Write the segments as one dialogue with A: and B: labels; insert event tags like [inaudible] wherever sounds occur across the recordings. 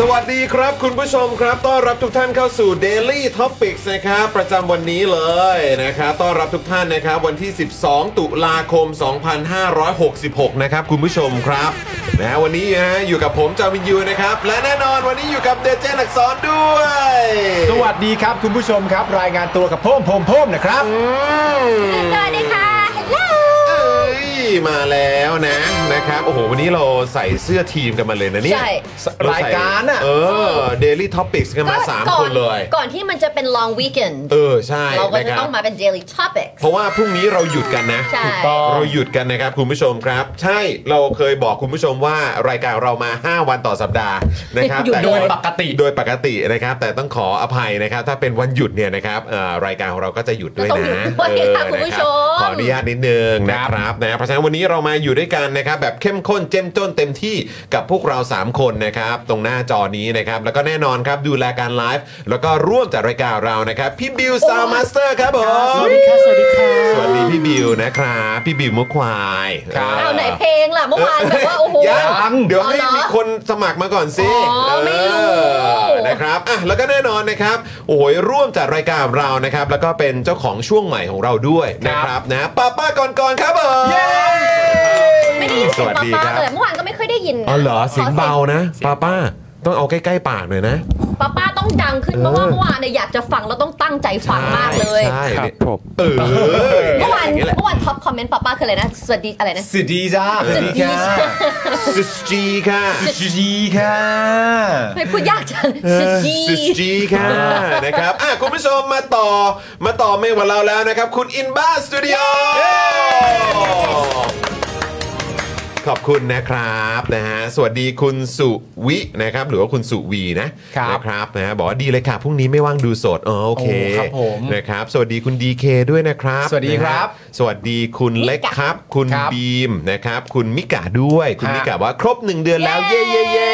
A: สวัสดีครับคุณผู้ชมครับ ต้อนรับทุกท่านเข้าสู่ Daily Topics นะครับประจำวันนี้เลยนะครับต้อนรับทุกท่านนะครับวันที่ 12 ตุลาคม 2566 นะครับคุณผู้ชมครับนะฮะวันนี้นะฮะอยู่กับผมจาวินยูนะครับ และแน่นอนวันนี้อยู่กับเดเจนอักษรด้วย
B: สวัสดีครับคุณผู้ชมครับ รายงานตัวกับโพมโพมโพมนะครับ
C: สวัสดีค่ะ Hello
A: เอ้ยมาแล้วนะนะครับโอ้โหวันนี้เราใส่เสื้อทีมกันมาเลยนะเนี่ย
D: ใช่
A: เใส่
B: รายการอะ
A: เออ Daily Topics กันมาสาม
D: ก่อ
A: คนเลย
D: ก่อนที่มันจะเป็น long weekend
A: เออใช่
D: เราก็
A: นะ
D: จะ
A: ค
D: ต้
A: รั
D: อบ งมาเป็น daily topics
A: เพราะว่าพรุ่งนี้เราหยุดกันนะ
D: ใช่
A: ถูกต้องเราหยุดกันนะครับคุณผู้ชมครับ ใช่เราเคยบอกคุณผู้ชมว่ารายการเรามา 5 วันต่อสัปดาห์นะครับ
D: หยุด
A: แต่
D: โดยปกติ
A: โดยปกตินะครับ แต่ต้องขออภัยนะครับ ถ้าเป็นวันหยุดเนี่ยนะครับเอ่อรายการของเราก็จะหยุดด้วย
D: ต้อง
A: นะ
D: หยุดด้วย
A: เออ
D: ค่ะคุณผู้
A: นะ
D: ชม
A: รับขออนุญาตนิดนึงนะครับนะเพราะฉะนั้นวันนี้เรามาอยู่ด้วยกันนะครับ แบบเข้มข้นเจ้มจ้นเต็มที่กับพวกเราสามคนนะครับ ตรงหน้าจอนี้นะครับ แล้วก็แน่นอนครับดูแลการไลฟ์แล้วก็ร่วมจัดรายการเรานะครับพี่บิวซาวมาสเตอร์ครับผม
E: สวัสดีครับสวัสดีครับ
A: สวัสดีพี่บิวนะครับ พี่บิวมุกควาย
B: ครับ
D: เอาไหนเพลงล่ะ เมื่อวานแบบว่า โอ้โห
A: ยังเดี๋ยวให้
D: อ๋อเหรอ
A: มีคนสมัครมาก่อนสิ
D: อ๋อไม่รู้
A: เออนะครับอ่ะแล้วก็แน่นอนนะครับ โอ้ยร่วมจัดรายการเรานะครับ แล้วก็เป็นเจ้าของช่วงใหม่ของเราด้วยนะครับนะป้าป้าก่อนก่อนๆครับเออ
D: ไม่ได้ยิน
A: ส
D: เสียง
A: วัส
D: ป๊า
A: ดี
D: ป้า
A: ครับ
D: เลยเมื่อวานก็ไม่ค่อยได้ยินนะ
A: อ๋อเหรอเสียงเบานะป้าป้าต้องเอาใกล้ๆปากหน่อยนะ
D: ป๊าป้าต้องดังขึ้น เพราะว่าเมื่อวานเนี่ยอยากจะฟังแล้วต้องตั้งใจฟังมากเลย
A: ใช่
B: ครับผม
A: เออ
D: เมื่อวาน
A: ย่งงี้แหละ
D: เมื่อวานท็อปคอมเมนต์ป๊าป้าคืออะไรนะ สวัสดีอะไรนะ
B: สวัสดีจ้า
A: สวัสดีค่ะ ซิสจีค่ะ
B: สวัสดีค่ะ
D: ไม่พูดยากจังสวัสดี
A: ซิสจีค่ะ นะครับอ่ะคุณผู้ชมมาต่อมาต่อไม่ว่าเราแล้วนะครับ คุณอินบ้าสตูดิโอขอบคุณนะครับนะฮะสวัสดีคุณสุวินะครับหรือว่าคุณสุวีนะครับ นะครับนะฮะบอกว่าดีเลยค่ะพรุ่งนี้ไม่ว่างดูสดอ๋อโอเค
B: โอ้ครับผม
A: นะครับสวัสดีคุณดีเคด้วยนะครับ
B: สวัสดีครับ
A: นะฮะสวัสดีคุณเล็กครับ คุณ
B: ครับ
A: บีมนะครับคุณมิกาด้วย คุณ
B: ฮะ
A: มิกาว่าครบหนึ่งเดือนแล้วเย้เย้เย้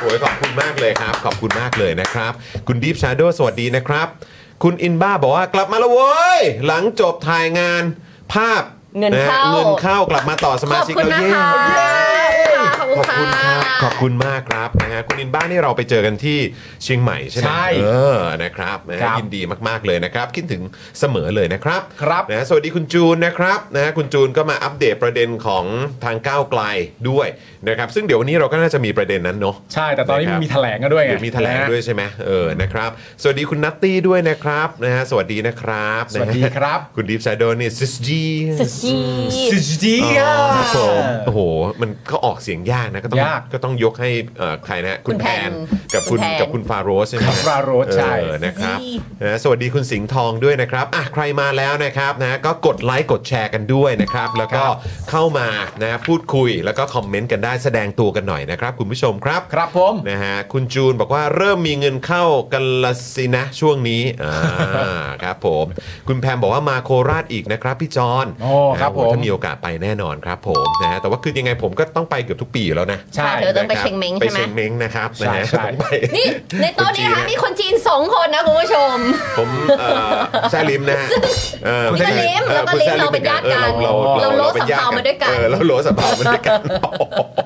A: โอ้ยขอบคุณมากเลยครับ ขอบคุณมากเลยนะครับ คุณดีฟชาโดสวัสดีนะครับ คุณอินบ้าบอกว่ากลับมาแล้วเว้ย หลังจบถ่ายงานภาพ
D: เงินเข้า
A: ะเงินเข้ากลับมาต่อส
D: ข
A: มา
D: อบ
A: ชิก
D: คุณ
A: แล้ว
D: นะ
A: เย้
D: คะขอบ
A: ขอบ
D: คุ
A: คุณ ณค
D: ค่ะ
A: รับขอบคุณมากครับนะฮะคุณอินบ้านี่เราไปเจอกันที่เชียงใหม่ใช่ไหม
B: ใช่
A: เออนะครับนะฮะ
B: ครับ
A: ยินดีมากๆเลยนะครับ คิดถึงเสมอเลยนะครับ
B: ครับ
A: นะฮะสวัสดีคุณจูนนะครับนะฮะคุณจูนก็มาอัปเดตประเด็นของทางก้าวไกลด้วยนะครับ ซึ่งเดี๋ยววันนี้เราก็น่าจะมีประเด็นนั้นเนาะ
F: ใช่ แต่ตอนนี้
A: นะครับ
F: มีแถลงกันด้วยไง
A: เดี๋ยวมีแถลงด้วยใช่ไหมเออ นะครับ สวัสดีคุณนัตตี้ด้วยนะครับ นะฮะ สวัสดีนะครับ
F: สวัสดี
A: นะฮะ
F: ครับ
A: คุณดิฟชาโดนี่ซิสจี
D: สวัสดี
F: สุดยอ
A: ครับผม
F: ด
A: โอ้โห มันเขาออกเสียงยาก
B: นะก็ต้อง
E: ยาก
B: ก็ต้องยกให้เอ่อใครนะ
D: คุณแพน
B: กับคุ
D: คุ
B: ณ
D: ณแพน
B: กับคุณฟาโรสใช่ไหม
E: ครับฟาโรสใช่
B: เออนะครับนะสวัสดีคุณสิงห์ทองด้วยนะครับอ่ะใครมาแล้วนะครับนะก็กดไลค์กดแชร์กันด้วยนะครับ แล้วก็เข้ามานะพูดคุยแล้วก็คอมเมนต์กันได้แสดงตัวกันหน่อยนะครับ คุณผู้ชมครับ
E: ครับผม
B: [laughs] นะฮะคุณจูนบอกว่าเริ่มมีเงินเข้ากันละสินะช่วงนี้อ่
E: [laughs]
B: า ครับผม คุณแพมบอกว่ามาโคราชอีกนะครับพี่จอน
E: โอ้ครับ
B: นะโถ้า
E: ผม
B: มีโอกาสไปแน่นอนครับผมนะฮะแต่ว่าคือยังไงผมก็ต้องไปเกือบทุกปีอยู่แล้วนะ
E: ใช่
D: ค่ะเดี๋ยว ต้องไปเชียงเม้ง
B: ไป
D: ใช่ไหม
B: เชียงเม้งนะครับ
E: ใช่
B: นะฮะ
E: ใช่
B: ต้องไป
D: นี่ในโต๊ะนี้นะคะ
B: คนจีนนะ
D: มีคนจีนสองคนนะคุณผู้ชม [laughs]
B: ผมเอ่
E: [laughs]
B: อแซลิมนะฮะเออ
D: คุณแซลิม
B: ออ
D: แล้วก็
B: คุณ
D: ลิม
B: แซ
D: เราเป็นญาติกัน
B: เออเรา
D: เราโล้
B: ป็นญติ
D: สำเภามาด้วยกัน
B: เออเราโลสำเภามาด้วยกัน [laughs] โอ้โห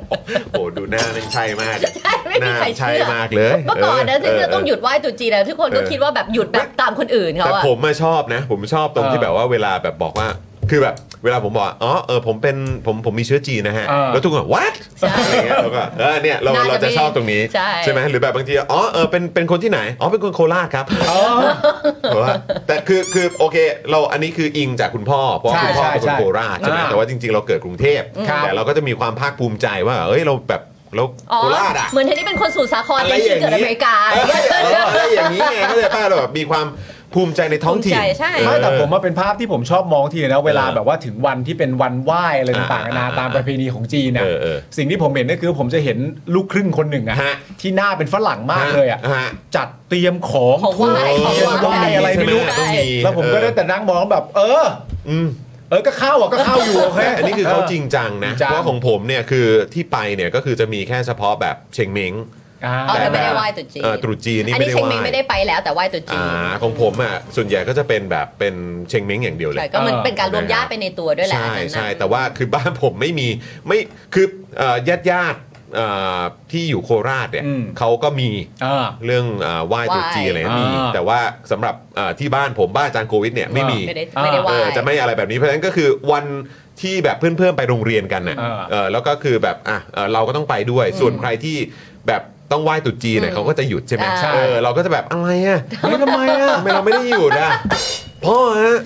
B: โอ้โหดูหน้ามันใช่มาก
D: ใช่ไม่มีใครเชื่อ
B: หน้าใช่มากเลย
D: เมื่อก่อนนะที่เรา
B: เ
D: ต้องหยุดไหว้ตรุษจีนนะทุกคนก็คิดว่าแบบหยุดแบบตามคนอื่นเขา
B: แต่
D: อะ
B: ผมมาชอบนะ ผมชอบตรง
E: เออ
B: ที่แบบว่าเวลาแบบบอกว่าคือแบบเวลาผมบอกว่าอ๋อเออผมเป็นผมผมมีเชื้อจีนนะฮะ
E: เออ
B: แล้วทุกคนแบบ what
D: ใช่
B: อะไรเงี้ยเราก็เออเนี่ยเรา
D: น่าจะ
B: เราจะ
D: มี
B: ชอบตรงนี้
D: ใช่
B: ไหมหรือแบบบางทีอ๋อเออเป็นเป็นคนที่ไหนอ๋อเป็นคนโคราช
D: [laughs]
B: ครับ
E: เออ
B: แบบว่าแต่คือคือโอเค เราอันนี้คืออิงจากคุณพ่อเพราะว่า
E: ใช่
B: คุณพ่อเป็นค
E: ใช่
B: น
E: ใช่
B: โคราชใช่ไหม
E: อ่า
B: แต่ว่าจริง ๆ เราเกิดกรุงเทพ
E: ครับ
B: แต่เราก็จะมีความภาคภูมิใจว่าเอ้ยเราแบบเรา
D: อ๋อ
B: โคราชอ่ะ
D: เหมือนเทนนี่เป็นคนสูตรสาคร
B: อะไร
D: แต่จ
B: อ
D: ริงๆเกิดอเม
B: ย่างนี้
D: ริกา
B: เอออะไรอย่างนี้ไงเข้าใจป่ะเราแบบมีความภูมิใจในท้องถิ่น
D: ภูมิใจใช่
E: ไม่แต่ผมว่าเป็นภาพที่ผมชอบมองทีนะเวลาแบบว่าถึงวันที่เป็นวันไหว้อะไร
B: อ่า
E: ต่างๆนานา
B: อ่า
E: ตามประเพณีของจีนน่ะ
B: เออเออ
E: สิ่งที่ผมเห็นก็คือผมจะเห็นลูกครึ่งคนหนึ่งอะ
B: ฮะ
E: ที่หน้าเป็นฝรั่งมากเลยอะ
B: ฮฮะ
E: จัดเตรียมของ
D: ของไหว้
E: ทูบ
D: ของ
E: เทียนไหว้
D: ไหว้
E: อะไรไม่รู้
B: ใช่หต้องมี
E: แล้วผมก็ได้แต่นั่งมองแบบ เออ
B: อืม
E: เออก็เข้าอ่ะก็เข้าอยู่โอเค
B: [laughs] อันนี้คือเขาจริงจังนะ
E: จริงจัง
B: เพราะของผมเนี่ยคือที่ไปเนี่ยก็คือจะมีแค่เฉพาะแบบเชยงเม้ง
E: อ่า
D: อ๋อแต่ไม่ได้ไหว้ตรุษจีน
B: เอ่อตรุษจีนนี่
D: อัน
B: ไม่
D: นี้เช
B: ได้
D: ง
B: ไห
D: เม้ง
B: ว้
D: ไม่ได้ไปแล้วแต่ไหว้ตรุษจี
B: อ่าน ของผมอ่ะส่วนใหญ่ก็จะเป็นแบบเป็นเชยงเม้งอย่างเดียวเลย
D: แต่ก็มัน
E: เออ
D: เป็นการรวมญาติไปในตัวด้วยแหละ
B: ใช่
D: อันนั้นน่ะ
B: ใช่แต่ว่าคือบ้านผมไม่มีไม่คือญาติญาติๆเอ่อที่อยู่โคราชเนี่ย
E: อืม
B: เขาก็มี
E: อ่า
B: เรื่องเอ่อไหว้ตรุษจีนอะไรเนี่ยมี
E: อ่า
B: แต่ว่าสำหรับเอ่อที่บ้านผมบ้านอาจารย์โควิดเนี่ยไม่มี
D: ไม่ได้ไม่ได้ไห
B: เอ
D: ว้
B: อจะไม่อะไรแบบนี้เพราะฉะนั้นก็คือวันที่แบบเพื่อนๆไปโรงเรียนกันน่ะ
E: อ่า
B: เออแล้วก็คือแบบอ่ะเอ่อเราก็ต้องไปด้วย ส่วนใครที่แบบต้องไหว้ตรุษจีนเนี่ย
D: อืม
B: เขาก็จะหยุดใช่ไหม
D: ใช่
B: เออเราก็จะแบบอะไรอ่ะ
E: เฮ้ยทำไมอะ
B: ทำไมเราไม่ได้หยุดอ่ะพ่อฮะ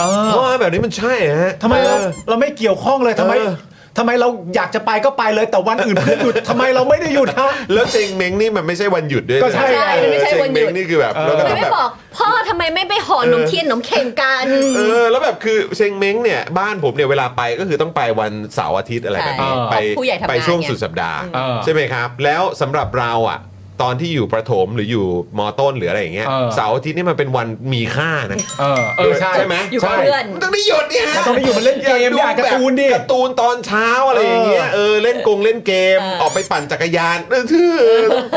E: เออ
B: พ่อแบบนี้มันใช่ฮะ
E: ทำไมเรา
B: ออ
E: เราไม่เกี่ยวข้องเลยทำไม
B: เออ
E: ทำไมเราอยากจะไปก็ไปเลยแต่วันอื่นเพื่อนห
B: [laughs]
E: ยุดทำไมเราไม่ได้หยุดฮะ
B: แล้วเชงเม้งนี่มันไม่ใช่วันหยุดด้วย
E: ก็ใช่
B: นะ
E: ใช่มันไม่ใช่
B: เออ
D: วันหยุ
B: เช
D: ด
B: งเม้งนี่คือแบบ
E: เออ
B: เราก็
D: ทำไม
B: ต้อ
D: ไม่
B: งแบบ
D: บอกพ่อทำไมไม่ไปห่อหนมเทียนหนมเข่งกัน
B: เออแล้วแบบคือเชงเม้งเนี่ยบ้านผมเนี่ยเวลาไปก็คือต้องไปวันเสาร์อาทิตย์อะไรแบบนี้
E: ใช่
B: ไป
D: ผู้ใหญ่ทำงาน
B: ไปช่วง
D: ไง
B: สุดสัปดาห์
E: เออ
B: ใช่ไหมครับ แล้วสำหรับเราอ่ะ ตอนที่อยู่ประถมหรืออยู่มอต้นหรืออะไรอย่างเงี้ย
E: เออ
B: เสาร์อาทิตย์นี่มันเป็นวันมีค่านะ
E: เออเออใช่
B: ใช่ไหม
D: อยู่กับ
E: ใช่
D: เพื่อน
B: มันต้องได้หยุดเนี่ย
E: มันต้องได้หยุดมันเล่นเกม
B: ดู
E: อยากการ์ตูนดิ
B: แบบการ์ตูนตอนเช้าอะไรอย่างเงี้ยเออเล่นกงเล่นเกม
D: เออ
B: ออกไปปั่นจักรยานเออ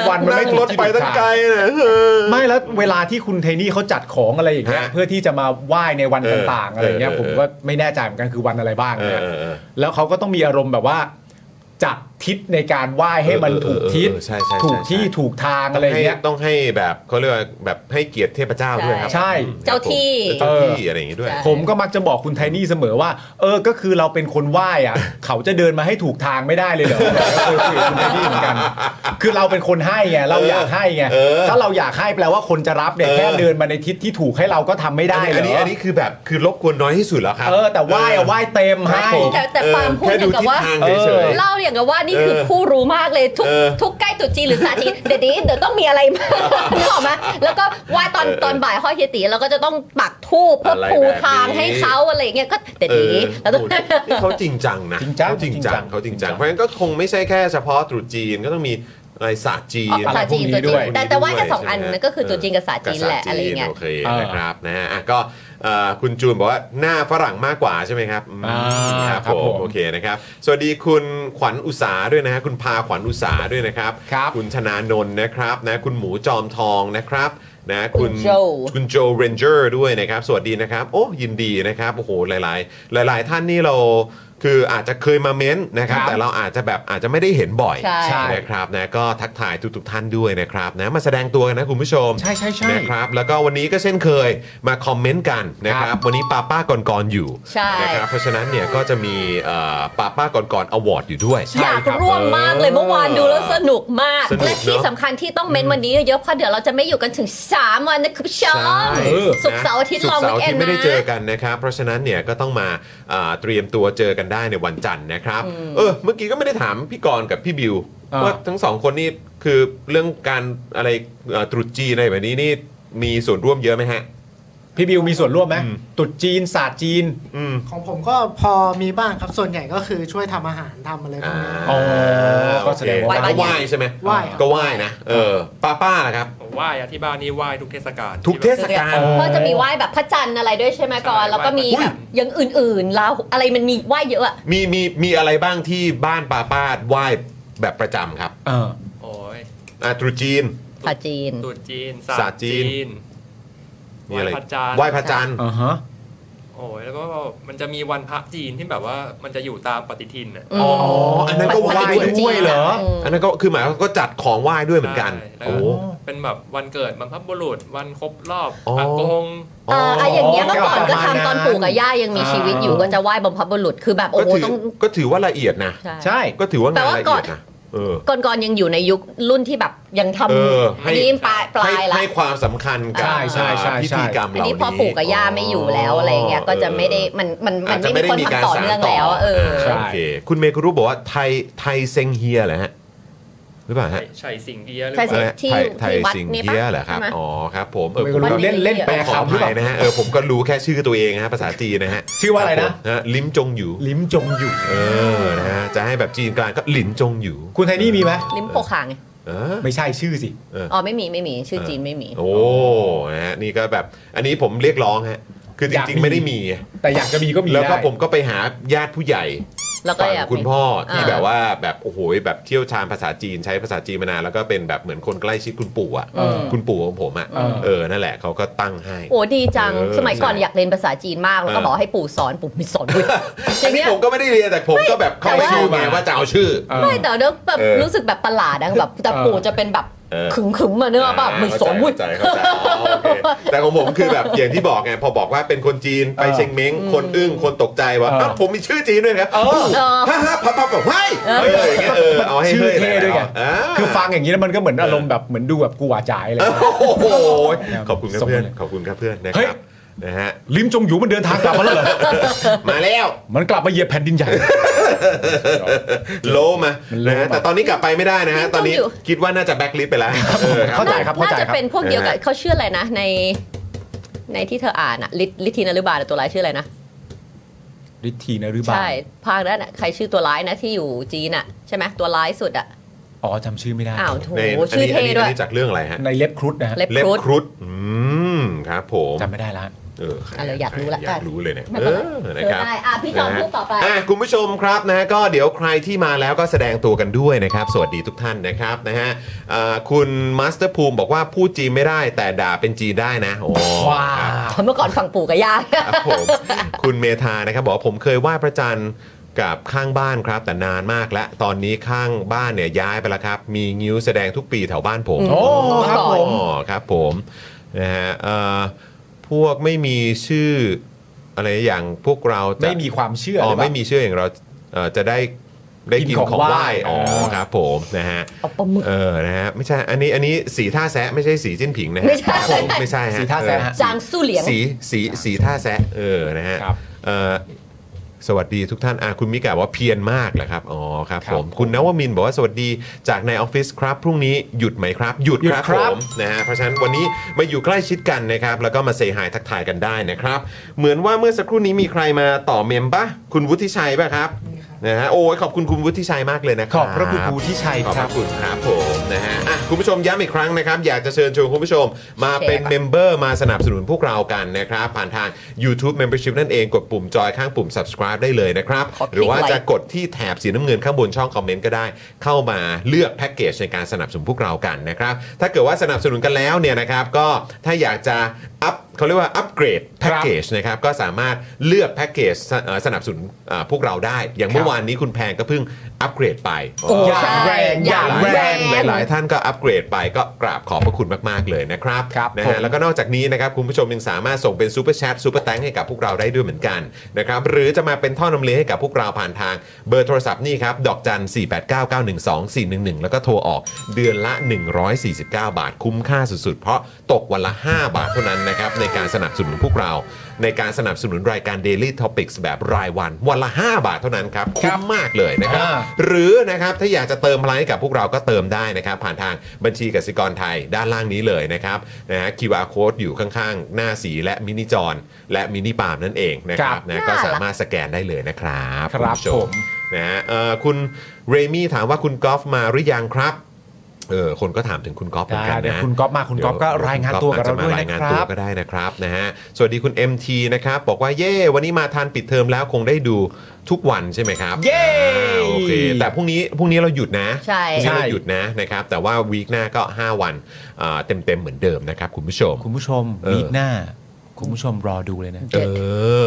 E: วันมันไม่
B: งรถ
E: ถูกที่
B: ไป
E: ถูก
B: ตั้ง
E: ทาง
B: ไกลนะเออ
E: ไม่แล้วเวลาที่คุณเทนี่เขาจัดของอะไรอย่างเงี้ย
B: ฮะ
E: เพื่อที่จะมาไหว้ในวัน
B: เออ
E: ต่างๆอะไรเงี้ย
B: เออ
E: ผม
B: เออ
E: ก็ไม่แน่ใจเหมือนกันคือวันอะไรบ้าง
B: เออ
E: เนี่ย
B: เออเออ
E: แล้วเขาก็ต้องมีอารมณ์แบบว่า จัดทิศในการไหว้ให้มันถูกทิศ
B: เออเออเออใช่ใช่ใช่
E: ถูกที่
B: ใช่
E: ถูกทางอะไรเงี้ย
B: ต้อให้ต้องให้แบบเขาเรียกว่าแบบให้เกียรติเทพเจ้าด้วยครับ
E: ใช่
D: เจ้าที่
B: เจ้าที่อะไรอย่างงี้ด้วย
D: ใช่
E: ผมก็มักจะบอกคุณไทนี่เสมอว่า เออก็คือเราเป็นคนไหว้
B: [laughs]
E: อะ เขาจะเดินมาให้ถูกทางไม่ได้เลยเหรอเคยคุยกับคุณไทนี่เหมือนกัน คือเราเป็นคนให้ไงเราอยากให้ไง
B: เออ
E: ถ้าเราอยากให้แปลว่าคนจะรับเนี่ย
B: เออ
E: แค่เดินมาในทิศที่ถูกให้เราก็ทำไม่ได้
B: อัน
E: เล
B: นี้
E: ย
B: อันนี้คือแบบคือรบกวนน้อยที่สุดแล้วครับ
E: เออแต่ไหว้อะไหว้เต็มให้
D: แต่แต่ปาล์มพูด
B: แค่
D: อย่างกับว่า
B: ทิศทงเฉย
D: เล่าอย่างกับว่านี่คือ
B: เออ
D: ผู้รู้มากเลยทุก
B: เออ
D: ทุกใกล้ตรุษจีนหรือศาสตร์จีนเดี๋ยวนี้เดี๋ยวต้องมีอะไร
B: [laughs]
D: มา นึกออกไหมแล้วก็ไหว่าตอน
B: เออเออ
D: ตอนบ่ายห้อยเฮียตีเราก็จะต้องปักทูบเพื่อ
B: อะไร
D: ปู
B: แบบ
D: ทาง
B: นี้
D: ให้เขาอะไรอย่างเงี้ยก็เดี๋ยว
B: เออ
D: นี้แล้วต้อง
B: นี่เขาจริงจังนะ
E: จริงจัง
B: เขาจริงจังเขาจริงจังเพราะฉะนั้นก็คงไม่ใช่แค่เฉพาะตรุษจีนก็ต้องมีอะไรศาสตร์จีน
D: ภาษาจีน
E: อะไรพวกนี้ด้
D: ตัวจริ
E: วย
D: งแต่แต่ว่าแค่สองอัน
B: ใช่ไหม
D: นั่นก็คือตัวจริงกับศาสตร์จีนแหละ
B: กษัต
D: อะไรอย่างเงี้ย
B: โอเค
E: เออ
B: นะครับนะฮะอ่ะก็เอ่อคุณจูนบอกว่าหน้าฝรั่งมากกว่าใช่ไหมครับอืม
E: อ่า
B: ครับ
E: ครับ
B: ผ
E: ผม ม
B: โอเคนะครับ สวัสดีคุณขวัญอุสาด้วยนะฮะคุณพาขวัญอุสาด้วยนะครับ
E: ครับ
B: คุณชนานนท์นะครับนะคุณหมูจอมทองนะครับนะคุณ
D: คุณโจ
B: คุณโจเรนเจอร์ด้วยนะครับ สวัสดีนะครับ โอ้ยินดีนะครับโอ้โหหลาย ๆ หลาย ๆ ท่านนี่เราคืออาจจะเคยมาเม้นต์นะครับ
E: ครับ
B: แต่เราอาจจะแบบอาจจะไม่ได้เห็นบ่อย
D: ใช่
B: นะครับนะก็ทักทายทุกๆท่านด้วยนะครับนะมาแสดงตัวกันนะคุณผู้ชม
E: ใช่ใช่ใช่
B: นะครับแล้วก็วันนี้ก็เช่นเคยมาคอมเมนต์กันนะค
E: ค
B: รั
E: รั
B: บบ วันนี้ป้าป้าก่อนก่อนๆอยู่
D: ใช่
B: นะครับเพราะฉะนั้นเนี่ยก็จะมีเอ่อป้าป้าก่อนก่อนอวอร์ดอยู่ด้วย
D: [laughs] อยากร่วมมากเลยเมื่อวานดูแล้วสนุกมาก
B: สนุกเน
D: และ
B: อะ
D: ที่สำคัญที่ต้องเม้นวันนี้เยอะๆเพราะเดี๋ยวเราจะไม่อยู่กันถึง 3 วันนะคุณผู้ชม
B: ใช่
D: ศุกร์เสาร์อาทิตย์ลอง
B: ศุ
D: วิ
B: ก
D: กเอ
B: ร์เสาร์
D: น
B: อาทิตย์ไม่ได้
D: นะ
B: เจอกันนะครับ เพราะฉะนั้นเนี่ยก็ต้องมาอ่าเตรียมตัวเจอกัน ได้ในวันจันทร์นะครับ เออ เมื่อกี้ก็ไม่ได้ถามพี่กรณ์กับพี่บิว
G: อ่า
B: ว่าทั้งสองคนนี่คือเรื่องการอะไรเอ่อตรุษจีนอะไรแบบนี้นี่มีส่วนร่วมเยอะไหมฮะ
G: พี่บิวมีส่วนร่วมไหมตรุดจีนศาสตร์จีน
B: อืม
H: ของผมก็พอมีบ้างครับส่วนใหญ่ก็คือช่วยทำอาหารทำอะไรพวกนี้
G: อ๋อก็แสดงว่า
B: โอเคก็ไหว้ใช่ไหม
H: ไหว้ครับ
B: ก็ไหว้นะเออป้าป้าล่ะครับ
I: ผมไหว้อะที่บ้านนี่ไหว้ทุกเทศกาล
B: ทุกเทศกาล
D: ก็จะมีไหว้แบบพระจันทร์อะไรด้วยใช่ไหมก่อน
I: ใช่
D: แล้วก็มี
B: อุ้ย
D: แบบอยังอื่นๆลาวอะไรมันมีไหว้เยอะอะ
B: มีมีมีอะไรบ้างที่บ้านป้าป้าไหว้แบบประจำครับ
G: เออ
I: โอ้ย
B: อ่ะตรุษจีน
D: ภาจีน
I: ตรุษจีน
B: ศาสตร์จีน
I: น
B: มีอะไร
I: ไหว้พระจันทร์
B: ไหว้พระจันทร์
G: อ่าฮะ
I: โอ้ยแล้วก็มันจะมีวันพระจีนที่แบบว่ามันจะอยู่ตามปฏิทินอ่ะ
D: อ๋อ
B: อ๋ออันนั้นก็ไหว้ด้วยเหรออันนั้นก็คือหมายความว่าก็จัดของไหว้ด้วยเหมือนกัน
I: ใช่แล้ว
B: โอ้
I: เป็นแบบวันเกิดบรรพบุรุษ วันครบรอบ
B: อ๋ออ
I: อากง
D: อ่าอ่ะอย่างเงี้ยเมื่อก่อนก็ทำตอนปู่กับ
B: ย่า
D: ย่ายังมีชีวิตอยู่ก็จะไหว้บรรพบุรุษคือแบบโอ้
B: ก็
D: โห
B: ถือ
D: ต้อง
B: ก็ถือว่าละเอียดนะ
D: ใช่
G: ใช่
B: ก็ถือว่างานละ
D: แต่ว่าก่อย น
B: เอีดนะเออ
D: ก่อนก่อนๆยังอยู่ในยุครุ่นที่แบบยังทำ
B: เออให้
D: อันนี้ปลายปลาย
B: ให้
D: ละ
B: ให้ความสำคัญกับ
G: ใช่ใช่ใช่
B: พิ
G: ใช่
B: ธีกรรมเห
D: อัน
B: ล่านี้
D: นี้พอปู่กับย่าไม่อยู่แล้วอะไรอย่างเงี้ยก็จะไม่ได้มันมัน
B: อา
D: มั
B: จ
D: น
B: จะ
D: ไม่มีคน
B: มีการ
D: ทำต่อเนื่องแล้วเออ
B: าโอเคคุณเมย์คุณรู้บอกว่าไทยไทยเซงเฮียเหรอฮะหรือเปล่าฮะ
I: ใช่สิ่งเดียวหรือ
D: ใช่
I: เป
D: สิ
B: อะ
I: ล่า
B: ไรนะ
D: ที่
B: ไทยไทย
D: ที่วัด
B: สิง
D: นี่ปะ
B: เฮียเหรอครับ
D: ใช่ไหม
B: อ๋อครับผม เออ
G: ไม่
B: ผม
G: รู้
B: ก็
G: เล่นเล่นแปล
B: ขออ
G: คำหรือ
B: ภัย
G: เปล่า
B: นะฮะ เออผมก็รู้แค่ชื่อตัวเองนะฮะภาษาจีนนะฮะ
G: ชื่อว่าอะไร
B: คบ
G: นะ
B: ผมฮลิมจงอยู่
G: ลิ้มจมอยู่
B: เออ นะฮะ จะให้แบบจีนกลางก็หลินจงอยู่
G: คุณไทนี่มีไหม
D: ลิ้มโปกขางไง
B: เออ
G: ไม่ใช่ชื่อสิ
D: อ๋อไม่มีไม่มีชื่อจีนไม่มี
B: โอ้ นะฮะ นี่ก็แบบ อันนี้ผมเรียกร้องฮะ คือจ
G: อยาก
B: ริงๆ
G: มี
B: ไม่ได้มี
G: แต่อยากจะมีก็มี
B: แล้วก็
G: ได้
B: ผมก็ไปหาญาติผู้ใหญ่
D: แล้วก็
B: ฝั่ง
D: อยาก
B: คุณ
D: มี
B: พ่อที่
D: อ่า
B: แบบว่าแบบโอ้โหแบบเที่ยวชาญภาษาจีนใช้ภาษาจีนมานานแล้วก็เป็นแบบเหมือนคนใกล้ชิดคุณปู่อ่ะ
D: อืม
B: คุณปู่ของผมอ่ะ
G: เออ
B: เออนั่นแหละเขาก็ตั้งให้
D: โอ้ดีจัง
B: เออ
D: สมัยก่อน
B: ใช่
D: อยากเรียนภาษาจีนมาก แล้วก็
B: เออ
D: บอกให้ปู่สอนปู่ไม่สอนด้วยอ
B: อั
D: ย่าน ง
B: นี้
D: เงี้ย
B: ผมก็ไม่ได้เรียนแต่ผมก็แบบเข้า
D: แต่
B: ไป
D: ว่า
B: ชื่อมาว่าจะเอาชื่อ
G: เออ
D: ไม่แต่เนอะแบบ
B: เออ
D: รู้สึกแบบประหลาดนะแบบแต่
G: เออ
D: ปู่จะเป็นแบบ
B: เออ
D: ขึงขึงๆมาเนอะแบบไม่สอนวุ้ย
B: เข้าใจเข้าใจเข้าใจอ๋อโอเคแต่ของผมคือแบบอย่างที่บอกไงพอบอกว่าเป็นคนจีนไปเชยงเม้งคนอึ้งคนตกใจว่า
G: เออ
B: อ้าวผมมีชื่อจีนด้วยนะ
D: เออ
B: ฮ่าฮ่าพับพับแบบเฮ้ยเอออย่างเงี้ยเออเอาให้
G: ชื่อ
B: ฮ้
G: เท่ด้วยไง
B: อ่า
G: คือฟังอย่างนี้แล้วมันก็เหมือนอารมณ์แบบเหมือนดูแบบกูหวาจ่ายอะไร
B: โอ้โหขอบคุณครับ
G: ส่ง
B: เพื่อน
G: เลย
B: ขอบคุณครับเพื่อนนะค
G: เฮ้ย
B: รับ นะฮะ
G: ลิ้มจงอยู่มันเดินทางกลับมาแล้วเหรอ
B: มาแล้ว
G: มันกลับมาเหยียบแผ่นดินใหญ่
B: โลมา
G: มันโล
B: นะ
G: มา
B: ฮะแต่ตอนนี้กลับไปไม่ได้นะฮะ
D: ยังต้อง
B: ตอนนี้
D: อยู่
B: คิดว่าน่าจะแบ็คลิสไปแล้วเออครับ
G: เข้าใจครับ
D: น่า
G: เข้าใจ
D: จะ
G: ครับ
D: เป็นพวกเดียวกัน
B: นะฮะ
D: เขาชื่ออะไรนะ ในในที่เธออ่านอะลิทลิทธินารุบาลอะตัวร้ายชื่ออะไรนะ
G: ฤทธีนฤบาล
D: ใช่ภาคนั้นอะใครชื่อตัวร้ายนะที่อยู่จีนอะใช่ไหมตัวร้ายสุดอะ
G: อ๋อจำชื่อไม่ได้
D: อ้าวโถ
B: ในอัน
D: ชื่อ
B: นี้อั
D: เท่
B: นนี้
D: ด้ว
B: อั
D: น ย
B: นี้จากเรื่องอะไรฮะ
G: ในเล็บครุฑนะฮะ
D: เล็บ
B: เล็บ
D: ครุฑ
B: ครุฑอืมครับผม
G: จำไม่ได้ละ
B: เออใค
D: อะไรอยากรู้ละ
B: อยากรู้เลยเนี่ย
D: ไม่
B: เอ
D: เป็นไร
B: อนะครับ
D: ได้อ่ะพี่จอมพูดต่อไป
B: นะฮะะคุณผู้ชมครับนะฮะก็เดี๋ยวใครที่มาแล้วก็แสดงตัวกันด้วยนะครับ สวัสดีทุกท่านนะครับนะฮะอ่าคุณมาสเตอร์ภูมิบอกว่าพูดจีนไม่ได้แต่ด่าเป็นจีนได้นะโอ้
G: ว้า
B: ครับ
G: ว
D: เมื่อก่อนฝั่งปู่กับย่า
B: ครับผมคุณเมธานะครับบอกว่าผมเคยไหว้พระจันทร์กับข้างบ้านครับ แต่นานมากแล้ว ตอนนี้ข้างบ้านเนี่ยย้ายไปแล้วครับ มีงิ้วแสดงทุกปีแถวบ้านผม
D: อืม
G: โอ้ครับผ
B: อ๋
G: ม
B: อครับผมนะฮะเอ่อพวกไม่มีชื่ออะไรอย่างพวกเราจะ
G: ไม่มีความเชื่อ
B: อ๋
G: ห
B: อ
G: รือเปล่า
B: ไม่มีชื่ออย่างเราเอ่อจะได้ได้กิน
G: กิน
B: ข
G: ข
B: อ
G: อง ง
B: ไห
G: ไหว้
B: ว้อ๋อครับผมนะฮะ
D: เอาปลาหมึก
B: เออนะฮะไม่ใช่อันนี้อันนี้สีท่าแซะไม่ใช่สีจิ้นผิงนะฮะ
D: ไม่ใช่
B: ครับผไม่ใช่ฮะ
G: สีท่าแซะฮะ
D: จางสู้เหลียง
B: สีสีสีท่าแซะเออนะฮะ
G: ครับ
B: เอ่อสวัสดีทุกท่านอาคุณมิกาบอกว่าเพียนมากเหรอครับอ๋อครับ
G: ครับ
B: ผมคุณนวมินทร์บอกว่าสวัสดีจากในออฟฟิศครับ พรุ่งนี้หยุดไหมครับ หยุด
G: หยุ
B: ค
G: ด
B: รับ
G: ค
B: ผ
G: รับ
B: มนะฮะเพราะฉะนั้นวันนี้มาอยู่ใกล้ชิดกันนะครับ แล้วก็มาเซฮายทักทายกันได้นะครับ เหมือนว่าเมื่อสักครู่นี้มีใครมาต่อเมมปะคุณวุฒิชัยปะครับนะฮะโอ้ยขอบคุณคุณวุฒิชัยมากเลยนะค
G: ข
B: รั
G: อบพระคุณครูที่ชัย
B: ขอบ
G: ค
B: พ
G: รับ
B: ระคุณครับผมนะฮะอ่ะคุณผู้ชมย้ำอีกครั้งนะครับ อยากจะเชิญชวนคุณผู้ชมมาเป็น
D: แชร์
B: เมมเบอร์มาสนับสนุนพวกเรากันนะครับ ผ่านทาง YouTube Membership นั่นเองกดปุ่มจอยข้างปุ่ม subscribe ได้เลยนะครับ หรือว่าจะกดที่แถบสีน้ำเงินข้างบนช่องคอมเมนต์ก็ได้ เข้ามาเลือกแพ็กเกจในการสนับสนุนพวกเรากันนะครับ ถ้าเกิดว่าสนับสนุนกันแล้วเนี่ยนะครับ ก็ถ้าอยากจะอัพเขาเรียกว่าอัปเกรดแพ็กเกจนะครับก็สามารถเลือกแพ็กเกจเอ่อสนับสนุนอ่าพวกเราได้ อย่างเมื่อวานนี้คุณแพงก็เพิ่งอัปเกรดไป
D: โอ้
G: อย่าง
D: ใช่
G: แรงอย่
D: อา
G: ย่าง ง
D: แร
G: แรง ง
B: หลายๆท่านก็อัปเกรดไปก็กราบขอบพระคุณมาก ๆ เลยนะครับ
G: ครับ
B: นะ
G: ผ
B: ฮะ
G: ม
B: แล้วก็นอกจากนี้นะครับ คุณผู้ชมยังสามารถส่งเป็นซูเปอร์แชทซูเปอร์แตงให้กับพวกเราได้ด้วยเหมือนกันนะครับหรือจะมาเป็นท่อนำเลี้ยงให้กับพวกเราผ่านทางเบอร์โทรศัพท์นี่ครับ ดอกจัน 4 8 9 9 1 2 4 1 1 แล้วก็โทรออกเดือนละ 149 บาทคุ้มค่าสุด ๆ เพราะตกวันละ 5 บาทเท่านั้นนะครับในการสนับสนุนพวกเรา ในการสนับสนุนรายการ Daily Topics แบบรายวัน วันละ 5 บาทเท่านั้นครับคุ้มมากเลยนะครับ
G: อ่า
B: หรือนะครับถ้าอยากจะเติมพลังให้กับพวกเราก็เติมได้นะครับ ผ่านทางบัญชีกสิกรไทยด้านล่างนี้เลยนะครับนะฮะ QR code อยู่ข้างๆ หน้าสีและมินิจอนและมินิปาล์มนั่นเองนะครั
G: ครับ บ
B: นะก็สามารถสแกนได้เลยนะครับ
G: ครั
B: ณ
G: บ
B: ผู้ช
G: ผม
B: นะฮะเอ่อคุณเรมี่ถามว่าคุณกอล์ฟมาหรือยังครับเออคนก็ถามถึงคุณกอล์ฟเหมือนกัน
G: ได้เดี๋ยว
B: นะ
G: คุณก๊อฟมาคุณก๊อฟก็
B: เดี๋
G: รายงานตัวกับเราด้วย
B: อจจม
G: นะ
B: ยงาน
G: ค
B: ตัว
G: รับ
B: ก็ได้นะครับนะฮะสวัสดีคุณ MT นะครับบอกว่าเย่วันนี้มาทานปิดเทอมแล้วคงได้ดูทุกวันใช่ไหมครับ
G: เย้
B: อ่าโอเคแต่พรุ่งนี้พรุ่งนี้เราหยุดนะ
D: ใช่
B: พรุ่งนี้เราหยุดนะนะครับ แต่ว่าวีคหน้าก็ 5 วันเต็มเต็มๆเหมือนเดิมนะครับคุณผู้ชม
G: คุณผู้ชม
B: เออ
G: วีคหน้า คุณผู้ชมรอดูเลยนะ
B: เอ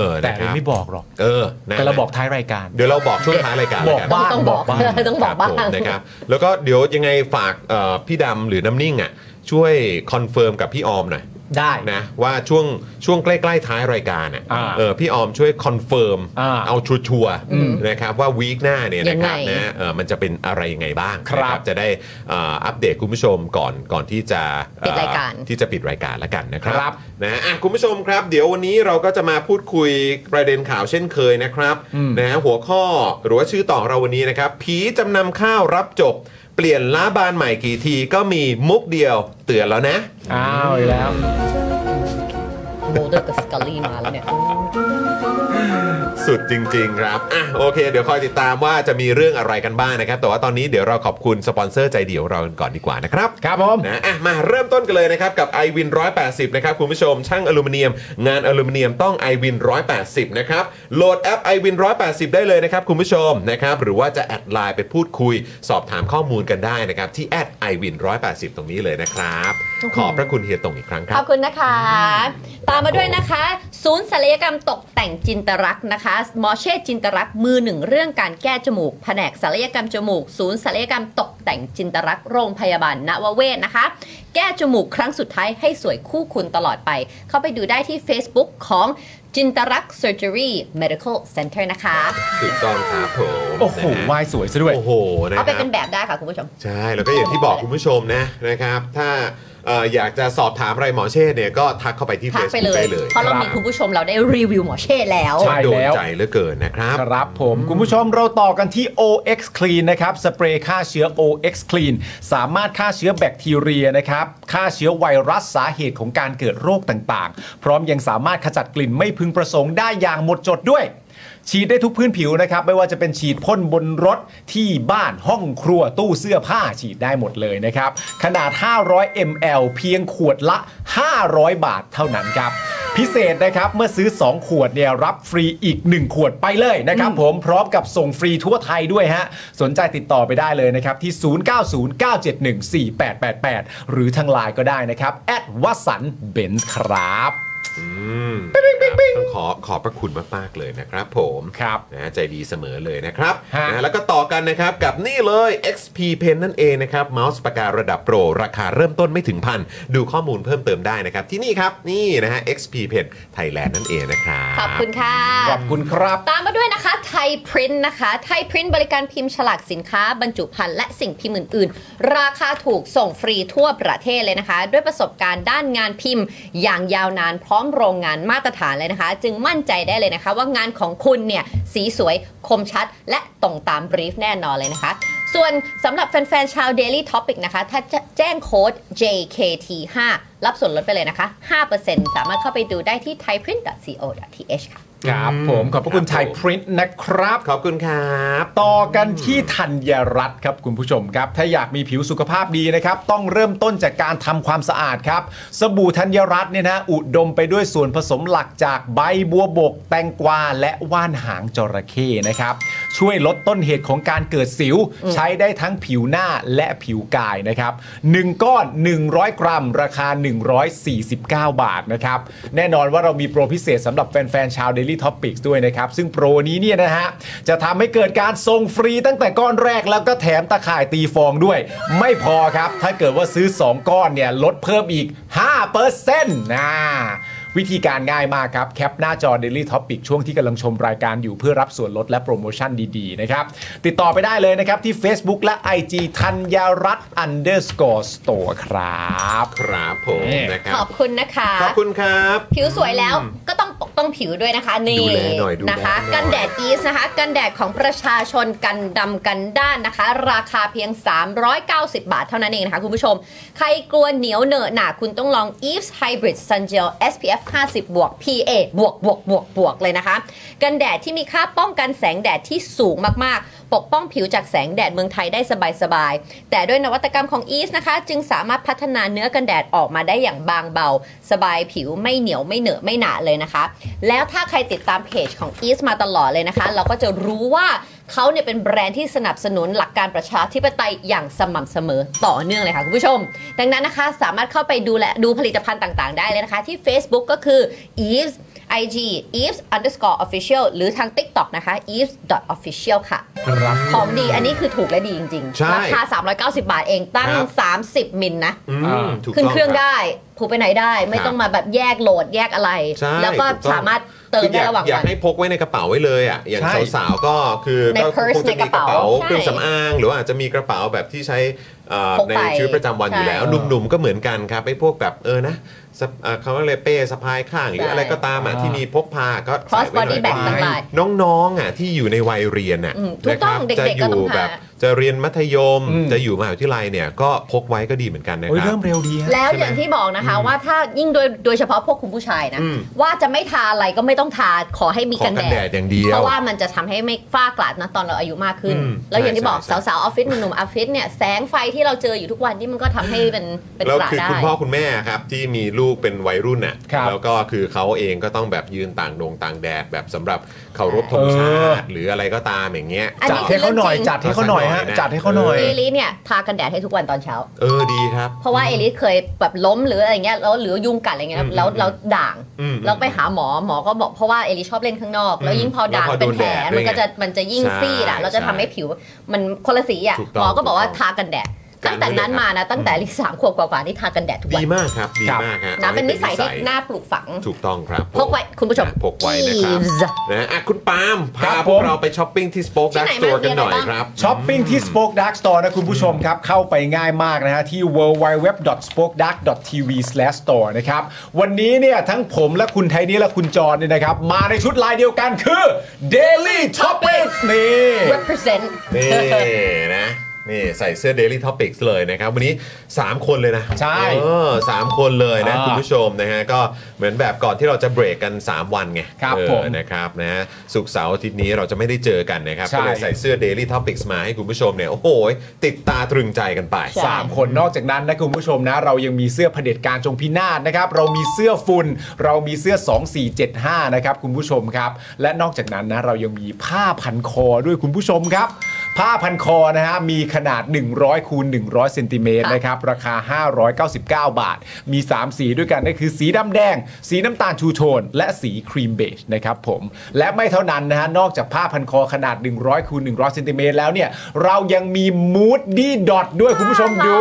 B: อ
G: แต่
B: นะค
G: เรา
B: รับ
G: ไม่บอกหรอก
B: เออนะ
G: แต่เราบอกท้ายรายการ
B: เดี๋ยวเราบอกช่วงท้ายรายการแล้ว
G: บอก
B: น
G: บ้าง
D: ต้องบอก
G: บ้าง
D: ต้องบอกบ้าง
B: ครับผมนะครับแล้วก็เดี๋ยวยังไงฝากเอ่อพี่ดำหรือน้ำนิ่งอ่ะช่วยคอนเฟิร์มกับพี่ออมหน่อย
G: ได้
B: นะว่าช่วงช่วงใกล้ๆท้ายรายการอ่ะ
G: อ่า
B: เออพี่ออมช่วยคอนเฟิร์ม
G: อ่า
B: เอาชัวร์ๆ
D: อืม
B: นะครับว่าวีคหน้าเนี่ย
D: ยั
B: นะ
D: ง
B: ค
D: ไง
B: รับนะเออมันจะเป็นอะไรยังไงบ้าง
G: ครับ
B: นะจะได้เอ่ออัปเดตคุณผู้ชมก่อนก่อนที่จะ
D: ปิดรายการ
B: เอ่อที่จะปิดรายการแล้วกันนะครับ
G: ครับ
B: นะอ่ะคุณผู้ชมครับ เดี๋ยววันนี้เราก็จะมาพูดคุยประเด็นข่าวเช่นเคยนะครับนะฮะหัวข้อหรือว่าชื่อต่อของเราวันนี้นะครับ ผีจำนำข้าวรับจบ เปลี่ยนล้าบานใหม่กี่ทีก็มีมุกเดียวเตือนแล้วนะ
G: อ้าวอีกแล้ว
D: โบเดอร์กับสกาลี่มาแล้วเนี่ย
B: สุดจริง ๆ ครับ อ่ะโอเค เดี๋ยวคอยติดตามว่าจะมีเรื่องอะไรกันบ้างนะครับ แต่ว่าตอนนี้เดี๋ยวเราขอบคุณสปอนเซอร์ใจเดียวเรากันก่อนดีกว่านะครับ
G: ครับผม
B: นะอ่ะมาเริ่มต้นกันเลยนะครับ กับ i w วิน180 นะครับ คุณผู้ชม ช่างอลูมิเนียม งานอลูมิเนียมต้อง i w วิน180 นะครับ โหลดแอป i w วิน180 ได้เลยนะครับ คุณผู้ชมนะครับ หรือว่าจะแอดไลน์ไปพูดคุย สอบถามข้อมูลกันได้นะครับ ที่แอด i w วิน180 ตรงนี้เลยนะครับ ขอบพระคุณเฮียตงอีกครั้งค
D: ข
B: รั
D: อบ บคุณนะคะ ตามมาด้วยนะคะ ศูนย์ศัลยกรรมตกแต่งจินตรักษณ์นะคะหมอเช่จินตรักษณ์มือหนึ่งเรื่องการแก้จมูก แผนกศัลยกรรมจมูก ศูนย์ศัลยกรรมตกแต่งจินตรักษณ์โรงพยาบาลนวเวศนะคะ แก้จมูกครั้งสุดท้ายให้สวยคู่คุณตลอดไป เข้าไปดูได้ที่ Facebook ของจินตรักษณ์ Surgery Medical Center นะคะ
B: ถูกต้องครับผม
G: โอ้โห
B: นะฮะ
G: วายสวยซะด้วย
B: โอ้โหนะค
D: เอาไป
B: รับ
D: เป็นแบบได้ค่ะคุณผู้ชม
B: ใช่ แล้วก็อย่างที่บอกคุณผู้ชมนะนะครับ ถ้าเอ่ออยากจะสอบถามอะไรหมอเชษฐ์เนี่ยก็ทักเข้าไปที่
D: ทักไปเล
B: Facebook
D: ย
B: ได้เลย
D: เพราะเรามีคุณผู้ชมเราได้รีวิวหมอเช่แล้ว
G: ใช่
B: ว่าโดน
G: แล้ว
B: ใจเหลือเกินนะครับ
G: ครับผม คุณผู้ชมเราต่อกันที่ OX Clean นะครับ สเปรย์ฆ่าเชื้อ OX Clean สามารถฆ่าเชื้อแบคทีเรียนะครับ ฆ่าเชื้อไวรัสสาเหตุของการเกิดโรคต่างๆ พร้อมยังสามารถขจัดกลิ่นไม่พึงประสงค์ได้อย่างหมดจดด้วย ฉีดได้ทุกพื้นผิวนะครับ ไม่ว่าจะเป็นฉีดพ่นบนรถที่บ้านห้องครัวตู้เสื้อผ้าฉีดได้หมดเลยนะครับ ขนาด 500 ml เพียงขวดละ 500 บาทเท่านั้นครับ พิเศษนะครับเมื่อซื้อ 2 ขวดเนี่ยรับฟรีอีก 1 ขวดไปเลยนะครับผมพร้อมกับส่งฟรีทั่วไทยด้วยฮะ สนใจติดต่อไปได้เลยนะครับ ที่ 0909714888 หรือทางไลน์ก็ได้นะครับแอดวัสันเบนซ์ครับ
B: ต้องขอขอบพระคุณมากๆเลยนะครับผม
G: ครับ
B: นะใจดีเสมอเลยนะครับ
G: ฮะ
B: นะแล้วก็ต่อกันนะครับกับนี่เลย XP Pen นั่นเองนะครับเมาส์ปากการะดับโปร ราคาเริ่มต้นไม่ถึงพัน ดูข้อมูลเพิ่มเติมได้นะครับ ที่นี่ครับ นี่นะฮะ XP Pen Thailand นั่นเองนะครับ
D: ขอบคุณค่ะ
G: ขอบคุณครับ
D: ตามมาด้วยนะคะไทยพรินต์นะคะไทยพรินต์บริการพิมพ์ฉลากสินค้า บรรจุภัณฑ์และสิ่งพิมพ์อื่น ๆ ราคาถูกส่งฟรีทั่วประเทศเลยนะคะ ด้วยประสบการณ์ด้านงานพิมพ์ อย่างยาวนานพร้อมโรงงานมาตรฐานเลยนะคะ จึงมั่นใจได้เลยนะคะ ว่างานของคุณเนี่ยสีสวยคมชัด และตรงตามบรีฟแน่นอนเลยนะคะ ส่วนสำหรับแฟน ๆ ชาว Daily Topic นะคะ ถ้าจะแจ้งโค้ด JKT5 รับส่วนลดไปเลยนะคะ 5%สามารถเข้าไปดูได้ที่ thaiprint.co.th ค่ะ
G: ครับผมขอบพระคุณ
B: ค
G: ไท
B: รับ
G: ย
B: ผม
G: พรินต์นะครับ
B: ขอบคุณครับ
G: ต่อกันที่ธัญรัตน์ครับคุณผู้ชมครับ ถ้าอยากมีผิวสุขภาพดีนะครับ ต้องเริ่มต้นจากการทำความสะอาดครับ สบู่ธัญรัตน์เนี่ยนะอุดมไปด้วยส่วนผสมหลักจากใบบัวบก แตงกวาและว่านหางจระเข้นะครับ ช่วยลดต้นเหตุของการเกิดสิว ใช้ได้ทั้งผิวหน้าและผิวกายนะครับ 1 ก้อน 100 กรัม ราคา 149 บาทนะครับ แน่นอนว่าเรามีโปรพิเศษสำหรับแฟน ๆ ชาว Daily Topics ด้วยนะครับ ซึ่งโปรนี้เนี่ยนะฮะ จะทำให้เกิดการส่งฟรีตั้งแต่ก้อนแรกแล้วก็แถมตะข่ายตีฟองด้วย ไม่พอครับ ถ้าเกิดว่าซื้อ 2 ก้อนเนี่ย ลดเพิ่มอีก 5%นะ วิธีการง่ายมากครับ แคปหน้าจอ Daily Topic ช่วงที่กำลังชมรายการอยู่เพื่อรับส่วนลดและโปรโมชั่นดีๆ นะครับ ติดต่อไปได้เลยนะครับ ที่ Facebook และ IG ธัญญรัตน์ underscore store ครับ
B: ครับผม
G: นี่
B: นะครั
D: ขอ
B: บบ
D: คุณนะคะ
B: ขอบคุณครับ
D: ผิวสวยแล้วก็ต้องปก ป้องผิวด้วยนะคะ นี่
A: ดูแลหน่อยดูแล
D: นะคะ
A: หน่อย
D: กันแดดอีสนะคะ กันแดดของประชาชนกันดำกันด้านนะคะ ราคาเพียง 390 บาทเท่านั้นเองนะคะคุณผู้ชม ใครกลัวเหนียวเหนอะหนาคุณต้องลอง Eves Hybrid Sun Gel SPF 50บวก PA บวกบวกบวกบวกเลยนะคะ กันแดดที่มีค่าป้องกันแสงแดดที่สูงมากๆ ปกป้องผิวจากแสงแดดเมืองไทยได้สบายๆ แต่ด้วยนวัตกรรมของ Eves นะคะ จึงสามารถพัฒนาเนื้อกันแดดออกมาได้อย่างบางเบา สบายผิวไม่เหนียวไม่เหนอะไม่หนาเลยนะคะ แล้วถ้าใครติดตามเพจของ East มาตลอดเลยนะคะ เราก็จะรู้ว่าเขาเนี่ยเป็นแบรนด์ที่สนับสนุนหลักการประชาธิปไตยอย่างสม่ำเสมอต่อเนื่องเลยค่ะคุณผู้ชม ดังนั้นนะคะสามารถเข้าไปดูและดูผลิตภัณฑ์ต่างๆ ได้เลยนะคะที่ Facebook ก็คือ East IG Eves underscore official หรือทาง TikTok นะคะ Eves dot official ค่ะ
A: ครับ
D: ของดีอันนี้คือถูกและดีจริง
A: ใช่
D: ๆ ราคา 390 บาทเองตั้ง
A: ครับ
D: 30 มิลนะ
A: อืมถูก
D: ขึ้น
A: ต้บ
D: เครื่องได้ผูกไปไหนได้ไม่
A: ครับ
D: ต้องมาแบบแยกโหลดแยกอะไร
A: ใช่
D: แล้วก็
A: ถูกต้อง
D: สามารถเติมได้ระหว่าง
A: คืออยากอยาก
D: วัน
A: ให้พกไว้ในกระเป๋าไว้เลยอ่ะอย่าง
G: ใช่
A: สาวๆก็คือ
D: ใน purse
A: คงจะมีกระเป๋า
D: ในกระเป๋า
A: เครื่องสำอางหรือว่าอาจจะมีกระเป๋าแบบที่ใช้เอ่อ
D: พก
A: ใน
D: ไป
A: ชีวิตประจำวันอยู่แล้ว
D: ใช่
A: หนุ่มๆก็เหมือนกันครับไอ้พวกแบบเออนะสะเอ่อเขาเรียกเป้สะพายข้างหรือ
D: ใช่
A: อะไรก็ตามอ่ะที่มีพกพาก็ใส่
D: cross
A: ไว้หน่อย
D: body bag
A: ก็ดี
D: ต่าง
A: น้องๆอ่ะที่อยู่ในวัยเรียนอ่ะ
D: อืมถูกต้อง
A: นะครับจะ
D: เด็ก
A: อ
D: ๆก็ต้
A: ยู่
D: องหา
A: แบบจะเรียนมัธยม
G: อืม
A: จะอยู่มหาวิทยาลัยเนี่ยก็พกไว้ก็ดีเหมือนกันนะ
G: โอ้ย
A: ครั
G: เริ่
A: บ
G: มเร็วดีฮะ
D: แล้วอย่างที่บอกนะคะว่าถ้ายิ่งโดยโดยเฉพาะพวกคุณผู้ชายนะ
A: อืม
D: ว่าจะไม่ทาอะไรก็ไม่ต้องทาขอให้มี
A: ขอ
D: กัน
A: กั
D: แด
A: นแด
D: ด
A: ดอย่างเดียว
D: เพราะว่ามันจะทำให้ไม่ฝ้ากระนะตอนเราอายุมากขึ้น
A: อืม
D: แล้วอย่างที่บอก
A: ใช่
D: สา
A: ใช่
D: วๆออฟฟิศหนุ่มๆออฟฟิศเนี่ยแสงไฟที่เราเจออยู่ทุกวันนี่มันก็ทำให้เป็นเป็น
A: แล้ว
D: กระ
A: คือ
D: ได้
A: คุณพ่อคุณแม่ครับที่มีลูกเป็นวัยรุ่นน่ะ
G: ครับ
A: แล้วก็คือเขาเองก็ต้องแบบยืนต่างดงต่างแดดแบบสำหรับเคารพธ
G: เอง อ
A: ชาติหรืออะไรก็ตามอย่างเงี้ย
D: อัน
G: จั
D: นี้
G: ด
D: คื
G: ให้
D: อ
G: เขา
D: เรื่อง
G: หน่อย
D: จริง
G: จัดให้เขาหน่อยฮะ
A: นะ
G: จัดให้เขาหน่อย
D: เอลิเนี่ยทากันแดดให้ทุกวันตอนเช้า
A: เออดีครับ
D: เพราะว่าเอลิเคยแบบล้มหรืออะไรเงี้ยแล้วหรือยุงกัดอะไรเงี้ย
A: อืม
D: แล้ว
A: อืม
D: เราด่าง
A: อืม
D: แล้วไปหาหมอหมอก็บอกเพราะว่าเอลิชอบเล่นข้างนอก แล้วยิ่งพอด่าง
A: แล้วพอโด
D: เป็น
A: น
D: แผล
A: แดดด้วย
D: มันก็จะมันจะยิ่ง
A: ใช่
D: ซีดอ่ะเราจะทำให้ผิวมันคนละสีอ่ะ
A: ถูกต้
D: ห
A: อง
D: มอก็บอกว่า
A: ถูกต้อง
D: ทากันแดด
A: การ
D: ตั้งแต่นั้น
A: ด้วยนะ
D: มานะตั้งแต่ลิสามขวบกว่าๆนี่ทากันแดดทุกวั
A: ดี
D: น
A: มากครับดี
G: ครับ
A: มากฮะ
D: นะเป็น
A: อาให้
D: นิสัยที่น่าปลูกฝัง
A: ถูกต้องครับ
D: พกไว้คุณผู้ชม
A: นะพกไว้นะครับ
D: Ease
A: นะอ่ะคุณปาล์ม
G: ครั
A: พา
G: บ
A: พว
G: ผ
A: ก
G: ม
A: เราไปช้อปปิ้งที่ Spoke
D: ที่
A: Dark
D: ไหน
A: Store
D: บ้าง
A: กันหน่อย
D: มีอะไรบ้าง
A: ครับ
G: ช้อปปิ้งที่ Spoke Dark Store นะคุณผู้ชมครับ เข้าไปง่ายมากนะฮะ ที่ www.spokedark.tv/store นะครับ วันนี้เนี่ยทั้งผมและคุณไทนี่และคุณจอนเนี่ยนะครับ มาในชุดลายเดียวกันคือ Daily Topics นี่
D: represent
A: นี่นะนี่ใส่เสื้อ Daily Topics เลยนะครับ วันนี้ 3 คนเลยนะ
G: ใช่
A: เออสามคนเลยนะ
G: อ่า
A: คุณผู้ชมนะฮะก็เหมือนแบบก่อนที่เราจะเบรกกัน 3 วันไง
G: ครับ
A: เออ
G: ผม
A: นะครับนะฮะสุกร์เสาร์อาทิตย์นี้เราจะไม่ได้เจอกันนะครับ
G: ใช่
A: ก็เลยใส่เสื้อ Daily Topics มาให้คุณผู้ชมเนี่ย โอ้โห ติดตาตรึงใจกันไป
D: ใช่
G: สามคนนอกจากนั้นนะคุณผู้ชมนะ เรายังมีเสื้อเผด็จการจงพินาศนะครับ เรามีเสื้อฝุ่นเรามีเสื้อ 2475 นะครับคุณผู้ชมครับ และนอกจากนั้นนะเรายังมีผ้าพันคอด้วยคุณผู้ชมครับ ผ้าพันคอนะฮะมีขนาด 100คูณ100เซนติเมตรนะครับ ราคา 599 บาท มี 3 สีด้วยกันนั่นคือสีดำแดง สีน้ำตาลชูโทน และสีครีมเบจนะครับผม และไม่เท่านั้นนะฮะนอกจากผ้าพันคอขนาด 100คูณ100เซนติเมตรแล้วเนี่ย เรายังมีมูดดี้ดอทด้วยคุณผู้ชมดู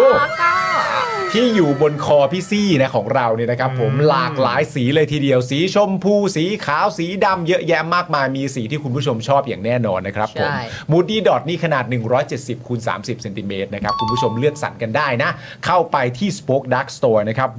G: ที่อยู่บนคอพี่ซี่นะของเราเนี่ยนะครับผมหลากหลายสีเลยทีเดียว สีชมพู สีขาวสีดำเยอะแยะมากมายมีสีที่คุณผู้ชมชอบอย่างแน่นอนนะครับผม
D: ใช่
G: มูดี้ดอทนี่ขนาด 170คูณ30เซนติเมตรนะครับ คุณผู้ชมเลือกสรรกันได้นะ เข้าไปที่ Spoke Dark Store นะครับ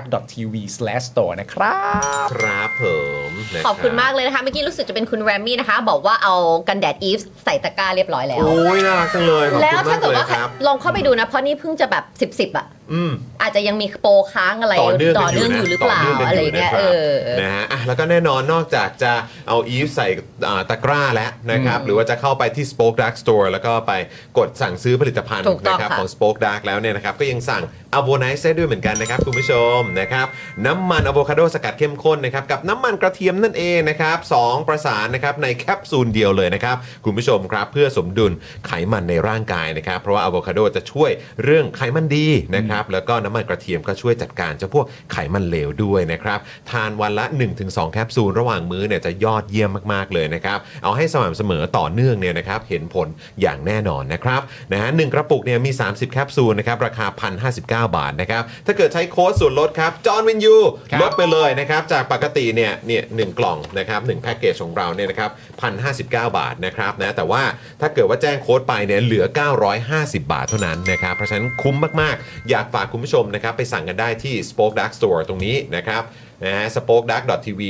G: www.spokedark.tv/store นะครับ
B: [laughs]
A: ครับผมนะรั
D: ขอบคุณมากเลยนะคะเมื่อกี้รู้สึกจะเป็นคุณแรมมี่นะคะ บอกว่าเอากันแดดอีฟใส่ตะกร้าเรียบร้อยแล้ว
A: โอ้ยน่ารักจังเลยขอบ
D: แล้ว
A: คุ
D: ถ้าม
A: ณาก
D: เกิด
A: เลย
D: ว่า
A: ครับ
D: ลองเข้าไปดูนะ เพราะนี่เพิ่งจะแบบสิบสิบอ่ะ
A: อืม
D: อาจจะยังมีโปรค้างอะไร
A: ต่อเนื่องกันอยู่นะ
D: อยู่หรือเปล่า
A: ต่
D: อะไรอย่างเงี้ย
A: นค
D: เอบ อ
A: นะฮะอ่ะแล้วก็แน่นอนนอกจากจะเอาอีฟใส่อ่าตะกร้าแล้วนะครับ หรือว่าจะเข้าไปที่ Spoke Dark Store แล้วก็ไปกดสั่งซื้อผลิตภัณฑ์
D: ถูกต้
A: นะ
D: อง
A: ครับ
D: ค่ะ
A: ของ Spoke Dark แล้วเนี่ยนะครับ ก็ยังสั่งอ v o n i ไ e ด้วยเหมือนกันนะครับ คุณผู้ชมนะครับ น้ำมันอะโวคาโดสกัดเข้มข้นนะครับ กับน้ำมันกระเทียมนั่นเองนะครับสองประสานนะครับในแคปซูลเดียวเลยนะครับ คุณผู้ชมครับ เพื่อสมดุลไขมันในร่างกายนะครับ เพราะว่าอะโวคาโดจะช่วยเรื่องไขมันดีนะครับ แล้วก็น้ำมันกระเทียมก็ช่วยจัดการเจ้าพวกไขมันเหลวด้วยนะครับ ทานวันละ 1-2 แคปซูลระหว่างมื้อเนี่ยจะยอดเยี่ยมมาก ๆ เลยนะครับ เอาให้สม่ำเสมอต่อเนื่องเนี่ยนะครับ เห็นผลอย่างแน่นอนนะครับนะฮะหนึ่งกระปุกเนี่ยมี 30 แคปซูลนะครับ ราคา 1,059 บาทนะครับ ถ้าเกิดใช้โค้ดส่วนลดครับจอห์นวินยู
G: ครับ
A: ลดไปเลยนะครับ จากปกติเนี่ยเนี่ยหนึ่งกล่องนะครับหนึ่งแพ็กเกจของเราเนี่ยนะครับ 1,059 บาทนะครับนะแต่ว่าถ้าเกิดว่าแจ้งโค้ดไปเนี่ยเหลือ 950 บาทเท่านั้นนะครับ เพราะฉะนั้นคุ้มมาก ๆ อยากฝากคุณผู้ชมนะครับไปสั่งกันได้ที่ Spoke Dark Store ตรงนี้นะครับ
B: นะฮะ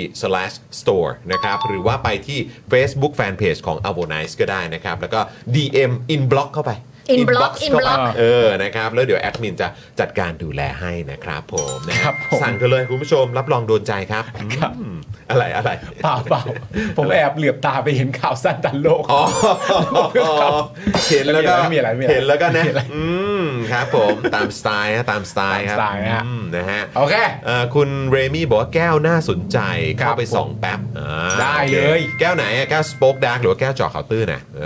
B: spokedark.tv/store นะครับ หรือว่าไปที่ Facebook Fanpage ของ a v o n i c e ก็ได้นะครับ แล้วก็ DM inbox เข้าไป
D: Inbox
B: inbox เข้าไป
D: Inbox
B: เออนะครับ แล้วเดี๋ยวแอดมินจะจัดการดูแลให้นะครับผมนะครับ
G: ผม
B: สั่งกันเลยคุณผู้ชมรับรองโดนใจครับอืมอะไรอะไร
G: เปล่าเปล่าผมแอบเหลือบตาไปเห็นข่าวสั้นดันโลก
B: อ๋อ
G: ครับ
B: เห็นแล้วก็
G: ไม่มีอะไรไม่มีอะไร
B: เห็นแล้วก็นะ
G: ไม่มีอะไร
B: อืมครับผมตามสไตล์ฮะตามสไตล์ครับ
G: [laughs] ตามสไตล์ฮะ
B: อืมนะฮะ
G: โอเค
B: เอ่อคุณเรมี่บอกว่าแก้วน่าสนใจ
G: ครับ
B: เข้าไปส่องแป๊บอ่า
G: ได้
B: โอค
G: เลย
B: แก้วไหนอะแก้วสป็อกดาร์กหรือว่าแก้วเจอข่าวตื้นนะเอ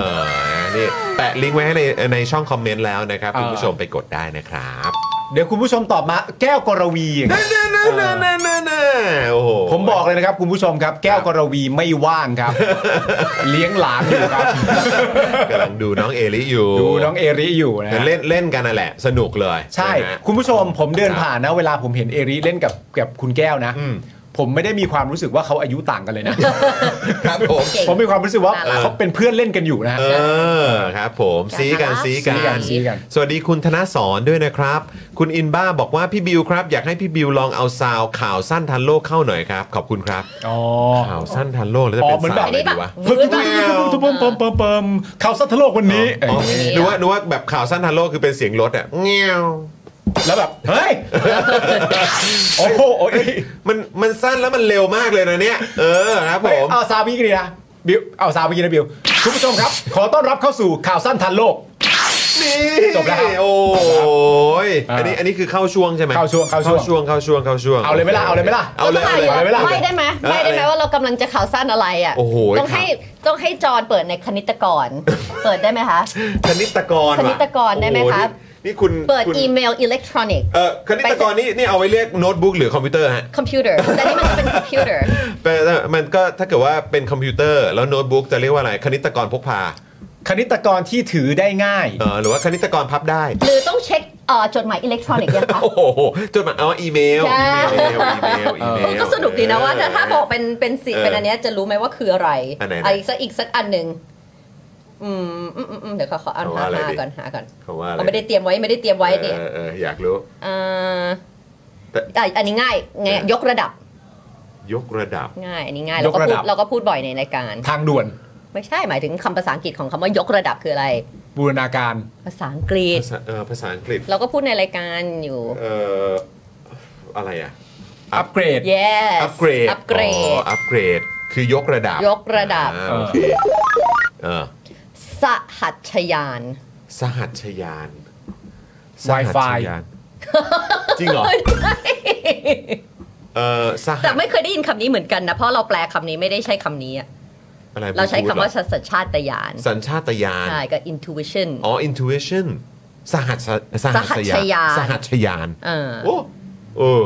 B: อนะนี่แปะลิงก์ไว้ให้ในในช่องคอมเมนต์แล้วนะครับ คุณผู้ชมไปกดได้นะครับ
G: เดี๋ยวคุณผู้ชมตอบมาแก้วกรวีอย่างเงี้ย
B: น่าน่าน่าน่าน่าน่าโอ้โห
G: ผมบอกเลยนะครับคุณผู้ชมครับ แก้วกรวีไม่ว่าง
B: [laughs]
G: ครับ เลี้ยงหลานอยู่ครับ
B: กำลังดูน้องเอลิอยู่
G: ดูน้องเอริอยู่นะฮะ
B: เล่นเล่นกันนั่นแหละ สนุกเลย
G: ใช่
B: นะฮะ
G: คุณผู้ชมผมเดิน
B: ครับ
G: ผ่านนะ เวลาผมเห็นเอริเล่นกับกับคุณแก้วนะ
B: อืม
G: ผมไม่ได้มีความรู้สึกว่าเขาอายุต่างกันเลยนะ
B: ครับผม
D: เก่ง
G: ผมมีความรู้สึกว่า
D: น่ารัก
G: เขาเป็นเพื่อนเล่นกันอยู่นะฮะ
B: เออครับผมซีกันซีกั
G: ซี้กัน
B: น
G: ซี้กัน
B: สวัสดีคุณธนสอนด้วยนะครับ คุณอินบ้าบอกว่าพี่บิวครับ อยากให้พี่บิวลองเอาซาวข่าวสั้นทันโลกเข้าหน่อยครับ ขอบคุณครับ
G: อ๋อ
B: ข่าวสั้นทันโลกแล้วจะเป็น
G: อ๋อเหมือน
B: สาวอะไร
D: แบบ
B: ดีวะ
G: ปึ๊บปึ๊บปึ๊บปึ๊บปึ๊บปึ๊บปึ๊บข่าวสัตว์โลกวันนี้
B: อ๋อ
G: เอ้ย
B: นึกว่านึกว่าแบบข่าวสั้นทันโลกคือเป็นเสียงรถอ่ะเงี้ยว
G: แล้วแบบเฮ้ยโอ้โหโอ้ย
B: มันมันสั้นแล้วมันเร็วมากเลยนะเนี่ย เออครับผ
G: เฮ้ย
B: ม
G: เอาซาวพี่กันดีนะบิวเอาซาวพี่กันนะบิวคุณผู้ชมครับ ขอต้อนรับเข้าสู่ข่าวสั้นทันโลก
B: นี่
G: จบแล้วครับ
B: โอ้ย
G: อ่า
B: อันนี้อันนี้คือเข้าช่วงใช่ไหม
G: เข้าช่วงเข้าช่วง
B: เข้าช่วงเข้าช่วง
G: เอาเลยไหมล่ะเอาเลยไหมล่ะ
B: เอาเลยเอาเลย
D: ต้ง
B: เอาเลยเอา
D: ใบ้
B: เลย
D: ได้ไหมใบ้ได้ไหมว่าเรากำลังจะข่าวสั้นอะไรอ่ะ
B: โอ้โห
D: ต้องให้
B: ครั
D: ต้องให้จอนเปิดในคณิตกร เปิดได้ไหมคะ
B: คณิตกรว่ะ
D: คณิตกรได้ไหม
B: โอ้โ
D: ครับ
B: นี่นี่คุณ
D: เปิด
B: คุณ
D: อีเมลอิเล็กทรอนิกส์
B: เออคณิตกรนี่นี่เอาไว้เรียกโน้ตบุ๊กหรือคอมพิวเตอร์ฮะ
D: คอมพิวเตอร์ แต่นี่มันจะเป็นคอมพิวเตอร์
B: แต่มันก็ถ้าเกิดว่าเป็นคอมพิวเตอร์แล้วโน้ตบุ๊กจะเรียกว่าอะไรคณิตกรพกพา
G: คณิตกรที่ถือได้ง่าย
B: เออหรือว่าคณิตกรพับได้
D: หรือต้องเช็คเอ่อจดหมายอิเล็กทรอนิกส์ยังคะ
B: โอ้โหจดหมายอ๋ออีเมล
D: [laughs] ใช่
B: อี
G: [laughs]
B: เมลอีเมลอีเมล
D: ก็สนุกดีนะว่าถ้าถ้าบอกเป็นเป็นสิ
B: เออ
D: เป็นอันเนี้ยจะรู้ไหมว่าคืออะไร
B: อันไหนนะ
D: อีกสักอีกสักอันหนึ่งอืมอืมอืมอืมเดี๋ยวขอขออ่าน
B: เอา
D: หา
B: ว่าอะไร
D: หา
B: ดิ
D: ก่อนหาก่อน
B: เขาว่าอะไร
D: เอาไม่ได้เตรียมไว้ไม่ได้เตรียมไว้เนี่ย
B: เออเอออยากรู้
D: เอ่อ
B: แต่
D: แต่อันนี้ง่ายไงยกระดับ
B: ยกระดับ
D: ง่ายอันนี้ง่ายเรา
G: ย
D: ก็
G: กระ
D: พูด
G: ดับ
D: เราก็พูดบ่อยในรายการ
G: ทางด่วน
D: ไม่ใช่หมายถึงคำภาษาอังกฤษของคำว่ายกระดับคืออะไร
G: บูรณาการ
D: ภาษาอังกฤษ
B: ภาษาเออภาษาอังกฤษ
D: เราก็พูดในรายการอยู่
B: เอออะไรอ่ะ
G: อัปเกรด
D: yes
B: อัปเกรด
D: อัปเกร
B: อ๋อ
D: ด
B: อัปเกรด คือยกระดับ
D: ยกระดับ
B: อ่าโอเคเออ
D: สหัชยาน
B: สหัชยาน
G: Wi-Fi
B: สหัชยาน จริงเหรอ เออสหั
D: แต่
B: ส
D: ไม่เคยได้ยินคำนี้เหมือนกันนะ เพราะเราแปลคำนี้ไม่ได้ใช้คำนี้อะ
B: อะไร
D: เราใช้คำว่า
B: พูดเหร
D: สัญชาตญาณ
B: อสัญชาตญาณ
D: ใช่ก็ intuition
B: อ๋อ intuition สหัสสหัส
D: สหัชยาน
B: สหัชยาน
D: เออ
B: โอ้เออ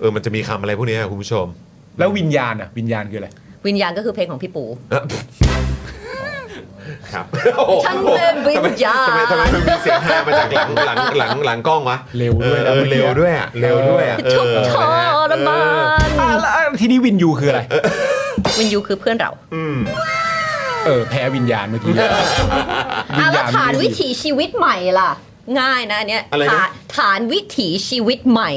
B: เออ มันจะมีคำอะไรพวกเนี้ยคุณผู้ชม
G: แล้ววิญญาณอ่ะวิญญาณคืออะไร
D: วิญญาณก็คือเพลงของพี่ปู
B: เอ่อครับโอ้โห
D: ฉันเป็นวิญญาณ
B: ทำไมทำไมมันมีเสียงฮามาจากหลังหลังหลังหลังกล้องวะ
G: เร็วด้วยนะ
B: เออ
G: เมื่อกี้
B: เร็วด้วยอะเร็วด้วยอะเอ
D: ทุก
B: อ
D: ทรมาน
G: อ่ะแล้วอ่ะทีนี้วินยูคืออะไร
D: วิญญูคือเพื่อนเรา
B: อืม
G: เออแพ้วิญญาณเมื่อกี้ วิ
D: อ่ะ
G: ญ
D: แล้ว
G: ญาณ
D: ฐาน
G: ไม่ดี
D: วิถีชีวิตใหม่ล่ะ ง่ายนะอันเนี้ย
B: อะไรนะ
D: ฐานฐานวิถีชีวิตใหม่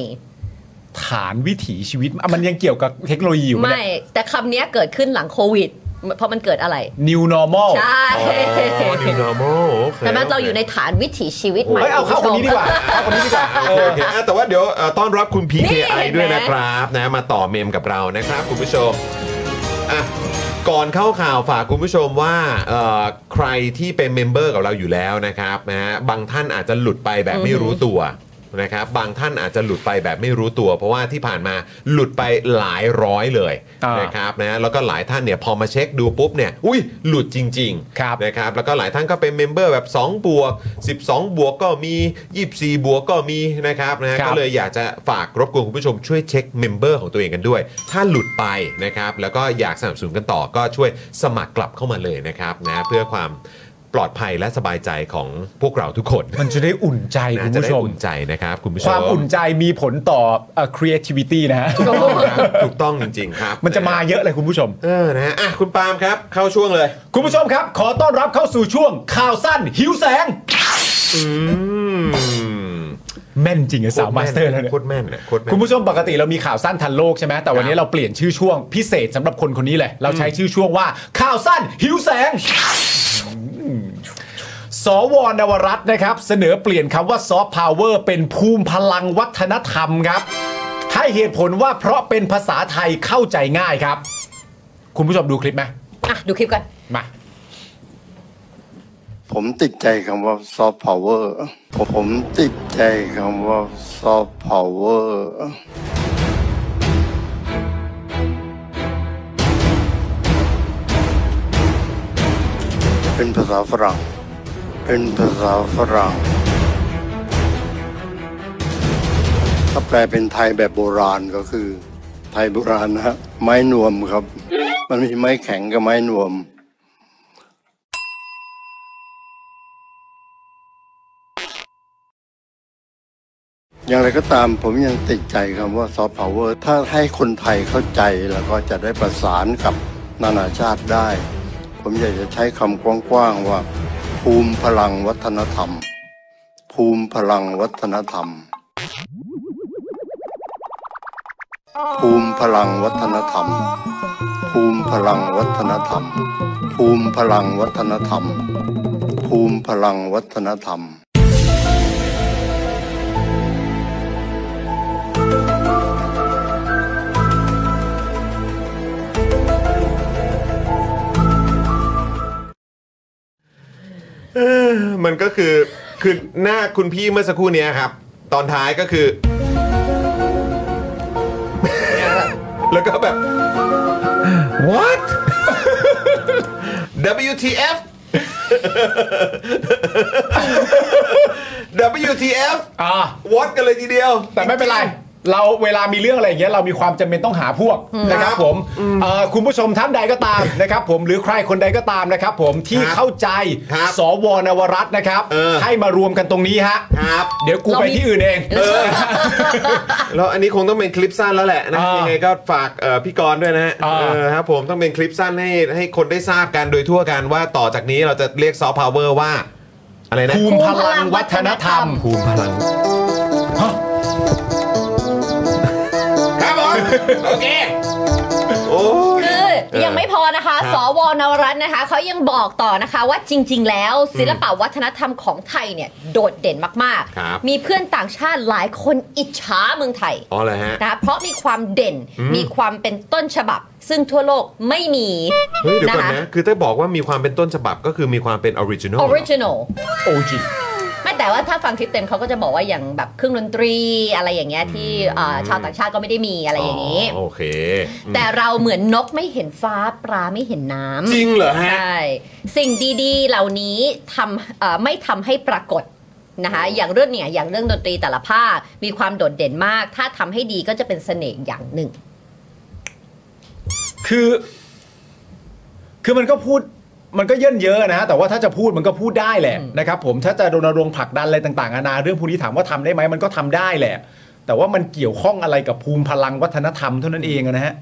G: ฐานวิถีชีวิตอ่ะมันยังเกี่ยวกับเทคโนโลยีอยู่ไหม
D: ไม่
G: เนี่ย
D: แต่คำเนี้ยเกิดขึ้นหลังโควิด เพราะมันเกิดอะไร
G: New Normal
D: ใช่
B: อ๋อ new normal โอเค
D: แต่มันเราอยู่ในฐานวิถีชีวิตใหม่
G: เฮ้ยเอาเข้าคนนี้ดีกว่าเอาคนนี้ดีกว่า
B: โอเคโอเคอ่ะแต่ว่าเดี๋ยวเอ่อต้อนรับคุณ
D: นี่
B: PKI
D: เห็นไหม
B: ด้วยนะครับนะมาต่อเมมกับเรานะครับ คุณผู้ชมอ่ะก่อนเข้าข่าวฝากคุณผู้ชมว่าเอ่อใครที่เป็นเมมเบอร์กับเราอยู่แล้วนะครับนะฮะบางท่านอาจจะหลุดไปแบบไม่รู้ตัวนะครับบางท่านอาจจะหลุดไปแบบไม่รู้ตัว เพราะว่าที่ผ่านมาหลุดไปหลายร้อยเลย
G: อ่าน
B: นะครับนะแล้วก็หลายท่านเนี่ยพอมาเช็คดูปุ๊บเนี่ยอุ้ยหลุดจริง ๆ
G: ครับ
B: นะครับแล้วก็หลายท่านก็เป็นเมมเบอร์แบบ 2 บวก 12 บวกก็มี 24 บวกก็มีนะครับนะฮะ
G: ครับ
B: ก็เลยอยากจะฝากรบกวนคุณผู้ชมช่วยเช็คเมมเบอร์ของตัวเองกันด้วย ถ้าหลุดไปนะครับแล้วก็อยากสนับสนุนกันต่อก็ช่วยสมัครกลับเข้ามาเลยนะครับนะเพื่อความปลอดภัยและสบายใจของพวกเราทุกคน
G: มันจะได้อุ่นใจคุ
B: นะ
G: ณ
B: จะ
G: ผู้
B: ได้
G: ชม
B: อุ่นใจนะครับคุณผู้ช
G: ค
B: ม
G: วามอุ่นใจมีผลต่อเอ่อ creativity นะฮะ
B: ถูกต้องจริงๆครับ
G: มันจะมาเยอะเลยคุณผู้ชม
B: เออนะฮะอ่ะคุณปาล์มครับเข้าช่วงเลย
G: คุณผู้ชมครับ ขอต้อนรับเข้าสู่ช่วงข่าวสั้นหิวแสง
B: อืม
G: แม่นจริงอะสาวมาสเตอร์แล้วเนี่ย
A: โคตรแม่นเนี่ยโคตรแม่น
G: คุณผู้ชมปกติเรามีข่าวสั้นทันโลกใช่ไหมแต่วันนี้เราเปลี่ยนชื่อช่วงพิเศษสำหรับคนคนนี้เลย เราใช้ชื่อช่วงว่าข่าวสั้นหิวแสง สวนวรัตน์นะครับ เสนอเปลี่ยนคำว่าซอฟต์พาวเวอร์เป็นภูมิพลังวัฒนธรรมครับ ให้เหตุผลว่าเพราะเป็นภาษาไทยเข้าใจง่ายครับ คุณผู้ชมดูคลิปไหม
D: อ่ะดูคลิปกัน
G: มา
B: ผมติดใจคำว่าซอฟต์พาวเวอร์ผมติดใจคำว่าซอฟต์พาวเวอร์เป็นภาษาฝรั่ง เป็นภาษาฝรั่ง ถ้าแปลเป็นไทยแบบโบราณก็คือ ไทยโบราณนะฮะไม้นวมครับ มันมีไม้แข็งกับไม้นวม อย่างไรก็ตามผมยังติดใจคำว่าซอฟต์พาวเวอร์ถ้าให้คนไทยเข้าใจแล้วก็จะได้ประสานกับนานาชาติได้ ผมอยากจะใช้คำกว้างๆว่า ภูมิพลังวัฒนธรรม ภูมิพลังวัฒนธรรม ภูมิพลังวัฒนธรรม ภูมิพลังวัฒนธรรม ภูมิพลังวัฒนธรรม ภูมิพลังวัฒนธรรม
A: มันก็คือคือหน้าคุณพี่เมื่อสักครู่เนี้ยครับ ตอนท้ายก็คือ แล้วก็แบบ
G: what
A: WTF WTF
G: อ่า
A: what กันเลยทีเดียว
G: แต่ไม่เป็นไร เราเวลามีเรื่องอะไรอย่างเงี้ยเรามีความจำเป็นต้องหาพวกนะครับผมเอ่อคุณผู้ชมท่านใดก็ตาม นะครับผมหรือใครคนใดก็ตามนะครับผมที่
A: ครับ
G: เข้าใจ
A: ครับ
G: สวนวรัตน์นะครับ
A: เออ
G: ให้มารวมกันตรงนี้ฮะ
A: ครับ
G: เดี๋ยวกูไปที่อื่นเอง
A: แล้วอันนี้คงต้องเป็นคลิปสั้นแล้วแหละนะ
G: อ่ายั
A: ยังไงก็ฝากเอ่อพี่กรณ์ด้วยนะฮะ
G: อ่า
A: เออครับผมต้องเป็นคลิปสั้นให้ให้คนได้ทราบกันโดยทั่วกันว่าต่อจากนี้เราจะเรียกซอฟต์พาวเวอร์ว่า อะไรนะ
G: ภูมิพลังวัฒนธรรม
A: ภูมิพลัง ครับผม โอเค โอ้ย
D: คือยังไม่พอนะคะ
A: ครับ
D: สวนวรัตน์นะคะเขายังบอกต่อนะคะว่าจริง ๆ แล้วศิลปะวัฒนธรรมของไทยเนี่ยโดดเด่นมาก
A: ครับ
D: ๆ มีเพื่อนต่างชาติหลายคนอิจฉาเมืองไทย
A: อ๋อเลยฮะ
D: นะคะเพราะมีความเด่น มีความเป็นต้นฉบับ ซึ่งทั่วโลกไม่มี
A: เฮ้ย เดี๋ยวก่อน
D: คะ
A: นะ คือถ้าบอกว่ามีความเป็นต้นฉบับก็คือมีความเป็นออริจินอล
D: original
G: โอจ
D: ไม่แต่ว่าถ้าฟังคลิปเต็มเขาก็จะบอกว่าอย่างแบบเครื่องดนตรีอะไรอย่างเงี้ยที่เอ่อชาวต่างชาติก็ไม่ได้มีอะไรอย่างนี้
A: โอเคอืม
D: แต่เราเหมือนนกไม่เห็นฟ้าปลาไม่เห็นน้ำ
A: จริงเหรอฮะ
D: ใช่สิ่งดีๆ เหล่านี้ทำเอ่อไม่ทำให้ปรากฏนะคะอย่างเรื่องเนี่ยอย่างเรื่องดนตรีแต่ละภาคมีความโดดเด่นมาก ถ้าทำให้ดีก็จะเป็นเสน่ห์อย่างหนึ่ง
G: คือ คือมันก็พูดมันก็เย่นเยอะนะ แต่ว่าถ้าจะพูดมันก็พูดได้แหละนะครับผมถ้าจะรณรงค์ผลักดันอะไรต่างๆนานาเรื่องพวกนี้ถามว่าทำได้ไหมมันก็ทำได้แหละ แต่ว่ามันเกี่ยวข้องอะไรกับภูมิพลังวัฒนธรรมเท่านั้นเองอะนะฮะ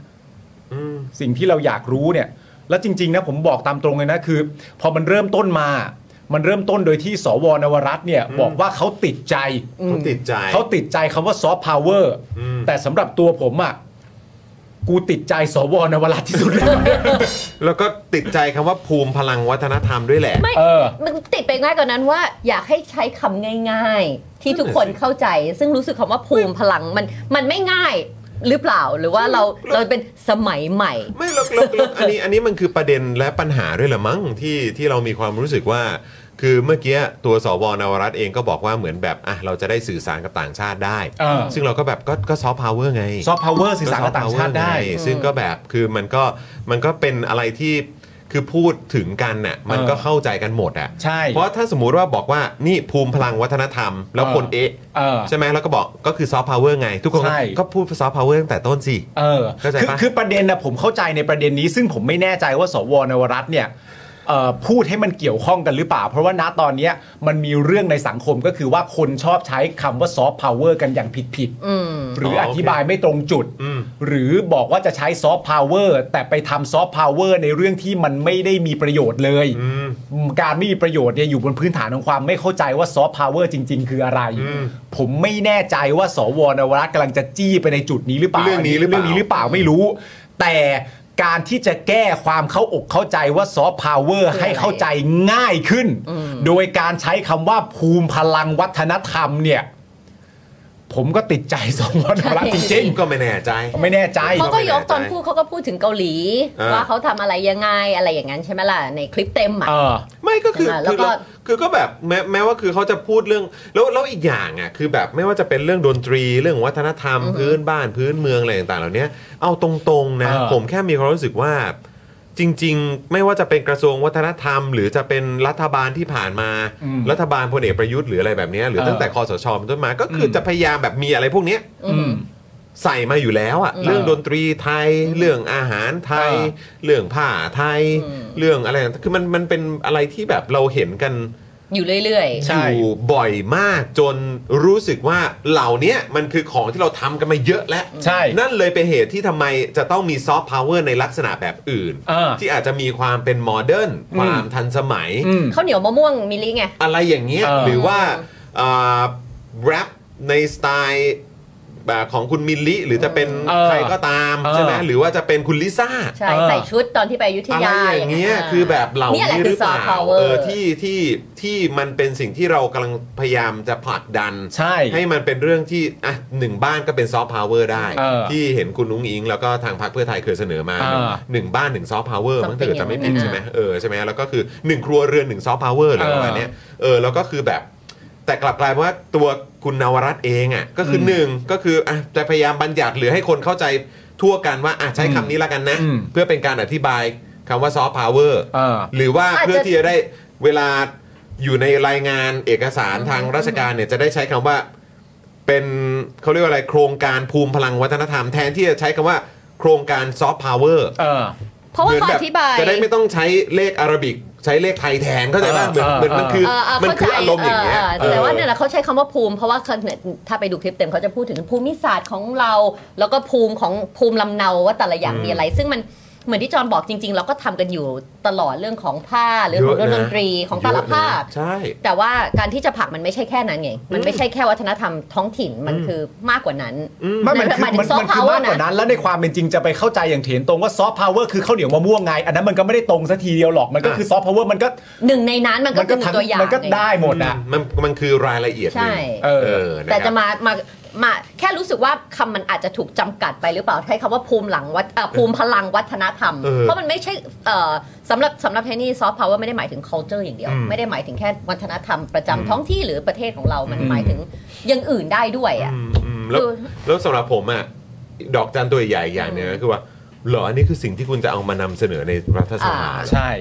G: สิ่งที่เราอยากรู้เนี่ย แล้วจริง ๆ นะผมบอกตามตรงเลยนะคือ พอมันเริ่มต้นมา มันเริ่มต้นโดยที่สวนวรัตน์เนี่ย บอกว่าเขาติดใจ
A: เขาติดใจ
G: เขาติดใจคำว่าซอฟต์พาวเวอร์
A: อืม
G: แต่สำหรับตัวผมอ่ะ กูติดใจสวนวรัตน์ที่สุดเลย [laughs]
A: แล้วก็ติดใจคำว่าภูมิพลังวัฒนธรรมด้วยแหละ
D: ไม่
G: เออ
D: มันติดไปง่ายกว่านั้นว่าอยากให้ใช้คำง่าย ๆ ที่ทุกคนเข้าใจ ซึ่งรู้สึกคำว่าภูมิพลังมันมันไม่ง่ายหรือเปล่าหรือว่าเราเราเป็นสมัยใหม่
A: ไม่ลกลกลกอันนี้อันนี้มันคือประเด็นและปัญหาด้วยเหรือมั้งที่ที่เรามีความรู้สึกว่า คือเมื่อกี้ตัวสวนวรัตน์เองก็บอกว่าเหมือนแบบอ่ะเราจะได้สื่อสารกับต่างชาติได้
G: เออ
A: ซึ่งเราก็แบบก็ก็ซอฟต์พาวเวอร์ไง
G: ซอฟต์พาวเวอร์สื่อสารกับต่างชาติได้
A: ก็ soft power งซึ่งก็แบบคือมันก็มันก็เป็นอะไรที่คือพูดถึงกันน่ะมันก็เข้าใจกันหมดอ่ะ
G: ใช่
A: เพราะถ้าสมมุติว่าบอกว่านี่ภูมิพลังวัฒนธรรม แล้วคนเอ๊ะ
G: เออ
A: ใช่ไหมแล้วก็บอกก็คือซอฟต์พาวเวอร์ไง ทุกคนก็
G: ใช่
A: ก็พูดซอฟต์พาวเวอร์ตั้งแต่ต้นสิ
G: เออ
A: เข้าใจ
G: คือ
A: ปะ
G: คือประเด็นนะผมเข้าใจในประเด็นนี้ ซึ่งผมไม่แน่ใจว่าสวนวรัตน์เนี่ย เอ่อพูดให้มันเกี่ยวข้องกันหรือเปล่า เพราะว่าณตอนเนี้ยมันมีเรื่องในสังคมก็คือว่าคนชอบใช้คำว่าซอฟต์พาวเวอร์กันอย่างผิดผิดๆ
D: อืม
G: หรืออ
B: อโอเค
G: ธิบายไม่ตรงจุด
B: อืม
G: หรือบอกว่าจะใช้ซอฟต์พาวเวอร์แต่ไปทำซอฟต์พาวเวอร์ในเรื่องที่มันไม่ได้มีประโยชน์เลย
B: อืม
G: การไม่มีประโยชน์เนี่ยอยู่บนพื้นฐานของความไม่เข้าใจว่าซอฟต์พาวเวอร์จริง ๆ คืออะไร
B: อืม
G: ผมไม่แน่ใจว่าสวนวรัตน์กำลังจะจี้ไปในจุดนี้หรือเปล่า
B: เรื่องนี้หรือเปล่า
G: เรื่องนี้หรือเปล่าไม่รู้ แต่การที่จะแก้ความเข้าอกเข้าใจว่าซอฟต์พาวเวอร์
D: คืออะไร
G: ให้เข้าใจง่ายขึ้น โดยการใช้คำว่าภูมิพลังวัฒนธรรมเนี่ย ผมก็ติดใจ [laughs] สวนวรัตน์จริง
B: ก็ไม่แน่ใจ
G: ๆ ไม่แน่ใจ
D: เขาก็ยกตอน
B: ไม่แน่ใจ
D: พูดเขาก็พูดถึงเกาหลี
B: อ่า
D: ว่าเขาทำอะไรยังไงอะไรอย่างนั้นใช่ไหมล่ะ ในคลิปเต็มอ่ะ
G: เออ
B: ไม่ก็คือ
D: ใช่ไหมแล้
B: คื
D: ว
B: อ
D: ก็
B: เราคือก็แบบแม้แม้ว่าคือเขาจะพูดเรื่องแล้วแล้วอีกอย่างอ่ะคือแบบไม่ว่าจะเป็นเรื่องดนตรีเรื่องวัฒนธรรม พื้นบ้านพื้นเมืองอะไรต่างๆเหล่านี้เอาตรงๆนะ
G: เออ
B: ผมแค่มีความรู้สึกว่า จริง ๆ ไม่ว่าจะเป็นกระทรวงวัฒนธรรม หรือจะเป็นรัฐบาลที่ผ่านมา รัฐบาลพลเอกประยุทธ์หรืออะไรแบบเนี้ยหรือตั้งแต่คอสชเป็นต้นมาก็คือจะพยายามแบบมีอะไรพวกเนี้ย
G: อืม
B: ใส่มาอยู่แล้วอะ
G: อืม
B: เรื่องดนตรีไทย เรื่องอาหารไทย
G: อ่
B: เรื่องผ้าไทย
D: อืม
B: เรื่องอะไรต่างๆคือมันมันเป็นอะไรที่แบบเราเห็นกัน
D: อยู่เรื่อย
G: ใช่
B: อยู่บ่อยมากจนรู้สึกว่าเหล่าเนี้ยมันคือของที่เราทำกันมาเยอะแล้ว
G: ใช่
B: นั่นเลยเป็นเหตุที่ทำไมจะต้องมีซอฟต์พาวเวอร์ในลักษณะแบบอื่น
G: เออ
B: ที่อาจจะมีความเป็นโมเดิร์นความทันสมัย
G: อืม
D: ๆ เขาวเหนียวมะม่วงมิลลิไง
B: อะไรอย่างเงี้ย
G: เออ
B: หรือว่าแรปในสไตล์แบบของคุณมิลลิหรือจะเป็น
G: เออ
B: ใครก็ตาม
G: เออ
B: ใช่ไหมหรือว่าจะเป็นคุณลิซ่า
D: ใช่
G: เออ
D: ใส่ชุดตอนที่ไปอยุธ
B: อะไร
D: ยา
B: อย่างเงี้ย
D: ะ
B: คือแบบเหล่า
D: เนี่ยแหละ
B: นี้
D: คือ
B: หรือเปล่า
D: soft power
B: เออที่ที่ที่มันเป็นสิ่งที่เรากำลังพยายามจะผลักดัน
G: ใช่
B: ให้มันเป็นเรื่องที่อ่ะหนึ่งบ้านก็เป็นซอฟต์พาวเวอร์ได้
G: เออ
B: ที่เห็นคุณนุ้งอิง แล้วก็ทางพรรคเพื่อไทยเคยเสนอมา
G: เออ
B: หนึ่งบ้านหนึ่งซอฟต์พาวเวอร์มั้งถ้า
D: Something
B: เกิดจะไม่ผิด
D: อย่างนั้น
B: ใช่ไหมเออใช่ไหมแล้วก็คือหนึ่งครัวเรือนหนึ่งซอฟต์พาวเวอร์อะไร
G: เออ
B: ประมาณเนี้ยเออแล้วก็คือแบบ แต่กลับกลายเป็นว่าตัวคุณนวรัตน์เองอ่ะก็คืออ
G: ม
B: หนึ่งก็คืออ่ะจะพยายามบัญญัติหรือให้คนเข้าใจทั่วกันว่าอ่ะใช้คำนี้ละกันนะ
G: อืม
B: เพื่อเป็นการอธิบายคำว่าซอฟต์พาวเวอร์
G: เออ
B: หรือว่า
D: อาจจะ
B: เพื่อที่จะได้เวลาอยู่ในรายงานเอกสารทางราชการเนี่ยจะได้ใช้คำว่าเป็นเขาเรียกว่าอะไรโครงการภูมิพลังวัฒนธรรมแทนที่จะใช้คำว่าโครงการซอฟต์พาวเวอร์
G: เออ
D: เพราะว่าเขาอธิบาย
B: จะได้ไม่ต้องใช้เลขอาหรับิก ใช้เลขไทยแทนเข้าใจป่ะเหมือน
G: เออ
B: เหมือนมันคือ
D: เออเออ
B: มัน
D: เข้าใจ
B: คืออารมณ์อย่างเงี้ย
D: เออแต่ว่า
B: เออ
D: เนี่ยแหละเขาใช้คำว่าภูมิ เพราะว่าเขาเนี่ยถ้าไปดูคลิปเต็มเขาจะพูดถึงภูมิศาสตร์ของเรา แล้วก็ภูมิของภูมิลำเนาว่าแต่ละอย่าง
B: อืม
D: มีอะไร ซึ่งมันเหมือนที่จอห์นบอกจริง ๆ เราก็ทำกันอยู่ตลอดเรื่องของผ้าเรื่องของ
B: เย
D: เรื่
B: อะ
D: อง
B: นะ
D: ดนตรีของแต่ละภาค
B: ใช่
D: แต่ว่าการที่จะผลักมันไม่ใช่แค่นั้นไง มันไม่ใช่แค่วัฒนธรรมท้องถิ่น มันคือมากกว่านั้น
G: ไม่มันคือ
D: หมายถึง
G: มัน
D: soft
G: มันคือ
D: power
G: มากกว่านั้น แล้วในความเป็นจริงจะไปเข้าใจอย่างเถียนตรงว่าซอฟต์พาวเวอร์คือข้าวเหนียวมะม่วงไง อันนั้นมันก็ไม่ได้ตรงสักทีเดียวหรอก มันก็
B: อ่ะ
G: คือซอฟต์พาวเวอร์มันก็
D: หนึ่งในนั้นมันก็คือ
G: ทั้ง
D: ตัวอย่าง
G: มันก็
D: ไง
G: ได้หมดอ่ะ
B: มันมันคือรายละเอียดหนึ่ง
D: ใช่
B: เออ
D: แต่
B: นครับ
D: จะมามามาแค่รู้สึกว่าคำมันอาจจะถูกจำกัดไปหรือเปล่าใช้คำว่าภูมิหลังวัฒเอ่อภูมิพลังวัฒนธรรม
B: เออ
D: เพราะมันไม่ใช่เอ่อสำหรับสำหรับเทนี่ซอฟต์พาวเวอร์ไม่ได้หมายถึง culture อย่างเดียว
B: อืม
D: ไม่ได้หมายถึงแค่วัฒนธรรมประจำ
B: อืม
D: ท้องที่หรือประเทศของเรา มันหมายถึงอย่างอื่นได้ด้วยอ่ะ
B: อืมอืมแล้ว
D: คือ
B: แล้วสำหรับผมอะดอกจันตัวใหญ่ๆอย่างเนี่ยคือว่าเหรออันนี้คือสิ่งที่คุณจะเอามานำเสนอในรัฐสภา
D: อ่า
B: เหรอ
G: ใช่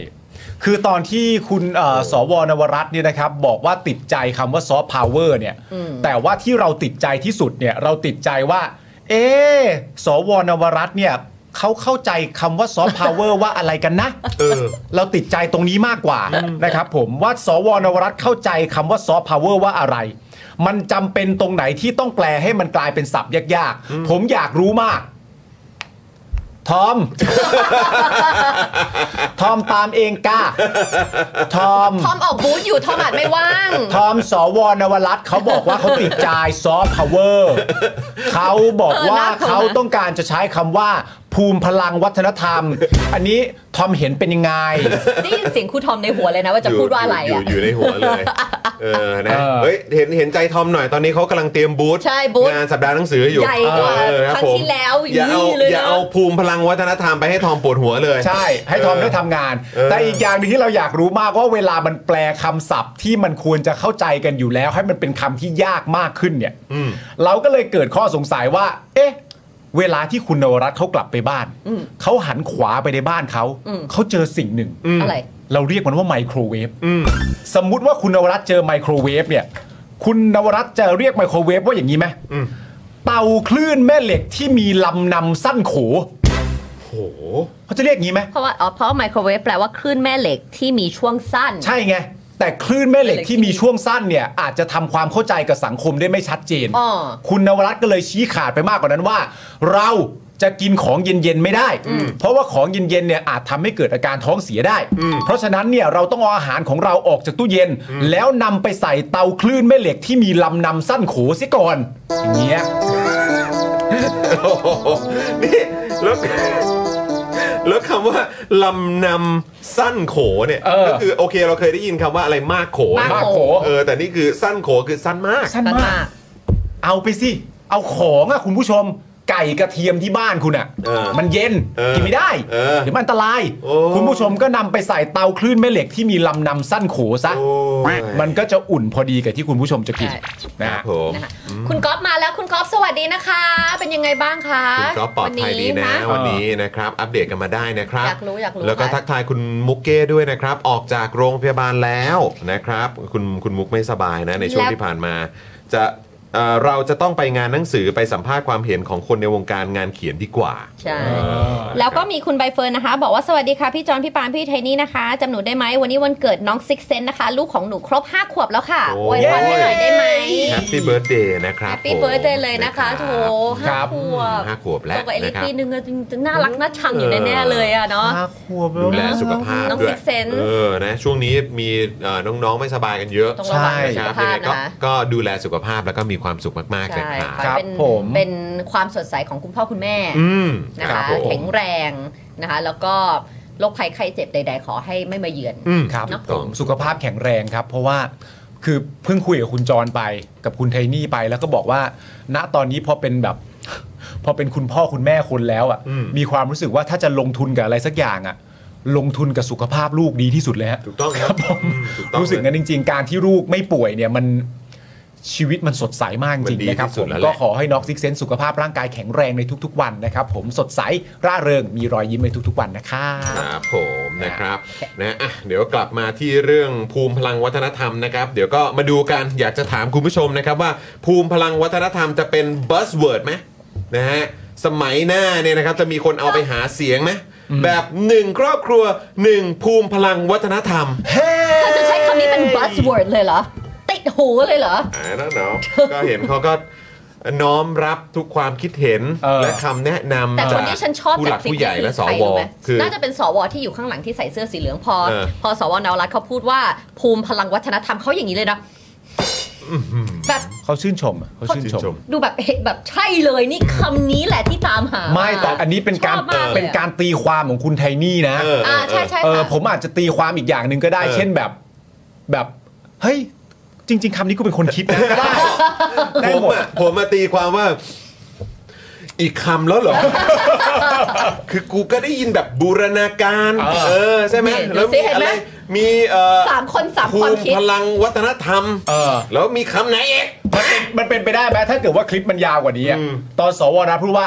G: คือตอนที่คุณเอ่อสวนวรัตน์เนี่ยนะครับ บอกว่าติดใจคำว่าซอฟต์พาวเวอร์เนี่ย
D: อืม
G: แต่ว่าที่เราติดใจที่สุดเนี่ย เราติดใจว่า เออสวนวรัตน์เนี่ยเขาเข้าใจคำว่าซอฟต์พาวเวอร์ว่าอะไรกันนะ
B: เออ
G: เราติดใจตรงนี้มากกว่านะครับผมว่าสวนวรัตน์เข้าใจคำว่าซอฟต์พาวเวอร์ว่าอะไร มันจำเป็นตรงไหนที่ต้องแปลให้มันกลายเป็นศัพท์ยากๆ ผมอยากรู้มาก ทอม ทอมตามเองก้า ทอม
D: ทอมออกบูธอยู่ทอมอาจไม่
B: [laughs]
D: ว่าง
G: ทอมสวนวรัตน์เขาบอกว่าเขาติดใจซอฟต์พาวเวอร์เขาบอกว่าเขาต้องการจะใช้คำว่า ภูมิพลังวัฒนธรรม อันนี้ทอมเห็นเป็นยังไง
D: ได้ยินเสียงครูทอมในหัวเลยนะว่าจะ
B: ยู่
D: พูดว่าอะไร
B: ยู่
D: อ่ะ
B: ยู่อยู่ในหัวเลย
D: [laughs]
B: เออนะ
G: เออ
B: เฮ้ยเห็นเห็นใจทอมหน่อยตอนนี้เขากำลังเตรียมบูธ
D: ใช่บูธ
B: งานสัปดาห์หนังสืออยู่
D: ใหญ่กว่า
B: เออบ
D: ครั้ง
B: ผม
D: ที่แล้ว
B: อย่าเอา
D: นี่เลยนะ
B: อย่าเอาภูมิพลังวัฒนธรรมไปให้ทอมปวดหัวเลย
G: ใช่ ให้ทอมได้ทำงาน
B: เออ
G: แต่อีกอย่างหนึงที่เราอยากรู้มากว่าเวลามันแปลคำศัพท์ที่มันควรจะเข้าใจกันอยู่แล้ว ให้มันเป็นคำที่ยากมากขึ้นเนี่ย
B: อืม
G: เราก็เลยเกิดข้อสงสัยว่า เอ๊ะ เวลาที่คุณนวรัตน์เขากลับไปบ้าน
D: อืม
G: เขาหันขวาไปในบ้านเขา
D: อืม
G: เขาเจอสิ่งหนึ่ง
B: อืม
D: อะไร
G: เราเรียกมันว่าไมโครเวฟ
B: อืม
G: สมมุติว่าคุณนวรัตน์เจอไมโครเวฟเนี่ย คุณนวรัตน์จะเรียกไมโครเวฟว่าอย่างนี้ไหม
B: อืม
G: เตาคลื่นแม่เหล็กที่มีลำนำสั้นโข
B: โห
G: เขาจะเรียกงี้ไหม
D: เพราะว่าอ๋อเพราะไมโครเวฟแปลว่าคลื่นแม่เหล็กที่มีช่วงสั้น
G: ใช่ไง แต่คลื่นแม่เหล็กที่มีช่วงสั้นเนี่ย อาจจะทำความเข้าใจกับสังคมได้ไม่ชัดเจน
D: อ่อ
G: คุณนวรัตน์ก็เลยชี้ขาดไปมากกว่านั้นว่า เราจะกินของเย็นๆไม่ได้ เพราะว่าของเย็นๆเนี่ยอาจทำให้เกิดอาการท้องเสียได้ เพราะฉะนั้นเนี่ยเราต้องเอาอาหารของเราออกจากตู้เย็น แล้วนำไปใส่เตาคลื่นแม่เหล็กที่มีลำนำสั้นโขเสิก่อนอย่างเงี้ย
B: โอ้โหนี่แล้วแล้วคำว่าลำนำสั้นโขเนี่ย
G: เออ
B: ก็คือโอเคเราเคยได้ยินคำว่าอะไรมากโข
D: มาก
G: มาก
D: โข
G: โข
B: เออแต่นี่คือสั้นโขคือสั้นมาก
G: สั้น
D: สั้น
G: มาม
D: าก ก
G: เอาไปสิ เอาของอะคุณผู้ชม ไก่กระเทียมที่บ้านคุณอะ
B: เออ
G: มันเย็น
B: เออ
G: กินไม่ได้
B: เออ
G: ยวมันอันตราย
B: โอ้
G: คุณผู้ชมก็นำไปใส่เตาคลื่นแม่เหล็กที่มีลำนำสั้นโขซะ
B: โอ้ย
G: มันก็จะอุ่นพอดีกับที่คุณผู้ชมจะกิน
D: ใช่
B: ค
G: นะ
B: รับ
G: ฮะ
B: ผม
D: นะคะคุณก๊อฟมาแล้วคุณก๊อฟสวัสดีนะคะ เป็นยังไงบ้างคะ
B: คุณก็ปลอดภัยดีนะ
D: วั
B: วันนี้นะครับอัปเดตกันมาได้นะครับ
D: อยากรู้อยากรู้
B: แล้วก็
D: ค่ะ
B: ทักทายคุณมุกเก้ด้วยนะครับ ออกจากโรงพยาบาลแล้วนะครับ คุณคุณมุกไม่สบายนะในช่วงที่ผ่านมา จะเอ่อเราจะต้องไปงานหนังสือไปสัมภาษณ์ความเห็นของคนในวงการงานเขียนดีกว่า
D: ใช่ แล้วก็มีคุณใบเฟิร์นนะคะ บอกว่าสวัสดีค่ะ พี่จอนพี่ปานพี่ไทนี่นะคะจำหนูได้ไหมวันนี้วันเกิดน้องซิกเซนนะคะ ลูกของหนูครบ 5 ขวบแล้วค่ะ
B: โอ้
D: อวย ยพรให้หน่อยได้ไหม
B: แฮปปี้เบิร์ดเดย์นะครับ
D: Happy Birthday เลยนะคะโถห้าข
B: อื
D: ว
B: ม
D: บ
B: ห้าขวบแล้
D: โต
B: ว
D: กว่าเอลิ
B: นะ
D: ก
B: ครับ
D: ปีนึงอะจริงๆน่ารักน่าชังอยู่แน่ๆเลยอะเนาะ
B: ดูแลสุขภาพ
D: น้อง
B: ด้วย
D: Sixth Sense
B: เออนะช่วงนี้มีเอ่อน้องๆไม่สบายกันเยอะ
D: ต้องระวัง
B: นะ
D: สุ
B: ค
D: ข
B: รับ
D: ภาพ
B: ก็
D: นะคะ
B: ก็ดูแลสุขภาพแล้วก็มีความสุขมากๆ
D: ใช่
B: นะค
D: ขอ
B: รับ
D: ให้เป็น
G: ครับผม
D: เป็นความสดใสของคุณพ่อคุณแม่
B: อืม
D: นะ
B: ครั
D: คะ
B: บผม
D: แข็งแรงนะคะ แล้วก็โรคภัยไข้เจ็บใด ๆ ขอให้ไม่มาเยือน
B: อืม
G: ครับ
D: เนอะ
B: ต้อง
G: สุขภาพแข็งแรงครับ เพราะว่าคือเพิ่งคุยกับคุณจรไปกับคุณไทนี่ไปแล้วก็บอกว่า ณตอนนี้พอเป็นแบบ [laughs] พอเป็นคุณพ่อคุณแม่คนแล้วอะ่ะ
B: อืม
G: มีความรู้สึกว่าถ้าจะลงทุนกับอะไรสักอย่างอะ่ะ ลงทุนกับสุขภาพลูกดีที่สุดเลยฮะ
B: ถูกต้องครับผมถูกต้อง
G: รู้สึก
B: เลย
G: งั้นจริง ๆ การที่ลูกไม่ป่วยเนี่ยมันชีวิตมันสดใสมากจ
B: มั
G: ริ
B: น
G: ง
B: ดี
G: ๆนะครับ
B: ที่สุด
G: ผม
B: แล้วแหละ
G: ก็ขอให้น็อกซิกเซนสุขภาพร่างกายแข็งแรงในทุก ๆ วันนะครับผมสดใสร่าเริงมีรอยยิ้มในทุก ๆ วันนะครับ
B: ครับผมนะครับนะอ่ะเดี๋ยวกลับมาที่เรื่องภูมิพลังวัฒนธรรมนะครับ เดี๋ยวก็มาดูกันอยากจะถามคุณผู้ชมนะครับว่า ภูมิพลังวัฒนธรรมจะเป็นบัสเวิร์ดไหมนะฮะสมัยหน้าเนี่ยนะครับจะมีคนเอาไปหาเสียงไหมแบบหนึ่งครอบครัวหนึ่งภูมิพลังวัฒนธรรม
D: เขาจะใช้คำนี้เป็น buzzword เลยเหรอ ติดหูเลยเหรอ
B: อ่าแล้วเนาะ ก็เห็นเขาก็น้อมรับทุกความคิดเห็น
G: เออ
B: และคำแนะนำ
D: แต่คนที่ฉันชอบ
B: ผู้ห
D: จา
B: ลั
D: ก
B: ก
D: คลิป
B: ผู้ใหญ่
D: นี้
B: และส
D: ใคร
B: ว
D: รู้ไหม
B: คือ
D: น่าจะเป็นสวที่อยู่ข้างหลังที่ใส่เสื้อสีเหลืองพอ
B: เออ
D: พอสวนวรัตน์เขาพูดว่าภูมิพลังวัฒนธรรมเขาอย่างนี้เลยนะแบบ
G: เขาชื่นชมอะเขาชื่นชม
D: ดูแบบเห็นแบบใช่เลยนี่คำนี้แหละที่ตามหา
G: ไม่แต่อันนี้เป็นการ
D: ชอบมลยอะ
G: เป็นการตีความของคุณไทนี่นะ
B: เออ
D: อ่าใช่ใช่
G: เออ
D: ค่ะ
G: ผมอาจจะตีความอีกอย่างหนึ่งก็ได้
B: เออ
G: เช่นแบบแบบเฮ้ยจริง ๆคำนี้กูเป็นคนคิดนะก็ได้ ได้
B: ผม
G: หมด
B: อะผมมาตีความว่า อีกคำแล้วเหรอ [laughs] คือกูก็ได้ยินแบบบูรณาการ
G: เออ
B: เออ ใช่ไหม
D: นี่ดู
B: แล้ว
D: สิ
B: มี
D: เห็น
B: อะ
D: ไหม
B: ไรมีเอ่อ
D: สามคนสาม
B: ภู
D: ความ
B: มิ
D: คิด
B: พลังวัฒนธรรม
G: เออ
B: แล้วมีคำไหนอีก
G: มันเป็นมันเป็นไปได้ไหมถ้าเกิดว่าคลิปมันยาวกว่านี้อะ
B: อืม
G: ตอนสวรัฐพูดว่า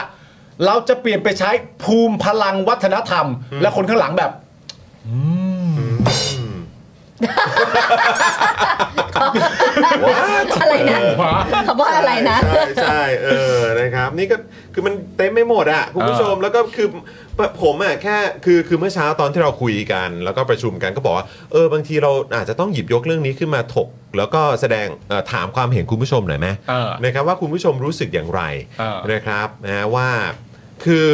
G: เราจะเปลี่ยนไปใช้ภูมิพลังวัฒนธรรม และคนข้างหลังแบบ
D: อะไรนะคำว่าอะไรนะ
B: ใช่ใช่เออนะครับ นี่ก็คือมันเต็มไม่หมดอ่ะคุณผู้ชมแล้วก็คือผมอ่ะแค่คือคือเมื่อเช้าตอนที่เราคุยกัน แล้วก็ประชุมกันก็บอกว่าเออบางทีเราอาจจะต้องหยิบยกเรื่องนี้ขึ้นมาถก แล้วก็แสดงเอ่อถามความเห็นคุณผู้ชมหน่อยไหม
G: เออ
B: นะครับว่าคุณผู้ชมรู้สึกอย่างไร
G: เออ
B: นะครับนะว่าคือ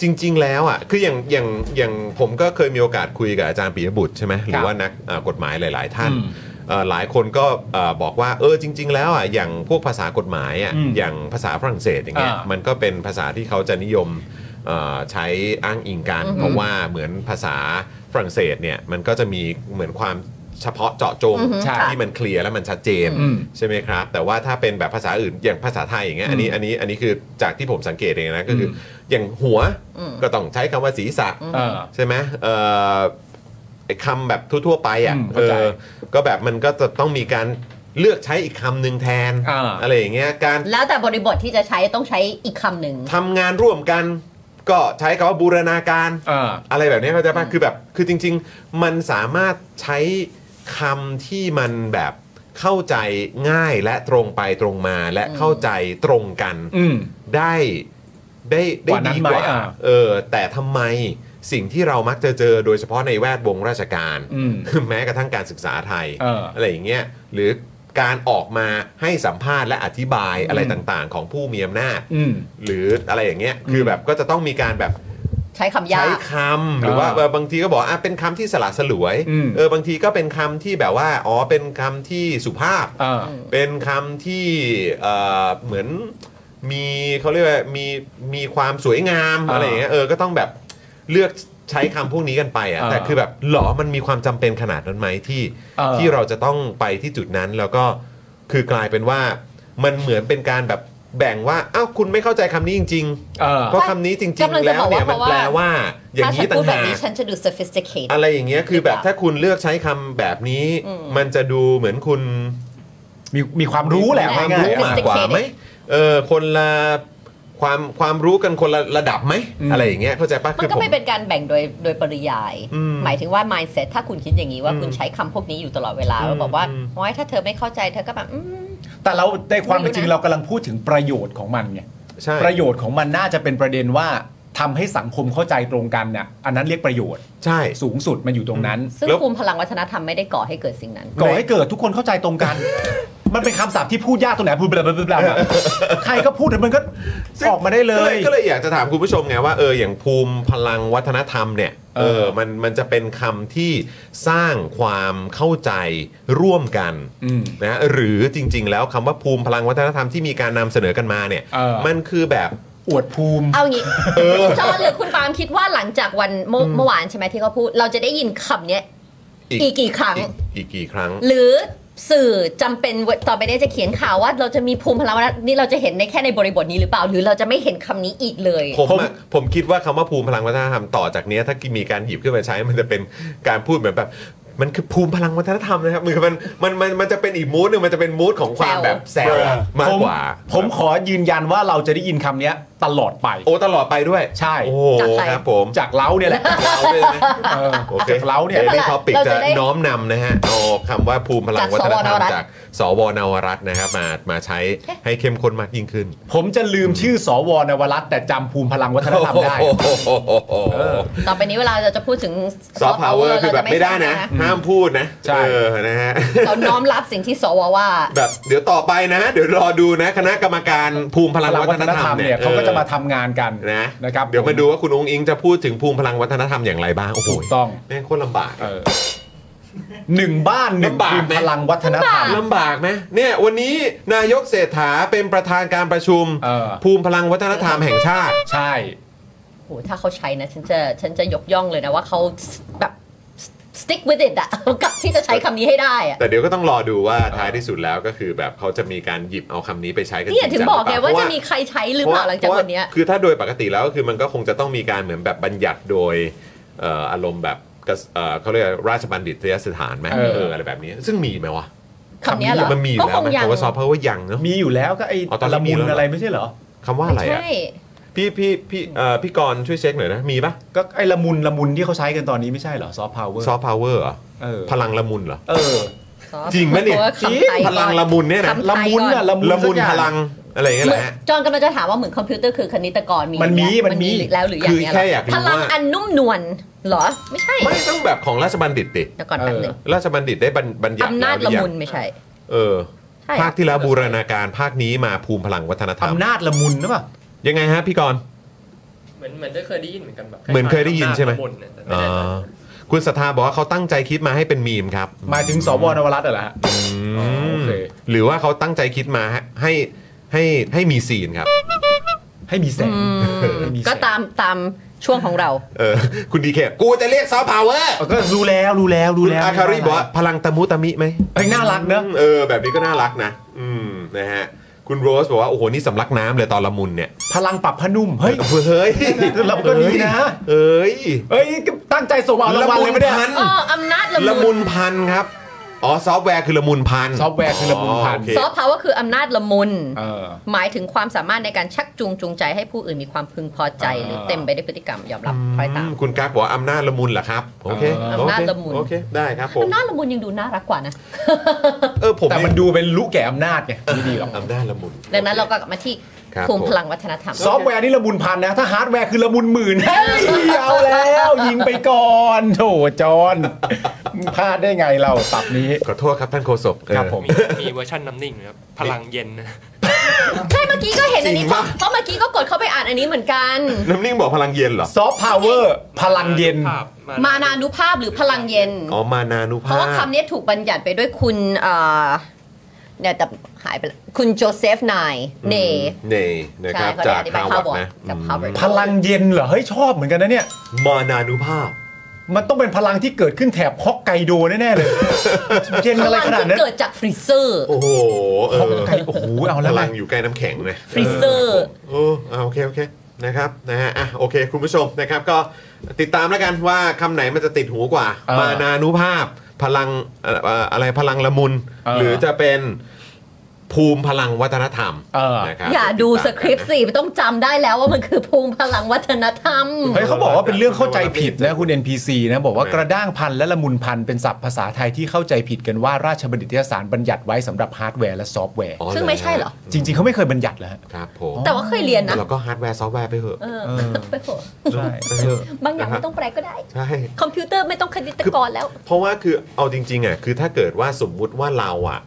B: จริง ๆ แล้วอ่ะคืออย่างอย่างอย่างผมก็เคยมีโอกาสคุยกับอาจารย์ปิยบุตรใช่ไหมหรือว่านักเอ่อกฎหมายหลาย ๆ ท่าน
G: อืม
B: เอ่อหลายคนก็เอ่อบอกว่าเออจริง ๆ แล้วอ่ะอย่างพวกภาษากฎหมายอ่ะ
G: อืม
B: อย่างภาษาฝรั่งเศสอย่างเงี้ย
G: อ่ามั
B: มันก็เป็นภาษาที่เขาจะนิยมเอ่อใช้อ้างอิงกัน เพราะว่าเหมือนภาษาฝรั่งเศสเนี่ยมันก็จะมีเหมือนความเฉพาะเจาะจง
D: อือฮึ
G: ใช่
B: ที่มันเคลียร์และมันชัดเจน
G: อืม
B: ใช่ไหมครับ แต่ว่าถ้าเป็นแบบภาษาอื่นอย่างภาษาไทยอย่างเงี้ยอันนี้อันนี้อันนี้คือจากที่ผมสังเกตเองนะก็คืออ
G: ม
B: อย่างหัว
D: อืม
B: ก็ต้องใช้คำว่าศีรษะ
G: เออ
B: ใช่ไหมเอ่อไอ้คำแบบทั่ว ๆ ไปอ่ะ
G: อืม
B: เอ
G: เข้าใจ
B: อก็แบบมันก็จะต้องมีการเลือกใช้อีกคำหนึ่งแทน
G: อ่า
B: ไรอย่างเงี้ยการ
D: แล้วแต่บริบทที่จะใช้ต้องใช้อีกคำหนึ่ง
B: ทำงานร่วมกัน ก็ใช้คำว่าบูรณาการ
G: เออ
B: อะไรแบบเนี้ยเข้าใจป่ะคือแบบคือจริง ๆ มันสามารถใช้คำที่มันแบบเข้าใจง่ายและตรงไปตรงมาและเข้าใจตรงกัน
G: อืม
B: ได้ ได้ได้
G: กว่านั้
B: ดี
G: นไหม
B: กว่า
G: อ่า
B: เออแต่ทำไมสิ่งที่เรามักจะเจอโดยเฉพาะในแวดวง [laughs] ราชการ
G: อืม
B: แม้กระทั่งการศึกษาไทย
G: เอออ
B: ไรอย่างเงี้ยหรือการออกมาให้สัมภาษณ์และอธิบายอะไร
G: อืม
B: ต่างๆ ของผู้มีอำนาจ
G: อืม
B: หรืออะไรอย่างเงี้ยคือแบบก็จะต้องมีการแบบ
D: ใช้คำยา
B: ใช้
D: ก
B: คำหรือว่า
G: อ่า
B: เออบางทีก็บอกอ่ะเป็นคำที่สละสลวย
G: อืม
B: เออบางทีก็เป็นคำที่แบบว่าอ๋อเป็นคำที่สุภาพ
G: อ่า
B: เป็นคำที่เอ่อเหมือนมีเขาเรียกว่ามีมีความสวยงาม
G: อ่า
B: อะไรอย่างเงี้ยเออก็ต้องแบบเลือกใช้คำพวกนี้กันไปอ่ะ
G: อ่า
B: แต่คือแบบหรอมันมีความจำเป็นขนาดนั้นไหมที่
G: เออ
B: ที่เราจะต้องไปที่จุดนั้นแล้วก็คือกลายเป็นว่ามันเหมือนเป็นการแบบแบ่งว่าอ้าวคุณไม่เข้าใจคำนี้จริง
G: เออ
B: ๆ เพราะคำนี้จริง
D: กำลังจะ
B: ๆแล้ว
D: บอกว่า
B: เนี่ยมัน
D: เพราะว่า
B: แปลว่าอย่าง
D: ถ้าฉั
B: นี้
D: น
B: ต่า
D: พู
B: ง
D: ดแบบ
B: หาก
D: นี้ฉันจะดู sophisticated
B: อะไรอย่างเงี้ยคือแบบถ้าคุณเลือกใช้คำแบบนี้
D: อืม
B: มันจะดูเหมือนคุณ
G: มีมีความรู้แหละ
B: ความ
G: ง่าย
B: รู้
G: ๆ
B: มา
G: อ่ะ
B: กกว่าไหมเออคนละความความรู้กันคนละระดับไหม
G: อืม
B: อะไรอย่างเงี้ยเข้าใจปะ
D: มัน
B: คือ
D: ก็
B: ผม
D: ไม่เป็นการแบ่งโดยโดยปริยาย
B: อืม
D: หมายถึงว่า mindset ถ้าคุณคิดอย่างนี้ว่า
B: อืม
D: คุณใช้คำพวกนี้อยู่ตลอดเวลา
B: อืม
D: แล้วบอกว่า
B: อืม
D: โอ้ยถ้าเธอไม่เข้าใจเธอก็แบบอืม
G: แต่เราในความเป็นจริง
D: ไม่รู้นะ
G: เรากำลังพูดถึงประโยชน์ของมันไง
B: ใช่
G: ประโยชน์ของมันน่าจะเป็นประเด็นว่าทำให้สังคมเข้าใจตรงกันเนี่ยอันนั้นเรียกประโยชน์
B: ใช่
G: สูงสุดมันอยู่ตรงนั้น
D: ซึ่ง
B: แล้ว
D: ภูมิพลังวัฒนธรรมไม่ได้ก่อให้เกิดสิ่งนั้น
G: ก่อให้เกิดทุกคนเข้าใจตรงกัน มันเป็นคำศัพท์ที่พูดยากตรงไหนพูดบลาบลาบลาบลาใครก็พูดแต่มันก็ออกมาได้เล
B: ก็เลย ยก็เลยอยากจะถามคุณผู้ชมไงว่าเอออย่างภูมิพลังวัฒนธรรมเนี่ยเอ
G: เออ
B: อมันมันจะเป็นคำที่สร้างความเข้าใจร่วมกัน
G: อืม
B: นะหรือจริง ๆ แล้วคำว่าภูมิพลังวัฒนธรรมที่มีการนำเสนอกันมาเนี่ย
G: เออ
B: มันคือแบบ
G: อวดภูมิ
D: เอางี้คุณจอหรือคุณปาล์มคิดว่าหลังจากวันเมื่อเมื่อวานใช่ไหมที่เขาพูด เราจะได้ยินคำเนี้ย อีกกี่ครั้ง
B: อีกอีกกี่ครั้ง
D: หรือสื่อจำเป็นต่อไปนี้จะเขียนข่าวว่าเราจะมีภูมิพลังวัฒนนี่เราจะเห็นในแค่ในบริบทนี้หรือเปล่า หรือเราจะไม่เห็นคำนี้อีกเลย
B: ผม
G: ผม
B: อะผมคิดว่าคำว่าภูมิพลังวัฒนธรรมต่อจากเนี้ยถ้ามีการหยิบขึ้นมาใช้มันจะเป็นการพูดเหมือนแบบ มันคือภูมิพลังวัฒนธรรมนะครับมันมันมันมันจะเป็นอีกมูดหนึ่งมันจะเป็นมูดของความ
D: แซว
B: แบบแซว
E: เออ
B: มาก
G: ผม
B: กว่า
G: ผมขอยืนยันว่าเราจะได้ยินคำเนี้ยตลอดไป
B: โอ้ตลอดไปด้วย
G: ใช่
B: โอ้โห
D: จากใคร
B: ครับผม
G: จากเล้าเนี่ยแหละ
B: เราด้วยนะ
G: เออ
B: โอเค
G: จากเราเนี่ย
B: เรื่องท็อปิก
D: เรา
B: จะ
D: จะได้
B: น้อมนำนะฮะเอาคำว่าภูมิพลังวัฒนธรรม
D: จากสวนวรัตน์
B: จากสวนวรัตน์นะครับมามาใช้ให้เข้มข้นมากยิ่งขึ้น
G: ผมจะลืมชื่อสวนวรัตน์แต่จำภูมิพลังวัฒนธรรมได้
B: โอ้โห
G: เออ
D: ต่อไปนี้เวลาเราจะพูดถึง
B: ซอฟ
D: soft
B: ต์พาวเวอ
D: power
B: ร์คือแบบไม่ได้นะ ห้ามพูดนะ
G: ใช่
B: เออนะฮ [laughs] ะ
D: เราน้อมรับสิ่งที่สวว่า
B: แบบเดี๋ยวต่อไปนะ เดี๋ยวรอดูนะคณะกรรมการภูมิพลังวัฒนธรรมเนี่ย
G: เขาก็จะมา
B: อ
G: ทำงานกัน
B: อนะ
G: นะครับ
B: เดี๋ยวมาดูว่าคุณองค์อิงจะพูดถึงภูมิพลังวัฒนธรรมอย่างไรบ้างโอ้โห
G: ถูกต้อง
B: แม่งโคตรลำบาก
G: เออหนึ่งบ้านหนึ่ง
B: ลำบาก
G: ภูมิ
B: ไหม
G: พลังวัฒนธรรม
B: ลำบากไหมเนี่ยวันนี้นายกเศรษฐาเป็นประธานการประชุม
G: เออ
B: ภูมิพลังวัฒนธรรมแห่งชาติ
G: ใช่
D: โหถ้าเขาใช้นะ ฉันจะฉันจะยกย่องเลยนะว่าเขาแบบ stick with it อะ กับที่จะใช้คำนี้ให้ได้อะ
B: แต่เดี๋ยวก็ต้องรอดูว่าท้ายที่สุดแล้วก็คือแบบเขาจะมีการหยิบเอาคำนี้ไปใช้กัน
D: เนี่ยถึง
B: จั
D: บอกไง
B: หรื
D: ว่า
B: เปล่
D: จะมีใครใช้หรือเปล่าหลังจากวันเนี้ย
B: เพราะาคือถ้าโดยปกติแล้วก็คือมันก็คงจะต้องมีการเหมือนแบบบัญญัติโดยเอ่ออารมณ์แบบกระสเอ่อเขาเรียกราชบัณฑิตยสถานไหม
G: เออ
B: เอออะไรแบบนี้ ซึ่งมีไหมวะ
D: คำเนี้ยเหรอ
B: มันมีอยู่
D: ก็
B: แล้
D: คว ง
B: ไหม
D: ยัง
B: เพราะว่าซอฟต์พาวเวอร์ยังเนาะ
G: มีอยู่แล้วก็ไอ้
B: อ๋อตอนนี้
G: ละมุน
B: มีแล้วเหรออ
G: อะไรไม่ใช่เหรอ
B: คำว่าอะไร
D: ไม่
B: อ่ะ
D: ใช่
B: พี่พี่พี่เอ่อพี่กรณ์ช่วยเช็คหน่อยนะ มีปะ
G: ก็ไอ้ละมุนละมุนที่เขาใช้กันตอนนี้ไม่ใช่เหรอซอฟต์พาวเวอร์
B: ซอฟต์พาวเวอร์
G: เออ
B: พลังละมุนเหรอ
G: เออ
D: soft
B: จริงไหมเนี่ย
D: power คำไทย
B: พลังละมุนเนี่ยนะ
D: คำไทย
G: ละมุน
D: ก่อ
G: อะละมุน
B: ละมุน
G: สักอย่าง
B: พลังอะไรอย่างเงี้ยแหละ
D: จอนกำลังจะถามว่าเหมือนคอมพิวเตอร์คือคณิตกรมี
G: มันมี
D: อย่างเงี้ย
G: มันมี
D: แล้วหรืออย่างเงี้ย
B: คือแค่
D: เหร
B: อยากรู้
D: พลัง
B: ว่า
D: อันนุ่มนวลเหรอ ไม่ใช่
B: ไม่ต้องแบบของราชบัณฑิตดิ
D: เดี๋ยวก่อนแป๊บหนึง
B: ราชบัณฑิตได้บัญบัญญัติ
D: อำนาจ
B: แล้
D: ละ
B: วหรือยัง
D: มุนไม่ใช่
B: เออ
D: ใช่เหรอ
B: ภาคที่แล้วบูรณาการภาคนี้มาภูมิพลังวัฒนธรรม
G: อำนาจละมุนหรือเปล่า
B: ยังไงฮะพี่กรณ์
I: เหมือนเหมือนจะเคยได้ยินเหมือนกันแบบ
B: เหมือนเคยได้ยินใช่ไหม
I: ำาจละนเนี่ยแต่ไม่
B: อ๋อ
I: แน่ใจ
B: คุณศรัทธาบอกว่าเขาตั้งใจคิดมาให้เป็นมีมครับ
G: หมายถึงสวนวรัตน์เหรอฮะ
B: อืม
G: อ๋อโอเค
B: หรือว่าเขาตั้งใจคิดมาให้ให้ให้ให้มีซีนครับ
G: ให้มีแสงให้มีแสง
D: ก็ตามตามช่วงของเรา
B: เออ คุณดีเคกูจะเรียกซอฟต์พาวเวอร์
G: เออก็รู้แล้วรู้แล้วรู้
B: คุณ
G: แล้ว
B: อาคาริบอกว่าพลังตะมุตะมิไหม
G: เอ้ยน่ารักเนอะ
B: เออ แบบนี้ก็น่ารักนะ อืมนะฮะ คุณโรสบอกว่า โอ้โห นี่สำลักน้ำเลยตอนละมุนเนี่ย
G: พลังปรับพนุ่มเฮ้ย
B: เฮ้ย
G: เราก็ดีนะ
B: เอ้ย
G: เอ้ยตั้งใจส่งเอารางวัลเลยไม่ได้
B: พัน
D: เอออำนาจละ
B: ละ
D: มุ
B: มุ
D: น
B: นพันครับ อ๋อซอฟต์แวร์คือละมุนพัน
G: ซอฟต์แวร์คือละมุนพัน
B: อ๋อโอเค
D: ซอฟต์พาวเวอร์คืออำนาจละมุน
G: เออ
D: หมายถึงความสามารถในการชักจูงจูงใจให้ผู้อื่นมีความพึงพอใจ
G: อ่า
D: หรือเต็มไปด้วยพฤติกรรมยอมรับคอยตาม
B: อืมคุณกั๊กบอกว่าอำนาจละมุนเหรอครับ โอเค
G: อ่า
B: โเค
D: อำนาจละมุน
B: โอเค ได้ครับผม
D: อำนาจละมุนยังดูน่ารักกว่านะ [laughs]
B: เออผม
G: แต่มันดูเป็นลูกแก่อำนาจไงไม่ดีหรอก
B: อำนาจละมุน
D: ดังนั้นเราก็กลับมาที่
B: ครับ
D: ภูมิ
B: ผม
D: พลังวัฒนธรรม
G: ซอฟต์แวร์นี่ละมุนพันนะ ถ้าฮาร์ดแวร์คือละมุนหมื่นเฮ้ [laughs] ยเอาแล้วยิงไปก่อนโถจอนพลาดได้ไงเราตับนี้
B: ขอโทษครับท่านโฆษก
G: ครับ
B: เออ
G: ผม
I: มีมีเวอร์ชันน้ำนิ่งนะครับพลังเย็นนะ
D: ใช่เมื่อกี้ก็เห็นอันนี้
B: จริง
D: เพ
B: ปะ
D: ราะเพราะเมื่อกี้ก็กดเข้าไปอ่านอันนี้เหมือนกัน
B: น้ำนิ่งบอกพลังเย็นเหรอ
G: ซอฟต์พาวเวอร์พลังเย็น
I: ภาพ
D: มานานุภาพหรือพลังเย็น
B: อ๋อ มานานุ
D: เพ
B: ภา
D: ราะ
B: พ
D: ว่าคำนี้ถูกบัญญัติไปด้วยคุณเอ่อเนี่ยแต่หายไปละคุณโจเซฟนายเน่
B: เน่นะครับ
D: เขาได้
B: จาก
D: อธิบ
B: ฮาย ร์วาร์ด
D: บอ
B: นะ
D: กับฮาร์วาร์ด
G: พลังเย็นเหรอเฮ้ยชอบเหมือนกันนะเนี่ย
B: มานานุภาพ
G: มันต้องเป็นพลังที่เกิดขึ้นแถบฮอกไกโดแน่ๆเลย เย็น
D: พ
G: อะไร
D: ลัง
G: ขนาด
D: ที่
G: นั้น
D: เกิดจากฟรีเซอร์
B: โอ้โห เอ
G: ฮอก
B: อ
G: ไกโอ้โหเอาแล้
B: พ
G: วไง
B: ลังอยู่ใกล้น้ำแข็งนะ
D: ฟรีเซอร์
B: โอ้อ่าโอเค โอเค นะครับ นะฮะ อ่ะ โอเค คุณผู้ชม นะครับ ก็ติดตามแล้วกันว่าคำไหนมันจะติดหูกว่า
G: เออ
B: มานานุภาพ พลังเอ่อเอ่ออะไร พลังละมุน
G: เออ
B: หรือจะเป็นภูมิพลังวัฒนธรรม
G: เออ
B: นะครับ
D: อย่าดูสคริปต์
B: ติดตามกั
D: สิต้องจำได้แล้วว่ามันคือภูมิพลังวัฒนธรรม
G: เฮ้ยเขาบอกว่าเป็นเรื่องเข้าใจผิดนะคุณ NPC นะบอกว่ากระด้างพันและละมุนพันเป็นศัพท์ภาษาไทยที่เข้าใจผิดกันว่าราชบัณฑิตยสารบัญญัติไว้สำหรับฮาร์ดแวร์และซอฟต์แวร์
B: นอ๋อ
D: ซึ่งไม่ใช่เหรอ
G: จริง ๆเขาไม่เคยบัญญัติแล้วฮะ
B: ครับผม
D: แต่ว่าเคยเรียนนะ
B: แล้วก็ฮาร์ดแวร์ซอฟต์แวร์ไปเถอะ
D: เออ
G: เออ
D: ไปเถอะ
G: ใช่
B: ไปเถอะ
D: บางอย่างไม่ต้องแปลก็ได้
B: ใช่
D: คอมพิวเตอร์ไม่ต้องคณิตกรแล้ว
B: เพราะว่าคือเอาจริงๆอ่ะคือถ้าเกิดว่าสมมุติว่าเราอ่ะ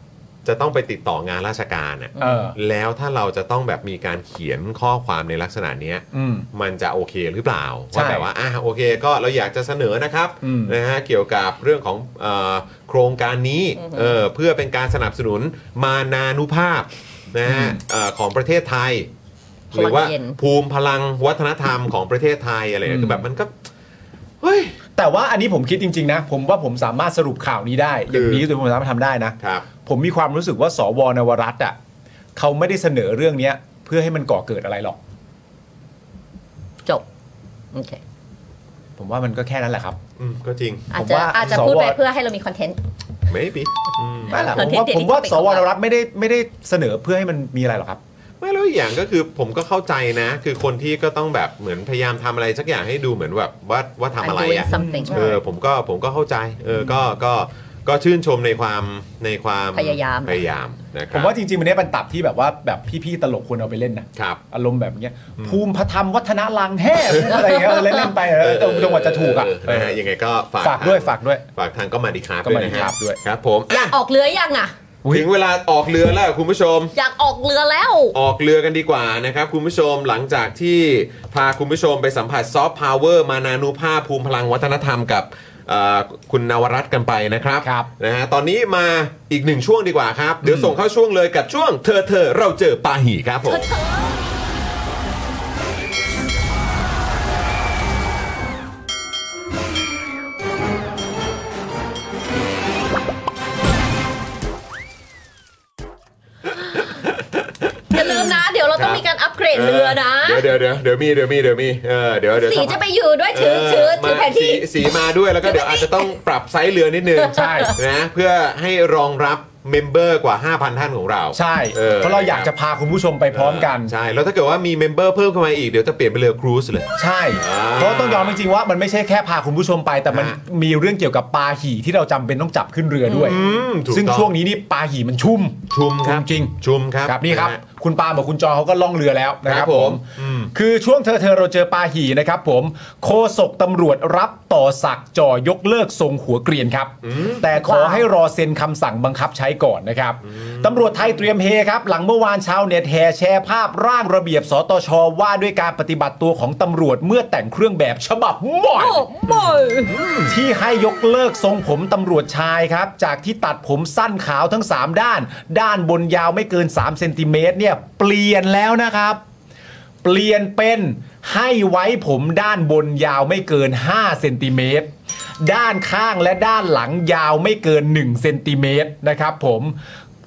B: จะต้องไปติดต่องานราชการอ่ะ
G: เออ
B: แล้วถ้าเราจะต้องแบบมีการเขียนข้อความในลักษณะเนี้ย
G: อืม
B: มันจะโอเคหรือเปล่า
G: ใช่
B: ว่าแบบว่าอ่ะโอเคก็เราอยากจะเสนอนะครับ
G: อืม
B: นะฮะเกี่ยวกับเรื่องของเอ่อโครงการนี้เออเพื่อเป็นการสนับสนุนมานานุภาพนะฮะเอ่อของประเทศไทย
D: พ
B: หรื
D: ลั
B: อง ว่า
D: เย็น
B: ภูมิพลังวัฒนธรรมของประเทศไทยอะไรเนี่ยคือแบบมันก็เฮ้ย
G: แต่ว่าอันนี้ผมคิดจริง ๆ นะ ผมว่าผมสามารถสรุปข่าวนี้ได้ อย่างนี้โดยผมสามารถทำได้นะ
B: ครับ
G: ผมมีความรู้สึกว่าสวนวรัตน์อ่ะเขาไม่ได้เสนอเรื่องเนี้ย เพื่อให้มันก่อเกิดอะไรหรอก
D: จบโอเค
G: ผมว่ามันก็แค่นั้นแหละครับ
B: อืมก็จริง
D: อาจ
G: ผม
D: จะ
G: ว่า
D: อาจจะ
G: สว
D: พูดไปเพื่อให้เรามีคอนเทนต์
B: maybe อืม
G: นั่นแหละ
D: ค
G: ผ
D: อน
G: ม
D: เทนต์
G: ว่าผมว่า
D: เดลิทอปิก
G: สวนวรัตน์ไม่ได้ไม่ได้เสนอเพื่อให้มันมีอะไรหรอกครับ
B: ไม่แล้วอีกอย่างก็คือผมก็เข้าใจนะ คือคนที่ก็ต้องแบบเหมือนพยายามทำอะไรสักอย่างให้ดูเหมือนแบบว่าว่าทำอะไร
D: I'm
B: อ่ะ
D: doing something
B: เออผมก็ผมก็เข้าใจเออก็ก็ก็ชื่นชมในความในความ
D: พยายาม
B: พยายามนะค
G: ผ
B: รับ
G: มว่าจริงๆมันเนี้ยเป็นตับที่แบบว่าแบบพี่ๆตลกควรเอาไปเล่นนะครับ อารมณ์แบบเนี้ย ภูมิพธรรมวัฒนลังแห่ภูมิอะไรเงี้ยเออเล่นๆไปเออจนกว่าจะถูกอ่ะ
B: เนะฮะยังไงก็ฝาก
G: ฝากด้วย
B: ทง
G: ฝากด้วย
B: ฝากทางก็มาดีครับ
G: ก็มาดี
B: นะฮะ
G: ครับด้วย
B: ครับผมอ่ะ
D: ออกเรือยังอ่ะ
G: อุ๊ย
B: ถึงเวลาออกเรือแล้วคุณผู้ชม
D: อยากออกเรือแล้ว
B: ออกเรือกันดีกว่านะครับ คุณผู้ชมหลังจากที่พาคุณผู้ชมไปสัมผัสซอฟต์พาวเวอร์มานานุภาพภูมิพลังวัฒนธรรมกับเอ่อคุณนวรัตน์กันไปนะครับ
G: ครับ
B: นะฮะตอนนี้มาอีกหนึ่งช่วงดีกว่าครับ เดี๋ยวส่งเข้าช่วงเลยกับช่วงเธอเธอเราเจอปาหีครับผม
D: อย่าลืมนะ เดี๋ยวเราต้องมีการอัปเกรดเรือนะ
B: เดี๋ยวเดี๋ยวเดี๋ยวเดี๋ยวมีเดี๋ยวมีเดี๋ยวมีเออเดี๋ยวเดี๋ยว
D: สีจะไปอยู่ด้วยถือถือถือแผนที่
B: สีสีมาด้วยแล้วก็เดี๋ยวอาจจะต้องปรับไซส์เรือนิดนึง
G: ใช่
B: นะเพื่อให้รองรับเมมเบอร์กว่า 5,000 ท่านของเรา
G: ใช่
B: เออ
G: เพราะเราอยากจะพาคุณผู้ชมไปพร้อมกัน
B: ใช่ แล้วถ้าเกิดว่ามีเมมเบอร์เพิ่มเข้ามาอีก เดี๋ยวจะเปลี่ยนเป็นเรือครูซเลย
G: ใช่
B: อ่า
G: เพราะต้องยอมจริงๆว่ามันไม่ใช่แค่พาคุณผู้ชมไป แต่มัน
B: ฮะ
G: มีเรื่องเกี่ยวกับปลาหี่ที่เราจำเป็นต้องจับขึ้นเรือด้วย
B: มถูก
G: ซึ่ง
B: ต้อง
G: ช่วงนี้นี่ปลาหี่มันชุ่ม
B: ชุมครับ
G: จริง
B: ชุมครับ
G: ครับนี่ครับ
B: ะฮะ
G: คุณปาล์มกับคุณจอเขาก็ล่องเรือแล้วนะค
B: ครั
G: รับบ ผ
B: ผม มอืม
G: คือช่วงเธอเธอเราเจอปาหี่นะครับผมโคศกตำรวจรับต่อสักดิ์จ่อยกเลิกทรงหัวเกรียนครับ แต่ขอให้รอเซ็นคำสั่งบังคับใช้ก่อนนะครับตำรวจไทยเตรียมเฮครับ หลังเมื่อวานชาวเน็ตแห่แชร์ภาพร่างระเบียบสตชว่าด้วยการปฏิบัติตัวของตำรวจเมื่อแต่งเครื่องแบบฉบับใหม่
D: โอ้โห
G: ที่ให้ยกเลิกทรงผมตำรวจชายครับ จากที่ตัดผมสั้นขาวทั้ง 3 ด้าน ด้านบนยาวไม่เกิน 3 เซนติเมตรเนี่ย เปลี่ยนแล้วนะครับ เปลี่ยนเป็นให้ไว้ผมด้านบนยาวไม่เกิน 5 เซนติเมตร ด้านข้างและด้านหลังยาวไม่เกิน 1 เซนติเมตรนะครับผม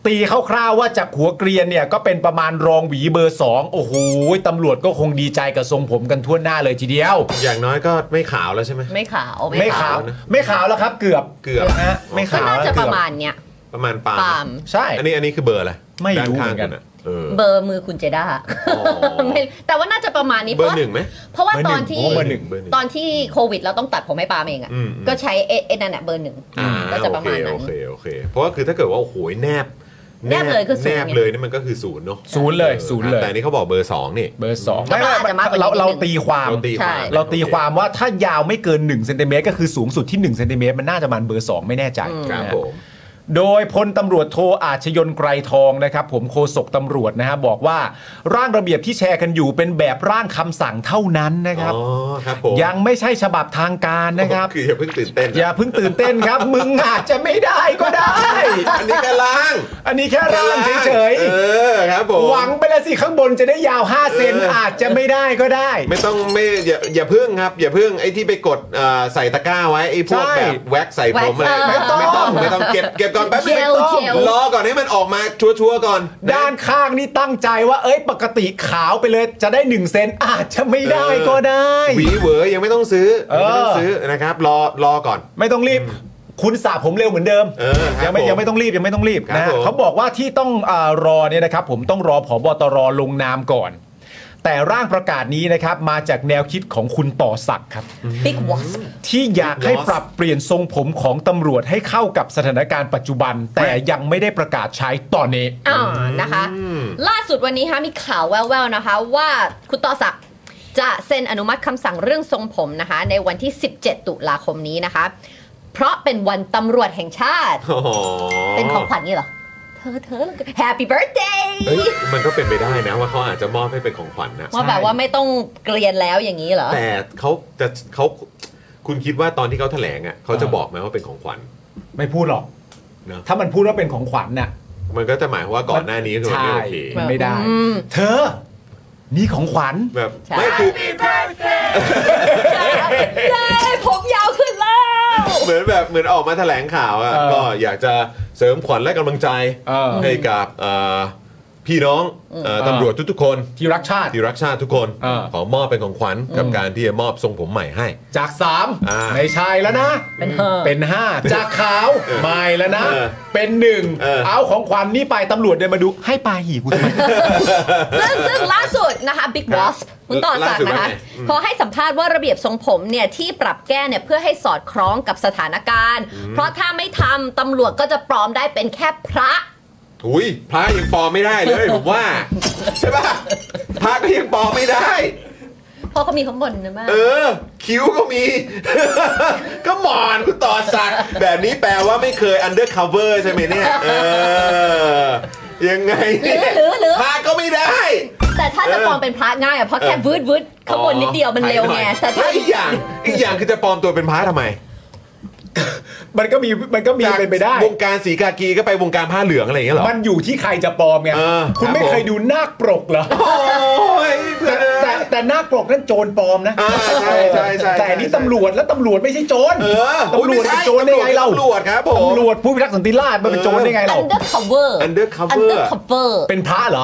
G: ตีคร่าวๆว่าจากหัวเกรียนเนี่ย ก็เป็นประมาณรองหวีเบอร์ 2 โอ้โหตำรวจก็คงดีใจกับทรงผมกันทั่วหน้าเลยทีเดียว
B: อย่างน้อยก็ไม่ขาวแล้วใช่ไหม
D: ไม่ขาว
G: ไม่ขาวไม่ขาวแล้วครับเกือบ
B: เกือบ
G: นะฮะไม่
D: ก็
G: ขาว
D: น่า
G: แล้ว
D: จะ
G: เกื
D: ป
G: อบ
D: ระมาณเนี้ย
B: ประมาณปาล์ม
D: ปาล์ม
G: ใช่
B: อันนี้อันนี้คือเบอร์อะไร
G: ไม่รู้
B: ด้าข้า
G: เหมื
B: ง
G: อนกัน
B: คุณะเออ
D: เบอร์มือคุณเจด้า
B: อ๋อ
D: ไม่แต่ว่าน่าจะประมาณนี้
B: เบ
D: เพ
B: อ
D: ราะ
B: ร์
D: ว่า
B: หนึ่งไหม
D: เพราะว่าตอน
G: เบอร์หนึ่ง
D: ที่
G: โอ้เบอร์หนึ่ง
B: เบอร์หนึ่ง
D: ตอนที่โควิดเราต้องตัดผมให้ปาล์มเองอ่ะ
B: อืมอืม
D: ก็ใช้เอเอนั่นแหละเบอร์หนึ่ง
B: อ่า
D: ก็จะประมาณนั้
B: โอน เคโอเคโอเค เพราะว่าคือถ้าเกิดว่าโอ้โหแนบ
D: แนบเลยคือศูนย์
B: แนบเลยนี่มันก็คือศูนย์เนาะ
G: ศูนย์เลยศูนย์เลย
B: แต่อันนี้เขาบอกเบอร์สองนี่
G: เบอร์สอง
D: แต่ว่าอาจจะมากกว่า
G: เรา
D: นิดนึง
G: เราตีความ
B: เราตีความ
D: ใช่
G: เราตีความว่าถ้ายาวไม่เกิน1เซนติเมตรก็คือสูงสุดที่1เซนติเมตรมันน่าจะประมันเบอร์ 2 ไม่แน่ใจ
B: ครับ
G: นะ
B: ผ
G: ฮะ
B: ม
G: โดยพลตำรวจโทอาชยนไกรทองนะครับ ผมโฆษกตำรวจนะฮะบอกว่าร่างระเบียบที่แชร์กันอยู่เป็นแบบร่างคำสั่งเท่านั้นนะครับ
B: อ๋อครับผม
G: ยังไม่ใช่ฉบับทางการนะครับ
B: คืออย่าเพิ่งตื่นเต้น
G: อย่าเพิ่งตื่นเต้นครับ มึงอาจจะไม่ได้ก็ได้
B: อันนี้แค่ล่าง
G: อันนี้แค่ร่างเฉย
B: เออครับผม
G: ๆหวังไปแล้วสิข้างบนจะได้ยาว 5 เซน
B: เอออ
G: อาจจะไม่ได้ก็ได้
B: ไม่ต้องไม่อย่าอย่าเพิ่งครับอย่าเพิ่งไอ้ที่ไปกดเอ่อใส่ตะกร้าไว้ไอ้พวก
G: ใช่
B: แบบแว็กใส่ผมอะไร
D: แว็
B: ไม่
D: กซ์
B: ต้องไม่
D: เอ
B: ต้อง
D: อ
B: ไม่ต้องเก็บเก็บก่อนแป๊บนึง
D: เจล
B: ไม่ต้อง
D: เจล
B: รอก่อนให้มันออกมาชัวร์ๆก่อนนะ
G: ด้านข้างนี่ตั้งใจว่า เอ้ยปกติขาวไปเลยจะได้1เซนอาจจะไม่ได้ก็ได้
B: หวีเหวอยังไม่ต้องซื้อ
G: เออ
B: ยังไม่ต้องซื้อนะครับรอรอก่อน
G: ไม่ต้องรีบ คุณสระผมเร็วเหมือนเดิม
B: เออครับ
G: ยัง
B: ผ
G: ไม่
B: ม
G: ยังไม่ต้องรีบยังไม่ต้องรีบ
B: ครับ
G: นะฮะ
B: ผม
G: เขาบอกว่าที่ต้องอารอเนี่ยนะครับ ผมต้องรอผอบตรลงนามก่อน แต่ร่างประกาศนี้นะครับ มาจากแนวคิดของคุณต่อศักดิ์ครับ
D: Big Wasp
G: ที่อยากให้ปรับเปลี่ยนทรงผมของตำรวจให้เข้ากับสถานการณ์ปัจจุบัน แต่ยังไม่ได้ประกาศใช้ตอนนี้
D: อ่านะคะ ล่าสุดวันนี้ฮะมีข่าวแว่วๆนะคะ ว่าคุณต่อศักดิ์จะเซ็นอนุมัติคำสั่งเรื่องทรงผมนะคะ ในวันที่ 17 ตุลาคมนี้นะคะ เพราะเป็นวันตำรวจแห่งชาติ
B: อ๋อ
D: เป็นของขวัญนี่เหรอ เธอเธอ Happy Birthday
B: เฮ้ยมันก็เป็นไปได้นะว่าเขาอาจจะมอบให้เป็นของขวัญนะ
D: ว่าแบบว่าไม่ต้องเกลียนแล้วอย่างนี้เหรอ
B: แต่เขาจะเขาคุณคิดว่าตอนที่เขาแถลงอ่ะเขาจะบอกไหมว่าเป็นของขวัญ
G: ไม่พูดหรอก
B: เนอะ
G: ถ้ามันพูดว่าเป็นของขวัญน่ะ
B: มันก็จะหมายความว่าก่อนหน้านี้คือมัน
G: ใช่
B: ไม่โอเค
G: มันไม่ได้
D: อืม
G: เธอ นี่ของขวัญ
B: แบบ
D: ใช่
B: ไม่คือ
D: เย้ผมยาวขึ้นแล้ว
B: เหมือนแบบเหมือนออกมาแถลงข่าวอ่ะ
G: เออ
B: ก็อยากจะเสริมขวัญและกำลังใจ
G: เออ
B: ให้กับเอ่อพี่น้องเอ่อตำรวจทุกๆคน
G: ที่รักชาติ
B: ที่รักชาติทุกคน
G: เออ
B: ขอมอบเป็นของขวัญกับการที่จะมอบทรงผมใหม่ให้
G: จากสาม
B: อ่า
G: ไม่ใช่แล้วนะ
D: เป็นห้า
G: เป็นห้าจากขาวไม่แล้วนะ
B: เออ
G: เป็นหนึ่ง
B: เออ
G: เอาของขวัญนี่ไปตำรวจเดินมาดูให้ปลาหีกู
B: [laughs]
G: ทำไม
D: ซึ่งซึ่งล่าสุดนะคะ Big Boss คุณต่อสักดิ์นะคะ
B: ล่าสุดว่าไงอืม
D: เขาให้สัมภาษณ์ว่าระเบียบทรงผมเนี่ยที่ปรับแก้เนี่ยเพื่อให้สอดคล้องกับสถานการณ์ เพราะถ้าไม่ทำตำรวจก็จะปลอมได้เป็นแค่พระ
B: ุยพระยังปลอมไม่ได้เลยผมว่า ใช่ป่ะพระก็ยังปลอมไม่ได้
D: เพราะเขามีข้างบนนะบ้าง
B: เออ คิ้วก็มี [laughs] ก็หมอนคุณต่อสักดิ์แบบนี้แปลว่าไม่เคย undercover ใช่ไหมเนี่ย เออ ยังไง
D: หรื
B: เนี่
D: อย หรือหรือ
B: พาก็ไม่ได้
D: แต่ถ้าจะปลอมเป็นพระง่ายอ่ะเพราะแค่วืดวืดข้างบนนิดเดียวมันเร็วไง
B: อ๋อ
D: แต่ถ้า
B: ล้วอีกอย่างอีกอย่างคือจะปลอมตัวเป็นพระทำไม
G: มันก็มีมันก็มี
B: จาก
G: เป็นไปได้
B: วงการสีกากีก็ไปวงการผ้าเหลืองอะไรอย่างเงี้ยเหรอ
G: มันอยู่ที่ใครจะปลอมไง
B: เออ
G: คุณไม่
B: ครับผม
G: เคยดูนาคปรกเหรอ
B: โอ้ยเพื่อ
G: แต่
B: น
G: แต่แต่แต่นาคปรกนั่นโจรปลอมนะ
B: อ่าใช่ใช่ใช่
G: แต่อันนี้ตำรวจแล้วตำรวจไม่ใช่โจร
B: เออ
G: ตำรวจ
B: อุ๊ยม่
G: เป็น
B: ใช่
G: โจรได้ไงเรา
B: ตำรวจครับผม
G: ตำรวจผู้พิทักษ์สันติราษฎร์มันเป็นโจรได้ไงเรา
D: อันเดอร์คัฟเวอร์
B: Undercover
D: อันเดอร์คัฟเวอร์
G: เป็นพระเหรอ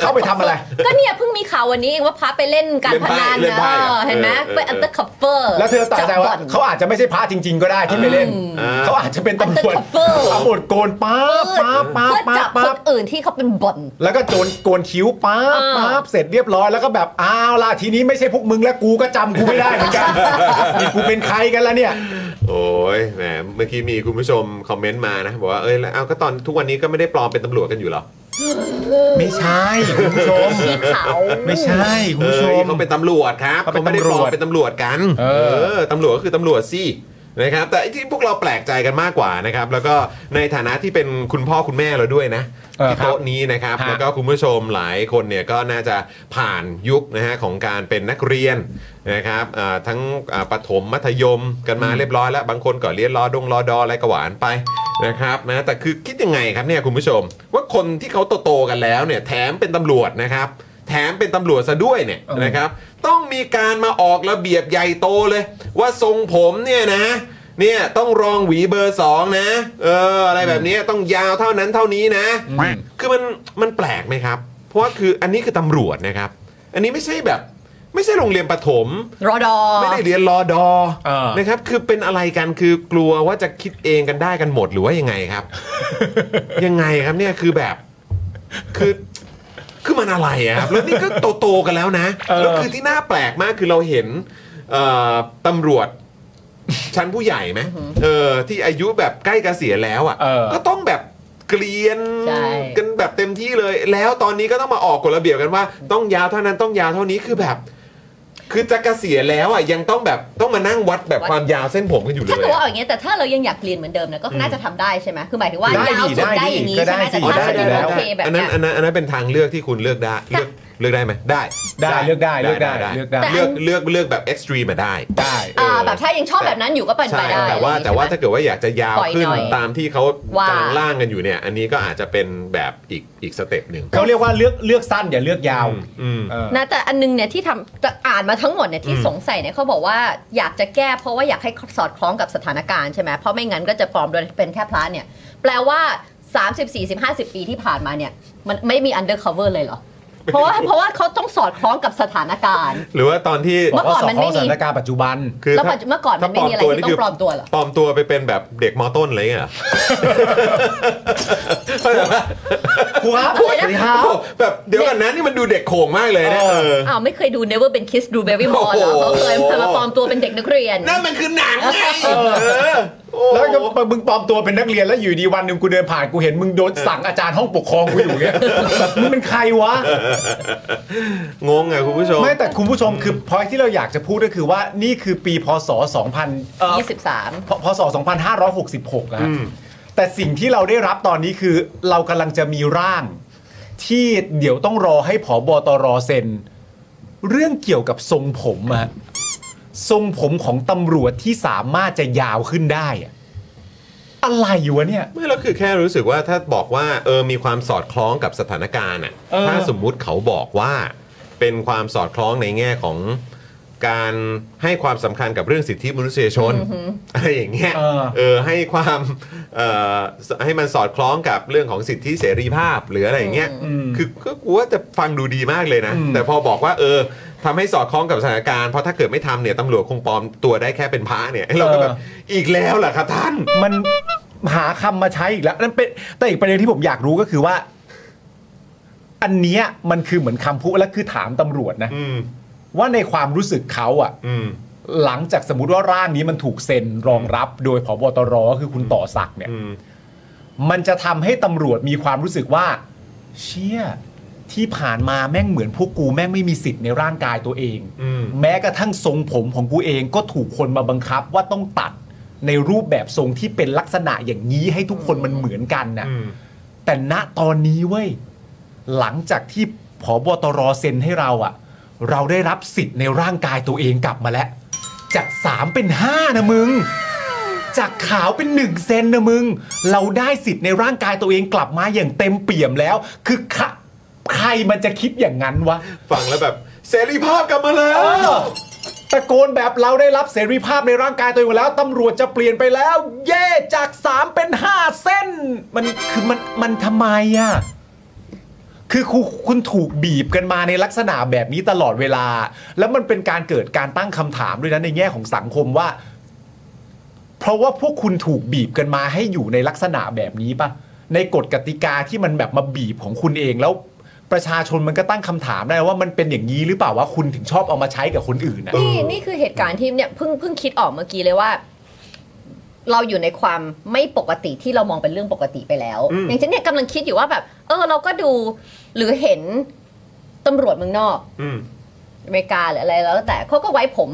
G: เขาไปทำอะไร
D: ก็เนี่ยเพิ่งมีข่าววันนี้เองว่าพระไปเล่นการพนัน
B: เล่น
D: เอ
B: ไพ่เล่นไพ่
D: อเห็นไหม
B: เออเออ
D: เป็นอันเตอร์คัฟเฟอร์
G: แล้วเธอตัดใจ
D: บ
G: ว่า
D: บ่อน
G: เขาอาจจะไม่ใช่พระจริง ๆ ก็ได้ที่ไปเล่น
B: อืม
G: เขาอาจจะเป็นตำรวจ
D: Undercover
G: ตำรวจโกนป้าบป้าบป้าบ
D: เพื่อ
G: ป้า
D: จั
G: บ
D: ค
G: บป้าน บ
D: อื่นที่เขาเป็นบ่อน
G: แล้วก็โจรโกนคิ้วป้าบ
D: อ่า
G: ป้าบเสร็จเรียบร้อยแล้วก็แบบอ้าวล่ะทีนี้ไม่ใช่พวกมึงแล้วกูก็จำกูไม่ได้เหมือนกัน นี่กูเป็นใครกันละเนี่ย
B: โอ้ยแหมเมื่อกี้มีคุณผู้ชมคอมเมนต์มานะบอกว่าเอ้ยแล้วเอาก็ตอนทุกวันนี้ก็ไม่ได้ปลอมเป็นตำรวจกันอยู่เหรอ
G: ไม่ใช่คุณผู้ชม
D: ที่เขา
G: ไม่ใช่คุณ
B: เอ
G: ผู้ช
B: อ
G: ม
B: เขาเป็นตำรวจครับ
G: เขา
B: เขา
G: เป็น
B: ไม่ได้ปลอมเป็นตำรวจกัน
G: เออ
B: ตำรวจก็คือตำรวจสินะครับ แต่ไอ้ที่พวกเราแปลกใจกันมากกว่านะครับ แล้วก็ในฐานะที่เป็นคุณพ่อคุณแม่เราด้วยนะ
G: เออ
B: ที่
G: ครับ
B: โต๊ะนี้นะครับ
G: ฮะ
B: แล้วก็คุณผู้ชมหลายคนเนี่ยก็น่าจะผ่านยุคนะฮะของการเป็นนักเรียนนะครับอ่าทั้งอ่าประถมมัธยมกันมาเรียบร้อยแล้ว บางคนก็เรียนรอดงรอดออะไรก็หวานไปนะครับนะแต่คือคิดยังไงครับเนี่ยคุณผู้ชม ว่าคนที่เขาโตๆกันแล้วเนี่ยแถมเป็นตำรวจนะครับ แถมเป็นตำรวจซะด้วยเนี่ย
G: เออ
B: นะครับ ต้องมีการมาออกระเบียบใหญ่โตเลย ว่าทรงผมเนี่ยนะ เนี่ยต้องรองหวีเบอร์ 2 นะ เออ อะไรแบบนี้ต้องยาวเท่านั้นเท่านี้นะ คือมันมันแปลกไหมครับ เพราะว่าคืออันนี้คือตำรวจนะครับ อันนี้ไม่ใช่แบบ ไม่ใช่โรงเรียนประถม
D: รอดอ
B: ไม่ได้เรียนรอดอ
G: เออ
B: นะครับ คือเป็นอะไรกันคือกลัวว่าจะคิดเองกันได้กันหมดหรือว่ายังไง
G: [laughs]
B: ครับ ยังไงครับเนี่ยคือแบบ คือคือมันอะไรอะครับแล้วนี่ก็โตโตๆกันแล้วนะ
G: เออ
B: แล้วคือที่น่าแปลกมากคือเราเห็นเอ่อตำรวจ ชั้นผู้ใหญ่ไหมเออที่อายุแบบใกล้เกษียณแล้ว
G: เออ
B: อะ่ะก็ต้องแบบ เกลียน
D: ใช่
B: กันแบบเต็มที่เลย แล้วตอนนี้ก็ต้องมาออกกฎระเบียบกันว่า ต้องยาวเท่านั้นต้องยาวเท่านี้คือแบบ คือจะเกษียณแล้วอ่ะยังต้องแบบต้องมานั่งวัดแบบความยาวเส้นผมกันอยู่เล
D: ถ้าย เกิดว่า
B: อะ
D: เอาอย่างเงี้ยแต่ถ้าเรายังอยากเรียนเหมือนเดิมนะก็น่าจะทำได้ใช่ไหมคือหมายถึงว่า
G: ได้ดิ
D: ยาวสุด
G: ได้
D: ได้
G: ดิ
D: อย่างนี้
G: ก็
D: ใช่ไหมแต่
G: ได้สิ
D: ถ้า
G: ได้
D: สมมติ
G: ได้ได้
D: โอเคแบบ
B: อันนั้น
D: เนี้ย
B: อันนั้นอันนั้นเป็นทางเลือกที่คุณเลือกได้เลือกเลือกได้ไหมได้
G: ได้เลือกได้เลือกได้เลือกได้
D: แต่
B: เลือกเลือกเลือกแบบเอ็กซ์ตรีมอะได้
G: ได้
D: อ่าแบบถ้ายังชอบแบบนั้นอยู่ก็เป็นไป
B: ใช่
D: ได้
B: แต่ว่า
D: อะไรอย่งงี้
B: แต่ว่า
D: ใช่ไหม
B: ถ้าเกิดว่าอยากจะยาว
D: ปล่อย
B: ขึ้น
D: หน่อย
B: ตามที่เขา
D: ว่า
B: กำลังล่างกันอยู่เนี่ย อันนี้ก็อาจจะเป็นแบบอีกอีกสเต็ปหนึ่ง
G: เขาเรียกว่าเลือกเลือกสั้นอย่าเลือกยาว
B: อืม
G: เออ
D: นะแต่อันนึงเนี่ยที่ทำแต่อ่านมาทั้งหมดเนี่ยที่
B: อืม
D: สงสัยเนี่ยเขาบอกว่าอยากจะแก้เพราะว่าอยากให้สอดคล้องกับสถานการณ์ใช่ไหมเพราะไม่งั้นก็จะปลอมโดยเป็นแค่พระเนี่ย แปลว่า 30 40 50 ปีที่ผ่านมาเนี่ย มันไม่มี undercover เลยเหรอ เพราะว่าเพราะว่าเขาต้องสอดคล้องกับสถานการณ์
B: หรือว่าตอนที่
D: เมื่อก่อนมันไม่มี
G: บสอดคล้งสถานการณ์ปัจจุบัน
B: คือ
D: แล้ว
B: ถ้า
D: ปัจจุเมื่อก่อนมันไม่มีอะไรที่ต้องปลอมตัวเหรอ
B: ปลอมตัวไปเป็นแบบเด็กมอต้นอะไรอย่างเงี้ยเหรอ
D: [laughs]
B: เข้าใจปะ
G: ครูครับ
D: สวัสดีครับ
B: โอ้โหแบบเดี๋ยวกันนะนี่มันดูเด็กโขงมากเลยนะเออ
D: อ้าวไม่เคยดู Never Been Kissed Blueberry เหรอเขาเคย
B: โอ้โห
D: มาปลอมตัวเป็นเด็กนักเรียน
B: นั่นมันคือหนังไงเออโอ้
G: แล้วก็มึงปลอมตัวเป็นนักเรียนแล้วอยู่ดีวันหนึ่งกูเดินผ่านกูเห็นมึงโดนสั่งอาจารย์ห้องปกครองกูอยู่เงี้ย มึงเป็นใครวะ
B: งงไงคุณผู้ชม
G: ไม่แต่คุณผู้ชมคือพอยที่เราอยากจะพูดก็คือว่านี่คือปีพศ 2000เอ่อ
D: 23
G: พพศ 2566อะ
B: อืม
G: แต่สิ่งที่เราได้รับตอนนี้คือเรากำลังจะมีร่าง ที่เดี๋ยวต้องรอให้ผอบอตรเซ็น เรื่องเกี่ยวกับทรงผมอะทรงผมของตำรวจที่สามารถจะยาวขึ้นได้อะอะไรอยู่วะเนี่ย
B: ไม่แล้วคือแค่รู้สึกว่าถ้าบอกว่าเออมีความสอดคล้องกับสถานการณ์อ่ะ
G: เออ
B: ถ้าสมมุติเขาบอกว่า เป็นความสอดคล้องในแง่ของการให้ความสำคัญกับเรื่องสิทธิมนุษยชนอะไรอย่างเงี้ย
G: เออ
B: เออให้ความเอ่อให้มันสอดคล้องกับเรื่องของสิทธิเสรีภาพหรืออะไรอย่างเงี้ยคือก็กูว่าจะฟังดูดีมากเลยนะ แต่พอบอกว่าเออทำให้สอดคล้องกับสถานการณ์เพราะถ้าเกิดไม่ทำเนี่ยตำรวจคงปลอมตัวได้แค่เป็นพระเนี่ยเราก็แบบอีกแล้วเหรอครับท่าน
G: มันหาคำมาใช้อีกแล้วนั่นเป็นแต่อีกประเด็นที่ผมอยากรู้ก็คือว่า อันเนี้ยมันคือเหมือนคำพูดและคือถามตำรวจนะ
B: อืม
G: ว่าในความรู้สึกเขาอะ
B: อืม
G: หลังจากสมมติว่าร่างนี้มันถูกเซ็นรองรับ โดยผบตรก็คือคุณต่อศักดิ์เนี่ย
B: อืม
G: มันจะทำให้ตำรวจมีความรู้สึกว่า เชี่ยที่ผ่านมาแม่งเหมือนพวกกูแม่งไม่มีสิทธิ์ในร่างกายตัวเอง
B: อืม
G: แม้กระทั่งทรงผมของกูเองก็ถูกคนมาบังคับว่าต้องตัดในรูปแบบทรงที่เป็นลักษณะอย่างนี้ให้ทุกคนมันเหมือนกันนะ
B: อืม
G: แต่ณตอนนี้เว้ยหลังจากที่ผบตรเซ็นให้เราอะเราได้รับสิทธิ์ในร่างกายตัวเองกลับมาแล้ว จากสามเป็นห้านะมึง จากขาวเป็นหนึ่งเซนนะมึง เราได้สิทธิ์ในร่างกายตัวเองกลับมาอย่างเต็มเปี่ยมแล้ว คือใครใครมันจะคิดอย่างนั้นวะ
B: ฟังแล้วแบบเสรีภาพกลับมาแล้ว
G: ตะโกนแบบเราได้รับเสรีภาพในร่างกายตัวเองหมดแล้วตำรวจจะเปลี่ยนไปแล้ว เย่จาก 3 เป็น 5 เส้น มันคือมันมันทำไมอ่ะ คือคุณคุณถูกบีบกันมาในลักษณะแบบนี้ตลอดเวลา แล้วมันเป็นการเกิดการตั้งคำถามด้วยนะในแง่ของสังคมว่า เพราะว่าพวกคุณถูกบีบกันมาให้อยู่ในลักษณะแบบนี้ปะในกฎกติกาที่มันแบบมาบีบของคุณเองแล้วประชาชนมันก็ตั้งคำถามได้ว่ามันเป็นอย่างนี้หรือเปล่าว่าคุณถึงชอบเอามาใช้กับคนอื่นนะ
D: นี่นี่คือเหตุการณ์ที่เนี่ยเพิ่งเพิ่งคิดออกเมื่อกี้เลยว่า เราอยู่ในความไม่ปกติที่เรามองเป็นเรื่องปกติไปแล้ว
B: อืม
D: อย่างเช่นเนี่ยกำลังคิดอยู่ว่าแบบ เออ เราก็ดูหรือเห็นตำรวจเมืองนอก
B: อืม
D: อเมริกาหรืออะไรแล้วแต่เขาก็ไว้ผม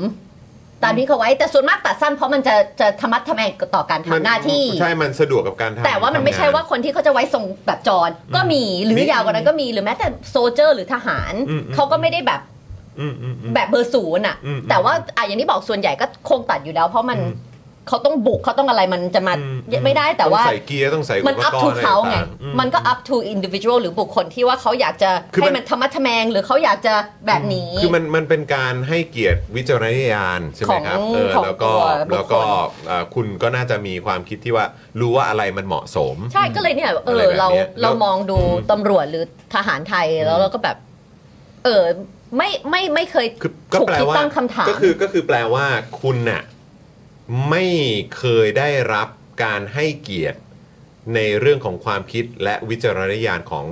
D: ตามที่เขาไว้แต่ส่วนมากตัดสั้นเพราะมันจะจะทะมัดทะแมงต่อการ
B: มั
D: ทำหน้าที่
B: ใช่มันสะดวกกับการทำ
D: แต่ว่ามันไม่ใช่ว่าคนที่เขาจะไว้ทรงแบบจรก็มีหรือยาวกว่านั้นก็มีหรือแม้แต่โซเจอร์ หรือทหารเขาก็ไม่ได้แบบ
B: อืมอืมอืม
D: แบบเบอร์ศูนย์อ่ะ
B: อืม
D: แต่ว่าอ่ะอย่างที่บอกส่วนใหญ่ก็คงตัดอยู่แล้ว เพราะมัน
B: อืม
D: เขาต้องบุกเขาต้องอะไรมันจะมา
B: อืมอืม
D: ไม่ได้แต่
B: ต้อง
D: ว่า
B: ใส่เกียร์ต้องใส่
D: มัน up to
B: ปกรณ์
D: เขาไง
B: อะรต่ๆอื
D: มันก็ up to individual หรือบุคคลที่ว่าเขาอยากจะ
B: คือมัน
D: ให้มันธรรมะทแมง หรือเขาอยากจะแบบนี้
B: คือมันมันเป็นการให้เกียรติวิจารณญาณใช่ไหมครับ
D: ของ
B: เออ
D: ของ
B: แล้วก็
D: ตัวบุคคล
B: แล้วก็เอ่อคุณก็น่าจะมีความคิดที่ว่ารู้ว่าอะไรมันเหมาะสม
D: ใช่ก็เลยเนี่ยเอ
B: อะไร
D: อ
B: แบบ
D: เรา
B: เนี้ย
D: เรา
B: แล้ว
D: มองดูตำรวจหรือทหารไทยแล้
B: อื
D: ว
B: ม
D: เราก็แบบ เออไม่ไม่ไม่เคย
B: คือก็
D: ถูก
B: แปล
D: คิด
B: ว่า
D: ตั้งคำถาม
B: ก็คือก็คือแปลว่าคุณน่ะไม่เคยได้รับการให้เกียรติในเรื่องของความคิดและวิจารณญาณของ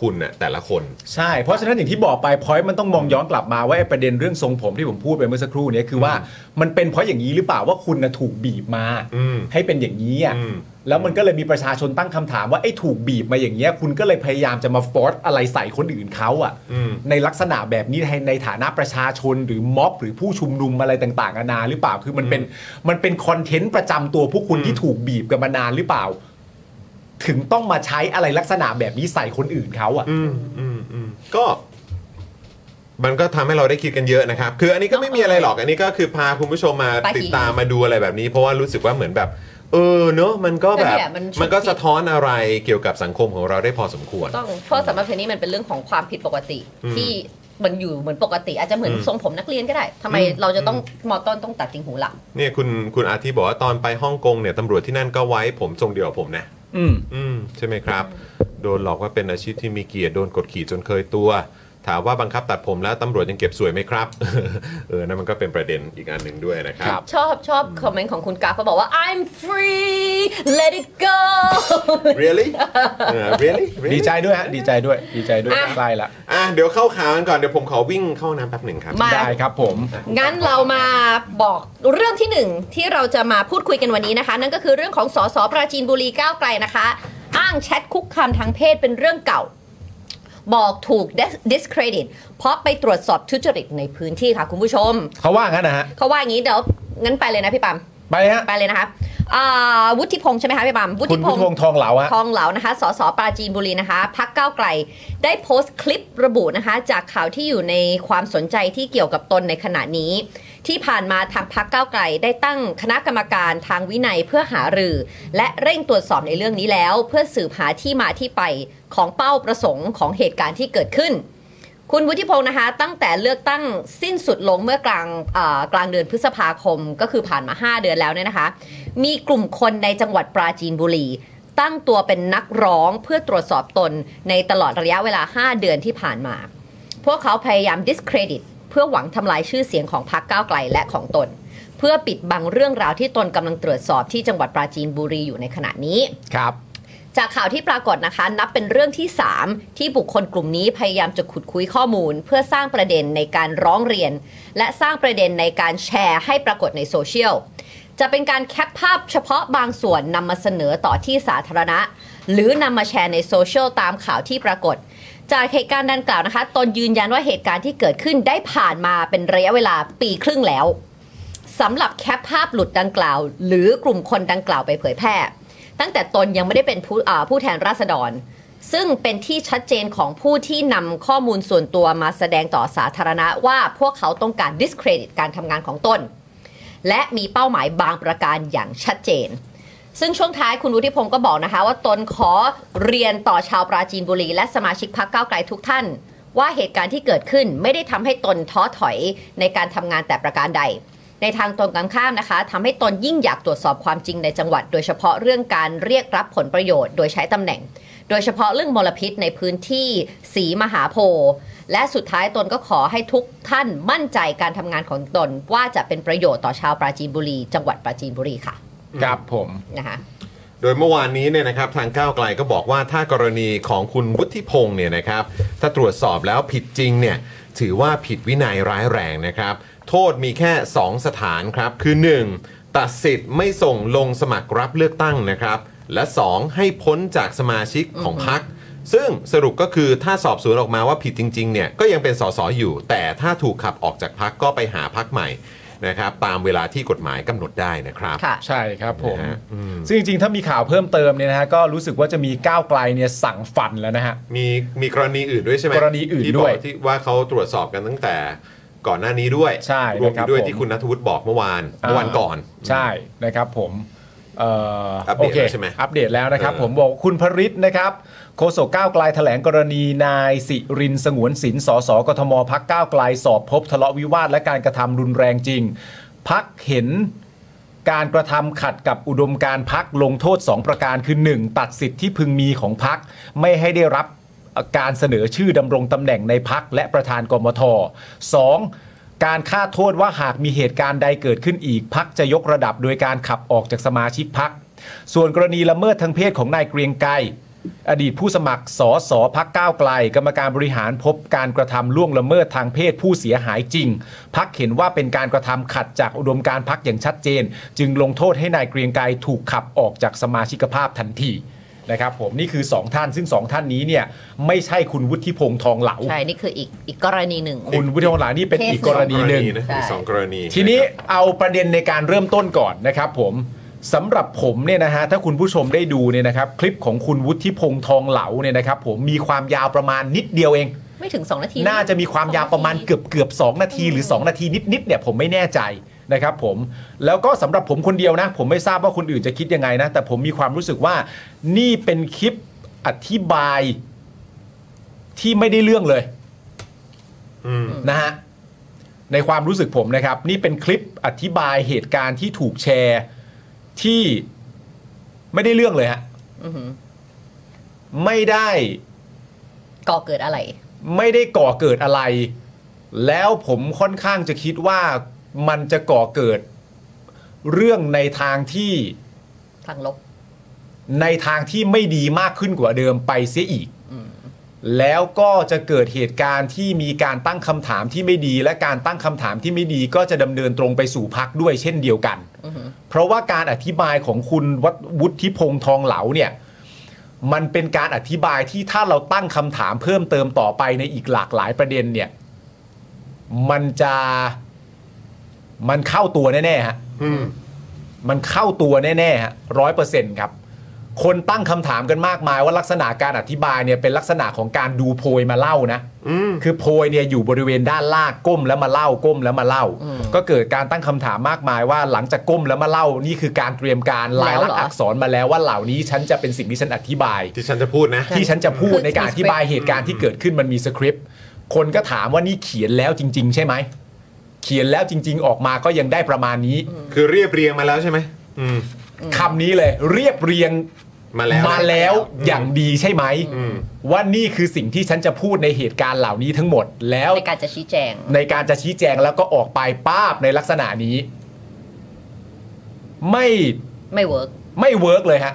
B: คุณน่ะแต่ละคน
G: ใช่ เพราะฉะนั้นอย่างที่บอกไปพอยมันต้องมองย้อนกลับมาว่าไอ้ประเด็นเรื่องทรงผมที่ผมพูดไปเมื่อสักครู่เนี้คือว่ามันเป็นเพราะอย่างนี้หรือเปล่าว่าคุณนะถูกบีบมา
B: อืม
G: ให้เป็นอย่างนี้อ่ะ
B: อืม
G: แล้วมันก็เลยมีประชาชนตั้งคำถามว่าไอ้ถูกบีบมาอย่างเงี้ยคุณก็เลยพยายามจะมาฟอร์สอะไรใส่คนอื่นเขาอ่ะ
B: อืม
G: ในลักษณะแบบนี้ในในฐานะประชาชนหรือม็อบหรือผู้ชุมนุมอะไรต่างๆนานาหรือเปล่าคือมันเป็นมันเป็นคอนเทนต์ประจำตัวพวกคุณ
B: อืม
G: ที่ถูกบีบกันมานานหรือเปล่า ถึงต้องมาใช้อะไรลักษณะแบบนี้ใส่คนอื่นเขาอ่ะ
B: อืมอืมอืมก็มันก็ทำให้เราได้คิดกันเยอะนะครับ คืออันนี้ก็ไม่มีอะไรหรอกอันนี้ก็คือพาคุณผู้ชมมา
D: ปาหี
B: ติดตามมาดูอะไรแบบนี้ เพราะว่ารู้สึกว่าเหมือนแบบ เออเนอะมันก็
D: นั่
B: แบบ
D: นแหละมัน
B: มันก็สะท้อนอะไรเกี่ยวกับสังคมของเราได้พอสมควร
D: ต้องเพราะสำหรับเพนนี่มันเป็นเรื่องของความผิดปกติ
B: อืม
D: ที่มันอยู่เหมือนปกติ อาจจะเหมือน
B: อืม
D: ทรงผมนักเรียนก็ได้ทำไม
B: อืม
D: เราจะต้องมอต้นต้องตัดติ่งหูหลัง
B: เนี่ยคุณคุณอาทิบอกว่าตอนไปฮ่องกงเนี่ยตำรวจที่นั่นก็ไว้ผมทรงเดียวกับผมนะ
G: อืม
B: อืมใช่ไหมครับ โดนหลอกว่าเป็นอาชีพที่มีเกียรติโดนกดขี่จนเคยตัว ถามว่าบังคับตัดผมแล้วตำรวจยังเก็บสวยไหมครับ [laughs] เออนั่นมันก็เป็นประเด็นอีกอันหนึ่งด้วยนะครั
G: ครับ บ
D: ชอบชอบคอมเมนต์ของคุณกาฟเขาบอกว่า I'm free let it go [laughs]
B: really เออ really Really?
G: ดีใจด้วยฮะดีใจด้วยดีใจด้วยใกล้ละ
B: อ่ะเดี๋ยวเข้าข่าวกันก่อนเดี๋ยวผมขอวิ่งเข้าน้ำแป๊บหนึ่งครับ
D: มา
G: ได้ครับผม
D: งั้นเรามาบอกเรื่องที่หนึ่งที่เราจะมาพูดคุยกันวันนี้นะคะ นั่นก็คือเรื่องของสสปราจีนบุรีก้าวไกลนะคะ อ้างแชทคุกคามทางเพศเป็นเรื่องเก่า บอกถูก dis- discredit เพราะไปตรวจสอบทุจริตในพื้นที่ค่ะคุณผู้ชม
G: เขาว่างั้นนะฮะ
D: เขาว่าอย่างนี้เดี๋ยวงั้นไปเลยนะพี่ปั๊ม
G: ไปฮะ
D: ไปเลยนะคะอ่าวุฒิพงษ์ใช่ไหมคะพี่ปั๊มวุ
G: คุ
D: ฒิ
G: ณ
D: พ
G: ผู้
D: ง
G: ท
D: ษ์
G: งทองเหลาฮะ
D: ทองเหลานะคะ สสปราจีนบุรีนะคะ พักก้าวไกล ได้โพสต์คลิประบุนะคะ จากข่าวที่อยู่ในความสนใจที่เกี่ยวกับตนในขณะนี้ ที่ผ่านมาทางพักก้าวไกล ได้ตั้งคณะกรรมการทางวินัยเพื่อหารือ และเร่งตรวจสอบในเรื่องนี้แล้ว เพื่อสืบหาที่มาที่ไปของเป้าประสงค์ของเหตุการณ์ที่เกิดขึ้น คุณวุฒิพงศ์นะคะ ตั้งแต่เลือกตั้งสิ้นสุดลงเมื่อกลางเอ่อกลางเดือนพฤษภาคมก็คือผ่านมา 5 เดือนแล้วเนี่ยนะคะ มีกลุ่มคนในจังหวัดปราจีนบุรี ตั้งตัวเป็นนักร้องเพื่อตรวจสอบตนในตลอดระยะเวลา 5 เดือนที่ผ่านมา พวกเขาพยายาม discredit เพื่อหวังทำลายชื่อเสียงของพรรคก้าวไกลและของตน เพื่อปิดบังเรื่องราวที่ตนกำลังตรวจสอบที่จังหวัดปราจีนบุรีอยู่ในขณะนี้
G: ครับ
D: จากข่าวที่ปรากฏนะคะ นับเป็นเรื่องที่ 3 ที่บุคคลกลุ่มนี้พยายามจะขุดคุยข้อมูล เพื่อสร้างประเด็นในการร้องเรียน และสร้างประเด็นในการแชร์ให้ปรากฏในโซเชียล จะเป็นการแคปภาพเฉพาะบางส่วนนำมาเสนอต่อที่สาธารณะ หรือนำมาแชร์ในโซเชียลตามข่าวที่ปรากฏ จากเหตุการณ์ดังกล่าวนะคะ ตนยืนยันว่าเหตุการณ์ที่เกิดขึ้นได้ผ่านมาเป็นระยะเวลาปีครึ่งแล้วสำหรับแคปภาพหลุดดังกล่าว หรือกลุ่มคนดังกล่าวไปเผยแพร่ ตั้งแต่ตนยังไม่ได้เป็นผู้อ่าผู้แทนราษฎร ซึ่งเป็นที่ชัดเจนของผู้ที่นำข้อมูลส่วนตัวมาแสดงต่อสาธารณะว่าพวกเขาต้องการ discredit การทำงานของตน และมีเป้าหมายบางประการอย่างชัดเจน ซึ่งช่วงท้ายคุณวุฒิพงศ์ก็บอกนะคะ ว่าตนขอเรียนต่อชาวปราจีนบุรี และสมาชิกพรรคก้าวไกลทุกท่าน ว่าเหตุการณ์ที่เกิดขึ้นไม่ได้ทำให้ตนท้อถอยในการทำงานแต่ประการใด ในทางตรงกันข้ามนะคะทำให้ตนยิ่งอยากตรวจสอบความจริงในจังหวัด โดยเฉพาะเรื่องการเรียกรับผลประโยชน์โดยใช้ตำแหน่ง โดยเฉพาะเรื่องมลพิษในพื้นที่สีมหาโพธิ์และสุดท้ายตนก็ขอให้ทุกท่านมั่นใจการทำงานของตนว่าจะเป็นประโยชน์ต่อชาวปราจีนบุรี จังหวัดปราจีนบุรีค่ะ
G: ครับผม
D: นะคะ
B: โดยเมื่อวานนี้เนี่ยนะครับทางก้าวไกลก็บอกว่าถ้ากรณีของคุณวุฒิพงศ์เนี่ยนะครับ ถ้าตรวจสอบแล้วผิดจริงเนี่ยถือว่าผิดวินัยร้ายแรงนะครับ โทษมีแค่ 2 สถานครับ คือ 1. ตัดสิทธิ์ไม่ส่งลงสมัครรับเลือกตั้งนะครับ และ 2. ให้พ้นจากสมาชิกของพรรคซึ่งสรุปก็คือถ้าสอบสวนออกมาว่าผิดจริงๆเนี่ยก็ยังเป็นสสอยู่ แต่ถ้าถูกขับออกจากพรรคก็ไปหาพรรคใหม่นะครับ ตามเวลาที่กฎหมายกำหนดได้นะครับ
D: ค่ะ
G: ใช่ครับผม
B: นะฮะอืม
G: ซึ่งจริงๆ ถ้ามีข่าวเพิ่มเติมเนี่ยนะฮะก็รู้สึกว่าจะมีก้าวไกลเนี่ยสั่งฟันแล้วนะฮะ
B: มีมีกรณีอื่นด้วยใช่ไหม
G: กรณีอื่น
B: ที่บ
G: ด้
B: อ
G: ว
B: ก
G: ย
B: ที่ว่าเขาตรวจสอบกันตั้งแต่ก่อนหน้านี้ด้วย
G: ใช่
B: รวม
G: นะครับ
B: ไปด้วย
G: ผม
B: ที่คุณนัทวุฒิบอกเมื่อวานเมื่อวันก่อน
G: ใช่นะครับผมเอ่อ
B: อัปเดตแล้วใช่ไหม
G: อัปเดตแล้วนะครับ
B: เออ
G: ผมบอกคุณพริษนะครับโฆษกก้าวไกลแถลงกรณีนายสิรินสงวนสินสสกทมพักก้าวไกลสอบพบทะเลาะวิวาทและการกระทำรุนแรงจริง พักเห็นการกระทำขัดกับอุดมการณ์พักลงโทษ 2 ประการคือ 1 ตัดสิทธิ์ที่พึงมีของพักไม่ให้ได้รับการเสนอชื่อดำรงตำแหน่งในพักและประธานกมท 2. การฆ่าโทษว่าหากมีเหตุการณ์ใดเกิดขึ้นอีกพักจะยกระดับโดยการขับออกจากสมาชิกพัก ส่วนกรณีละเมิดทางเพศของนายเกรียงไกร อดีตผู้สมัครสอสอพักก้าวไกล กรรมการบริหารพบการกระทำล่วงละเมิดทางเพศผู้เสียหายจริง พักเห็นว่าเป็นการกระทำขัดจากอุดมการณ์พักอย่างชัดเจน จึงลงโทษให้นายเกรียงไกรถูกขับออกจากสมาชิกภาพทันทีนะครับผมนี่คือ 2 ท่าน ซึ่ง 2 ท่านนี้เนี่ยไม่ใช่คุณวุฒิพงษ์ทองเหลา
D: ใช่ นี่คืออีกอีกกรณีหนึ่ง
G: คุณวุฒิพงษ์ทองเหลานี่เป็นอีก
D: เค
G: ก
D: สหนึ่ง
G: รณีหนึ่ง
B: นะ
D: ใช่
B: มีสองกรณี
G: ทีนี้
B: ะครับ
G: เอาประเด็นในการเริ่มต้นก่อนนะครับผมสำหรับผมเนี่ยนะฮะถ้าคุณผู้ชมได้ดูเนี่ยนะครับ คลิปของคุณวุฒิพงษ์ทองเหลาเนี่ยนะครับ ผมมีความยาวประมาณนิดเดียวเอง
D: ไม่ถึง 2 นาที
G: น่าจะมีความยาวประมาณเกือบเกือบสนาทีหรือ 2 นาทีนิดๆเนี่ยผมไม่แน่ใจนะครับผมแล้วก็สำหรับผมคนเดียวนะ ผมไม่ทราบว่าคนอื่นจะคิดยังไงนะ แต่ผมมีความรู้สึกว่านี่เป็นคลิปอธิบายที่ไม่ได้เรื่องเลย
B: อืม
G: นะฮะในความรู้สึกผมนะครับ นี่เป็นคลิปอธิบายเหตุการณ์ที่ถูกแชร์ที่ไม่ได้เรื่องเลยฮะ
D: อือหือ
G: ไม่ได้
D: ก่อเกิดอะไร
G: ไม่ได้ก่อเกิดอะไร แล้วผมค่อนข้างจะคิดว่ามันจะก่อเกิดเรื่องในทางที่
D: ทางลบ
G: ในทางที่ไม่ดีมากขึ้นกว่าเดิมไปเสียอีก
D: อืม
G: แล้วก็จะเกิดเหตุการณ์ที่มีการตั้งคำถามที่ไม่ดี และการตั้งคำถามที่ไม่ดีก็จะดำเนินตรงไปสู่พักด้วยเช่นเดียวกัน
D: อือหือ
G: เพราะว่าการอธิบายของคุณวัฒวุฒิพงษ์ทองเหลาเนี่ยมันเป็นการอธิบายที่ถ้าเราตั้งคำถามเพิ่มเติมต่อไปในอีกหลากหลายประเด็นเนี่ยมันจะมันเข้าตัวแน่ๆฮะ
B: อืม
G: มันเข้าตัวแน่ๆฮะร้อยเปอร์เซ็นต์ครับ คนตั้งคำถามกันมากมายว่าลักษณะการอธิบายเนี่ยเป็นลักษณะของการดูโพยมาเล่านะ
B: อืม
G: คือโพยเนี่ยอยู่บริเวณด้านล่างก้มแล้วมาเล่าก้มแล้วมาเล่า
D: อืม
G: ก็เกิดการตั้งคำถามมากมายว่าหลังจากก้มแล้วมาเล่านี่คือการเตรียมการลายลั
D: แล้ว
G: กษ
D: เหร
G: ณ์
D: อ
G: อักษรมาแล้วว่าเหล่านี้ฉันจะเป็นสิ่งที่ฉันอธิบาย
B: ที่ฉันจะพูดนะ
G: ที่ฉันจะพูด
D: คือ
G: ในการอธิบายเหตุการณ์ที่เกิดขึ้นมันมีสคริปต์คนก็ถามว่านี่เขียนแล้วจริง ๆ ใช่ไหมเขียนแล้วจริง ๆ ออกมาก็ยังได้ประมาณนี้
B: คือเรียบเรียงมาแล้วใช่ไหมอืม
G: คำนี้เลย เรียบเรียง
B: มาแล้ว
G: มาแล้วอย่างดีใช่ไหม
B: อืม
G: ว่านี่คือสิ่งที่ฉันจะพูดในเหตุการณ์เหล่านี้ทั้งหมดแล้ว
D: ในการจะชี้แจง
G: ในการจะชี้แจงแล้วก็ออกไปป้าบในลักษณะนี้ ไม่
D: ไม่เวิร์ก
G: ไม่เวิร์กเลยฮะ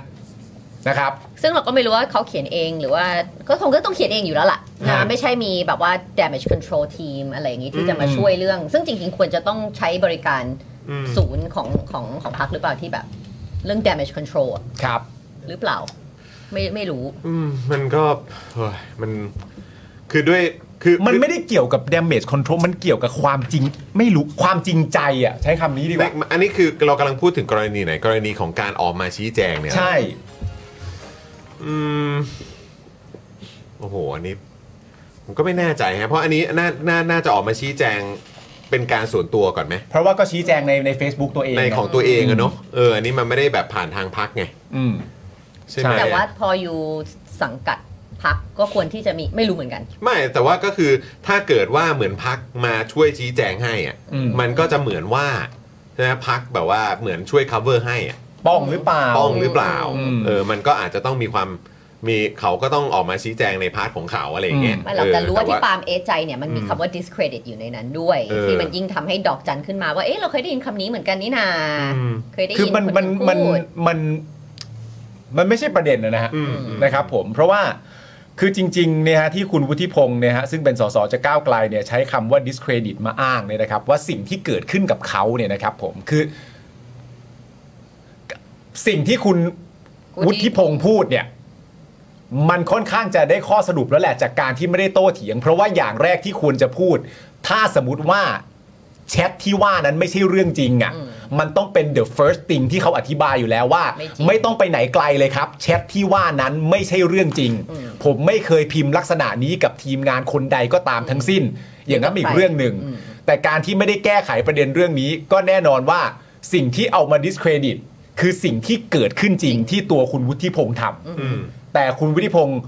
G: นะครับ
D: ซึ่งเราก็ไม่รู้ว่าเขาเขียนเองหรือว่าก็คงก็ต้องเขียนเองอยู่แล้วล่ะ
G: ฮะ
D: นะไม่ใช่มีแบบว่า damage control team อะไรอย่างนี้ที่จะมา
G: อืม
D: ช่วยเรื่อง ซึ่งจริงๆ ควรจะต้องใช้บริการ
B: อืม
D: ศูนย์ของของของพักหรือเปล่าที่แบบ เรื่อง damage control อะ
G: ครับ
D: หรือเปล่า ไม่ไม่รู้
B: อืมมันก็เฮ้ยมันคือด้วยคือ
G: มันไม่ได้เกี่ยวกับ damage control มันเกี่ยวกับความจริง ไม่รู้ความจริงใจอ่ะ ใช้คำนี้ดีกว่า
B: อันนี้คือเรากำลังพูดถึงกรณีไหนกรณีของการออกมาชี้แจงเนี่ย
G: ใช่
B: อืมโอ้โหอันนี้ผมก็ไม่แน่ใจฮะเพราะอันนี้น่าน่าน่าจะออกมาชี้แจงเป็นการส่วนตัวก่อนไหม
G: เพราะว่าก็ชี้แจงในใน Facebook ตัวเอง
B: ใน
G: เนอะ
B: ของตัวเองอะเนาะเอออันนี้มันไม่ได้แบบผ่านทางพักไง
G: อืม
B: ใช่ไหม
G: ใช่
D: แต่ว่าพออยู่สังกัดพักก็ควรที่จะมีไม่รู้เหมือนกัน
B: ไม่แต่ว่าก็คือถ้าเกิดว่าเหมือนพักมาช่วยชี้แจงให้อ่ะ
G: อืม
B: มันก็จะเหมือนว่าใช่ไหมพักแบบว่าเหมือนช่วย cover ให้อ่ะ
G: ป้องหรือเปล่า
B: ป้องหรือเปล่า
G: อืม
B: เออ มันก็อาจจะต้องมีความมีเขาก็ต้องออกมาชี้แจงในพาร์ทของเขาอะไรอย่างเงี้ย
D: ไม่เราแต่รู้ว่า
B: เออ
D: ที่ปาล์มเอะใจเนี่ยมันมี
B: อืม
D: คำว่า discredit อยู่ในนั้นด้วย
B: เออ
D: ที่มันยิ่งทำให้ดอกจันขึ้นมาว่าเอ๊ะเราเคยได้ยินคำนี้เหมือนกันนี่นา
B: อืม
D: เคยได้ยิน
G: คือมัน
D: ค
G: มัน
D: อื่
G: มัน
D: พูด
G: มันมันไม่ใช่ประเด็นนะฮะ
B: อืม
G: นะครับผมเพราะว่าคือจริงๆเนี่ยฮะที่คุณวุฒิพงศ์เนี่ยฮะซึ่งเป็นสสจะก้าวไกลเนี่ยใช้คำว่า discredit มาอ้างเนี่ยนะครับ ว่าสิ่งที่เกิดขึ้นกับเขาเนี่ยนะครับผมคือ สิ่งที่คุณ
D: วุ
G: วุ
D: ฒิ
G: ฒิพงศ์พูดเนี่ย มันค่อนข้างจะได้ข้อสรุปแล้วแหละจากการที่ไม่ได้โต้เถียง เพราะว่าอย่างแรกที่ควรจะพูด ถ้าสมมติว่าแชทที่ว่านั้นไม่ใช่เรื่องจริงอะ่ะ
D: อืม
G: มันต้องเป็น the first thing ที่เขาอธิบายอยู่แล้วว่า
D: ไม่จริง
G: ไม่ต้องไปไหนไกลเลยครับแชทที่ว่านั้นไม่ใช่เรื่องจริง
D: อืม
G: ผมไม่เคยพิมพ์ลักษณะนี้กับทีมงานคนใดก็ตามทั้งสิ้น อย่างนั้นเป็นอีกเรื่องหนึ่ง
D: อืม
G: แต่การที่ไม่ได้แก้ไขประเด็นเรื่องนี้ ก็แน่นอนว่าสิ่งที่เอามา discredit คือสิ่งที่เกิดขึ้นจริงที่ตัวคุณวุฒิพงษ์ทำ
B: อืม
G: แต่คุณวุฒิพงศ์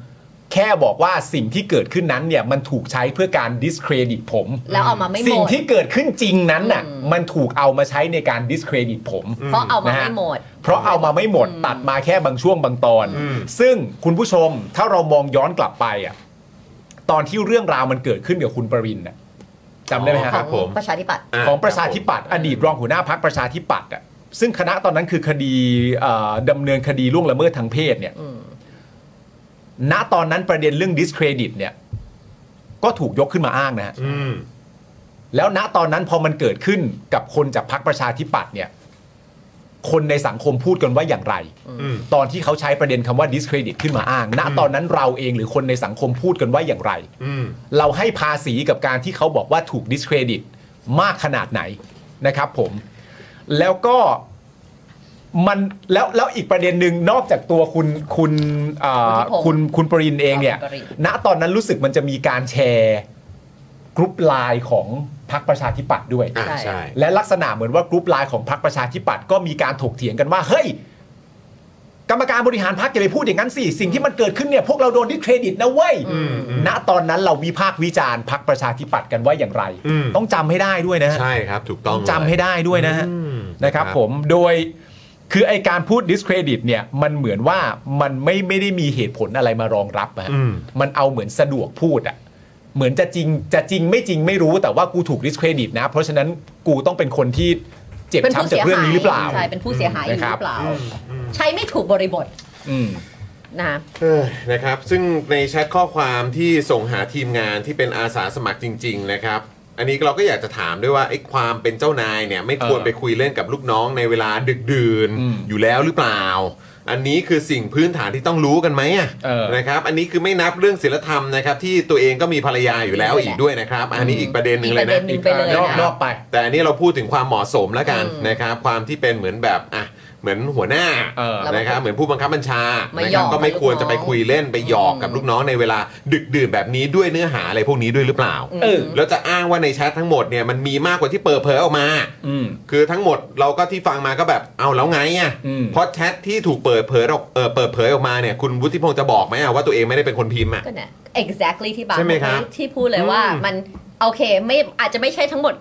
G: แค่บอกว่าสิ่งที่เกิดขึ้นนั้นเนี่ยมันถูกใช้เพื่อการ discredit ผม
D: แล้วเอามาไม่หม
G: สิ่ง
D: ด
G: ที่เกิดขึ้นจริงนั้นน่ะ
D: อืม
G: มันถูกเอามาใช้ในการ discredit ผม
D: เพราะเอามา
G: นะฮะ
D: ไม่หมด
G: เพราะเอามาไม่หมดตัดมาแค่บางช่วงบางตอน
B: อืม
G: ซึ่งคุณผู้ชมถ้าเรามองย้อนกลับไปอ่ะตอนที่เรื่องราวมันเกิดขึ้นกับคุณประวินน่ะจำได้ไหม
B: อ๋อ
G: ฮะ
B: ครับ
D: ข
B: ผ
D: อง
B: ม
D: ประชาธิปัตย์
B: อ่
G: ของประชาธิปัตย์อดีตรองหัวหน้าพักประชาธิปัตย์อ่ะซึ่งคณะตอนนั้นคือคดีเอ่อดำเนินคดีล่วงละเมิดทางเพศเนี่ย
D: อืม
G: ณตอนนั้นประเด็นเรื่อง discredit เนี่ยก็ถูกยกขึ้นมาอ้างนะฮะ
B: อืม
G: แล้วณตอนนั้นพอมันเกิดขึ้นกับคนจากพรรคประชาธิปัตย์เนี่ย คนในสังคมพูดกันว่าอย่างไร
B: อืม
G: ตอนที่เขาใช้ประเด็นคำว่า discredit ขึ้นมาอ้าง ณตอนนั้นเราเองหรือคนในสังคมพูดกันว่าอย่างไร
B: อืม
G: เราให้ภาษีกับการที่เขาบอกว่าถูก discredit มากขนาดไหนนะครับผม แล้วก็มันแล้วแล้วอีกประเด็นหนึ่งนอกจากตัวคุณคุณเอ่อ
D: วุฒิพงษ์
G: คุณคุณปรินเองเนี่ย
D: คุณปริน
G: ณตอนนั้นรู้สึกมันจะมีการแชร์กรุ๊ปไลน์ของพรรคประชาธิปัตย์ด้วย
B: อ่า
D: ใช่
B: ใช่
G: และลักษณะเหมือนว่ากรุ๊ปไลน์ของพรรคประชาธิปัตย์ก็มีการถกเถียงกันว่าเฮ้ย กรรมการบริหารพรรคอย่าไปพูดอย่างนั้นสิสิ่งที่มันเกิดขึ้นเนี่ยพวกเราโดนดิสเครดิตนะเว้ยณตอนนั้นเราวิพากษ์วิจารณ์พรรคประชาธิปัตย์กันว่าอย่างไร
B: อืม
G: ต้องจำให้ได้ด้วยนะฮะ
B: ใช่ครับถูกต้
G: ต้
B: อ
G: อง งจำให้ได้ด้วยนะฮะ
B: อืม
G: นะครับผมโดยคือไอการพูด discredit เนี่ยมันเหมือนว่ามันไม่ไม่ได้มีเหตุผลอะไรมารองรับอะฮะ
B: อืม
G: มันเอาเหมือนสะดวกพูดอะเหมือนจะจริงจะจริงไม่จริงไม่รู้แต่ว่ากูถูก discredit นะ เพราะฉะนั้นกูต้องเป็นคนที่เจ็บ
D: เป็นผู้
G: ช้ำจาก
D: เสีย
G: เรื่อง
D: หาย
G: นี้หรือเปล่า
D: ใช่เป็นผู้เสียหายอ
G: นะ
D: ยู่
G: ค
D: ห
G: รับ
D: รือเปล่า ใช้ไม่ถูกบริบท
G: อืม
D: นะ
B: เอ้ยนะครับซึ่งในแชทข้อความที่ส่งหาทีมงานที่เป็นอาสาสมัครจริง ๆ นะครับ อันนี้เราก็อยากจะถามด้วยว่าไอ้ความเป็นเจ้านายเนี่ยไม่ควร
G: เออ
B: ไปคุยเล่นกับลูกน้องในเวลาดึกดื่น
G: อืม
B: อยู่แล้วหรือเปล่า อันนี้คือสิ่งพื้นฐานที่ต้องรู้กันไหมอะ
G: เออ
B: นะครับอันนี้คือไม่นับเรื่องศีลธรรมนะครับที่ตัวเองก็มีภรรยาอยู่แล้ว
D: ด้วยแหละ
B: อีกด้วยนะครับ อันนี้อีกประเด็นหนึ่งเลย
D: อีกประ
B: นะ
D: เด็นหนึ่ง ไปเลย
G: นอก
D: นะ
G: นอกไป
B: แต่อันนี้เราพูดถึงความเหมาะสมแล้วกันนะครับความที่เป็นเหมือนแบบอ่ะเหมือนหัวหน้า
G: เออ
B: นะครับเหมือนผู้บังคับบัญชา
D: มา
B: นะ
D: หย
B: ครั
D: อบ ก
B: ก็ไม่
D: กับลูก
B: ควรจะไป
D: น้อง
B: คุยเล่นไปหยอกกับลูกน้องในเวลา ดึกดื่นแบบนี้ด้วยเนื้อหาอะไรพวกนี้ด้วยหรือเปล่า
G: เออ
B: แล้วจะอ้างว่าในแชททั้งหมดเนี่ยมันมีมากกว่าที่เปิดเผยออกมา
G: อืม
B: คือทั้งหมดเราก็ที่ฟังมาก็แบบเอาแล้วไงอ่ะ
G: อืม
B: เพราะแชทที่ถูกเปิดเผยออกเออเปิดเผยออกมาเนี่ยคุณวุฒิพงศ์จะบอกไหมอะว่าตัวเองไม่ได้เป็นคนพิมพ์อ่ะ
D: ก็เนี่ย exactly ที่บา
B: ใช่ไหมครับ
D: ที่พูดเลยว่า
B: อืม
D: มันโอเคไม่อาจจะไม่ใช่ทั้งหมด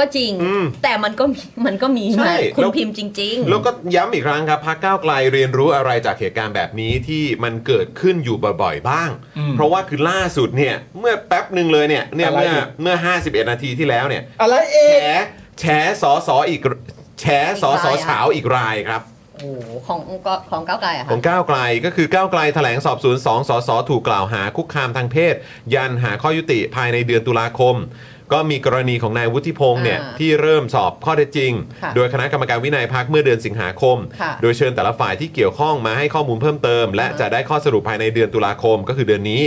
D: ก็จริง
B: อืม
D: แต่มันก็มีมันก็มี
B: ใช่
D: มาคุณ
B: แล้ว
D: พิมพ์จริง
B: แล้วก็ย้ำอีกครั้งครับพักก้าวไกลเรียนรู้อะไรจากเหตุการณ์แบบนี้ที่มันเกิดขึ้นอยู่บ่อยๆบ้าง
G: อืม
B: เพราะว่าคือล่าสุดเนี่ยเมื่อแป๊บหนึ่งเลยเนี่ยเนี่ย
E: อะไร
B: เมื่อ
E: อีก
B: เมื่อ 51 นาทีที่แล้วเนี่ย
G: อะไรเอ
B: แฉ
G: ง
B: แฉสอสออีกแฉสอสอ
D: อีกรายอะ
B: เฉาอีกรายครับ
D: ๆ โอ้โหของของก้าวไกลอะ
B: ขอ
D: ค่ะ
B: งก้าวไกลก็คือก้าวไกลแถลงสอบสวน2สสถูกกล่าวหาคุกคามทางเพศ ยันหาข้อยุติภายในเดือนตุลาคม ก็มีกรณีของนายวุฒิพงษ์เนี่ย
D: อ่า
B: ที่เริ่มสอบข้อเท็จจริง
D: ค่ะ
B: โดยคณะกรรมการวินัยพักเมื่อเดือนสิงหาคม
D: ค่ะ
B: โดยเชิญแต่ละฝ่ายที่เกี่ยวข้องมาให้ข้อมูลเพิ่มเติม และ
D: อ่า
B: จะได้ข้อสรุปภายในเดือนตุลาคมก็คือเดือนนี้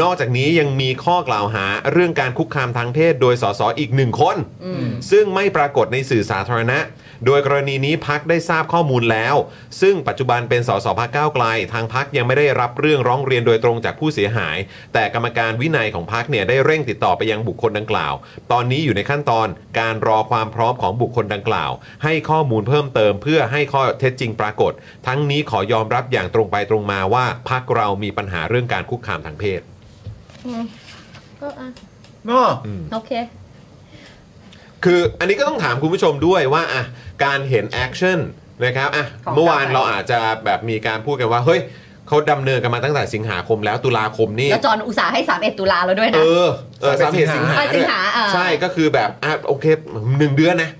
B: นอกจากนี้ยังมีข้อกล่าวหาเรื่องการคุกคามทางเพศ โดยสสอีกหนึ่งคน ซึ่งไม่ปรากฏในสื่อสาธารณะ โดยกรณีนี้พักได้ทราบข้อมูลแล้ว ซึ่งปัจจุบันเป็นสสพักก้าวไกล ทางพักยังไม่ได้รับเรื่องร้องเรียนโดยตรงจากผู้เสียหาย แต่กรรมการวินัยของพักเนี่ยได้เร่งติดต่อไปยังบุคคลดังกล่าว ตอนนี้อยู่ในขั้นตอนการรอความพร้อมของบุคคลดังกล่าว ให้ข้อมูลเพิ่มเติม เพื่อให้ข้อเท็จจริงปรากฏ ทั้งนี้ขอยอมรับอย่างตรงไปตรงมาว่าพักเรามีปัญหาเรื่องการคุกคามทางเพศ
D: ก็อ่ะ
G: เนาะ
D: โอเค
B: คืออันนี้ก็ต้องถามคุณผู้ชมด้วยว่าอ่ะการเห็นแอคชั่นนะครับอ่ะ
D: ของ
B: เมื่อวาน
D: การ
B: เราอาจจะแบบมีการพูดกันว่า เฮ้ยเขาดำเนินกันมาตั้งแต่สิงหาคมแล้วตุลาคมนี่
D: แล้วจอห์นอุตสาห์ให้ 31 ตุลาแล้วด้วย
B: เอ
D: นะ
B: อเออสามเหตุสิงหา
D: เออสิงหา
B: ด้วย
D: เออ
B: ใช่ก็คือแบบอ่ะโอเคหนึ่งเดือนนะ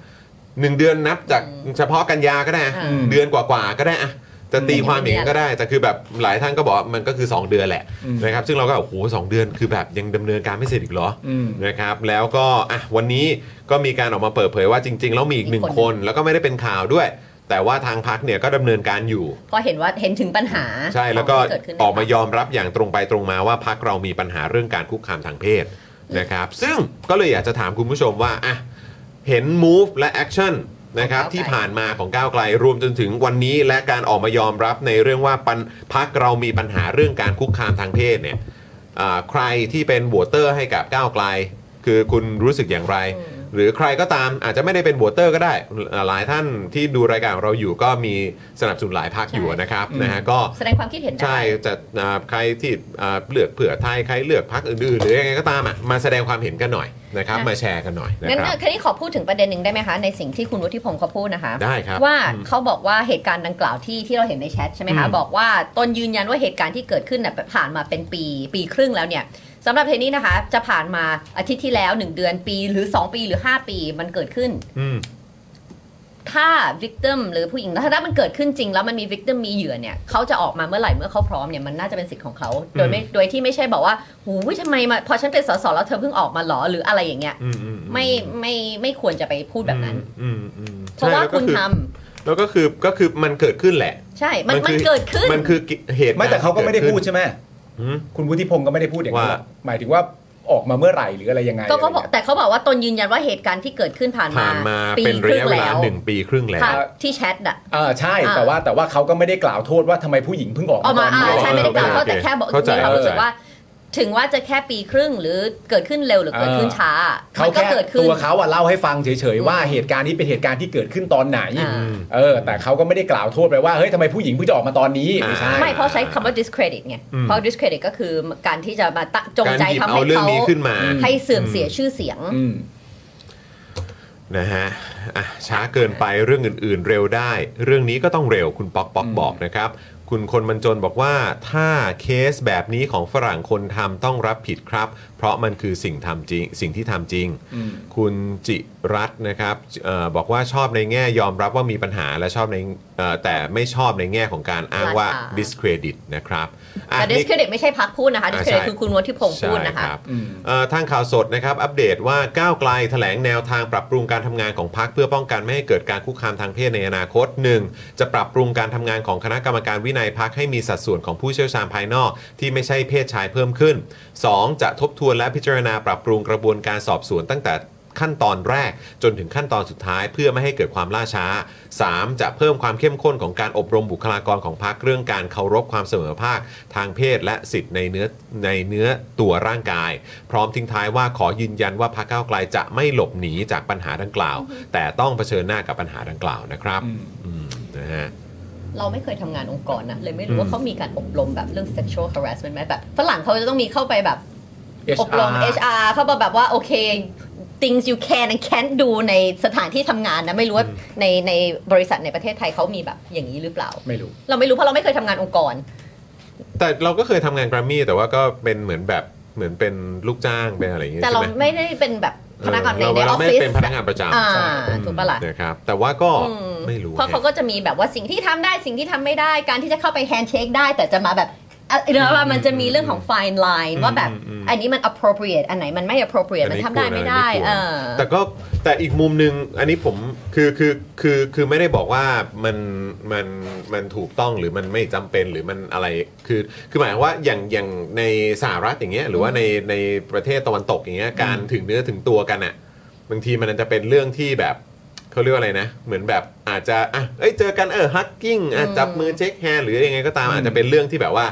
B: หนึ่งเดือนนับจากเฉพาะกันยาก็ได้อ่ะ
G: อืม
B: เดือนกว่าๆก็ได้อ่ะจะตีความอย่างนี้ก็ได้ แต่คือแบบหลายท่านก็บอกว่ามันก็คือ 2 เดือนแหละนะครับซึ่งเราก็โอ้โหสองเดือนคือแบบยังดำเนินการไม่เสร็จอีกเหรอ
G: อืม
B: นะครับแล้วก็อ่ะวันนี้ก็มีการออกมาเปิดเผยว่าจริง ๆ แล้วมีอีกหนึ่ง
D: อีก
B: ค
D: คน น
B: แล้วก็ไม่ได้เป็นข่าวด้วย แต่ว่าทางพักเนี่ยก็ดำเนินการอยู่
D: พอเห็นว่าเห็นถึงปัญหา
B: ใช่แล้วก็
D: ของที่เกิดขึ้นใน
B: ออกมาย
D: พรรค
B: อมรับอย่างตรงไปตรงมาว่าพักเรามีปัญหาเรื่องการคุกคามทางเพศนะครับ ซึ่งก็เลยอยากจะถามคุณผู้ชมว่าอ่ะเห็น move และ action นะครับที่ผ่านมาของก้าวไกลรวมจนถึงวันนี้ และการออกมายอมรับในเรื่องว่าปัญพักเรามีปัญหาเรื่องการคุกคามทางเพศเนี่ยอ่าใครที่เป็นโหวตเตอร์ให้กับก้าวไกล คือคุณรู้สึกอย่างไร หรือใครก็ตามอาจจะไม่ได้เป็นโหวตเตอร์ก็ได้หลายท่านที่ดูรายการของเราอยู่ก็มีสนับสนุนหลายพักอยู่นะครับนะฮะก็
D: แสดงความคิดเห็นได้
B: ใช่จะอ่าใครที่อ่าเลือกเผื่อไทย ใครเลือกพักอื่นๆ หรือยังไงก็ตามอ่ะมาแสดงความเห็นกันหน่อยนะครับ
D: นะ
B: มาแชร์กันหน่อยนะ
D: งั้น
B: ครับ
D: แค่นี้ขอพูดถึงประเด็นหนึ่งได้ไหมคะ ในสิ่งที่คุณวุฒิพงศ์เขาพูดนะคะ
B: ได้ครับ
D: ว่าเขาบอกว่าเหตุการณ์ดังกล่าวที่ที่เราเห็นในแชทใช่ไหมคะ
B: อืม
D: บอกว่าตนยืนยันว่าเหตุการณ์ที่เกิดขึ้นน่ะผ่านมาเป็นปีปีครึ่งแล้วเนี่ยสำหรับเทนนี้นะคะ จะผ่านมาอาทิตย์ที่แล้ว 1 เดือนปีหรือ 2 ปีหรือ 5 ปีมันเกิดขึ้น
B: อืม
D: ถ้า victim หรือผู้หญิงถ้ามันเกิดขึ้นจริงแล้วมันมี victim มีเหยื่อเนี่ยเขาจะออกมาเมื่อไหร่เมื่อเขาพร้อมเนี่ยมันน่าจะเป็นสิทธิ์ของเขาโดยไม่โดยที่ไม่ใช่บอกว่าหูยทำไมมาพอฉันเป็นสสแล้วเธอเพิ่งออกมาเหรอหรืออะไรอย่างเงี้ย
B: อือือื
D: ไม่ไม่ไม่ควรจะไปพูดแบบนั้น
B: อืมอืมอืม
D: เพราะว่า
B: ใช่
D: คุณทำ
B: แล้วก็คือแล้วก็คือก็คือมันเกิดขึ้นแหละ
D: ใช่มันมัน
B: คือ
D: เกิดขึ้น
B: มันคือเหตุ
G: ไม่แต่เขาก็ไม่ได้พูดใช่ไหม
B: อืม
G: คุณวุฒิพงศ์ก็ไม่ได้พูดอย่างนั้น
B: ว่า
G: หรอกหมายถึงว่าออกมาเมื่อไหร่หรืออะไรยังไง
D: ก็เขาบอก
G: ะไร
D: แต่เขาบอกว่าตนยืนยันว่าเหตุการณ์ที่เกิดขึ้นผ่าน
B: ผ่านมาเป็น
D: ค
B: ระ
D: รึ่ง
B: ยะเวลา
D: แล้ว
B: หนึ่งปีครึ่งแล้ว
D: ค่ะที่แชทอ่ะ
G: เออใช่
D: อ่า
G: แต่ว่าแต่ว่าเขาก็ไม่ได้กล่าวโทษว่าทำไมผู้หญิงเพิ่งออก
D: ออกมา
G: ตอน
D: อ่า
G: นี้
D: ใช่ไม่ได้กล่าว
B: โอ
D: เขา
B: เค
D: แต่แค่บอก
B: เข้าใจ
D: มีความรู้สึกว่า ถึงว่าจะแค่ปีครึ่งหรือเกิดขึ้นเร็วหรือเกิดขึ้นช้า
G: เขา
D: มันก็
G: แค่
D: เกิดขึ้น
G: ตัวเขาอ่ะเล่าให้ฟังเฉยๆว่าเหตุการณ์นี้เป็นเหตุการณ์ที่เกิดขึ้นตอนไหน
D: อ่า
G: เออแต่เขาก็ไม่ได้กล่าวโทษไปว่าเฮ้ยทำไมผู้หญิงเพิ่งจะออกมาตอนนี้ไม่ใช่
D: ไม่เพราะใช้คำว่า discredit ไง
B: อืม
D: เพราะ discredit ก็คือการที่จะมาตั้งจง
B: การ
D: ใจ
B: หยิบ
D: ทำ
B: เอา
D: ให้
B: เรื่อง
D: เขา
B: นี้ขึ้นมา
D: ให้เสื่อมเสียชื่อเสียง
G: อืม
B: นะฮะอ่ะช้าเกินไปเรื่องอื่น ๆ เร็วได้ เรื่องนี้ก็ต้องเร็วคุณป๊อกป๊อกบอกนะครับ คุณคนบรรจนบอกว่าถ้าเคสแบบนี้ของฝรั่งคนทำต้องรับผิดครับ เพราะมันคือสิ่งทำจริง สิ่งที่ทำจริง
G: อืม
B: คุณจิรัตน์นะครับเออบอกว่าชอบในแง่ยอมรับว่ามีปัญหาและชอบในเอ่อแต่ไม่ชอบในแง่ของการอ้างว่า
D: ราคา
B: discredit นะครับอ่ะ
D: แต่
B: นี่
D: discredit ไม่ใช่พักพูดนะคะ
B: อ่า
D: discredit
B: ใช่
D: คือคุณวัฒิพงศ์พูดนะคะ
B: ใช่รับเอ่อทางข่าวสดนะครับ อัปเดตว่าก้าวไกลแถลงแนวทางปรับปรุงการทำงานของพรรคเพื่อป้องกันไม่ให้เกิดการคุกคามทางเพศในอนาคต 1. จะปรับปรุงการทำงานของคณะกรรมการวินัยพรรคให้มีสัดส่วนของผู้เชี่ยวชาญภายนอก ที่ไม่ใช่เพศชายเพิ่มขึ้น 2. จะทบทวนและพิจารณาปรับปรุงกระบวนการสอบสวนตั้งแต่ ขั้นตอนแรกจนถึงขั้นตอนสุดท้ายเพื่อไม่ให้เกิดความล่าช้า 3. จะเพิ่มความเข้มข้นของการอบรมบุคลากรของพักเรื่องการเคารพความเสมอภาค ทางเพศและสิทธิ์ในเนื้อในเนื้อตัวร่างกาย พร้อมทิ้งท้ายว่าขอยืนยันว่าพักก้าวไกลจะไม่หลบหนีจากปัญหาดังกล่าว แต่ต้องเผชิญหน้ากับปัญหาดังกล่าวนะครับอืมนะฮะ
D: เราไม่เคยทำงานองค์กรนะเลยไม่
B: อื
D: รู้
B: ม
D: ว่าเขามีการอบรมแบบเรื่อง sexual harassment ไหมแบบฝรั่งเขาจะต้องมีเข้าไปแบบ
G: HR
D: อบรม HR เข้ามาแบบว่าโอเค things you can and can't do ในสถานที่ทำงานนะ ไม่รู้ว่าในในบริษัทในประเทศไทยเขามีแบบอย่างนี้หรือเปล่า
G: ไม่รู้
D: เราไม่รู้เพราะเราไม่เคยทำงานองค์กร
B: แต่เราก็เคยทำงานแกรมมี่แต่ว่าก็เป็นเหมือนแบบเหมือนเป็นลูกจ้างเป็นอะไรอย่างเงี้ย
D: แต่
B: ใช่
D: เรา
B: ไหม
D: ไม่ได้เป็นแบบพนักงานใน
B: เออ
D: ในอ
B: เรา
D: อฟ
B: ไม่
D: ฟิ
B: ได้
D: ศ
B: เป็นพนักงานประจำ
D: อ่า
B: ใช่
D: ถูกปะล่ะ
B: นะครับแต่ว่าก็
D: อืม
B: ไม่รู้
D: เพราะเขาก็จะมีแบบว่าสิ่งที่ทำได้สิ่งที่ทำไม่ได้การที่จะเข้าไปแฮนด์เชคได้ แต่จะมาแบบเอ่อเรื่องว่ามันจะมีเรื่องของ fine line ว่าแบบอันนี้มัน appropriate อันไหนมันไม่ appropriate มันทำได้ไม่ได้
B: ควร
D: เอ
B: นะ
D: อ
B: แต่ก็แต่อีกมุมหนึ่งอันนี้ผมคือคือคือคือไม่ได้บอกว่ามันมันมันถูกต้องหรือมันไม่จำเป็นหรือมันอะไรคือคือหมายความว่าอย่างอย่างในสหรัฐอย่างเงี้ยหรือว่าในในประเทศตะวันตกอย่างเงี้ยการถึงเนื้อถึงตัวกันอะบางทีมันอาจจะเป็นเรื่องที่แบบเขาเรียกว่าอะไรนะ เหมือนแบบอาจจะอ่ะเอ้ยเจอกันเออฮักกิ้งอ่ะจับมือเช็คแฮนด์หรือยังไงก็ตามอาจจะเป็นเรื่องที่แบบว่า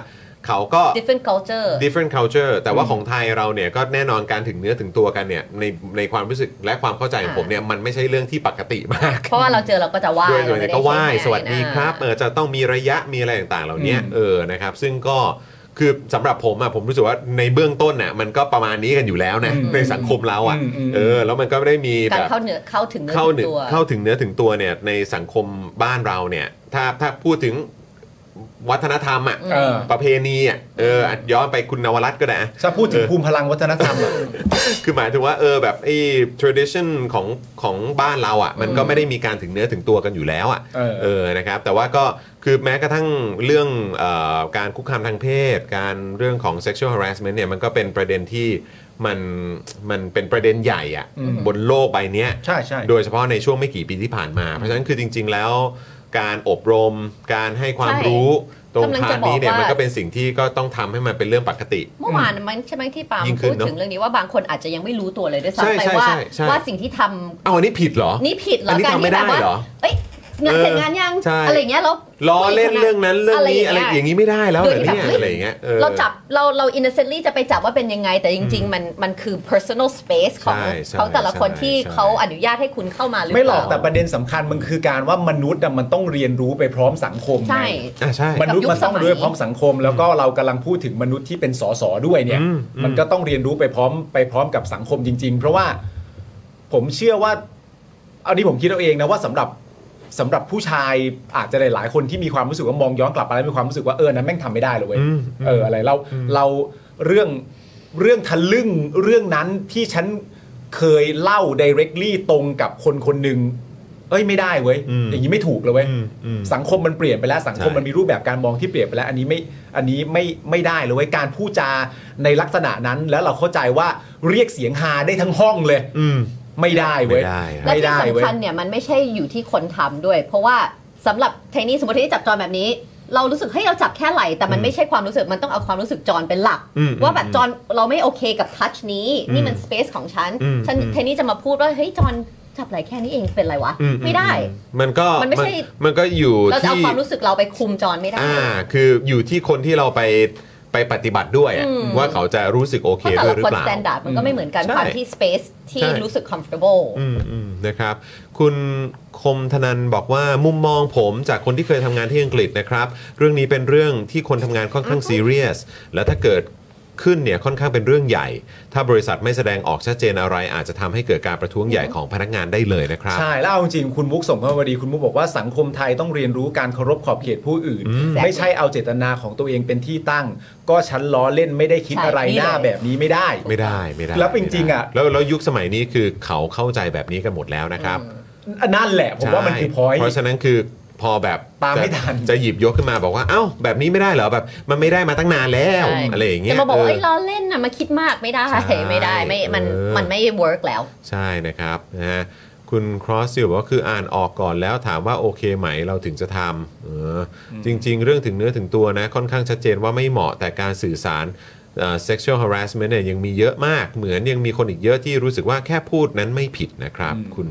B: เขาก็
D: different culture
B: different culture แต่ว่าของไทยเราเนี่ยก็แน่นอนการถึงเนื้อถึงตัวกันเนี่ยในในความรู้สึกและความเข้าใจของผมเนี่ยมันไม่ใช่เรื่องที่ปกติมาก
D: เพราะว่าเราเจอเราก็จะไหว้
B: ด้วยส่วนใหญ่ก็ไหว้
D: เรไม่ไ
B: สวัสดีครับเอ
D: อ่า
B: อจะต้องมีระยะมีอะไรต่างๆ เหล่านี้เออนะครับ ซึ่งก็คือสำหรับผมอ่ะผมรู้สึกว่าในเบื้องต้นน่ะมันก็ประมาณนี้กันอยู่แล้วนะ
G: อืม
B: ในสังคมเราอ่ะ
G: อืมอืม
B: เออแล้วมันก็ไม่ได้มี
D: กา
B: แบ
D: ร
B: บ
D: เข้าเนื้อเข้าถึงเนื้อ
B: เข้า
D: ถึง
B: เนื้อ
D: ตัว
B: เข้าถึงเนื้อถึงตัวเนี่ยในสังคมบ้านเราเนี่ยถ้าถ้าพูดถึงวัฒนธรรมอ่ะ
G: เออ
B: ประเพณีอ่ะเอออ่ะย้อนไปคุณนวรัตน์ก็ได้อ่ะ
G: ถ้าพูดถึงภูมิพลังวัฒนธรรมอะ
B: คือหมายถึงว่าเออแบบไอ้ tradition ของของบ้านเราอะ่ะมันก็ไม่ได้มีการถึงเนื้อถึงตัวกันอยู่แล้วอะ่ะ
G: เออ
B: นะครับแต่ว่าก็คือแม้กระทั่งเรื่องเออการคุกคามทางเพศ การเรื่องของ sexual harassment เนี่ยมันก็เป็นประเด็นที่มันมันเป็นประเด็นใหญ่อะ่ะบนโลกใบเนี้ย
G: ใช่ใช่
B: โดยเฉพาะในช่วงไม่กี่ปีที่ผ่านมา เพราะฉะนั้นคือจริง ๆ แล้ว การอบรมการให้ความ
D: ใช่
B: รู้ตรง
D: กำลัง
B: พา
D: จะ
B: น
D: บอก
B: นี้เนี่ยมัน
D: ว่า
B: ก็เป็นสิ่งที่ก็ต้องทำให้มันเป็นเรื่องปกติ
D: เมื่อวานมันใช่ไหมที่ปาล์ม
B: ยิ่งขึ้น
D: พูด
B: เนอะ
D: ถึงเรื่องนี้ว่าบางคนอาจจะยังไม่รู้ตัวเลยด้วย
B: ใช่
D: ซ้ำไป
B: ใช่
D: ว่า
B: ใช่ใช่
D: ว่าสิ่งที่ทำ
B: เอาอันนี้ผิดเหรอ
D: นี่ผิดเหร
B: อั
D: อน
B: นี้
D: การ
B: ทำไม่
D: ที่แบบ
B: ได้
D: ว่า
B: เหรอ
D: เอ้ยงาน
B: เออ
D: เสร็จงานยัง
B: ใช่
D: อะไรอย่างเงี้ยแล้ว
B: ล้อเล่นเรื่องนั้นเรื่องนี้อะไร
D: ย
B: อย่างนี้ไม่ได้แล้วเหรอ
D: โดยที่
B: เนี่ย
D: แบบเฮ้ย
B: อะไรอย่างเงี้ยออ
D: เราจับเราเราอินเนเซนลี่จะไปจับว่าเป็นยังไง แต่จริง ๆ มันมันคือ personal space ของ
B: ใช่ใช่
D: ของแต่ละคน
B: ใช่
D: ที่
B: ใช่
D: เขาอนุญาตให้คุณเข้ามาหรือ
G: ไม่ห
D: เป
G: รอก
D: ล่า
G: แต่ประเด็นสำคัญมันคือการว่ามนุษย์อะมันต้องเรียนรู้ไปพร้อมสังคมไง
D: ใช่
B: อ่ะใช่
G: มนุษย์มันต้อง
D: กับยุคสมัย
G: เรียนรู้พร้อมสังคม แล้วก็เรากำลังพูดถึงมนุษย์ที่เป็นสสด้วยเนี่ย
B: อืมอืม
G: มันก็ต้องเรียนรู้ไปพร้อมไปพร้อมกับสังคมจริง ๆ เพราะว่าผมเชื่อว่าเอานี้ผมคิดเอาเองนะว่าสำหรับสำหรับผู้ชายอาจจะหลายๆคนที่มีความรู้สึกว่ามองย้อนกลับไปแล้วมีความรู้สึกว่าเออนั้นแม่งทำไม่ได้เลยเว้ย
B: อืม
G: เอออะไรเราเราเรื่องเรื่องทะลึ่งเรื่องนั้นที่ฉันเคยเล่า directly ตรงกับคนคนหนึ่งเ อ้ยไม่ได้เว้ย
B: อืม
G: อย่างนี้ไม่ถูกเลยเว้ย
B: อืมอืม
G: สังคมมันเปลี่ยนไปแล้ว สังคม
B: ใช่
G: มันมีรูปแบบการมองที่เปลี่ยนไปแล้ว อันนี้ไม่อันนี้ไม่ไม่ได้เลยเว้ยการพูดจาในลักษณะนั้นแล้วเราเข้าใจว่าเรียกเสียงฮาได้ทั้งห้องเลย ไม่ได้เว้ย
B: ไม่ได้ครับ
D: และที่
G: เว้
D: สำ
G: ย
D: คัญเนี่ยมันไม่ใช่อยู่ที่คนทำด้วย เพราะว่าสำหรับเทนนี่สมมติที่จับจอนแบบนี้ เรารู้สึกให้ยเราจับแค่ไหลแต่มันไม่ใช่ความรู้สึกมันต้องเอาความรู้สึกจอนเป็นหลัก
B: อืม
D: ว่าแบบจอนเราไม่โอเคกับทัชนี้นี่มันสเปซของฉัน
B: อืม
D: ฉัน
B: อืม
D: เทนนี่จะมาพูดว่าเฮ้ยจอนจับไหลแค่นี้เองเป็นไรวะ
B: อือื
D: ไม่ได้
B: มันก็
D: มันไม่ใช่
B: มันก็อยู่
D: เราจะเอา
B: ที่
D: ความรู้สึกเราไปคุมจอนไม่ได้
B: อ่าคืออยู่ที่คนที่เราไปไปปฏิบัติด้วยอะ
D: อืม
B: ว่าเขาจะรู้สึกโอเค
D: เพราะแต่
B: ด้
D: ละ
B: วยหรือ
D: คน
B: เปล่า
D: สแตนดาร์ดมันก็ไม่เหมือนกัน
B: ใช่
D: ความที่สเปซที่
B: ใช่
D: รู้สึก comfortable
B: อืมอืมนะครับ คุณคมธนันบอกว่ามุมมองผมจากคนที่เคยทำงานที่อังกฤษนะครับ เรื่องนี้เป็นเรื่องที่คนทำงานค่อนข้างซีเรียสและถ้าเกิดขึ้นเนี่ยค่อนข้างเป็นเรื่องใหญ่ ถ้าบริษัทไม่แสดงออกชัดเจนอะไร อาจจะทำให้เกิดการประท้วงใหญ่ของพนักงานได้เลยนะครับ
G: ใช่แล้วเอาจริงๆคุณมุกส่งเข้ามาดีคุณมุกบอกว่าสังคมไทยต้องเรียนรู้การเคารพขอบเขตผู้อื่น
B: อืม
G: ไม่ใช่เอาเจตนาของตัวเองเป็นที่ตั้ง ก็ฉันล้อเล่นไม่ได้คิด
D: ใช่
G: อะไร
D: นี่
G: หน้า
D: เลย
G: แบบนี้ไม่ได้
B: ไม่ได้ไม่ได้
G: แล้วจริงๆอะ
B: แล้วแล้วยุคสมัยนี้คือเขาเข้าใจแบบนี้กันหมดแล้วนะครับ
G: นั่นแหละผม
B: ใช่
G: ว่ามันคือพอย
B: เพราะฉะนั้นคือพอแบบ
G: ตามไม่
B: จะ
G: ทัน
B: จะหยิบยกขึ้นมาบอกว่าเอ้าแบบนี้ไม่ได้เหรอแบบมันไม่ได้มาตั้งนานแล้ว
D: ใช่
B: อะไรอย่างเงี้ย
D: จะมาบอกว่า
B: เอ
D: เอ้
B: อ
D: ยล้อเล่นนะมาคิดมากไม่ได้
B: ใช่
D: ไม่ได้ไม่มัน
B: เออ
D: มันไม่ work แล้ว
B: ใช่นะครับนะฮะคุณ Cross อยู่บอกว่าคืออ่านออกก่อนแล้วถามว่าโอเคไหมเราถึงจะทำเออจริง ๆ เรื่องถึงเนื้อถึงตัวนะ ค่อนข้างชัดเจนว่าไม่เหมาะแต่การสื่อสารเอ่อ sexual harassment เนี่ยยังมีเยอะมาก เหมือนยังมีคนอีกเยอะที่รู้สึกว่าแค่พูดนั้นไม่ผิดนะครับ คุณ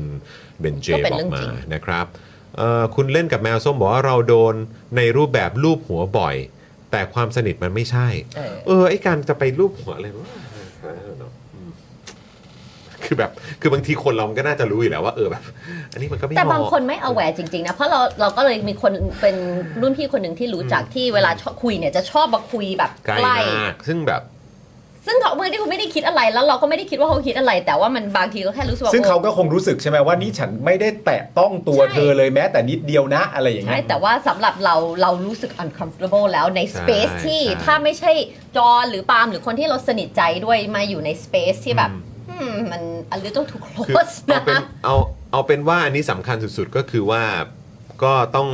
B: เบนเจ
D: ก็เป็น
B: บอ
D: เรื่
B: ก
D: อง
B: มา
D: จริง
B: นะครับเอ่อคุณเล่นกับแมวส้มบอกว่าเราโดนในรูปแบบรูปหัวบ่อย แต่ความสนิทมันไม่ใช่
D: เออ
B: เออไอการจะไปรูปหัวอะไรวะอืม [laughs] คือแบบคือบางทีคนเรามันก็น่าจะรู้อยู่แล้วว่าเออแบบ อันนี้มันก็ไม่เห
D: แต่
B: มาะ
D: บางคนไม่ aware จริง ๆ นะ เพราะเราเราก็เลยมีคนเป็นรุ่นพี่คนหนึ่งที่รู้จักที่เวลาชอบคุยเนี่ยจะชอบมาคุยแบบ
B: ไกล
D: ใกล้
B: มาก ซึ่งแบบ
D: ซึ่งเขาเมื่อที่เขาไม่ได้คิดอะไรแล้วเราก็ไม่ได้คิดว่าเขาคิดอะไร แต่ว่ามันบางทีก็แค่รู้สึกว่า
G: ซึ่งเขา
D: โอ้
G: ก็คงรู้สึกใช่ไหมว่านี่ฉันไม่ได้แตะต้องตัวเธอเลยแม้แต่นิดเดียวนะอะไรอย่าง
D: ใช่
G: เงี้ย
D: แต่ว่าสำหรับเราเรารู้สึก uncomfortable แล้วใน space ที่ถ้าไม่ใช่จอหรือปาล์มหรือคนที่เราสนิทใจด้วยมาอยู่ใน space ที่แบบอืมมัน a little too
B: คือ
D: close
B: เอา
D: นะ
B: เป็นเอาเอาเป็นว่าอันนี้สำคัญสุดๆ ก็คือว่าก็ต้อง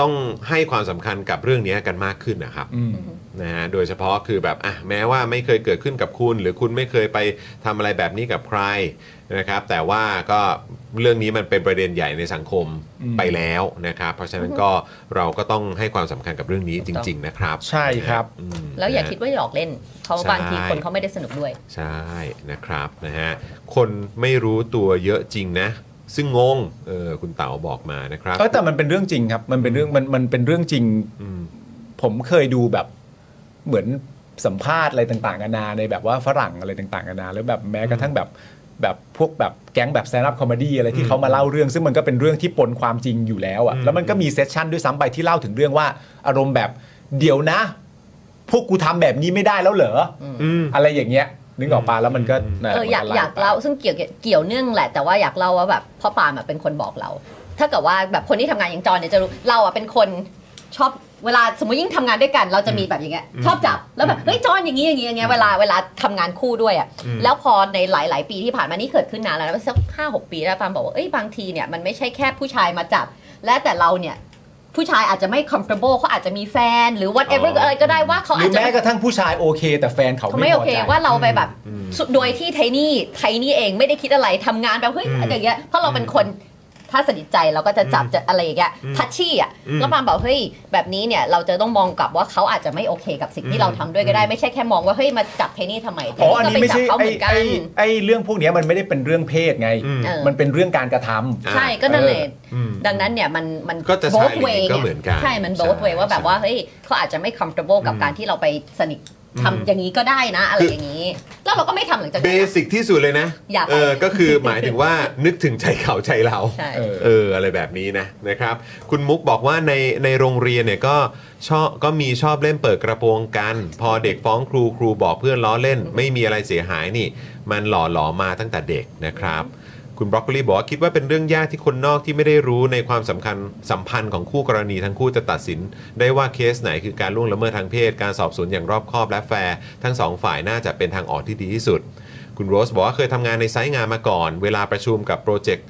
B: ต้องให้ความสำคัญกับเรื่องนี้กันมากขึ้นนะครับ นะฮะโดยเฉพาะคือแบบอ่ะแม้ว่าไม่เคยเกิดขึ้นกับคุณ หรือคุณไม่เคยไปทำอะไรแบบนี้กับใครนะครับ แต่ว่าก็เรื่องนี้มันเป็นประเด็นใหญ่ในสังคม
G: อืม
B: ไปแล้วนะครับ เพราะฉะนั้นก็เราก็ต้องให้ความสำคัญกับเรื่องนี้จริง ๆ นะครับ
G: ใช่ครับ
B: อืม
D: แล้วอย่าคิดว่าหยอกเล่นเขา
B: ใช่
D: บางทีคนเขาไม่ได้สนุกด้วย
B: ใช่นะครับนะฮะคนไม่รู้ตัวเยอะจริงนะ ซึ่งงงเออคุณเต๋าบอกมานะครับ
G: เออแต่มันเป็นเรื่องจริงครับ มันเป็นเรื่องมันมันเป็นเรื่องจริง
B: อืม
G: ผมเคยดูแบบเหมือนสัมภาษณ์อะไรต่างๆนานาในแบบว่าฝรั่งอะไรต่างๆนานาแล้วแบบแม้กระทั่งแบบแบบพวกแบบแก๊งแบบแซนด์อัพคอมเมดี้อะไรที่เขามาเล่าเรื่อง ซึ่งมันก็เป็นเรื่องที่ปนความจริงอยู่แล้ว
B: อืม
G: อะ่ะแล้วมันก็มีเซสชั่นด้วยซ้ำไปที่เล่าถึงเรื่องว่า อารมณ์แบบเดี๋ยวนะ พวกกูทำแบบนี้ไม่ได้แล้วเหรอ
B: อืม
G: อะไรอย่างเงี้ย นึกออกปะแล้วมันก็นั่น
D: เอออยากอยากเล่าซึ่งเกี่ยวเกี่ยวเนื่องแหละ แต่ว่าอยากเล่าว่าแบบพ่อปาล์มอะเป็นคนบอกเรา ถ้าเกิดว่าแบบคนที่ทำงานอย่างจอนเนี่ยจะรู้เราอ่ะเป็นคนชอบเวลาสมมติยิ่งทำงานด้วยกัน เราจะมีแบบอย่างเงี้ยชอบจับแล้วแบบเฮ้ยจอนอย่างนี้อย่างนี้อย่างเงี้ยเวลาเวลาทำงานคู่ด้วยอ่ะ
B: อืม
D: แล้วพอในหลาย ๆ ปีที่ผ่านมานี่เกิดขึ้นนานแล้วนะสักห้าหกปีแล้วปาล์มบอกว่าเอ้ยบางทีเนี่ยมันไม่ใช่แค่ผู้ชายมาจับ และแต่เราเนี่ยผู้ชายอาจจะไม่ comfortable เขาอาจจะมีแฟนหรือ whatever อะไรก็ได้ว่าเขา
G: ห
D: อา
G: รื
D: จ
G: อ
D: จะ
G: แม้กระทั่งผู้ชายโอเค แต่แฟนเขา
D: เขา
G: ไม่
D: ไม่โอ
G: พอ
D: เค
G: ใจ
D: ว่าเราไปแบบ
B: อืม
D: สุดโดยที่ไทนี่ไทนี่เองไม่ได้คิดอะไรทำงานแบบเฮ้ย
B: อืม
D: อย่างเงี้ยเพราะเราเป็นคนถ้าสนิทใจเราก็จะจับจะอะไรอย่างเงี้ย
B: อืม
D: ทัชชี่อ่ะ
B: อืม
D: แล้วมาบอกเฮ้ยแบบนี้เนี่ยเราจะต้องมองกลับว่าเขาอาจจะไม่โอเคกับสิ่งที่เราทำด้วยก็ได้ ไม่ใช่แค่มองว่าเฮ้ยมาจับไทนี่ทำไมไท
G: อ๋อ
D: นี่
G: อัน
D: ก็ไป
G: นี้ไม่
D: จับ
G: ใช่
D: เขาเหมือน
G: ไอ้
D: กัน
G: ไอ้ไอ้เรื่องพวกเนี้ยมันไม่ได้เป็นเรื่องเพศไง
B: อืม
D: เออ
G: มันเป็นเรื่องการกระทำ
D: ใช่ก็นั่นแหละ
B: อืม
D: ดังนั้นเนี่ยมันมัน
B: ก็จะชาย
D: both
B: หรือหญิง
D: way
B: ก็เหมือนกัน
D: ใช่มัน both way ว่าแบบว่าเฮ้ยเขาอาจจะไม่ comfortable กับ
B: อืม
D: การที่เราไปสนิท
B: อืม
D: ทำอย่างนี้ก็ได้นะ อะไรอย่างนี้ แล้วเราก็ไม่ทำหลังจาก
B: เบ
D: นั้นนะ
B: สิกที่สุดเลยนะ
D: อย่าไป
B: เออก็คือหมายถึงว่า [laughs] นึกถึงใจเขาใจเรา
D: ใช่
G: เออ
B: เอออะไรแบบนี้นะนะครับ คุณมุกบอกว่าในในโรงเรียนเนี่ยก็ชอบก็มีชอบเล่นเปิดกระโปรงกัน พอเด็กฟ้องครูครูบอกเพื่อนล้อเล่น ไม่มีอะไรเสียหายนี่ มันหล่อหลอมมาตั้งแต่เด็กนะครับ คุณบรอกโคลีบอกว่าคิดว่าเป็นเรื่องยากที่คนนอกที่ไม่ได้รู้ในความสำคัญสัมพันธ์ของคู่กรณีทั้งคู่จะตัดสิน ได้ว่าเคสไหนคือการล่วงละเมิดทางเพศ การสอบสวนอย่างรอบคอบและแฟร์ทั้งสองฝ่ายน่าจะเป็นทางออกที่ดีที่สุด คุณโรสบอกว่าเคยทำงานในไซต์งานมาก่อน เวลาประชุมกับโปรเจกต์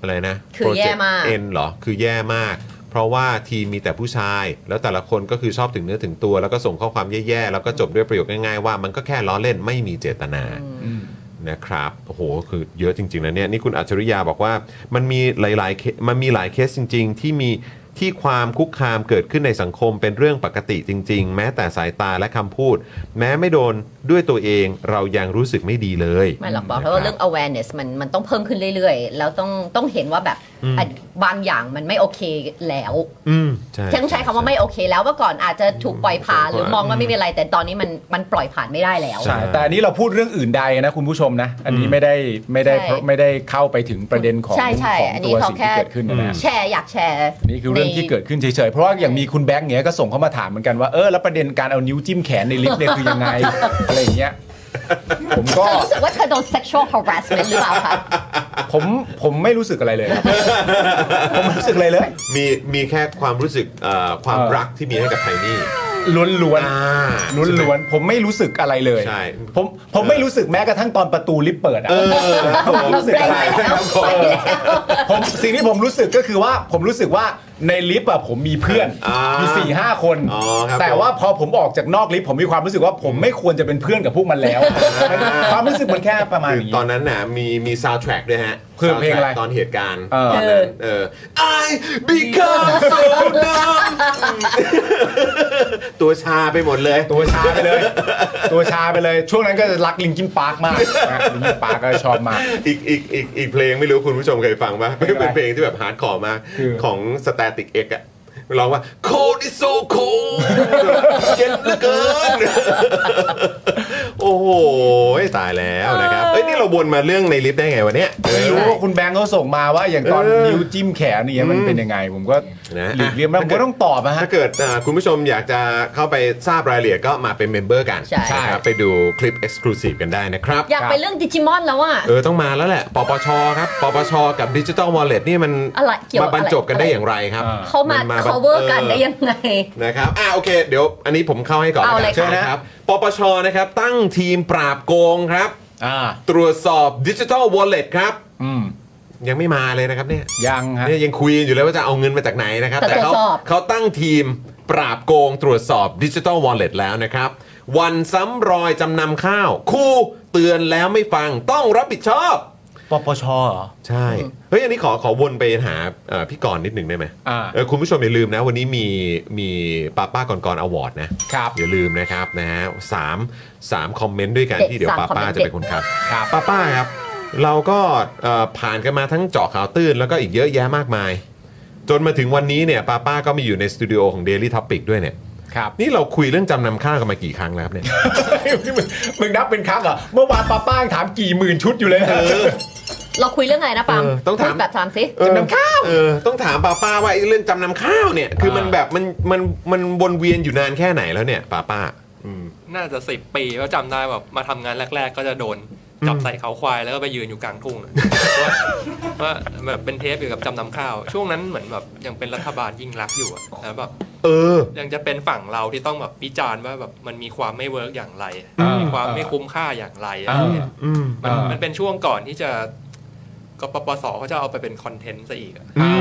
A: อะไรนะ
D: คือแย่มาก
A: N เหรอ คือแย่มาก เพราะว่าทีมมีแต่ผู้ชาย แล้วแต่ละคนก็คือชอบถึงเนื้อถึงตัว แล้วก็ส่งข้อความแย่ๆ แล้วก็จบด้วยประโยคง่ายๆ ว่ามันก็แค่ล้อเล่นไม่มีเจตนา นะครับ โอ้โห คือเยอะจริง ๆ นะเนี่ย นี่คุณอัจฉริยาบอกว่า มันมีหลายๆเคมันมีหลายเคสจริง ๆ ที่มีที่ความคุกคามเกิดขึ้นในสังคมเป็นเรื่องปกติจริง ๆ แม้แต่สายตาและคำพูด แม้ไม่โดนด้วยตัวเอง เรายังรู้สึกไม่ดีเลย
D: ไม่หรอกบอกเพราะว่าเรื่อง awareness มันมันต้องเพิ่มขึ้นเรื่อยๆ แล้วต้องต้องเห็นว่าแบบอ่ะบางอย่างมันไม่โอเคแล้ว
A: อืมใช่
D: ต้องใช้คำว่าไม่โอเค แล้วเมื่อก่อนอาจจะถูกปล่อยผ่านหรือมองว่าไม่เป็นไร แต่ตอนนี้มันมันปล่อยผ่านไม่ได้แล้ว
G: ใช่แต่อันนี้เราพูดเรื่องอื่นใดนะคุณผู้ชมนะ อันนี้ไม่ได้ไม่ได้
D: ใช่
G: ไม่ได้เข้าไปถึงประเด็นของ
D: ใช่ใช่
G: ของ
D: อันนี้
G: ตัว
D: เขา
G: สิ่งที่
D: แค่
G: เกิดขึ้นนะนะ
D: แชร์อยากแชร์
G: อันนี่คือเรื่องที่เกิดขึ้นเฉยๆ เพราะว่าอย่างมีคุณแบงค์เนี้ยก็ส่งเข้ามาถามเหมือนกันว่าเออแล้วประเด็นการเอานิ้วจิ้มแขนในลิฟต์เนี่ยคือยังไง อะไรอย่างเงี้ยผมก็
D: เธอรู้สึกว่าเธอโดน sexual harassment หรือเปล่าคะ [laughs]
G: ผมผมไม่รู้สึกอะไรเลยครับ ผมไม่รู้สึกอะไรเลย
A: มีมีแค่ความรู้สึกเอ่อความ
G: เออ
A: รักที่มีให้กับไทนี่
G: ล้วน
A: อ่า
G: ๆล้วนๆผมไม่รู้สึกอะไรเลย
A: ใช่
G: ผมผมไม่รู้สึกแม้กระทั่งตอนประตูลิฟต์เปิดอ่ะ
A: เออ
G: ผมไม่รู้สึกอะไร
D: ไปแล้วไปแล้ว
G: ผมสิ่งที่ผมรู้สึกก็คือว่าผมรู้สึกว่าในลิฟต์อะผมมีเพื่อน
A: อ่ามี
G: มี4ี่ห้าคน
A: อ๋อครับ
G: แต่ว่าพอผมออกจากนอกลิฟต์ผมมีความรู้สึกว่าผมไม่ควรจะเป็นเพื่อนกับพวกมันแล้ว
A: า
G: ความรู้สึกมันแค่ประมาณ
A: คือ อย่าง ต
G: นี้
A: อนนั้นน่ะมีมีซาวด์แทร็กด้วยฮะ
G: คือเพลงอะไร
A: soundtrack ตอนเหตุการณ์
G: เออ
A: ตอนนั้นเออ I become so dumb ตัวชาไปหมดเลย
G: ตัวชาไปเลย ตัวชาไปเลย ช่วงนั้นก็จะรักลิงกินปาร์กมากนะลิงกินปาร์กก็ชอบมาก
A: อีกอีกอีกอีกเพลงไม่รู้คุณผู้ชมเคยฟังปะ
G: เพลงอะไร
A: เป็นเพลงที่แบบฮาร์ดคอร์มาก
G: คือ
A: ของ Static X อะร้องว่า cold is so cold เย็นเหลือเกิน โอ้โหตายแล้วนะครับ เอ้ย นี่เราวนมาเรื่องในลิฟต์ได้ไงวะเนี่ย
G: ไม่รู้ว่าคุณแบงค์เขาส่งมาว่าอย่างตอนนิ้วจิ้มแขนเนี่ยมันเป็นยังไง ผมก็
A: นะ
G: หลีกเลี่ยงไม่ได้
A: ถ้า
G: ผม
A: เกิด
G: ก็ต้องตอบนะฮะ
A: ถ้าเกิดเอ่อคุณผู้ชมอยากจะเข้าไปทราบรายละเอียดก็มาเป็นเมมเบอร์กัน
D: ใช่
A: นะครับไปดูคลิป Exclusive กันได้นะครับ
D: อยากไปเรื่องดิจิมอนแล้วอ่ะ
A: เออ ต้องมาแล้วแหละ ปปชครับ ปปช กับดิจิ t a ลวอลเล็ตนี่มัน
D: อะไรเกี่ยว
A: มาบรรจบกันได้
D: อะไร
A: อย่างไรครับ
G: เออ
D: เขามาน
A: บ
D: ม
A: รร
D: cover กัน
A: เออ
D: ได้ยังไง
A: นะครับ อ่าโอเค เดี๋ยวอันนี้ผมเข้าให้ก่อน
D: เอาเลย
A: นะ
D: ค่ะ
A: เชิญนะครับ ปปช นะครับ ตั้งทีมปราบโกงครับ
G: อ่า
A: ตรวจสอบดิจิ t a ลวอลเล็ตครับ
G: อืม
A: ยังไม่มาเลยนะครับเนี่ย
G: ยังฮะ
A: เนี่ยยังคุยกันอยู่เลยว่าจะเอาเงินมาจากไหนนะครับ
D: แต่
A: แต่เขา
D: ตรวจสอบ
A: เขาตั้งทีมปราบโกงตรวจสอบดิจิทัลวอลเล็ตแล้วนะครับ วันซ้ำรอยจำนำข้าว คู่เตือนแล้วไม่ฟังต้องรับผิดชอบ
G: ปปชเหรอ
A: ใช่ เฮ้ย อันนี้ขอขอวนไปหาเอ่อพี่กรณ์นิดหนึ่งได้ไหม
G: อ่า
A: เออคุณผู้ชมอย่าลืมนะ วันนี้มีมีป้าป้าก่อนก่อนอวอร์ดนะครับ อย่าลืมนะครับนะฮะสามสามคอมเมนต์ด้วยกันที่เดี๋ยวป้าป้าจะเป็นคนครับ
G: ครับ
A: ป้าป้าครับ เราก็เอ่อผ่านกันมาทั้งเจาะข่าวตื้นแล้วก็อีกเยอะแยะมากมาย จนมาถึงวันนี้เนี่ยป้าป้าก็มาอยู่ในสตูดิโอของ Daily Topic ด้วยเนี่ย
G: ครับ
A: นี่เราคุยเรื่องจำนำข้าวกันมากี่ครั้งแล้วครับเนี่ย
G: นี่มึงมึงนับเป็นครั้งเหรอ เมื่อวานป้าป้างถามกี่หมื่นชุดอยู่เลยนะ
D: เราคุยเรื่องอะไรนะปาล์ม
A: เออต้องถาม
D: พูดแบบถามสิ
A: เออ
G: จำนำข้าว
A: เออต้องถามป้าป้าว่าไอ้เรื่องจำนำข้าวเนี่ย คือมันแบบมันมันมันวนเวียนอยู่นานแค่ไหนแล้วเนี่ยป้าป้า
I: น่าจะสิบปีแล้วจำได้แบบมาทำงานแรก ๆ ก็จะโดนจับใส่เขาควายแล้วก็ไปยืนอยู่กลางทุ่งอะ ว่าว่าแบบเป็นเทปอยู่ยวกับจำนำข้าว ช่วงนั้นเหมือนแบบยังเป็นรัฐบาลยิ่งรักษณ์อยู่อะแล้วแบบ
A: เออ
I: ยังจะเป็นฝั่งเราที่ต้องแบบวิจารณ์ว่าแบบมันมีความไม่เวิร์กอย่างไร
G: อ่ามี
I: มีความไม่
G: อ่า
I: คุ้มค่าอย่างไรอะ
G: อ่า
I: ไรเงี้ย
A: อืม
I: มัน
G: อ่า
I: มันเป็นช่วงก่อนที่จะกปปสเขาจะเอาไปเป็นคอนเทนต์ซะอีกอะ
G: อ่า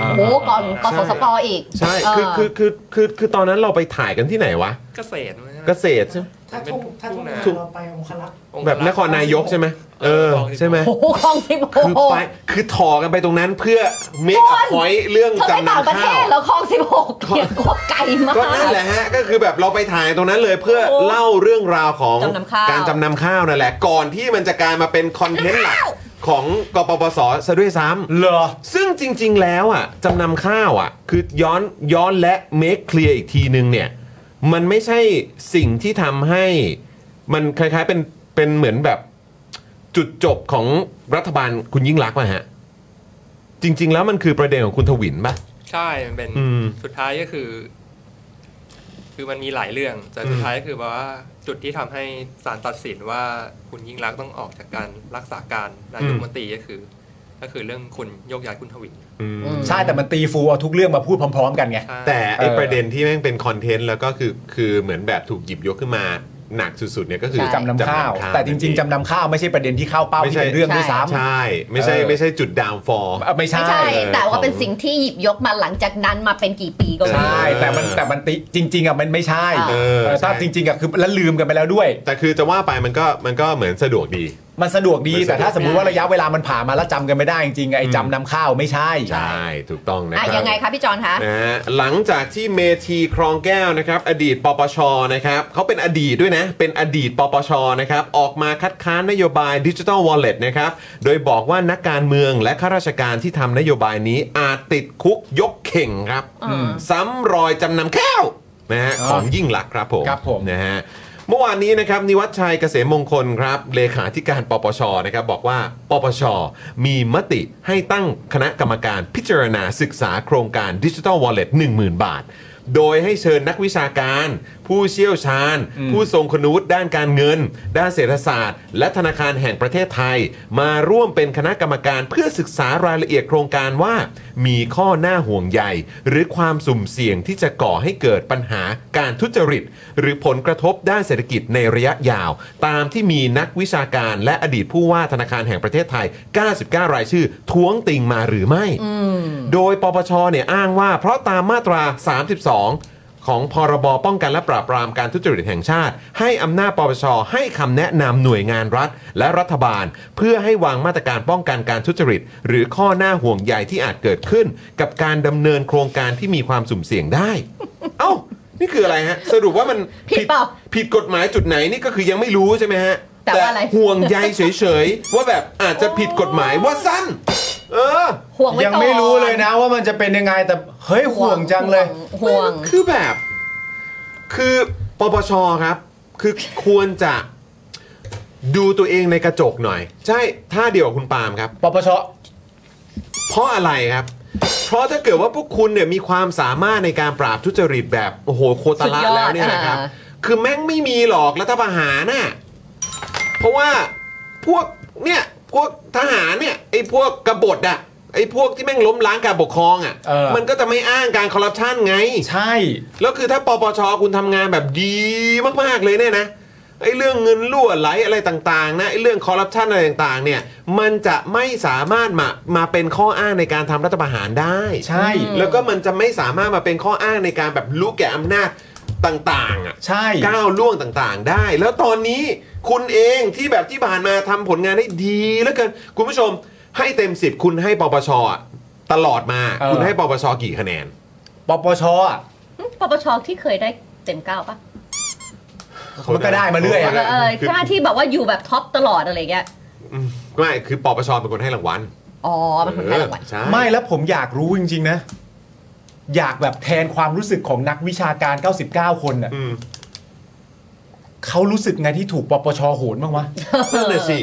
G: อ่า
D: โอ้ก่อนกสสปอีก
A: ใช่
D: เ
A: คือคือคือคือคือตอนนั้นเราไปถ่ายกันที่ไหนวะ
I: เกษตรมั้ย
A: เกษตรใช่ไหม
H: ถ้าทุ่งถ้าทุ่งนา
A: ทุ่ง
H: เราไปองคลักษ์
I: อง
A: แบบนครนายกใช่ไหมเออใช่ไหม
D: โอ้โหคลองสิบหก
A: คือไปคือถอกันไปตรงนั้นเพื่อ make up point เรื่อง
D: เธอไม่
A: จำ
D: ต่าง
A: นำ
D: ประเท
A: ข้าว
D: ศแล้วคลองสิบหกเนี่ยโคตรไกลมา
A: [laughs] ก็
D: ก
A: นั่นแหละฮะ ก็คือแบบเราไปถ่ายตรงนั้นเลยเพื่อ
D: โอ้
A: เล่าเรื่องราวของ
D: จำนำข้าว
A: การจำนำข้าวนั่นแหละ ก่อนที่มันจะกลายมาเป็นคอนเทนต์หลักของกปปสซะด้วยซ้ำ
G: เหรอ
A: ซึ่งจริง ๆ แล้วอ่ะจำนำข้าวอ่ะ คือย้อนย้อนและเมคเคลียร์อีกทีนึงเนี่ย มันไม่ใช่สิ่งที่ทำให้ มันคล้ายๆเป็นเป็นเหมือนแบบจุดจบของรัฐบาลคุณยิ่งรักษณ์ป่ะฮะ จริง ๆ แล้วมันคือประเด็นของคุณทวินป่ะ
I: ใช่มันเป็น
A: อืม
I: สุดท้ายก็คือ คือมันมีหลายเรื่อง แต่
A: อืม
I: สุดท้ายคือแบบว่าจุดที่ทำให้ศาลตัดสินว่าคุณยิ่งรักษณ์ต้องออกจากการรักษาการนายกรัฐมนตรีก็คือ ก็คือเรื่องคุณโยกย้ายคุณทวิน
A: อืม
D: อืม
G: ใช่แต่มันตีฟูเอาทุกเรื่องมาพูดพร้อม ๆ กันไง
I: ใช่
A: แต่ไอ
G: เออ
A: ประเด็นที่แม่งเป็นคอนเทนต์แล้วก็คือคือเหมือนแบบถูกหยิบยกขึ้นมา หนักสุดๆเนี่ยก็คือ
D: ใช่
G: จำนำข้าว แต่จริง ๆจำนำข้าวไม่ใช่ประเด็นที่เข้าเป้าที่เป็นเรื่องด้วยซ้ำ
A: ใช่ ไม่ใช่ไม่ใช่จุดดาวฟอร์
G: เอ่อไม่
D: ไม่
G: ใช่
D: ใช่
A: เออ
D: แต่ว่าเป็น
A: ของ
D: สิ่งที่หยิบยกมาหลังจากนั้นมาเป็นกี่ปีก็ไม่
G: ใช่
D: รู้
G: แต่มันแต่มันติจริง ๆอ่ะมันไม่ใช่
D: เอ
A: อ
G: เออถ้าจริงๆอ่ะคือแล้วลืมกันไปแล้วด้วย
A: แต่คือจะว่าไปมันก็มันก็เหมือนสะดวกดี
G: มันสะดวกดี
A: มันสะดวก
G: แต่ถ้าสมมติว่าระยะเวลามันผ่านมาแล้วจำกันไม่ได้จริงๆไอ้จำนำข้าวไม่ใช่
A: ใช่ถูกต้องนะค
D: อ่ะ
A: รับ
D: ยังไงคะพี่จอนคะ
A: นะฮะหลังจากที่เมธีครองแก้วนะครับ อดีตปปชนะครับเขาเป็นอดีตด้วยนะ เป็นอดีตปปชนะครับออกมาคัดค้านนโยบายดิจิ t a ลวอลเล็ตนะครับโดยบอกว่านักการเมืองและข้าราชการที่ทำนโยบายนี้อาจติดคุกยกเข่งครับ
D: อืม
A: ซ้ำรอยจำนำข้าวนะฮะ
G: อ๋อ
A: ของยิ่งหลักษณ์ครับผม
G: ครับผม
A: นะฮะเมื่อวานนี้นะครับนิวัฒชัยเกษมมงคลครับเลขาธิการปปชนะครับบอกว่าปปชมีมติให้ตั้งคณะกรรมการพิจารณาศึกษาโครงการดิจิ t a ลวอลเล็ต10,000 บาท โดยให้เชิญนักวิชาการ ผู้เชี่ยวชาญ ผู้ทรงคุณวุฒิด้านการเงิน ด้านเศรษฐศาสตร์ และธนาคารแห่งประเทศไทย มาร่วมเป็นคณะกรรมการเพื่อศึกษารายละเอียดโครงการว่า มีข้อน่าห่วงใยหรือความสุ่มเสี่ยงที่จะก่อให้เกิดปัญหาการทุจริต หรือผลกระทบด้านเศรษฐกิจในระยะยาว ตามที่มีนักวิชาการและอดีตผู้ว่าธนาคารแห่งประเทศไทย 99 รายชื่อ ท้วงติงมาหรือไม่ โดยปปชเนี่ยอ้างว่าเพราะตามมาตรา 32 ของพรบป้องกันและปราบปรามการทุจริตแห่งชาติ ให้อำนาจปปชให้คำแนะนำหน่วยงานรัฐ และรัฐบาล เพื่อให้วางมาตรการป้องกันการทุจริต หรือข้อหน้าห่วงใยที่อาจเกิดขึ้น กับการดำเนินโครงการที่มีความสุ่มเสี่ยงได้ [laughs] เอ้า นี่คืออะไรฮะ สรุปว่ามัน
D: ผิดเปล่า
A: ผิดกฎหมายจุดไหนนี่ก็คือยังไม่รู้ใช่ไหมฮะ
D: แต่ว่าอะไร
A: ห่วงใยเฉยๆว่าแบบอาจจะผิดกฎหมายว่าสั้น เออ
D: ห่วงไว้ก่อ
G: ยั
D: น
G: งไม่รู้เลยนะว่ามันจะเป็นยังไงแต่เฮ้ยห่วงจังเลย
D: ห่วง
A: คือแบบ คือปปชครับ คือควรจะดูตัวเองในกระจกหน่อย ใช่ท่าเดียวกับคุณปาล์มครับ
G: ปปช
A: เพราะอะไรครับ เพราะถ้าเกิดว่าพวกคุณเนี่ยมีความสามารถในการปราบทุจริตแบบโอ้โหโคตรละ
D: สุดยอด
A: แล้วเนี่ยนะครับ
D: อ่า
A: คือแม่งไม่มีหรอกรัฐประหารน่ะเพราะว่าพวกเนี่ยพวกทหารเนี่ยไอ้พวกกบฏอ่ะไอ้พวกที่แม่งล้มล้างการปกครองอ่ะ
G: เออ
A: มันก็จะไม่อ้างการคอร์รัปชันไง
G: ใช่
A: แล้วคือถ้าปปชคุณทำงานแบบดีมาก ๆ เลยเนี่ยนะไอ้เรื่องเงินล่วไหลอะไรต่าง ๆ นะไอ้เรื่องคอร์รัปชันอะไรต่าง ๆ เนี่ย มันจะไม่สามารถมามาเป็นข้ออ้างในการทำรัฐประหารได้
G: ใช่
A: แล้วก็มันจะไม่สามารถมาเป็นข้ออ้างในการแบบรู้แก่อำนาจต่างๆอ่ะ
G: ใช่
A: ก้าวล่วงต่างๆ ได้ แล้วตอนนี้คุณเองที่แบบที่ผ่านมาทำผลงานได้ดีเหลือเกินคุณผู้ชมให้เต็ม10คุณให้ปปชอะตลอดมา
G: เออ
A: คุณให้ปปชกี่คะแนน
G: ปปชอ่ะ
D: ปปชที่เคยได้เต็มเก้าปะ
G: มันก็ได้มาเรื่อยอะ
D: เออใช่ไหมที่แบบว่าอยู่แบบท็อปตลอดอะไรเงี้ย
A: อืมไม่คือปปชเป็นคนให้รางวัล
D: อ๋อมันคนแค่รางวัล
A: เออใช่
G: ไม่แล้วผมอยากรู้จริงๆนะ อยากแบบแทนความรู้สึกของนักวิชาการ 99 คนน่ะ
A: อืม
G: เขารู้สึกไงที่ถูกปปชโหนบ้างวะ
A: นั่นเลยสิ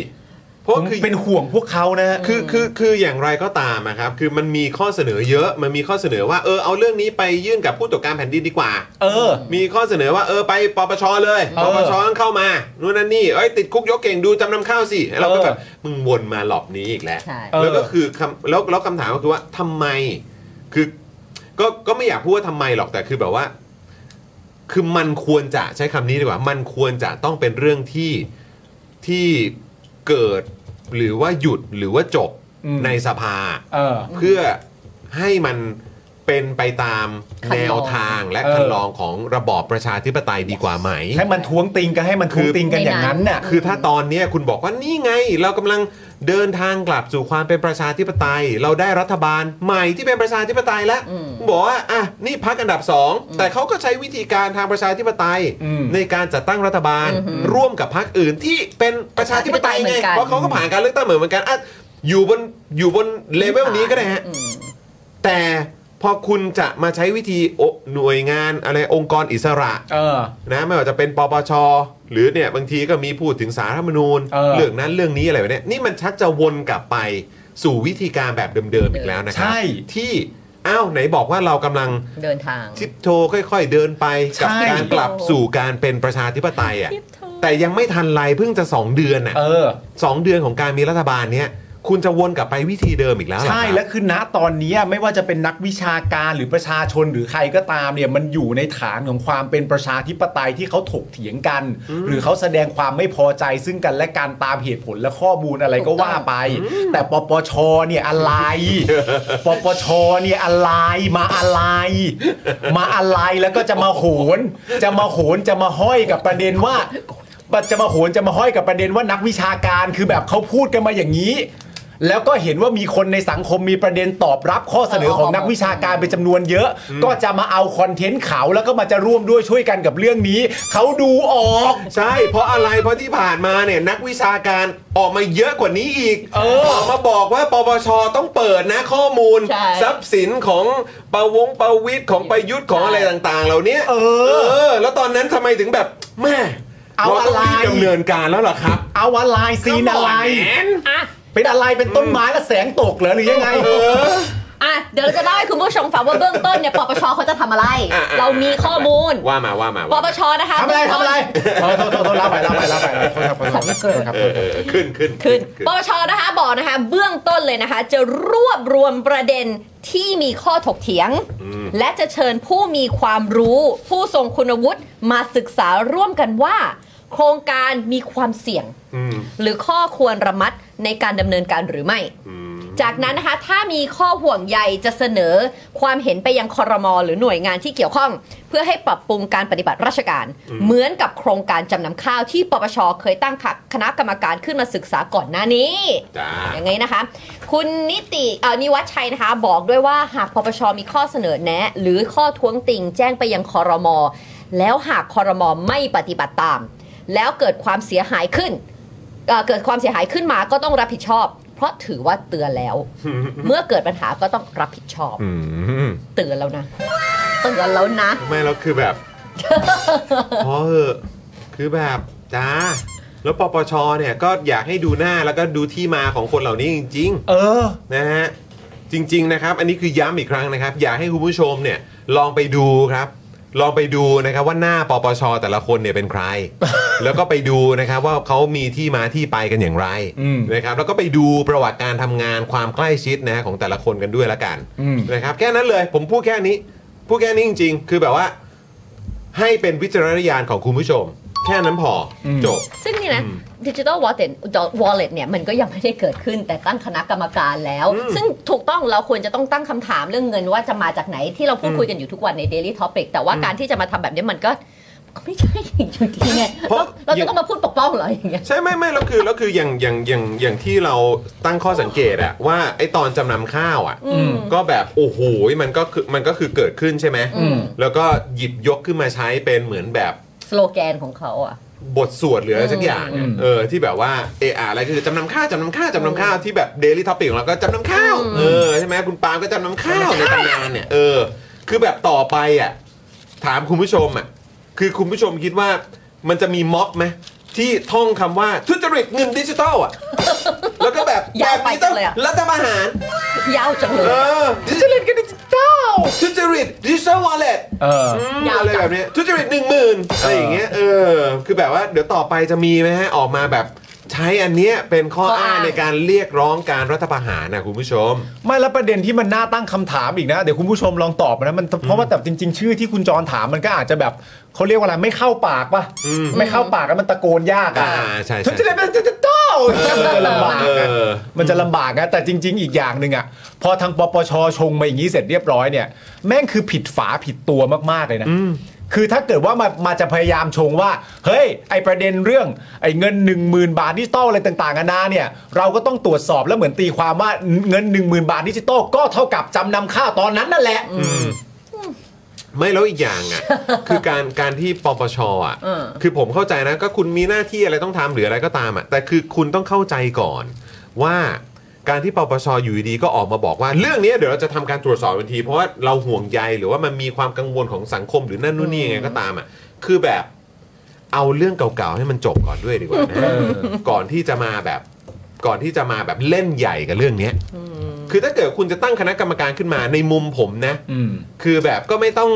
A: เพ
G: ผ
A: ราะ
G: ม
A: คือ
G: เป็นห่วงพวกเขานะฮะ
A: คือคือคืออย่างไรก็ตามอะครับ คือมันมีข้อเสนอเยอะมันมีข้อเสนอว่าเออเอาเรื่องนี้ไปยื่นกับผู้ตรวจการแผ่นดินดีกว่า
G: เออ
A: มีข้อเสนอว่าเออไปปปชเลย
G: เอ
A: ป
G: อ
A: ปชต้องเข้ามานู่นนั่นนี่เอ้ยติดคุกยกเก่งดูจำนำข้าวสิแล้วเราก็
G: เออ
A: แบบมึงวนมาหลอบนี้อีกแล้ว
D: ใช่
A: แล้วก็
G: เออ
A: คือคำแล้วแล้วคำถามก็คือว่าทำไมคือก็ก็ไม่อยากพูดว่าทำไมหรอกแต่คือแบบว่า คือมันควรจะใช้คำนี้ดีกว่า มันควรจะต้องเป็นเรื่องที่ที่เกิดหรือว่าหยุดหรือว่าจบ
G: อืม
A: ในสภา
G: เออ
A: เพื่อให้มันเป็นไปตามแนวทางและ
G: เออ
A: คันลองของระบอบประชาธิปไตยดีกว่าไหม
G: ให้มันท้วงติงกันให้มันท้วงติงกันอย่างนั้นน่ะ
A: คือถ้าตอนเนี้ยคุณบอกว่านี่ไง เรากำลังเดินทางกลับสู่ความเป็นประชาธิปไตย เราได้รัฐบาลใหม่ที่เป็นประชาธิปไตยแล้ว
D: อืม
A: คุณบอกว่าอ่ะนี่พักอันดับสองแต่เขาก็ใช้วิธีการทางประชาธิปไตย
G: อืม
A: ในการจัดตั้งรัฐบาลร่วมกับพักอื่นที่เป็นประชาธิปไตยไงเพราะเขาก็ผ่านการเลือกตั้งเหมือนกันอ่ะอยู่บนอยู่บนเลเวลนี้ก็ได้ฮะ
D: อืม
A: แต่พอคุณจะมาใช้วิธีโอหน่วยงานอะไรองค์กรอิสระ
G: เออ
A: นะไม่ว่าจะเป็นปปชหรือเนี่ยบางทีก็มีพูดถึงสารรัฐธรรมนูญ
G: เออ
A: เรื่องนั้นเรื่องนี้อะไรแบบเนี้ยนี่มันชักจะวนกลับไปสู่วิธีการแบบเดิมๆอีกแล้วนะครั
G: ใช่
A: ที่อ้าวไหนบอกว่าเรากำลัง
D: เดินทาง
A: ทิปโทค่อย ๆ เดินไปกับ
G: ใช่
A: การกลับสู่การเป็นประชาธิปไตยอ่ะ
D: ทิปโท
A: แต่ยังไม่ทันไรเพิ่งจะสองเดือนอ่ะ
G: เออ
A: สองเดือนของการมีรัฐบาลเนี้ย
B: คุณจะวนกลับไปวิธีเดิมอีกแล้วเหรอ
G: ใช่
B: ครับ
G: และคือณตอนนี้ไม่ว่าจะเป็นนักวิชาการหรือประชาชนหรือใครก็ตามเนี่ยมันอยู่ในฐานของความเป็นประชาธิปไตยที่เขาถกเถียงกัน หรือเขาแสดงความไม่พอใจซึ่งกันและกันตามเหตุผลและข้อมูลอะไรก็ว่าไป แต่ปปชเนี่ยอะไร ปปชเนี่ยอะไรมาอะไร มาอะไรแล้วก็จะมาโหน จะมาโหนจะมาห้อยกับประเด็นว่าจะมาโหนจะมาห้อยกับประเด็นว่านักวิชาการคือแบบเขาพูดกันมาอย่างนี้ แล้วก็เห็นว่ามีคนในสังคมมีประเด็นตอบรับข้อเสนอของนักวิชาการเป็นจำนวนเยอะ ก็จะมาเอาคอนเทนต์เขาแล้วก็มาจะร่วมด้วยช่วยกันกับเรื่องนี้ เขาดูออก
B: ใช่ เพราะอะไร เพราะที่ผ่านมาเนี่ยนักวิชาการออกมาเยอะกว่านี้อีก
G: เออ
B: กมาบอกว่าปปชต้องเปิดนะข้อมูล
D: ใช่
B: ทรัพย์สินของประวงประวิทย์ของประยุทธ์ของอะไรต่างๆ เหล่านี้
G: เออ
B: เออ แล้วตอนนั้นทำไมถึงแบบแม่
G: เอา
B: เราต้องรีบ
G: อะไร
B: ดำเนินการแล้วเหรอครับ
G: เอาอะไรซีนอะไร
D: อ่ะ
G: เป็นอะไรเป็นต้นไม้แล้วแสงตกเหรอหรือยังไง
D: อ่ะ เดี๋ยวเราจะเล่าให้คุณผู้ชมฟังว่าเบื้องต้นเนี่ยปปชเขาจะทำอะไร
B: อ่ะอ่ะ
D: เรามีข้อมูล
B: ว่ามาว่ามา
D: ป
B: ว่า
D: ป
B: มา
D: ชนะคะ
G: ทำอะไรทำอะไรเออโทษโทษโทษรับไปรับไปรับไปโทษครับโทษครับโทษครับ
B: เออเออขึ้นขึ้น
D: ขึ้นปปชนะคะบอกนะคะ เบื้องต้นเลยนะคะ จะรวบรวมประเด็นที่มีข้อถกเถียง และจะเชิญผู้มีความรู้ ผู้ทรงคุณวุฒิมาศึกษาร่วมกันว่า โครงการมีความเสี่ยง
B: อืม
D: หรือข้อควรระมัดในการดำเนินการหรือไม่
B: อืม
D: จากนั้นนะคะ ถ้ามีข้อห่วงใยจะเสนอความเห็นไปยังคอรมอหรือหน่วยงานที่เกี่ยวข้อง เพื่อให้ปรับปรุงการปฏิบัติราชการ เหมือนกับโครงการจำนำข้าวที่ปปชเคยตั้งคณะกรรมการขึ้นมาศึกษาก่อนหน้านี้
B: จ้า
D: อย่างไงนะคะ คุณนิติเอ่อนิวัฒน์ชัยนะคะ บอกด้วยว่าหากปปชมีข้อเสนอแนะ หรือข้อท้วงติงแจ้งไปยังคอรมอแล้วหากคอรมอไม่ปฏิบัติตาม แล้วเกิดความเสียหายขึ้นเอ่อเกิดความเสียหายขึ้นมาก็ต้องรับผิดชอบ เพราะถือว่าเตือนแล้ว เมื่อเกิดปัญหาก็ต้องรับผิดชอบ
B: อืม
D: เตือนแล้วนะเตือนแล้วนะ
B: ไม่แล้วคือแบบ [laughs] พอเหอะคือแบบจ้าแล้วปปชเนี่ยก็อยากให้ดูหน้าแล้วก็ดูที่มาของคนเหล่านี้จริง ๆ
G: เออ
B: นะฮะจริงๆนะครับอันนี้คือย้ำอีกครั้งนะครับ อยากให้คุณผู้ชมเนี่ยลองไปดูครับ ลองไปดูนะครับว่าหน้าปปชแต่ละคนเนี่ยเป็นใคร
G: [laughs]
B: แล้วก็ไปดูนะครับว่าเขามีที่มาที่ไปกันอย่างไร
G: อืม
B: นะครับแล้วก็ไปดูประวัติการทำงานความใกล้ชิดนะฮะของแต่ละคนกันด้วยละกัน
G: อืม
B: นะครับแค่นั้นเลยผมพูดแค่นี้พูดแค่นี้จริง ๆ คือแบบว่า ให้เป็นวิจารณญาณของคุณผู้ชม แค่นั้นพออจบ
D: ซึ่งนี่นะดิจิ t a ลวอลเล็ตวอลเล็ตเนี่ยมันก็ยังไม่ได้เกิดขึ้นแต่ตั้งคณะกรรมการแล้ว ซึ่งถูกต้องเราควรจะต้องตั้งคำถามเรื่องเงินว่าจะมาจากไหนที่เราพูดคุยกันอยู่ทุกวันใน Daily Topic แต่ว่าการที่จะมาทำแบบนี้มันก็ก็ไม่ใช่อยู่ดีไง
B: เพราะ
D: เราจะต้องมาพูดปกป้องเหรออย่างเงี้ย
B: ใช่ไม่ไม่แล้วคือแล้วคืออย่างอย่างอย่างอย่างที่เราตั้งข้อสังเกตอะว่าไอตอนจำนำข้าวอะ
D: อืม
B: ก็แบบโอ้โหมันก็คือมันก็คือเกิดขึ้นใช่ไหม
D: อืม
B: แล้วก็หยิบยกขึ้นมาใช้เป็นเหมือนแบบ
D: สโลแกนของเขาอ่ะ
B: บทสวดหรืออะไรสักอย่างอะ
G: อืม
B: เออที่แบบว่าเอออะไรก็คือจำนำข้าวจำนำข้าวจำนำข้าวที่แบบเดลิทอปิกของเราก็จำนำข้าวเออใช่ไหมคุณปาล์มก็จำนำข้าวในตำนานเนี่ยเออคือแบบต่อไปอะถามคุณผู้ชมอะคือคุณผู้ชมคิดว่ามันจะมีม็อบไหมที่ท่องคำว่าทุจริตเงินดิจิตอลอะ แล้วก็แบบ
D: ยาวไป
B: แบบนี้
D: จั
B: ต้อง
D: งเลยอะ
B: รัฐประหาร
D: ยาวจังเล
B: เอย อทุจริตกันดิจิตอลทุจริตดิจิตอลวอลเล็ต
G: เออ
D: ยาวจัง
B: อะไรแบบเนี้ยทุจริตหนึ่งหมื่นอะไรอย่างเงี้ยเออ คือแบบว่าเดี๋ยวต่อไปจะมีไหมฮะ ออกมาแบบใช้อันเนี้ยเป็นข้อ
D: ข้ออ้า
B: อ้าง งในการเรียกร้องการรัฐประหารนะคุณผู้ชม
G: ไม่แล้วประเด็นที่มันน่าตั้งคำถามอีกนะ เดี๋ยวคุณผู้ชมลองตอบนะมันเพราะว่าแต่จริง ๆ ชื่อที่คุณจรถามมันก็อาจจะแบบเขาเรียกว่าอะไรไม่เข้าปากป่ะไม่เข้าปากแล้วมันตะโกนยากอ่ะ
B: อ่าใช่ใช่
G: ทุจริตมันจะจะต้าวมันจะลำบาก
B: เอ
G: อะ
B: อ
G: มันจะลำบากนะแต่จริง ๆ อีกอย่างหนึ่งอ่ะพอทางปปชชงมาอย่างนี้เสร็จเรียบร้อยเนี่ย แม่งคือผิดฝาผิดตัวมากๆเลยนะ คือถ้าเกิดว่ามามาจะพยายามชงว่า เฮ้ย ไอประเด็นเรื่องไอเงิน 1 0,000 บาทดิจิตอลอะไรต่างๆนานาเนี่ย เราก็ต้องตรวจสอบแล้วเหมือนตีความว่าเงิน 1 0,000 บาทดิจิตอลก็เท่ากับจำนำค่าตอนนั้นนั่นแหละ
B: ไม่แล้วอีกอย่างอ่ะ คือการการที่ปปชอ่ะ
D: เออ
B: คือผมเข้าใจนะก็คุณมีหน้าที่อะไรต้องทำหรืออะไรก็ตามอ่ะแต่คือคุณต้องเข้าใจก่อนว่าการที่ปปชอยู่ดีๆก็ออกมาบอกว่า เรื่องนี้เดี๋ยวเราจะทำการตรวจสอบทันที เพราะว่าเราห่วงใยหรือว่ามันมีความกังวลของสังคมหรือนั่นนู่นนี่ยังไงก็ตามอ่ะคือแบบเอาเรื่องเก่าๆให้มันจบก่อนด้วยดีกว่านะ
G: เออ
B: ก่อนที่จะมาแบบก่อนที่จะมาแบบเล่นใหญ่กับเรื่องเนี้ยคือถ้าเกิดคุณจะตั้งคณะกรรมการขึ้นมาในมุมผมนะ
G: อืม
B: คือแบบก็ไม่ต้อง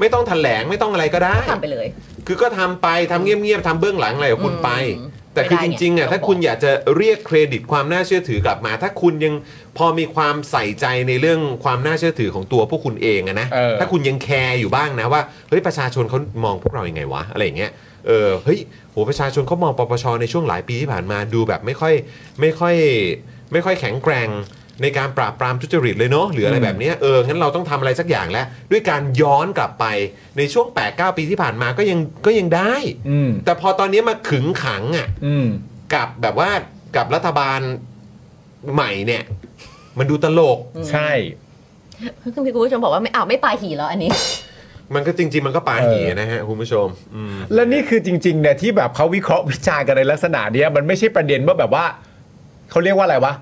B: ไม่ต้องแถลงไม่ต้องอะไรก็ได้
D: ทำไปเลย
B: คือก็ทำไปทำเงียบๆทำเบื้องหลังอะไรของคุณไป
A: แต่คือจริงๆอ่ะถ้าคุณอยากจะเรียกเครดิตความน่าเชื่อถือกลับมา ถ้าคุณยังพอมีความใส่ใจในเรื่องความน่าเชื่อถือของตัวพวกคุณเองอะนะ
G: เออ
A: ถ้าคุณยังแคร์อยู่บ้างนะว่าเฮ้ยประชาชนเขามองพวกเราอย่างไงวะอะไรอย่างเงี้ยเออเฮ้ยโหประชาชนเขามองปปชในช่วงหลายปีที่ผ่านมาดูแบบไม่ค่อยไม่ค่อยไม่ค่อยแข็งแกร่งในการปราบปรามทุจริตเลยเนาะหรืออะไรแบบเนี้ยเอองั้นเราต้องทำอะไรสักอย่างแล้ว ด้วยการย้อนกลับไปในช่วง 8-9 ปีที่ผ่านมาก็ยังก็ยังได้
G: อืม
A: แต่พอตอนนี้มาขึงขังอ่ะ
G: อืม
A: กับแบบว่ากับรัฐบาลใหม่เนี่ย มันดูตลก
G: ใช่
D: คือพี่คุณผู้ชมบอกว่าไม่อ้าวไม่ปลาหีแล้วอัน [laughs] นี้
A: มันก็จริง ๆ มันก็ปาหีนะฮะ คุณผู้ชมอืม
G: และนี่คือจริงๆเนี่ยที่แบบเขาวิเคราะห์วิจารณ์กันในลักษณะเนี้ยมันไม่ใช่ประเด็นว่าแบบว่าเขาเรียกว่าอะไรวะ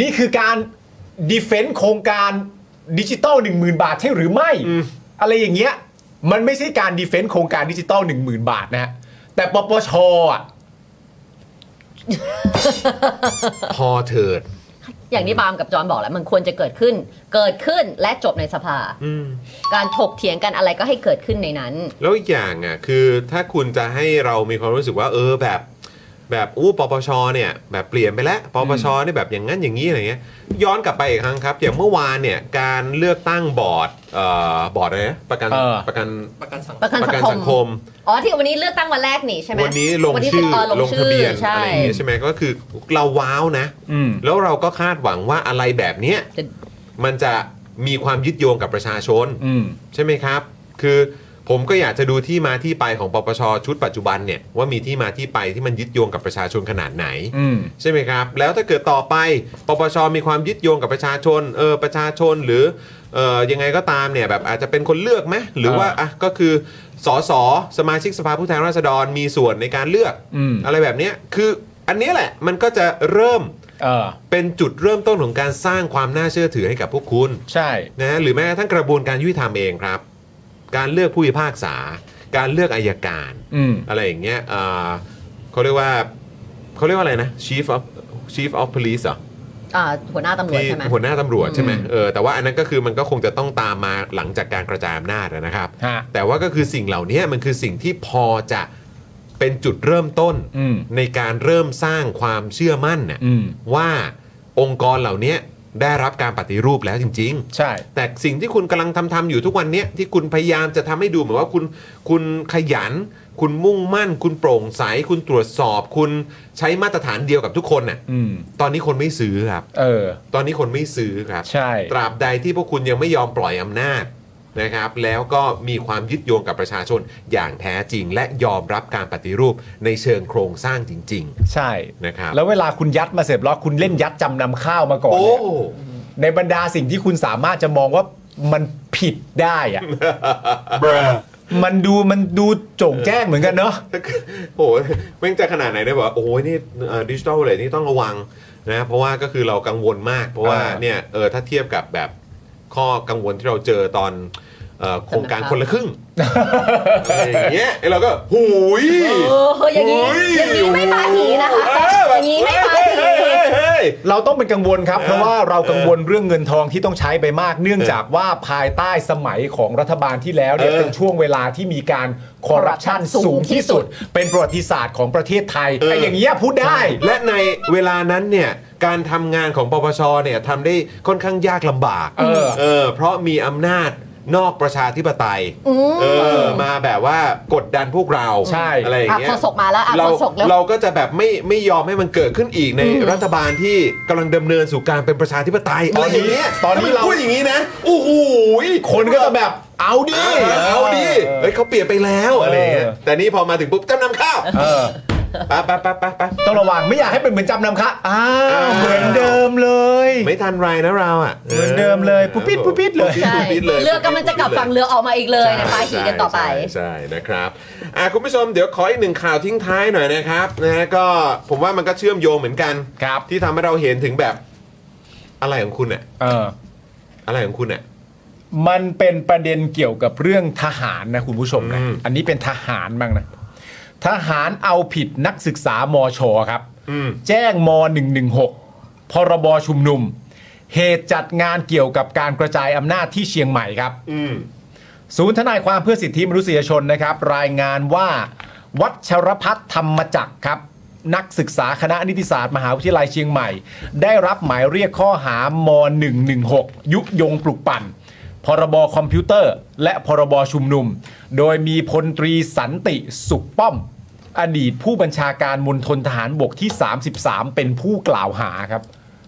G: นี่คือการดีเฟนต์โครงการดิจิตอล1 0,000 บาทใช่หรือไม่ อะไรอย่างเงี้ย มันไม่ใช่การดีเฟนต์โครงการดิจิตอล1 0,000 บาทนะฮะแต่ปปชอ่ะ
A: พอเถิด
D: อย่างที่บาล์มกับจอห์นบอกแล้วมันควรจะเกิดขึ้น เกิดขึ้นและจบในสภา
A: อืม
D: การถกเถียงกันอะไรก็ให้เกิดขึ้นในนั้น
A: แล้วอีกอย่างอ่ะคือถ้าคุณจะให้เรามีความรู้สึกว่า เออแบบ แบบอู้ปปชเนี่ยแบบเปลี่ยนไปแล้วปปชเนี่ยแบบอย่างนั้นอย่างนี้อะไรเงี้ยย้อนกลับไปอีกครั้งครับ อย่างเมื่อวานเนี่ยการเลือกตั้งบอร์ดเอ่อบอร์ดอะไรนะประกัน
G: เออ
A: ประกัน
I: ประกันสังค
D: ประ
I: ม
D: กัน
A: ประ
D: สั
A: กัน
D: งค
A: สั
D: ม
A: งคม
D: อ๋อที่วันนี้เลือกตั้งวันแรกนี่ใช่ไหม
A: วันนี้ลง
D: วั
A: ชื่อ
D: เอ
A: ล
D: ล
A: ง
D: ง
A: ทะ
D: ชื่อ
A: เบียน
D: ใช่
A: อะไรอย่างเงี้ยใช่ไหมก็คือเราว้าวนะ
G: อืม
A: แล้วเราก็คาดหวังว่าอะไรแบบเนี้ย
D: จะ
A: มันจะมีความยึดโยงกับประชาชน
G: อืม
A: ใช่ไหมครับ คือผมก็อยากจะดูที่มาที่ไปของปปชชุดปัจจุบันเนี่ยว่ามีที่มาที่ไปที่มันยึดโยงกับประชาชนขนาดไหน
G: อืม
A: ใช่ไหมครับ แล้วถ้าเกิดต่อไปปปชมีความยึดโยงกับประชาชนเออประชาชนหรือเออยังไงก็ตามเนี่ยแบบอาจจะเป็นคนเลือกไหมหรือว่า
G: อ่า
A: อ่ะก็คือสอสอสมาชิกสภาผู้แทนราษฎรมีส่วนในการเลือก
G: อืม
A: ไรแบบเนี้ยคืออันเนี้ยแหละมันก็จะเริ่ม
G: เออ
A: เป็นจุดเริ่มต้นของการสร้างความน่าเชื่อถือให้กับพวกคุณ
G: ใช่
A: นะฮะหรือแม้กระทั่งกระบวนการยุติธรรมเองครับ การเลือกผู้พิพากษา การเลือกอายการ
G: อืม
A: อะไรอย่างเงี้ยอ่าเขาเรียกว่าเขาเรียกว่าอะไรนะ chief of chief of police เหรอ
D: อ่าหัวหน้าตำรวจ
A: ที่
D: ใช่ไหม
A: หัวหน้าตำรวจใช่ไหม
G: อืม
A: เออแต่ว่าอันนั้นก็คือมันก็คงจะต้องตามมาหลังจากการกระจายอำนาจนะครับ
G: ฮะ
A: แต่ว่าก็คือสิ่งเหล่านี้มันคือสิ่งที่พอจะเป็นจุดเริ่มต้น
G: อืม
A: ในการเริ่มสร้างความเชื่อมั่นน่ะ
G: อืม
A: ว่าองค์กรเหล่านี้ได้รับการปฏิรูปแล้วจริง ๆ
G: ใช่
A: แต่สิ่งที่คุณกำลังทำทำอยู่ทุกวันเนี้ยที่คุณพยายามจะทำให้ดูเหมือนว่าคุณคุณขยัน คุณมุ่งมั่น คุณโปร่งใส คุณตรวจสอบ คุณใช้มาตรฐานเดียวกับทุกคนน่ะ
G: อืม
A: ตอนนี้คนไม่ซื้อครับ
G: เออ
A: ตอนนี้คนไม่ซื้อครับ
G: ใช่
A: ตราบใดที่พวกคุณยังไม่ยอมปล่อยอำนาจนะครับ แล้วก็มีความยึดโยงกับประชาชนอย่างแท้จริง และยอมรับการปฏิรูปในเชิงโครงสร้างจริง
G: ใช่
A: ๆ นะครับ
G: แล้วเวลาคุณยัดมาเสร็จแล้วคุณเล่นยัดจำนำข้าวมาก่อน
A: โอ้
G: เนี่ย ในบรรดาสิ่งที่คุณสามารถจะมองว่ามันผิดได้
A: [laughs]
G: อะ มันดูมันดูโจ่งแจ้งเหมือนกันเนาะ
A: ถ้าเกิดโหแม่งจะขนาดไหนได้บอกว่าโอ้ยนี่ดิจิทัลเลยนี่ต้องระวังนะเพราะว่าก็คือเรากังวลมาก เพราะว่า
G: อ่า
A: เนี่ยเออถ้าเทียบกับแบบข้อกังวลที่เราเจอตอนเอ่อโครงการคน [laughs] ละครึ่งอะไรอย่างเงี้ยไอ้เราก็หูย
D: เอออย่างนี้อย่างนี้ไม่ปาหีนะคะ
A: เอแบบ
D: อย่างนี้ไม่ปาหี
A: เฮ้ยเฮ้ยเฮ้ย
G: เราต้องเป็นกังวลครับเพราะว่าเรากังวลเรื่องเงินทองที่ต้องใช้ไปมาก เนื่องจากว่าภายใต้สมัยของรัฐบาลที่แล้วเนี่ย
A: เออ
G: เป็นช่วงเวลาที่มีการคอร์รัปชันสูงที่สุด เป็นประวัติศาสตร์ของประเทศไทย
A: เออ
G: ไอ้อย่างเงี้ยพูดได้
A: และในเวลานั้นเนี่ยการทำงานของปปชเนี่ยทำได้ค่อนข้างยากลำบาก
G: เออ
A: เออเพราะมีอำนาจนอกประชาธิปไตยเออมาแบบว่ากดดันพวกเรา
G: ใช่
A: อะไรอย่าง
D: อ่ะ
A: เงี้
D: โฆ
A: ย
D: ษกมาแล้วอ่ะ
A: เรา
D: โฆษกแล้ว
A: เราก็จะแบบไม่ไม่ยอมให้มันเกิดขึ้นอีกในรัฐบาลที่กำลังดำเนินสู่การเป็นประชาธิปไตยอะไรอย่างเงี้ย
G: ตอนนี้
A: ถ้ามั
G: เรา
A: พูดอย่างนี้นะโอ้โห
G: คนก็จะแบบเอาดิ
A: เออเอาดิเฮ้ยเขาเปลี่ยนไปแล้วอะไรอย่างเงี้ยแต่นี่พอมาถึงปุ๊บจำนำข้าว
G: เออ
A: ไปไปไปไปไป
G: ต้องระวังไม่อยากให้เป็นเหมือนจำนำค่ะอ้าวเหมือนเดิมเลย
A: ไม่ทันไรนะเราอ่ะ
G: เหมือนเดิมเลยปุ๊บปิ๊ดปุ๊บปิ๊ดเลย
D: ใช่เรือกำลังจะกลับฝั่งเรือออกมาอีกเลยในปลายหีกันต่อไป
A: ใช่ใช่นะครับอ่ะคุณผู้ชมเดี๋ยวขออีกหนึ่งข่าวทิ้งท้ายหน่อยนะครับนะฮะก็ผมว่ามันก็เชื่อมโยงเหมือนกัน
G: ครับ
A: ที่ทำให้เราเห็นถึงแบบอะไรของคุณอ่ะ
G: เออ
A: อะไรของคุณอ่ะ
G: มันเป็นประเด็นเกี่ยวกับเรื่องทหารนะคุณผู้ชมนะ
A: อืม
G: อันนี้เป็นทหารบ้างนะ ทหารเอาผิดนักศึกษามอชอครับ
A: อืม
G: แจ้งม 116 พรบชุมนุม เหตุจัดงานเกี่ยวกับการกระจายอำนาจที่เชียงใหม่ครับ
A: อืม
G: ศูนย์ทนายความเพื่อสิทธิมนุษยชนนะครับ รายงานว่า วัชรพัฒน์ธรรมจักรครับ นักศึกษาคณะนิติศาสตร์มหาวิทยาลัยเชียงใหม่ ได้รับหมายเรียกข้อหาม116 ยุยงปลุกปั่น พรบคอมพิวเตอร์ และพรบชุมนุม โดยมีพลตรีสันติสุขป้อม อดีตผู้บัญชาการมณฑลทหารบกที่ 33 เป็นผู้กล่าวหาครับ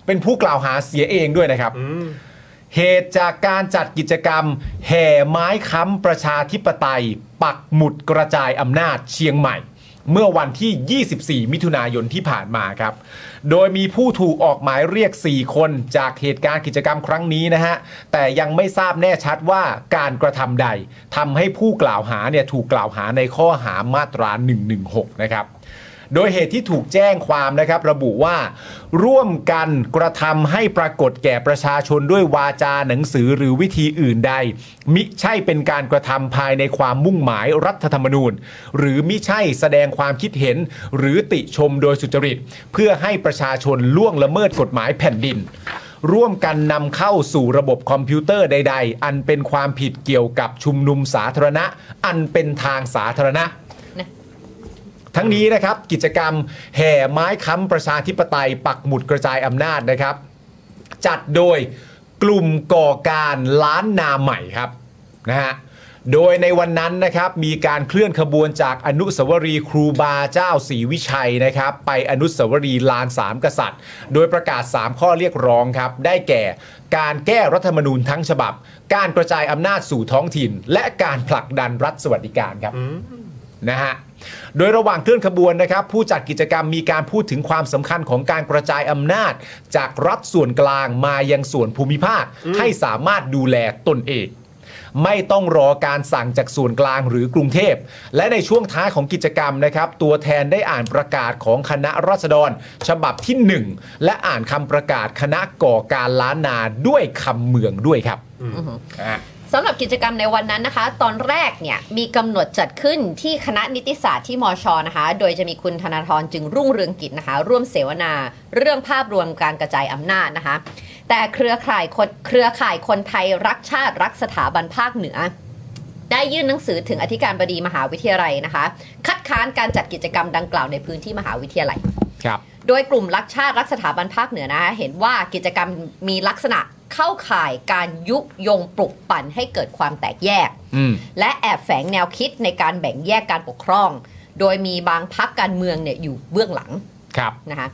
G: เป็นผู้กล่าวหาเสียเองด้วยนะครับ เหตุจากการจัดกิจกรรม แห่ไม้ค้ำประชาธิปไตย ปักหมุดกระจายอำนาจเชียงใหม่ เมื่อวันที่ 24 มิถุนายนที่ผ่านมาครับ โดยมีผู้ถูกออกหมายเรียก 4 คนจากเหตุการณ์กิจกรรมครั้งนี้นะฮะ แต่ยังไม่ทราบแน่ชัดว่าการกระทำใดทำให้ผู้กล่าวหาเนี่ยถูกกล่าวหาในข้อหามาตรา 116 นะครับ โดยเหตุที่ถูกแจ้งความนะครับระบุว่า ร่วมกันกระทำให้ปรากฏแก่ประชาชนด้วยวาจาหนังสือหรือวิธีอื่นใด มิใช่เป็นการกระทำภายในความมุ่งหมายรัฐธรรมนูญ หรือมิใช่แสดงความคิดเห็น หรือติชมโดยสุจริต เพื่อให้ประชาชนล่วงละเมิดกฎหมายแผ่นดิน ร่วมกันนำเข้าสู่ระบบคอมพิวเตอร์ใด ๆ อันเป็นความผิดเกี่ยวกับชุมนุมสาธารณะ อันเป็นทางสาธารณะ ทั้งนี้นะครับกิจกรรมแห่ไม้ค้ำประชาธิปไตย ปักหมุดกระจายอำนาจนะครับ จัดโดยกลุ่มก่อการล้านนาใหม่ครับนะฮะโดยในวันนั้นนะครับมีการเคลื่อนขบวนจากอนุสาวรีย์ครูบาเจ้าศรีวิชัยนะครับ ไปอนุสาวรีย์ลานสามกษัตริย์ โดยประกาศ 3 ข้อเรียกร้องครับ ได้แก่การแก้รัฐธรรมนูญทั้งฉบับ การกระจายอำนาจสู่ท้องถิ่น และการผลักดันรัฐสวัสดิการครับ นะฮะ โดยระหว่างเคลื่อนขบวนนะครับ ผู้จัดกิจกรรมมีการพูดถึงความสำคัญของการกระจายอำนาจ จากรัฐส่วนกลางมายังส่วนภูมิภาค ให้สามารถดูแลตนเอง ไม่ต้องรอการสั่งจากส่วนกลางหรือกรุงเทพ และในช่วงท้ายของกิจกรรมนะครับ ตัวแทนได้อ่านประกาศของคณะราษฎร ฉบับที่ 1 และอ่านคำประกาศคณะก่อการล้านนาด้วยคำเมืองด้วยครับอ่ะ
D: สำหรับกิจกรรมในวันนั้นนะคะ ตอนแรกเนี่ยมีกำหนดจัดขึ้นที่คณะนิติศาสตร์ที่มอชอนะคะ โดยจะมีคุณธนาธรจึงรุ่งเรืองกิจนะคะ ร่วมเสวนา เรื่องภาพรวมการกระจายอำนาจนะคะ แต่เครือข่ายคนเครือข่ายคนไทยรักชาติรักสถาบันภาคเหนือ ได้ยื่นหนังสือถึงอธิการบดีมหาวิทยาลัยนะคะ คัดค้านการจัดกิจกรรมดังกล่าวในพื้นที่มหาวิทยาลัย
G: ครับ
D: โดยกลุ่มรักชาติรักสถาบันภาคเหนือนะคะเห็นว่ากิจกรรมมีลักษณะเข้าข่ายการยุยงปลุกปั่นให้เกิดความแตกแยก
G: อืม
D: และแอบแฝงแนวคิดในการแบ่งแยกการปกครอง โดยมีบางพักการเมืองเนี่ยอยู่เบื้องหลัง
G: ครับ
D: นะคะ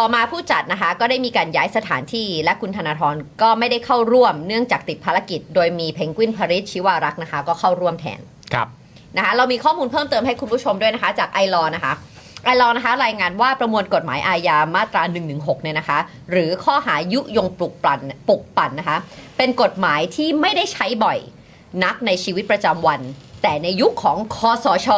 D: ต่อมาผู้จัดนะคะก็ได้มีการย้ายสถานที่และคุณธนาธรก็ไม่ได้เข้าร่วมเนื่องจากติดภารกิจ โดยมีเพนกวินพริชชิวารักษ์นะคะก็เข้าร่วมแทน
G: ครับ
D: นะคะเรามีข้อมูลเพิ่มเติมให้คุณผู้ชมด้วยนะคะ จากไอรอนะคะไอรอนะคะ รายงานว่าประมวลกฎหมายอาญามาตรา 116 เนี่ยนะคะ หรือข้อหายุยงปลุกปั่นปลุกปั่นนะคะ เป็นกฎหมายที่ไม่ได้ใช้บ่อยนักในชีวิตประจำวัน แต่ในยุคของคอสช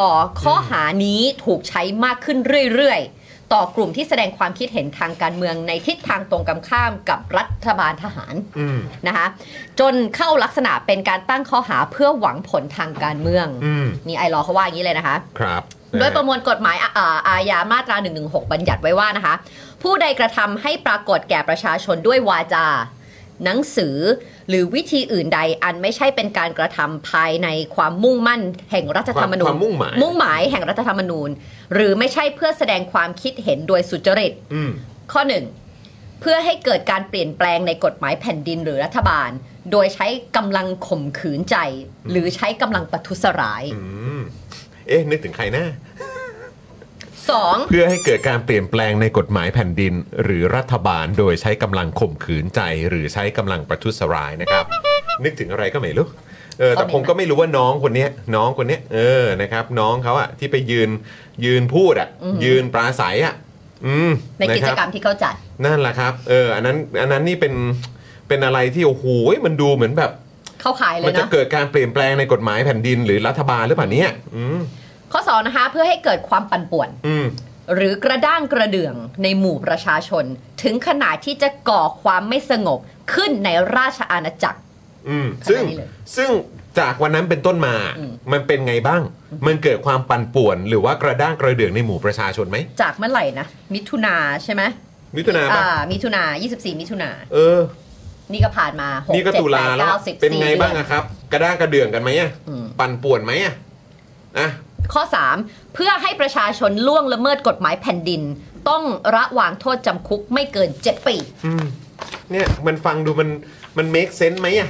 D: ข้อหานี้ถูกใช้มากขึ้นเรื่อยๆ ต่อกลุ่มที่แสดงความคิดเห็นทางการเมืองในทิศทางตรงกันข้ามกับรัฐบาลทหาร
B: อืม
D: นะคะจนเข้าลักษณะเป็นการตั้งข้อหาเพื่อหวังผลทางการเมือง
B: อืม
D: นี่ไอรอว์เขาว่าอย่างนี้เลยนะคะ
B: ครับ
D: โดยประมวลกฎหมายอาอ่าอาญามาตรา 116 บัญญัติไว้ว่านะคะ ผู้ใดกระทำให้ปรากฏแก่ประชาชนด้วยวาจา หนังสือ หรือวิธีอื่นใดอันไม่ใช่เป็นการกระทำภายในความมุ่งมั่นแห่งรัฐธรรมนู
B: ค
D: ญ
B: วามมุ่งหมาย
D: มุ่งหมายแห่งรัฐธรรมนูญ หรือไม่ใช่เพื่อแสดงความคิดเห็นโดยสุจริต
B: อืม
D: ข้อ 1 เพื่อให้เกิดการเปลี่ยนแปลงในกฎหมายแผ่นดินหรือรัฐบาล โดยใช้กำลังข่มขืนใจ หรือใช้กำลังประทุษร้าย
B: อืม เอ๊ะ นึกถึงใครนะ
D: 2.
B: เพื่อให้เกิดการเปลี่ยนแปลงในกฎหมายแผ่นดิน หรือรัฐบาลโดยใช้กำลังข่มขืนใจ หรือใช้กำลังประทุษร้ายนะครับ นึกถึงอะไรก็ไม่รู้เออแต่ผมก็ไม่รู้ว่าน้องคนเนี้ยน้องคนเนี้ยเออนะครับ น้องเขาอะที่ไปยืนยืนพูดอะยืนปราศัยอะอืม
D: ในกิจกรรมที่เขาจัด
B: นั่นแหละครับเอออันนั้นอันนั้นนี่เป็นเป็นอะไรที่โอ้โหมันดูเหมือนแบบ
D: เข้าขายเล
B: มั
D: ย
B: นจะ
D: เนาะ
B: เกิดการเปลี่ยนแปลงในกฎหมายแผ่นดินหรือรัฐบาลหรือเปล่าเนี่ยอืม
D: ข้อ 2 นะคะ เพื่อให้เกิดความปั่นป่วน
B: อืม
D: หรือกระด้างกระเดื่องในหมู่ประชาชน ถึงขนาดที่จะก่อความไม่สงบขึ้นในราชอาณาจักร
B: อืมซึ่ง
D: ขนาดนี้เลย
B: ซึ่งจากวันนั้นเป็นต้นมา
D: อืม
B: มันเป็นไงบ้าง มันเกิดความปั่นป่วน หรือว่ากระด้างกระเดื่องในหมู่ประชาชนไหม
D: จากเมื่อไหร่นะมิถุนาใช่ไหม
B: มิถุนาปะ
D: อ่ามิถุนา24 มิถุนา
B: เออ
D: นี่ก็ผ่านมาห
B: นี่ก็
D: เจ็ด
B: ตุ
D: แป
B: ลา
D: ด
B: แล้ว
D: ก้า
B: อะ
D: สิบ
B: เป็น
D: สี่
B: ไง
D: ดือ
B: บ้างอะครับ กระด้างกระเดื่องกันไหมอะ
D: อืม
B: ปั่นป่วนไหมอะอ่ะ
D: ข้อ 3 เพื่อให้ประชาชนล่วงละเมิดกฎหมายแผ่นดิน ต้องระวางโทษจำคุกไม่เกิน 7 ปี
B: เนี่ยมันฟังดูมันมัน make sense ไหมอะ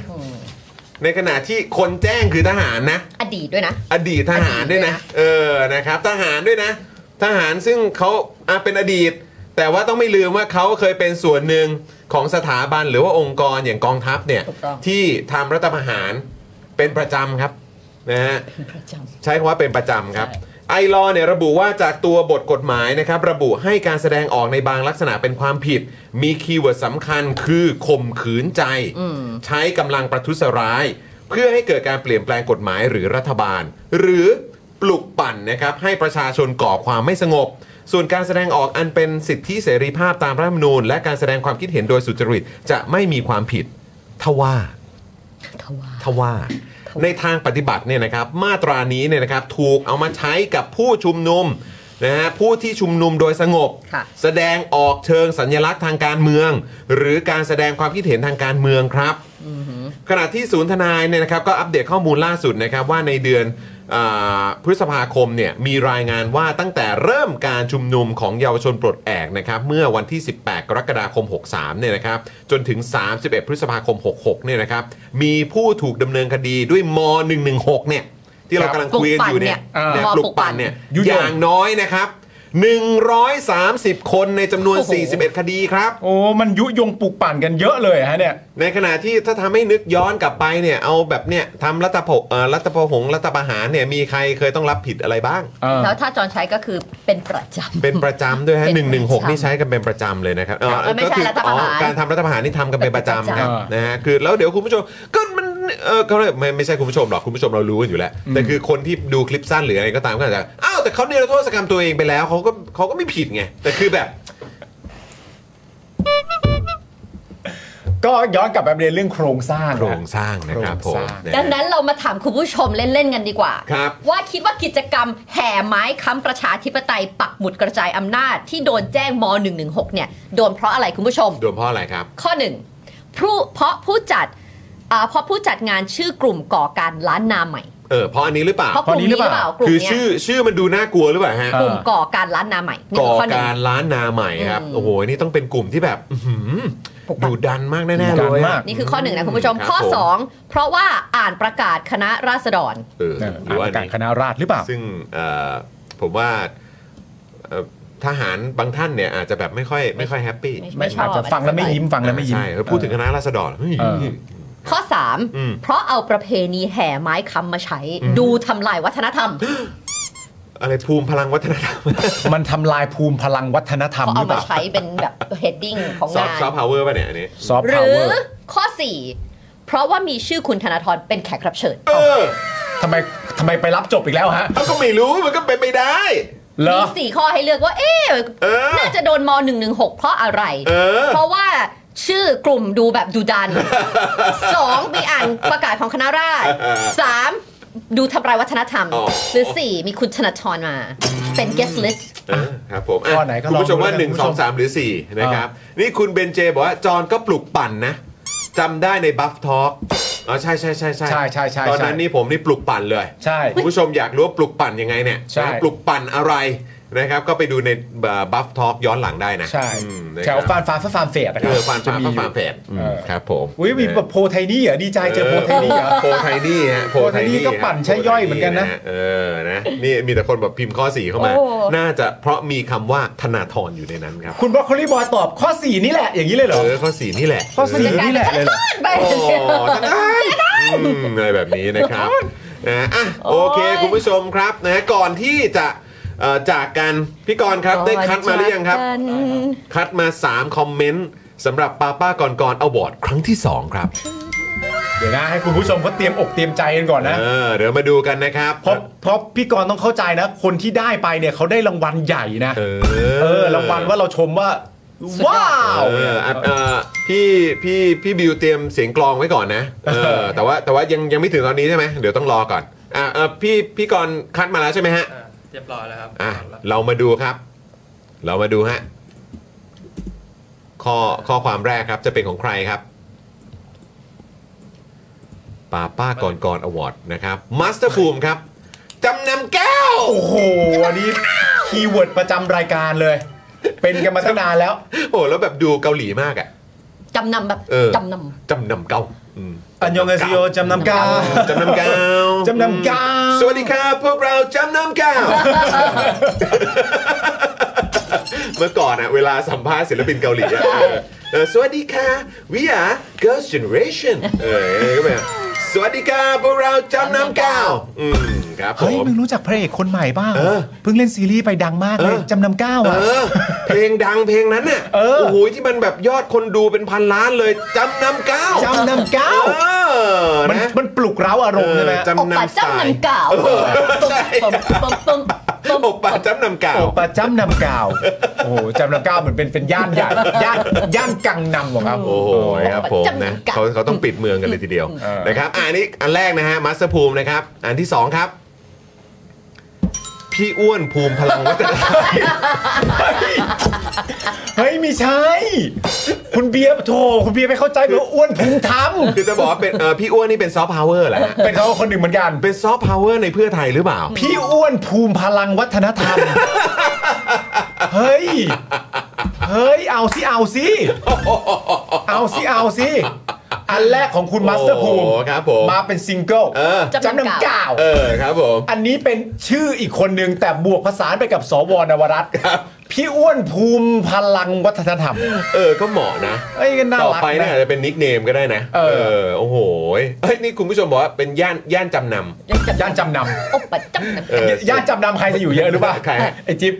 B: ในขณะที่คนแจ้งคือทหารนะ
D: อดีตด้วยนะ
B: อดีตทหารด้วยนะ เออ นะครับ ทหารด้วยนะ ทหารซึ่งเขาอ่ะเป็นอดีต แต่ว่าต้องไม่ลืมว่าเขาเคยเป็นส่วนหนึ่งของสถาบันหรือว่าองค์กรอย่างกองทัพเนี่ย
D: ถูกต้อง
B: ที่ทำรัฐประหารเป็นประจำครับนะฮะ
D: ประจ
B: ใช้คำว่าเป็นประจำครับ
D: ใช่
B: ไอลอเนี่ยระบุว่าจากตัวบทกฎหมายนะครับระบุให้การแสดงออกในบางลักษณะเป็นความผิด มีคีย์เวิร์ดสำคัญคือข่มขืนใจ ใช้กำลังประทุษร้าย เพื่อให้เกิดการเปลี่ยนแปลงกฎหมายหรือรัฐบาล หรือปลุกปั่นนะครับให้ประชาชนก่อความไม่สงบ ส่วนการแสดงออกอันเป็นสิทธิเสรีภาพตามรัฐธรรมนูญ และการแสดงความคิดเห็นโดยสุจริตจะไม่มีความผิดทว่า
D: ำทว่า
B: ทว่าในทางปฏิบัติเนี่ยนะครับมาตรานี้เนี่ยนะครับถูกเอามาใช้กับผู้ชุมนุมนะฮะผู้ที่ชุมนุมโดยสงบ
D: ค่ะ
B: แสดงออกเชิงสัญลักษณ์ทางการเมือง หรือการแสดงความคิดเห็นทางการเมืองครับ ขณะที่ศูนย์ทนายเนี่ยนะครับก็อัปเดตข้อมูลล่าสุดนะครับว่าในเดือนอาพฤษภาคมเนี่ยมีรายงานว่าตั้งแต่เริ่มการชุมนุมของเยาวชนปลดแอกนะครับเมื่อวันที่ 18 กรกฎาคม 63เนี่ยนะครับจนถึง 31 พฤษภาคม 66เนี่ยนะครับมีผู้ถูกดำเนินคดีด้วยม 116เนี่ยที่เรากำลังคุยกันอยู่เนี่ย
D: ปลุกปั่นเนี่ยอ่า
B: เนี่ยปลุกปั่นเนี่ย
G: ยุ
B: อย
G: ง
B: ย่างน้อยนะครับ130 คนในจำนวน
D: โอ้โห
B: 41 คดีครับ
G: โอ้มันยุยงปลุกปั่นกันเยอะเลยฮะเนี่ย
B: ในขณะที่ถ้าทำให้นึกย้อนกลับไปเนี่ยเอาแบบเนี่ยทำรัฐพเอ่อรัฐประหงรัฐประหารเนี่ยมีใครเคยต้องรับผิดอะไรบ้าง
G: เออ
D: แล้วถ้าจอนใช้ก็คือเป็นประจำ
B: เป็นประจำด้วยฮะ
D: เป็นป
B: หนึ่ง
D: ระ
B: หนึ่งหก
D: จำ
B: นี่ใช้กันเป็นประจำเลยนะครับเอ่อ
D: เออไม่ใช่
B: ก็คื
D: รัฐประหาร
B: อการทำรัฐประหารนี่ทำกันเป็นประจำครับ
G: เออ
B: นะฮะคือแล้วเดี๋ยวคุณผู้ชมก็มันเออเขาเรียกไม่ไม่ใช่คุณผู้ชมหรอกคุณผู้ชมเรารู้กันอยู่แล้ว แต่คือคนที่ดูคลิปสั้นหรืออะไรก็ตามก็อาจจะอ้าวแต่เขาเนรโทษกรรมตัวเองไปแล้วเขาก็เขาก็ไม่ผิดไงแต่คือแบบ
G: ก็ย้อนกลับไปประเด็นเรื่องโครงสร้างนะ
B: โครงสร้างนะครับผม
G: โครงสร้าง
B: นะ
D: ดัง
B: ฮะ
D: นั้นเรามาถามคุณผู้ชมเล่น ๆ กันดีกว่า
B: ครับ
D: ว่าคิดว่ากิจกรรมแห่ไม้ค้ำประชาธิปไตยปักหมุดกระจายอำนาจที่โดนแจ้งม .116 เนี่ย โดนเพราะอะไรคุณผู้ชม
B: โดนเพราะอะไรครับ
D: ข้อ 1 เพราะผู้จัดอ่าเพราะผู้จัดงานชื่อกลุ่มก่อการล้านนาใหม่
B: เออเพราะอันนี้หรือเปล่า
D: เพราะกลุ่มนี้หรือเปล่ากลุ่ม
B: คือ
D: เนี้ย
B: ชื่อชื่อมันดูน่ากลัวหรือเปล่าฮะ
D: กลุ่มก่อการล้านนาใหม่นี่
B: ก่อ
D: คือข้อหนึ่ง
B: การล้านนาใหม่ครับ
D: อืม
B: โอ้โห นี่ต้องเป็นกลุ่มที่แบบอื้อหือดุดันมากแน่ๆ
G: ดุดั
B: เล
G: น
B: ย
G: มา
B: อะ
G: ก
D: นี่คือข้อหนึ่งนะคุณผู้ชม
B: ครับ
D: ข้อ
B: ผม
D: 2 เพราะว่าอ่านประกาศคณะราษฎร
B: เออ
G: เออ
B: หรือว่า
G: อ่านประกา
B: อัน
G: ร
B: นี้
G: คณะราษฎรหรือเปล่า
B: ซึ่งเอ่อผมว่าเอ่อทหารบางท่านเนี่ยอาจจะแบบไม่ค่อยไม่ค่อยแฮปปี้
D: ไม่ชอบ
G: าจจะฟังแล้วไม่ยิ้มฟังแล้วไม่ยิ้ม
B: ใช่เออพูดถึงคณะราษฎรเฮ้ย
G: เออ
D: ข้อ
B: อืม
D: 3 เพราะเอาประเพณีแห่ไม้ค้ำมาใช้ ดูทำลายวัฒนธรรม
B: อะไรภูมิพลังวัฒนธรรม
G: มันทำลายภูมิพลังวัฒนธรรม
D: เขา
G: ห
D: เอา
G: รือเป
D: มา
G: ล่า
D: ใช้เป็นแบบเฮดดิ้งของ
B: ซอ
D: งา
B: ฟต์
D: น
B: ซอฟต์พาวเวอร์ป่ะเนี่ยอันนี้
G: ซอฟต์
D: หรื
G: พาวเว
D: อ
G: อร์
D: ข้อ 4 เพราะว่ามีชื่อคุณธนาธรเป็นแขกรับเชิญ
B: เออ
G: ทำไมทำไมไปรับจบอีกแล้วฮะ
B: เอาก็ไม่รู้มันก็เป็นไปได้
G: เหรอ
D: มีสี่ข้อให้เลือกว่า เอ๊ะ
B: เออ
D: น่าจะโดนม .116 เพราะอะไร
B: เออ
D: เพราะว่าชื่อกลุ่มดูแบบดูดัน 2. มีอ่านประกาศของคณะราษฎร 3. ดูทำลายวัฒนธรรม
B: อ๋อ
D: หรือ 4. มีคุณธนาธรมา เป็น guest list
B: เออครับผมะ
G: ข้อไหนก็ลอง
B: คุณผู้ชมว่า
G: ดูแล้วกันคุณผู้ชม
B: 1 2 3 หรือ 4 นะครับ นี่คุณเบนเจบอกว่า จอนก็ปลุกปั่นนะจำได้ในบัฟทอล์กอ๋อใช่ใช่ใช่
G: ใช่ใช่ใช่
B: ตอนนั้นนี่ผมนี่ปลุกปั่นเลย
G: ใช่
B: คุณผู้ชมอยากรู้ว่าปลุกปั่นยังไงเนี่ย
G: ใช่
B: นะปลุกปั่นอะไรนะครับ ก็ไปดูในบัฟทอล์กย้อนหลังได้นะ
G: ใช่
B: อืมนะค
G: แถ
B: รับ
G: วฟานฟานฟานเฟดนะค
B: เอ
G: รับ
B: อฟานฟาน
G: จะมีอยู่
B: ฟานแฟดอืม
G: เออ
B: ครับผม
G: อุ้ยมีแบบโพไทนี่เหรอดีใจเจอโพไทนี่เหรอ
B: โพไทนี่ฮะโพไทนี่
G: โพไทนี่ก็ปั่นใช้ย่อยเหมือนกันนะ
B: เออนะนี่มีแต่คนแบบพิมพ์ข้อสี่เข้ามา
D: โอ้
B: น่าจะเพราะมีคำว่าธนาธรอยู่ในนั้นครับ
G: คุณบรอกโคลีบอยตอบข้อ 4 นี่แหละ อย่างนี้เลยเหรอ
B: เออข้อสี่นี่แหละ
G: ข้อสี่
B: เ
G: นี่แหละเลยเหรอ
D: ไป
B: โอ้ตะกานอืมอะไรแบบนี้นะครับนะอ่ะโอเค
D: โอ้ย
B: คุณผู้ชมครับนะก่อนที่จะเอ่อจากกันพี่กรณ์ครับได้คัดมาหรือยังครับ
D: ก่อนจากกัน
B: คัดมา 3 คอมเมนต์สำหรับป้าป้าก่อนก่อนเอาบอร์ดครั้งที่ 2 ครับ
G: เดี๋ยวนะ ให้คุณผู้ชมเขาเตรียมอกเตรียมใจกันก่อนนะ
B: เออเดี๋ยวมาดูกันนะครับ
G: เพราะเพราะพี่กรณ์ต้องเข้าใจนะ คนที่ได้ไปเนี่ยเขาได้รางวัลใหญ่นะ
B: เอ
G: เออรางวัลว่าเราชมว่า
D: สุดยอด
G: ว้าว
B: เอออ่ะเอ่อพี่พี่พี่บิวเตรียมเสียงกลองไว้ก่อนนะเออแต่ว่าแต่ว่ายังยังไม่ถึงตอนนี้ใช่ไหมเดี๋ยวต้องรอก่อนอ่ะเอ่อพี่พี่กรณ์คัดมาแล้วใช่ไหมฮะ
I: อ่ะเรียบร้อยแล้วครับ
B: อ่ะเรามาดูครับ เรามาดูฮะข้อข้อความแรกครับจะเป็นของใครครับป้าป้าก่อนก่อนอวอร์ดนะครับมาสเตอร์ภูมิครับ
A: จำนำแก้ว
G: โอ้โหอันนี้คีย์เวิร์ดประจำรายการเลย เป็นกันมาตั้งนานแล้ว
A: โอ้แล้วแบบดูเกาหลีมากอ่ะ
D: จำนำแบบ
A: เออ
D: จำน
A: จำนำเก้าอืม
G: อันยองเอซิโอจำนำกา
A: จำนำเก้า
G: จำนำกา
A: สวัสดีครับพวกเราจำนำเก้า [laughs] เมื่อก่อนอะเวลาสัมภาษณ์ศิลปินเกาหลีอะเออเออสวัสดีค่ะ we are girls generation เออก็แบบสวัสดีค่ะพวกเราจำนำเก้าอืมครับผ
G: เฮ้ย
A: ม
G: มึงรู้จักพระเอกคนใหม่บ้าง
A: เออ
G: เพิ่งเล่นซีรีส์ไปดังมากเลยจำนำก้าว
A: เอ
G: อ่ะ
A: อ เพลงดังเพลงนั้นน่ะ
G: เออ
A: โอ้โหที่มันแบบยอดคนดูเป็นพันล้านเลยจำนำเก้า
G: จำนำก้าว
A: เออ
G: มัน
A: นะ
G: มันปลุกเร้าอารมณ์ใช่ไหม
A: เออ
D: ำโอ
A: จำ
D: ปะ
A: นำสไต
D: จำ
A: ล์
D: นำเก่า
A: ใช่
D: ปมปมปมปม
A: โอปะจำนำเก่า
G: โอปะจำนำกาว โอ้โหจำนำกาวเหมือนเป็นเป็นย่านใหญ่ย่านย่านกังนำของเขา
A: โอ้โหครับผมนะเขาเขาต้องปิดเมืองกันเลยทีเดียว
G: เออ
A: นะครับอะอันนี้อันแรกนะฮะมาสเตอร์ภูมินะครับ อันที่สองครับ พี่อ้วนภูมิพลังวัฒนธรรม
G: เฮ้ยไม่ใช่ คุณเบียร์โถคุณเบียร์ไปเข้าใจแบบว่าอ้วนพุงท
A: คือจะบอกว่าเป็นเอ่อพี่อ้วนนี่เป็นซอฟต์พาวเวอร์แหละ
G: ำเป็นเขาคนหนึ่งเหมือนกัน
A: เป็นซอฟต์พาวเวอร์ในเพื่อไทยหรือเปล่า
G: พี่อ้วนภูมิพลังวัฒนธ
A: [laughs]
G: รรม เฮ้ย เฮ้ย เอาสิเอาสิเอาสิเอาสิอันแรกของคุณมาสเตอร์ภูมิ
A: โอ้ครับผม
G: มาเป็นซิงเกิล
A: เออ
G: จำนำกาว
A: เออครับผม
G: อันนี้เป็นชื่ออีกคนนึง แต่บวกผสานไปกับสวนวรัตน์พี่อ้วนภูมิพลังวัฒนธรรม
A: เออก็เหมาะนะ
G: เอ้ยก็น่า
A: ต่อ
G: รัก
A: ไปน่า
G: นะ
A: จะเป็นนิกเนมก็ได้นะ
G: เออ
A: โอ้โหเฮ้ยนี่คุณผู้ชมบอกว่าเป็นย่านย่านจำนำ
G: ย่านจำน
D: โอปะจำนำ
A: เออ
G: ำย่านจำนำใครจะอยู่เยอะหรือเปล่า
A: ใครฮะ
G: ไอจิ๊บ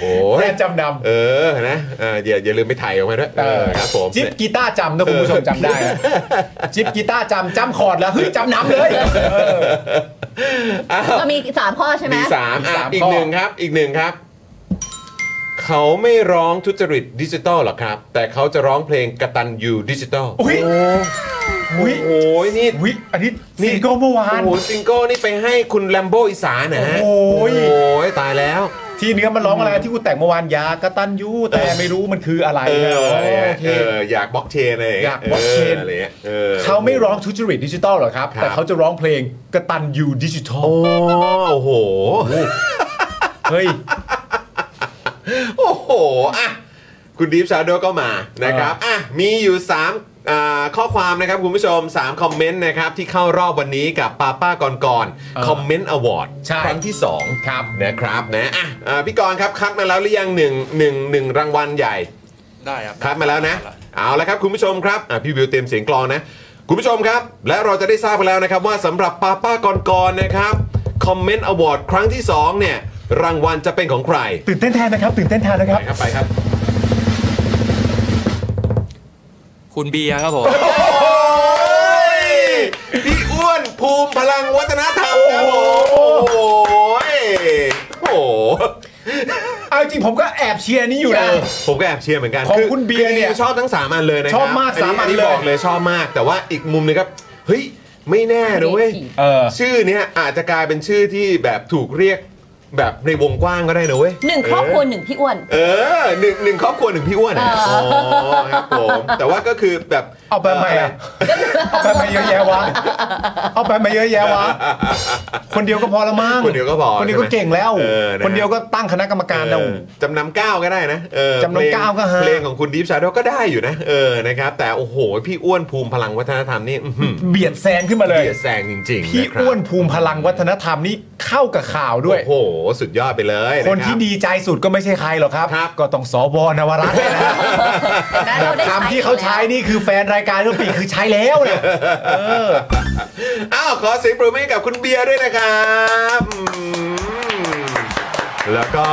A: โอ้ย
G: ย่านจำนำ
A: เออนะเอออย่าอย่าลืมไปถ่ายออกมาด้วยเออครับผม
G: จิ๊บกีตาร์จำนะคุณผู้ชมจำได้
A: [laughs]
G: นะจิ๊บกีตาร์จำจำคอร์ดแล้วเฮ้ยจำนำเลย
D: ก็มีสามข้อใช่ไหม
A: มีสาม
G: มี
A: อ่ะ
G: สาม
A: อี
G: ข้
A: ก
G: อ
A: ห
G: อี
A: นึ่งครับอีกหนึ่งครับ เขาไม่ร้องทุจริตดิจิตอลหรอกครับ แต่เขาจะร้องเพลงกตันยูดิจิตอล
G: อุ้ยอุ้ย
A: โอ้ยนี่
G: อุ้ยอันนี้
A: นี่
G: ซิงเกิลเมื่อวาน
A: โอ้โหซิงเกิลนี่ไปให้คุณแลมโบอีสานนะฮะ
G: โอ้ย
A: โอ้ยตายแล้ว
G: ที่เนื้อมันร้องอะไรที่กูแต่งเมื่อวานยากตันยูแต่ไม่รู้มันคืออะไร
A: เออ
G: นะโอเค
A: เอออยากบล็อกเชนอะไรง
G: อยากบล็อกเชน
A: อะไรงี้ยออ
G: เขาไม่ร้องทุจริตดิจิตอลหรอกครับ
A: ครับ
G: แต่เขาจะร้องเพลงกระตันยูดิจิทัล
A: โอ้โห
G: เฮ้ย
A: โอ้โห อ่ะ คุณดีฟชาโดก็มานะครับ อ่ะ มีอยู่3อ่าข้อความนะครับ คุณผู้ชม 3 คอมเมนต์นะครับ ที่เข้ารอบวันนี้กับป้าป้าก่อนก่อน
G: เออ
A: คอมเมนต์อวอร์ด
G: ใช่
A: ครั้งที่ 2
G: ครับ
A: นะครับนะอ่ะอ่าพี่กรณ์ครับ คัดมาแล้วหรือยังหนึ่งหนึ่งหนึ่งรางวัลใหญ่
I: ได้ครับ
A: คัดมาแล้วนะ เอาละครับคุณผู้ชมครับอ่ะพี่วิวเตรียมเสียงกลองนะ คุณผู้ชมครับ และเราจะได้ทราบไปแล้วนะครับว่าสำหรับป้าป้ากรกรนะครับคอมเมนต์อวอร์ดครั้งที่สองเนี่ยรางวัลจะเป็นของใคร
G: ตื่นเต้นแทนนะครับ ตื่นเต้นแทนนะค
A: ไป
G: รับ
A: ครับไปครับ
I: คุณเบียร์ครับผม
A: พี่อ้วนภูมิพลังวัฒนธรรมครับผมโอ้โหโอ้โห
G: เอาจริงผมก็แอบเชียร์นี่อยู่นะ
A: ผมก็แอบเชียร์เหมือนกัน
G: ของคุณเบียร์เนี่ย
A: คือชอบทั้งสามอันเลยนะครั
G: ชอบมากสามอันเลย
A: บอกเลยชอบมากแต่ว่าอีกมุมหนึงครับเฮ้ยไม่แน่นะเว้ย
G: เออ
A: ชื่อเนี้ยอาจจะกลายเป็นชื่อที่แบบถูกเรียกแบบในวงกว้างก็ได้นะเว้ย
D: หนึ่งครอบครัวหนึ่งพี่อ้วน
A: เออหนึ่งหนึ่งครอบครัวหนึ่งพี่อ้วนอะอ๋อครับผมแต่ว่าก็คือแบบ
G: เอาไปไหมอะเอาไปไหมเยอะแยะวะ เอาไปไหมเยอะแยะวะ คนเดียวก็พอละมั้ง
A: คนเดียวก็พอ
G: คนเดียวก็
A: ใช่ไหม
G: เก่งแล้ว
A: ออนะฮะ
G: คนเดียวก็ตั้งคณะกรรมการแล้ว
A: เออจำนำก้าวก็ได้นะเออ
G: จำนำก้าวก็ฮะ
A: เพลงของคุณดีฟชาโดก็ได้อยู่นะเออนะครับแต่โอ้โห พี่อ้วนภูมิพลังวัฒนธรรมนี่อื้อหือ
G: เบียดแซงขึ้นมาเลย
A: เบียดแซงจริง
G: พี่
A: ๆะครับ
G: อ้วนภูมิพลังวัฒนธรรมนี่เข้ากับข่าวด้วย
A: โอ้โห สุดยอดไปเลยะ
G: คน
A: รับ
G: ที่ดีใจสุดก็ไม่ใช่ใครหรอกครับ
A: ครับ
G: ก็ต้องสวนวรัตน์เนี่ยนะ
D: เห็นไหมเรา [laughs] ได้ใช้
G: คำที่เขาใช้นี่คือแฟนรายการทุกปีคือใช้แล้วนะเออ
A: อ้าวขอเสียงปรบมือให้กับคุณเบียร์ด้วยนะครับอืมแล้วก็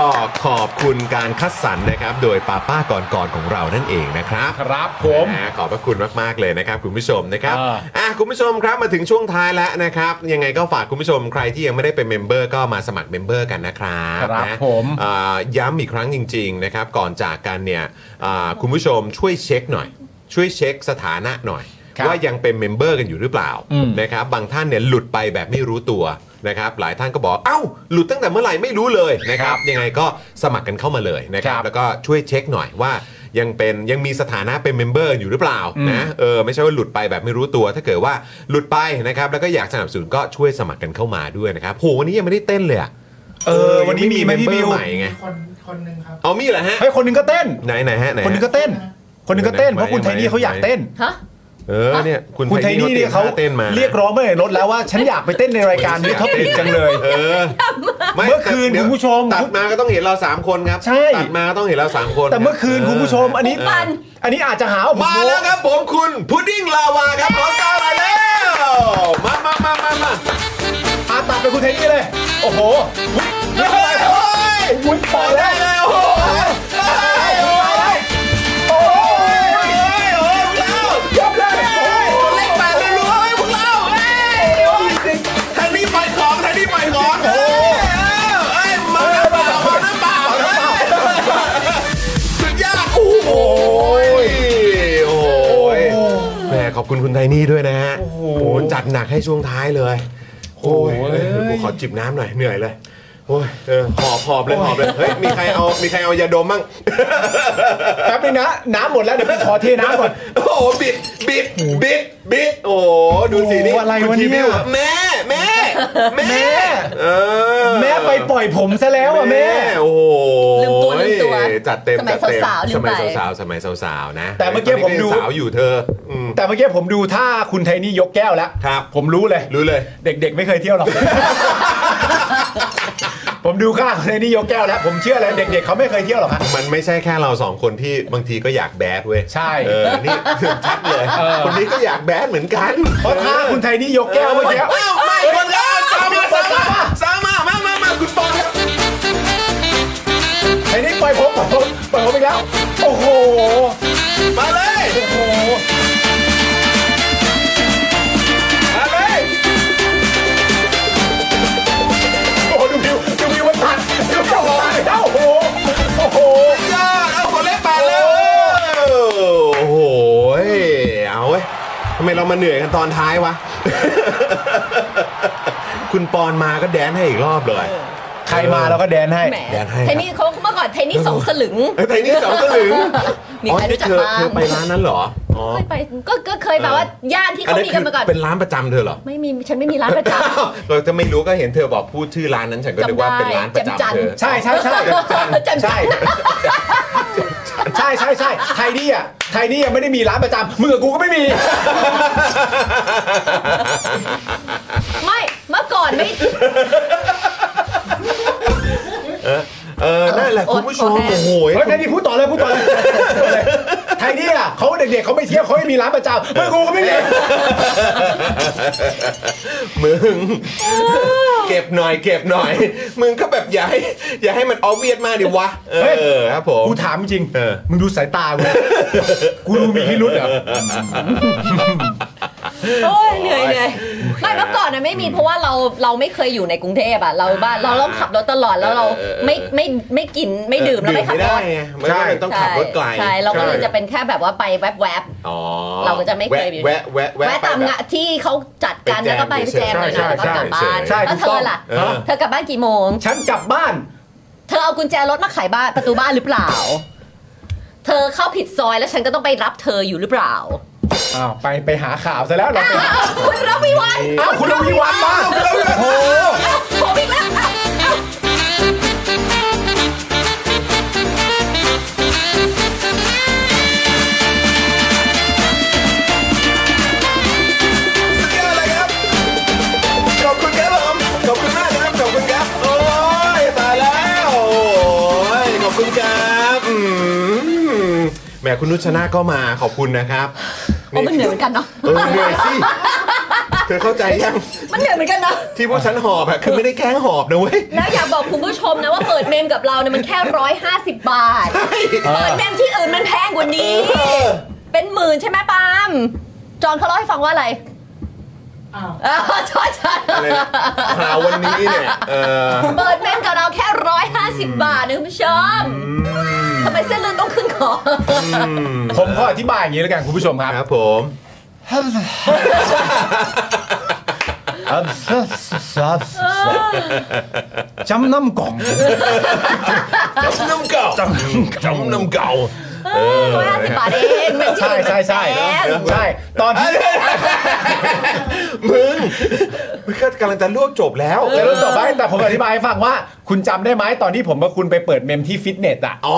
A: ขอบคุณการคัดสรรนะครับ โดยป้าป้าก่อนก่อนๆของเรานั่นเองนะครับ
G: ครับผม
A: นะขอบพระคุณมาก ๆ เลยนะครับ คุณผู้ชมนะครับ
G: อ่า
A: อ่ะคุณผู้ชมครับมาถึงช่วงท้ายแล้วนะครับ ยังไงก็ฝากคุณผู้ชมใครที่ยังไม่ได้เป็นเมมเบอร์ก็มาสมัครเมมเบอร์กันนะครับ ค
G: ครับ
A: นะ
G: ผม
A: อ่าย้ำอีกครั้งจริง ๆ นะครับ ก่อนจากกันเนี่ยอ่าคุณผู้ชมช่วยเช็คหน่อย ช่วยเช็คสถานะหน่อย
G: ครับ
A: ว่ายังเป็นเมมเบอร์กันอยู่หรือเปล่า
G: อืม
A: นะครับบางท่านเนี่ยหลุดไปแบบไม่รู้ตัวนะครับหลายท่านก็บอกเอ้า หลุดตั้งแต่เมื่อไหร่ไม่รู้เลยนะครับยังไงก็สมัครกันเข้ามาเลยนะครับ
G: ครับ
A: แล้วก็ช่วยเช็คหน่อยว่า
B: ยังเป็นยังมีสถานะเป็นเมมเบอร์อยู่หรือเปล่า
G: อืม
B: นะเออไม่ใช่ว่าหลุดไปแบบไม่รู้ตัว ถ้าเกิดว่าหลุดไปนะครับแล้วก็อยากสนับสนุนก็ช่วยสมัครกันเข้ามาด้วยนะครับโหวันนี้ยังไม่ได้เต้นเลยอะ
G: เออ วันนี้มีไหมพี่บิ
B: เม
G: ว
B: เบอร์ใหม่ไง
H: คนคนหนึ่งครับ
B: เอามีเหรอฮะ
G: เฮ้ยคนหนึงก็เต้น
B: ไหนไหนฮะไหนฮะ
G: คนหนึงก็เต้น คนหนึงก็เต้น
B: ไหน
G: เพราะคุณ
B: ไหน
G: ไทนี่เขาอยากเต้น
D: ฮะ
B: เออเนี่ยคุณ
G: คุณไท
B: ไทย
G: นี่
B: นี่
G: เนี่ย
B: เขา
G: เขา
B: เต้นมา
G: เรียกร้องเมื่อไหร่รถแล้วว่าฉันอยากไปเต้นในรายการนี้ท็อปปิกจังเลย
B: เออไ
G: เมื่อคืน
B: ดี๋ยว
G: คุณผู้ชม
B: ตัดมาก็ต้องเห็นเราสามคนครับ
G: ใช่
B: ตัดมาก็ต้องเห็นเราสามคน
G: แต่เมื่อคืนคุณผู้ชมอันนี้
D: ผมปั่น
G: อันนี้อาจจะหาว่าผม
B: มา
G: โม้
B: แล้วครับผมคุณพุดดิ้งลาวาครับขอต้อนรับแล้วมามามามามา
G: อาตัดไปคุณไทนี่เลย โอ้โหอุ๊ย
B: เฮ้
G: ไม่
B: ย
G: เป็นไรครับ
B: โอ้ย
G: อุ๊ยพอแล้
B: ได้
G: ว
B: แล้วโอ้ยได้โอ้ย
G: โอ้ย
B: โอ้ยโอ้ยพวกเรา
G: ยกเลยโอ้ย
B: ตัวเลขแปดเลยรู้ไหมพวกเราเอ้ยโอ้ยทางนี้ปล่อยของทางนี้ปล่อยของเอ้ยเอ้ยมาหน้าเปล่ามาหน้าเปล่าเอ้ย สุดยอดโอ้โหโอ้ยแหมขอบคุณคุณไทนี่ด้วยนะฮะโอ้โหจัดหนักให้ช่วงท้ายเลย โอ้ยเออกูขอจิบน้ำหน่อยเหนื่อยเลยโอ้ยเออหอบหอบเลยหอบเลยเฮ้ยมีใครเอามีใครเอายาดมมั่ง
G: แป๊บนึงนะ น้ำหมดแล้วเดี๋ยวผมขอเทน้ำก่อน
B: โอ้โหบิดบิดบิดบิดโอ้โหดูสินี่
G: โอ้โหอะไร
B: คุณ
G: วะเนี่ย
B: ทีบิอะแม่แม่แม่
G: แม่
B: เออ
G: แม่ไปปล่อยผมซะแล้วอ่ะแม่
B: โอ้โห
D: ลืมตัวลืมตัว
B: จัดเต็ม
D: สมัย
B: จัดเต็ม
D: สาวๆลื
B: ส
D: ม
B: มัย
D: ไป
B: สาวๆสมัยสาวๆนะ
G: แต่เมื่อกี้
B: ตนนี้
G: ผมดู
B: ยังสาวอยู่เธออืม
G: แต่เมื่อกี้ผมดูท่าคุณไทนี่ยกแก้วแล้ว
B: ครับ
G: ผมรู้เลย
B: รู้เลย
G: เด็กๆ ไม่เคยเที่ยวหรอก ผมดูข้าวในนี่โยกแก้วแล้ว ผมเชื่อเลยเด็ก ๆ เขาไม่เคยเที่ยวหรอกฮะ
B: มันไม่ใช่แค่เราสองคนที่บางทีก็อยากแบดเว้ย
G: ใช่
B: เออนี่ ชัดเลย
G: เออ
B: คนนี้ก็อยากแบดเหมือนกัน
G: เพราะถ้าคุณไทยนี่ยกแก้วเมื่อกี้
B: เอ้าไม่คนละสามมาสามมาสามมามามามาคุณปอนครับ
G: ไทยนี่ปล่อยผมปล่อยผมปล่อยผมอีกแล้ว โอ้โห
B: มาเลย
G: โอ้โห
B: มาเลย
G: โอ้โหดูวิวดูวิวมันตัดดูวิวมันตัดโอ้โห โอ้โห
B: ยอดเอาคนเล็กมาเลยโอ้โหเอาเว้ยทำไมเรามาเหนื่อยกันตอนท้ายวะ คุณปอนมาก็แดนให้อีกรอบเลย
G: ใครมาเราก็แดนให้
D: แหม
B: แดนให้ครับ
D: ไทนี่เขาเมื่อก่อนไทนี่สองสลึง
B: เอ้ยแต่นี่สองสลึ [laughs] ง
D: มีใครรู้จัก
B: อ๋อนี่
D: บ้าง
B: เธอเธอไปร้านนั้นเหรอ อ๋อ
D: เคยไปก็ก็เคยแบบว่าย่านที่
B: อัน
D: เขา
B: นั้น
D: มีกั
B: คือน
D: มาก่อน
B: เป็นร้านประจำเธอเหรอ
D: ไม่มี ฉันไม่มีร้านประจ
B: เราจะไม่รู้ก็เห็นเธอบอกพูดชื่อร้านนั้นฉันก็นึกว่าเป็นร้านประ
D: จำได้
B: จำเธอ
G: ใช่ใช่ใช่
D: ำจำ
G: ใช่ใช่ใช่ใช่ไทยนี่อ่ะไทยนี่ยังไม่ได้มีร้านประจำมึงกับกูก็ไม่มี
D: ไม่ เมื่อก่อนไม่
B: เออ นั่นแหละคุณผู้ชม
D: โอเค
B: โอ้โห
G: เฮ้ยไทยนี่พูดต่อเลยพูดต่อเลยไทยนี่อ่ะเขาเด็กๆเขาไม่เที่ยวเขาไม่มีร้านประจำเมื่อกูก็ไม่มี
B: มึง เก็บหน่อย เก็บหน่อย มึงก็แบบอย่าให้อย่าให้มันออเวียดมากดิวะ เออครับผม
G: กูถามจริง
B: เออ
G: มึงดูสายตากูกูดูมีพิรุษเหรอ
D: โอ้ยเหนื่อยเหนื่อยไม่เมื่อก่อนนะไม่มีเพราะว่าเราเราไม่เคยอยู่ในกรุงเทพอ่ะเราบ้านเราต้องขับรถตลอดแล้วเราไม่ไม่ไม่กินไม่ดื่มเราไม่ขับร
B: ไม่ได้
D: ถ
B: ไงไม่ได้มันต้องขับรถไกล
D: ใช่ เราก็เลยจะเป็นแค่แบบว่าไปแวบๆ
B: อ๋อ
D: เราก็จะไม่เคยมี
B: แวะแวะแวะ
D: แวะ
B: ไป
D: ตาม
B: แบบ
D: งะที่เขาจัดกันแล้วก็ไปแจมหน่อยนะแล้วก็กลับบ้าน
G: ใช่
D: แล้วเธ
G: ถูกต้อง
D: อล่ะ
B: เออ
D: เธอกลับบ้านกี่โมง
G: ฉันกลับบ้าน
D: เธอเอากุญแจรถมาไขบ้านประตูบ้านหรือเปล่า เธอเข้าผิดซอยแล้วฉันก็ต้องไปรับเธออยู่หรือเปล่า
G: อ้าวไปไปหาข่าวซะแล้วเราไปหา
D: อ้าวคุณรวีวัน
G: อ้าวคุณลวีวันมาโอ้โห
D: อ้าวผมอีกแล้วอ้าวอ้าว
B: สุดยอดเลยครับ ขอบคุณครับผม ขอบคุณมากครับ ขอบคุณครับ โอ้ยตายแล้ว โอ้ยขอบคุณครับอืมแหมคุณนุชนาก็มาขอบคุณนะครับ
D: โอ้มันเหนื่อยเหมือนกันเนาะ
B: เออเหนื่อยสิ เธอเข้าใจยัง
D: มันเหนื่อยเหมือนกันนะ
B: ที่พวกฉันหอบอะคือไม่ได้แกล้งหอบนะเว้ย
D: แล้วอยากบอกคุณผู้ชมนะว่าเปิดเมมกับเราเนี่ยมันแค่ร้อยห้าสิบบาท เปิดเมมที่อื่นมันแพงกว่านี้ เป็นหมื่นใช่ไหมปาล์มจอนเขาเล่าให้ฟังว่าอะไร
H: อ้าว
D: เออจอนจอน
B: อะไรนะข่าววันนี้เนี่ยเออ
D: เปิดเมมกับเราแค่ร้อยห้าสิบบาทนะคุณผู้ชมทำไมเส้นเลือดต้องขึ้นคอ
G: ผมขออธิบายอย่างนี้แล้วกันคุณผู้ชมครับ
B: ครับผม
G: จำน้ำกล่อง
B: จำนำเก่าจำนำเก่าเอ
D: ร้อยห้าสิบบาทเองแม่
G: ใช่
D: ชื่น
G: ใช่ใช่
D: แพง
G: ใช่ตอนที่
B: มึงมึงก็กำลังจะรวบจบแล้ว
G: จะรู้ต่อไปแต่ผมอธิบายให้ฟังว่า คุณจำได้ไหมตอนที่ผมกับคุณไปเปิดเมมที่ฟิตเนสอ่ะ
B: อ๋อ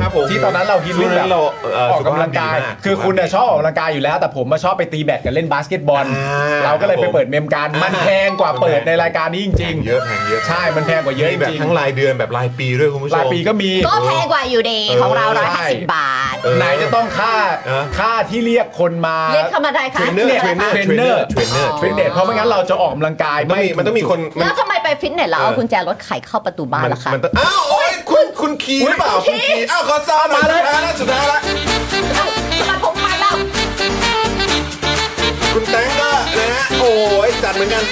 B: ครับผม
G: ที่ตอนนั้นเราฮิต
B: ช่วงนั้นเราเ
G: ออกกำลังกาย
B: สุขภพดีม
G: คือคุณน่ะชอบออกกำลังกายอยู่แล้ว แต่ผมมาชอบไปตีแบดกันเล่นบาสเกตบอล
B: อ่า
G: เราก็เลยไปเปิดเมมการ
B: อ่ามั
G: มันแพงกว่าเปิดในรายการนี้จริงๆ
B: เยอะแพงเยอะ
G: ใช่ มันแพงกว่าเยอะจ
B: มีแบบ
G: ริง
B: ทั้งรายเดือนแบบรายปีด้วยคุณผู้ชม
G: รายปีก็มี
D: ก็แพงกว่าอยู่ดี
B: เออ
D: ของเรา
B: ใช่
D: ร้อยห้าสิบบาท
B: เออ
G: ไหนจะต้องค่า
B: เออ
G: ค่าที่เรียกคนมา
D: เรียกเข้ามาได้
B: เทร
D: ค่ะ
B: นเนอร์เทร
D: รีย
B: น
D: ก
B: เนอ
D: ข้ามา
B: ร์เทร
D: ได้
B: นเนอร์เทรนเนอร์
G: เทรนเนสเพราะไม่งั้นเราจะออกกำลังกาย
B: มันต้องมีมันต้องมีคนมัน
D: แล้วทำไมไปฟิตเนสแล้วเอากุญแจรถไขเข้าประตูบ้าน
B: มัน
D: ล่ะคะ
B: มันต้องอ้าวโอ้ยคุณคุณคีหรือเปล่าคุณคีอ้าวขอซ้อมมาแล้วสุดท้ายละ
D: เอ้าสมาผมไปแล้ว
B: คุณแตงก็นะฮะโอ้ยจัดเหมือนกัน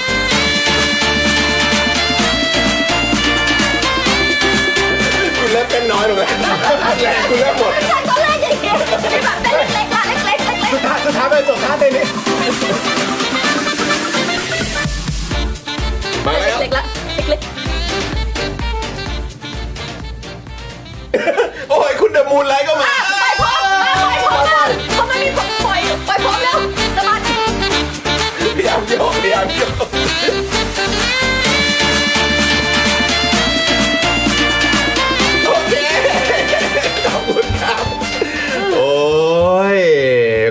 B: คุณเริ่มเป็นน้อยลงแล้วแรงคุณเริ่มหมด
D: ฉันก็เล่นอย่างเงี้ยแบบเต้นเล็กๆอะเล็กๆเล็ก
G: สุดท้ายสุดท้ายไปสุดท้ายไปนี่
B: มาแล้ว
D: ๆเล็กๆละเล็ก
B: โอ้ยคุณเดอะมูนไลท์ก็มา
D: ๆไปพร้อมไปพร้อมแล้วเขาไม่มีผมปล่อยปล่อยพร้อมแล้วสมาธิ
B: พยายามโยกพยายามโยกโอเค ขอบคุณครับ โอ้ย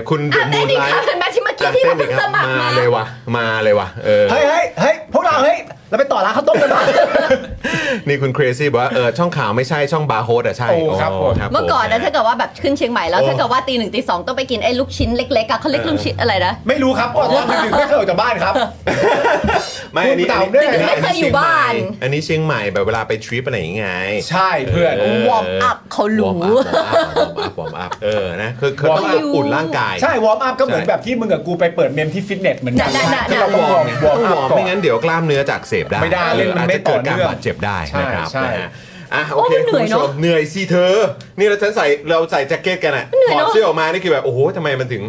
B: คุณเด
D: อ่ะ
B: อะมู
D: เต้น
B: น
D: อีก
B: ไล
D: ครั้ง
B: ท์
D: เห็นไหมที่เมื่อกี้
B: อ่ะ
D: ที่
B: เต้
D: เรา
B: นอี
D: เพิ่ง
B: กค
D: ส
B: รับ
D: มัคร
B: มา
D: มา
B: เลยว่ะ มาเลยว่ะ เออ
G: เฮ้ยเฮ้ยเฮ้ยพวกเราเฮ้ยเราไปต่อร้านข้าวต้มกันบ้าง [laughs]
B: นี่คุณเครซี่บอกว่า เออ ช่องข่าวไม่ใช่ช่องบาร์โฮสอ่ะ ใช่
G: โอ้ครับผม
D: เมื่อก่อนนะ
B: ฮ
D: ถ้าเกิดว่าแบบขึ้นเชียงใหม่แล้ว
B: โอ้
D: ถ้าเกิดว่าตีหนึ่งตีสองต้องไปกินไอ้ลูกชิ้นเล็กๆอะเขาเรียกลูกชิ้นอะไรนะ
G: ไม่รู้ครับเพราะตอนดึกๆไม่เคยออกจากบ้านครับ
B: ไม่อันนี้
G: คุณเต่า
B: อันนี้
G: ด้วยนะ
D: ไม่เคยอยู่บ้าน
B: อันนี้เชียงใหม่แบบเวลาไปทริปอะไรอย่างงี้ไง
G: ใช่เพื่อน
D: วอร์มอัพเขารู้
B: วอร์มอัพวอร์มอัพวอร์มอัพเออนะคือคือ
G: วอร์
B: ต้
G: ม
B: อง
G: อัพ
B: อุ่นร่างกาย
G: ใช่วอร์มอัพก็เหมือน
B: ใช่
G: แบบที่มึงกับกูไปเปิดเมมที่ฟิตเนสเหมือนกัน
D: น่ะน่ะน่ะ
G: ที่เรา
B: ว
G: ว
B: อ
G: อ
B: ร์ม
G: ร์ม
B: เนี่ยว
G: อร์ม
B: ต้
G: อั
B: องวอร์ม
G: พก่อ
B: ไม่งั้
G: น
B: นเดี๋ยวกล้ามเนื้อจากเสพได้
G: ไม่ได้เล่นมันไม่
B: าจจะเกิด
G: ต่อ
B: การ
G: เนื่อง
B: บาดเจ็บได้
G: ใช่
B: นะครับ
G: ใช่
B: นะฮะอ่ะโอเค
D: โอ้มันเหนื่อย
B: คุณผู้ชม
D: เนอะ
B: เหนื่อยสิเธอ นี่เราฉันใส่เราใส่แจ็คเก็ตกันอ่ะ
D: เหนื่
B: ถ
D: อย
B: อด
D: เนอะ
B: เสื้อออกมานี่คือแบบโอ้โหทำไมมันถึง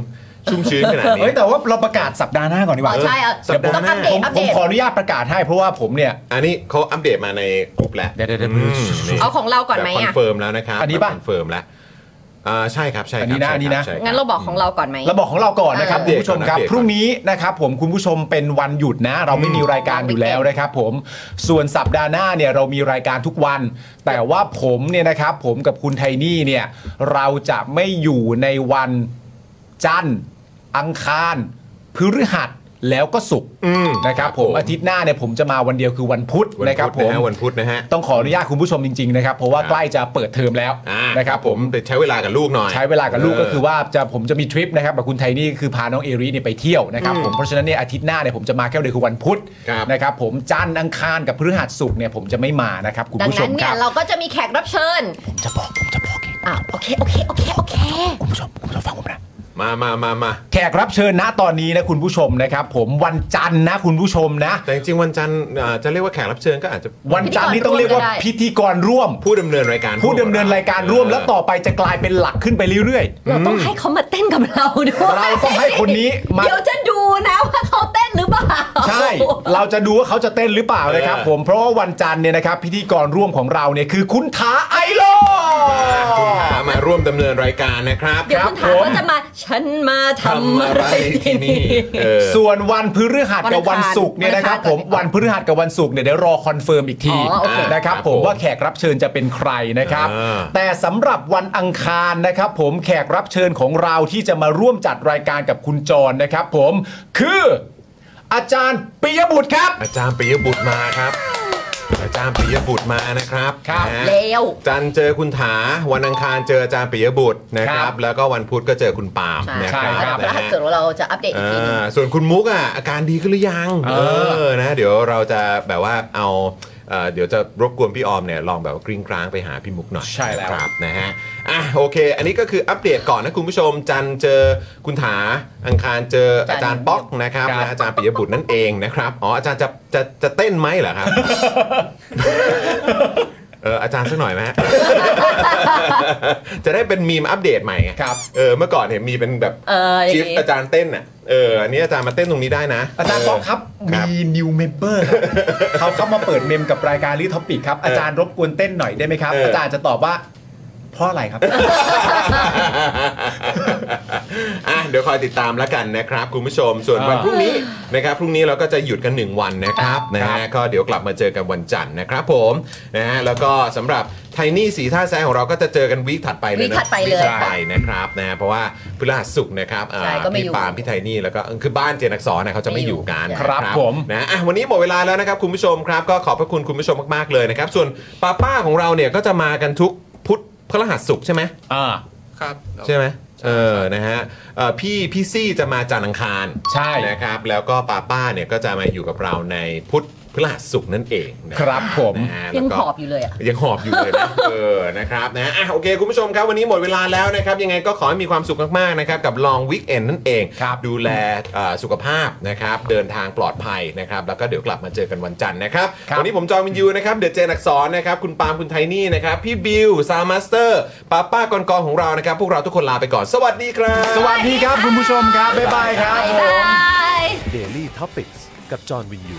B: ชุ่มชื้นขนาดนี้
G: เฮ้ยแต่ว่าเราประกาศสัปดาห์หน้าก่อนดีกว่า
D: อ๋อใช่เอา
B: สัปดาห์หน้า
D: ต้องอัปเดตอัป
G: ผมผ
D: เด
G: ม
D: ต
G: ขออนุญาตประกาศให้เพราะว่าผมเนี่ย
B: อันนี้เขาอัปเดตมาในกลุ่มแล้ว
G: เดี๋ยวเดี๋ยวเดี๋ยว
B: มนี่
D: เอาของเราก่อนไหม
B: แบบคอ
D: อะ
B: นเฟิร์มแล้วนะครับ
G: อันนี้ปะ
B: คอนเฟิร์มแล้วอ่าใช่ครับใช่ครั
G: อันนี้นะ
B: ใช่
G: อันนี้นะ
B: ใช่ค
D: งั้นเราบอกของเราก่อนไหม
G: เราบอกของเราก่อนนะครับ
D: เออ
G: คุณผู้ชมครั
B: อั
G: บ
B: ปเดตก่อน
G: พรุ่งนี้นะครับผมคุณผู้ชมเป็นวันหยุดนะ เราไม่มีรายการอยู่แล้วนะครับผมส่วนสัปดาห์หน้าเนี่ยเรามีรายการทุกวัน แต่ว่าผมเนี่ยนะครับผมกับคุณไทนี่เนี่ยเราจะไม่อยู่ในวันจันทร์ อังคารพฤหัสแล้วก็ศุกร์
B: อืม
G: นะครับผ
B: ค
G: ม
B: รับผม
G: อาทิตย์หน้าเนี่ยผมจะมาวันเดียวคือวันพุธ
B: วัน
G: นะครับ
B: พุ
G: ผ
B: ธ
G: ม
B: นะฮะวันพุธนะฮะ
G: ต้องขออนุญาตคุณผู้ชมจริงๆนะครับเพราะว่า
B: ครับ
G: ใกล้จะเปิดเทอมแล้ว
B: อ่า
G: นะครับผม
B: ไปใช้เวลากับลูกหน่อย
G: ใช้เวลากับลูกก็คือว่าจะผมจะมีทริปนะครับกับคุณไทนี่คือพาน้องเอริเนี่ยไปเที่ยวนะครับผมเพราะฉะนั้นเนี่ยอาทิตย์หน้าเนี่ยผมจะมาแค่เดียวคือวันพุธ
B: ครับ
G: นะครับผมจันทร์อังคารกับพฤหัสศุกร์เนี่ยผมจะไม่มานะครับคุณ
D: ดัง
G: ผู้ช
D: นั้
G: ม
D: น
G: ค
D: เนี่
G: รั
D: ย
G: บ
D: เราก็จะมีแขกรับเชิญ
G: ผมจะบอกผมจะบอกเอง
D: อ่ะโอเค โอเค โอเค โอเค
G: คุณผู้ชมคุณผู้ชมฟังผมนะ
B: มามามามา
G: แขกรับเชิญนะตอนนี้นะคุณผู้ชมนะครับผมวันจันทร์นะคุณผู้ชมนะ
B: แต่จริงๆวันจันทร์อ่าจะเรียกว่าแขกรับเชิญก็อาจจะ
G: วันจันทร์นี่ต้องเรียกว่าพิธีกรร่วม
B: ผู้ดำเนินรายการ
G: ผู้ดำเนินรายการร่วมแล้ว
B: อ
G: ต่อไปจะกลายเป็นหลักขึ้นไปเรื่อย
D: เราต้องให้เขามาเต้นกับเราด้วย
G: เราต้องให้คนนี้มา
D: เดี๋ยวจะดูนะว่าเขาเต้นหรือเปล่า
G: ใช่ เราจะดูว่าเขาจะเต้นหรือเปล่านะครับ
B: เออ
G: ผม เพราะว่าวันจันทร์เนี่ยนะครับพิธีกรร่วมของเราเนี่ยคือคุณทาไอโล
B: คุณหามาร่วมดำเนินรายการนะครับ
D: เดี๋ยวคุณถาม
G: ผม
D: ก็จะมา ฉันมาทำอะไรที่นี่
B: เออ
G: ส่วนวันพฤหัสกับ
D: วั
G: วัน น
D: อังคาร
G: ศุกร์เนี่ยนะครับ
D: วันอังคาร
G: ผมวันพฤหัสกับวันศุกร์เนี่ยเดี๋ยวรอคอนเฟิร์มอีกที
D: อ๋อโอเค
G: นะครับ
B: ครับ
G: ผ
B: ผมม
G: ว่าแขกรับเชิญจะเป็นใครนะครับ
B: อ่า
G: แต่สำหรับวันอังคารนะครับ ผมแขกรับเชิญของเราที่จะมาร่วมจัดรายการกับคุณจรนะครับ ผมคืออาจารย์ปิยบุตรครับ
B: อาจารย์ปิยบุตรมาครับ อาจารย์ปิยบุตรมานะครับ
G: ครับ
B: นะฮะ
D: เร็ว
B: จันทร์เจอคุณถาวันอังคารเจออาจารย์ปิยบุตรนะค
G: ครั
B: รับ
G: บ
B: แล้วก็วันพุธก็เจอคุณปาล์ม
D: ใช่
B: นะครับ
G: ใช่ครับ
D: ร
B: นะ
D: หัส
B: ฮะ
D: ส่วนเราจะอัปเดตอีกทีหนึง
B: อ่าส่วนคุณมุกอ่ะอาการดีขึ้นหรือยัง
G: เออ
B: นะเดี๋ยวเราจะแบบว่าเอาเอ่อเดี๋ยวจะรบกวนพี่ออมเนี่ยลองแบบว่ากริ้งกร้างไปหาพี่มุกหน่อย
G: ใช่แล้ว
B: ครับนะฮะอ่ะโอเค อันนี้ก็คืออัปเดตก่อนนะคุณผู้ชม จันทร์เจอคุณถาอังคารเจออาจารย์ป๊อกนะครับนะอาจารย์ปิยบุตรนั่นเองนะครับอ๋ออาจารย์จะจะจะเต้นไหมเหรอครับ [laughs] เอออาจารย์สักหน่อยไหมฮะ [laughs] จะได้เป็นมีมอัปเดตใหม่ไง
G: ครับ
B: เออเมื่อก่อนเนี่ยมีเป็นแบบ
D: เอออย่างงี้
B: ชิฟอาจารย์เต้นอ่ะเอออันนี้อาจารย์มาเต้นตรงนี้ได้นะ
G: อาจารย์ป๊อก
B: เ
G: ครับ
B: ครับ
G: มี new member ครับ [laughs] เขาเข้ามาเปิดเมมกับรายการรีทอปิกครับ อาจารย์รบกวนเต้นหน่อยได้ไหมครับ
B: เอออ
G: อาจารย์จะตอบว่า เพราะอะไรครับ
A: อ่ะเดี๋ยวคอยติดตามแล้วกันนะครับ คุณผู้ชมส่วนวัน
G: อ่า
A: พรุ่งนี้นะครับพรุ่งนี้เราก็จะหยุดกัน 1 วันนะครับนะฮะก็เดี๋ยวกลับมาเจอกันวันจันทร์นะครับผมนะฮะแล้วก็สำหรับไทนี่สีท่าแซงของเราก็จะเจอกันวีคถัดไปเลยนะ
D: วีคถัดไปเลย
A: วีคถัดไปนะครับนะฮะเพราะว่าพฤหัสศุกร์นะครับอ่า
D: ใช่ก็ไม่
A: พี่
D: อยู่
A: ปาล์มพี่ไทนี่แล้วก็คือบ้านเจนอักษรนะเขาจะไม่อยู่กัน
D: ไม่อยู่
G: ครับผม
A: นะอ่ะวันนี้หมดเวลาแล้วนะครับคุณผู้ชมครับก็ขอบพระคุณคุณผู้ชมมากๆเลยนะครับส่วนป้าป้าของเราเนี่ยก็จะมากันทุกพุธพฤหัสศุกร์ใช่ไหม
G: อ่า
I: ครับ
A: ใช่ไหมเออ นะฮะเอ่อพี่พี่ซี่จะมาจันทร์อังคาร
G: ใช่
A: นะครับ แล้วก็ป้าป้าเนี่ยก็จะมาอยู่กับเราในพุธพฤหัสศุกร์นั่นเองนะครับ
G: ผม
A: นะฮะ
D: ยัง
A: แล้วก็
D: หอบอยู่เลยอ่ะ
A: ยังหอบอยู่เลย
G: [laughs]
A: นะ เออ นะครับ นะ อ่ะ โอเค คุณผู้ชมครับ วันนี้หมดเวลาแล้วนะครับ ยังไงก็ขอให้มีความสุขมาก ๆ นะครับ กับลองวิกเอนนั่นเอง
G: ครับ
A: ดูแลเอ่อสุขภาพนะครับ เดินทางปลอดภัยนะครับ แล้วก็เดี๋ยวกลับมาเจอกันวันจันทร์นะครับ
G: ครับ
A: วันนี้ผมจอมินยูนะครับ เดอะเจนอักษรนะครับ คุณปาล์มคุณไทนี่นะครับ พี่บิว ซามาสเตอร์ป้าป้ากอนกองของเรานะครับ พวกเราทุกคนลาไปก่อน สวัสดีครับ
G: สวัสดีครับคุณผู้ชมครับ บ๊ายบายครับผม
J: Daily Topics กับจอห์นวินยู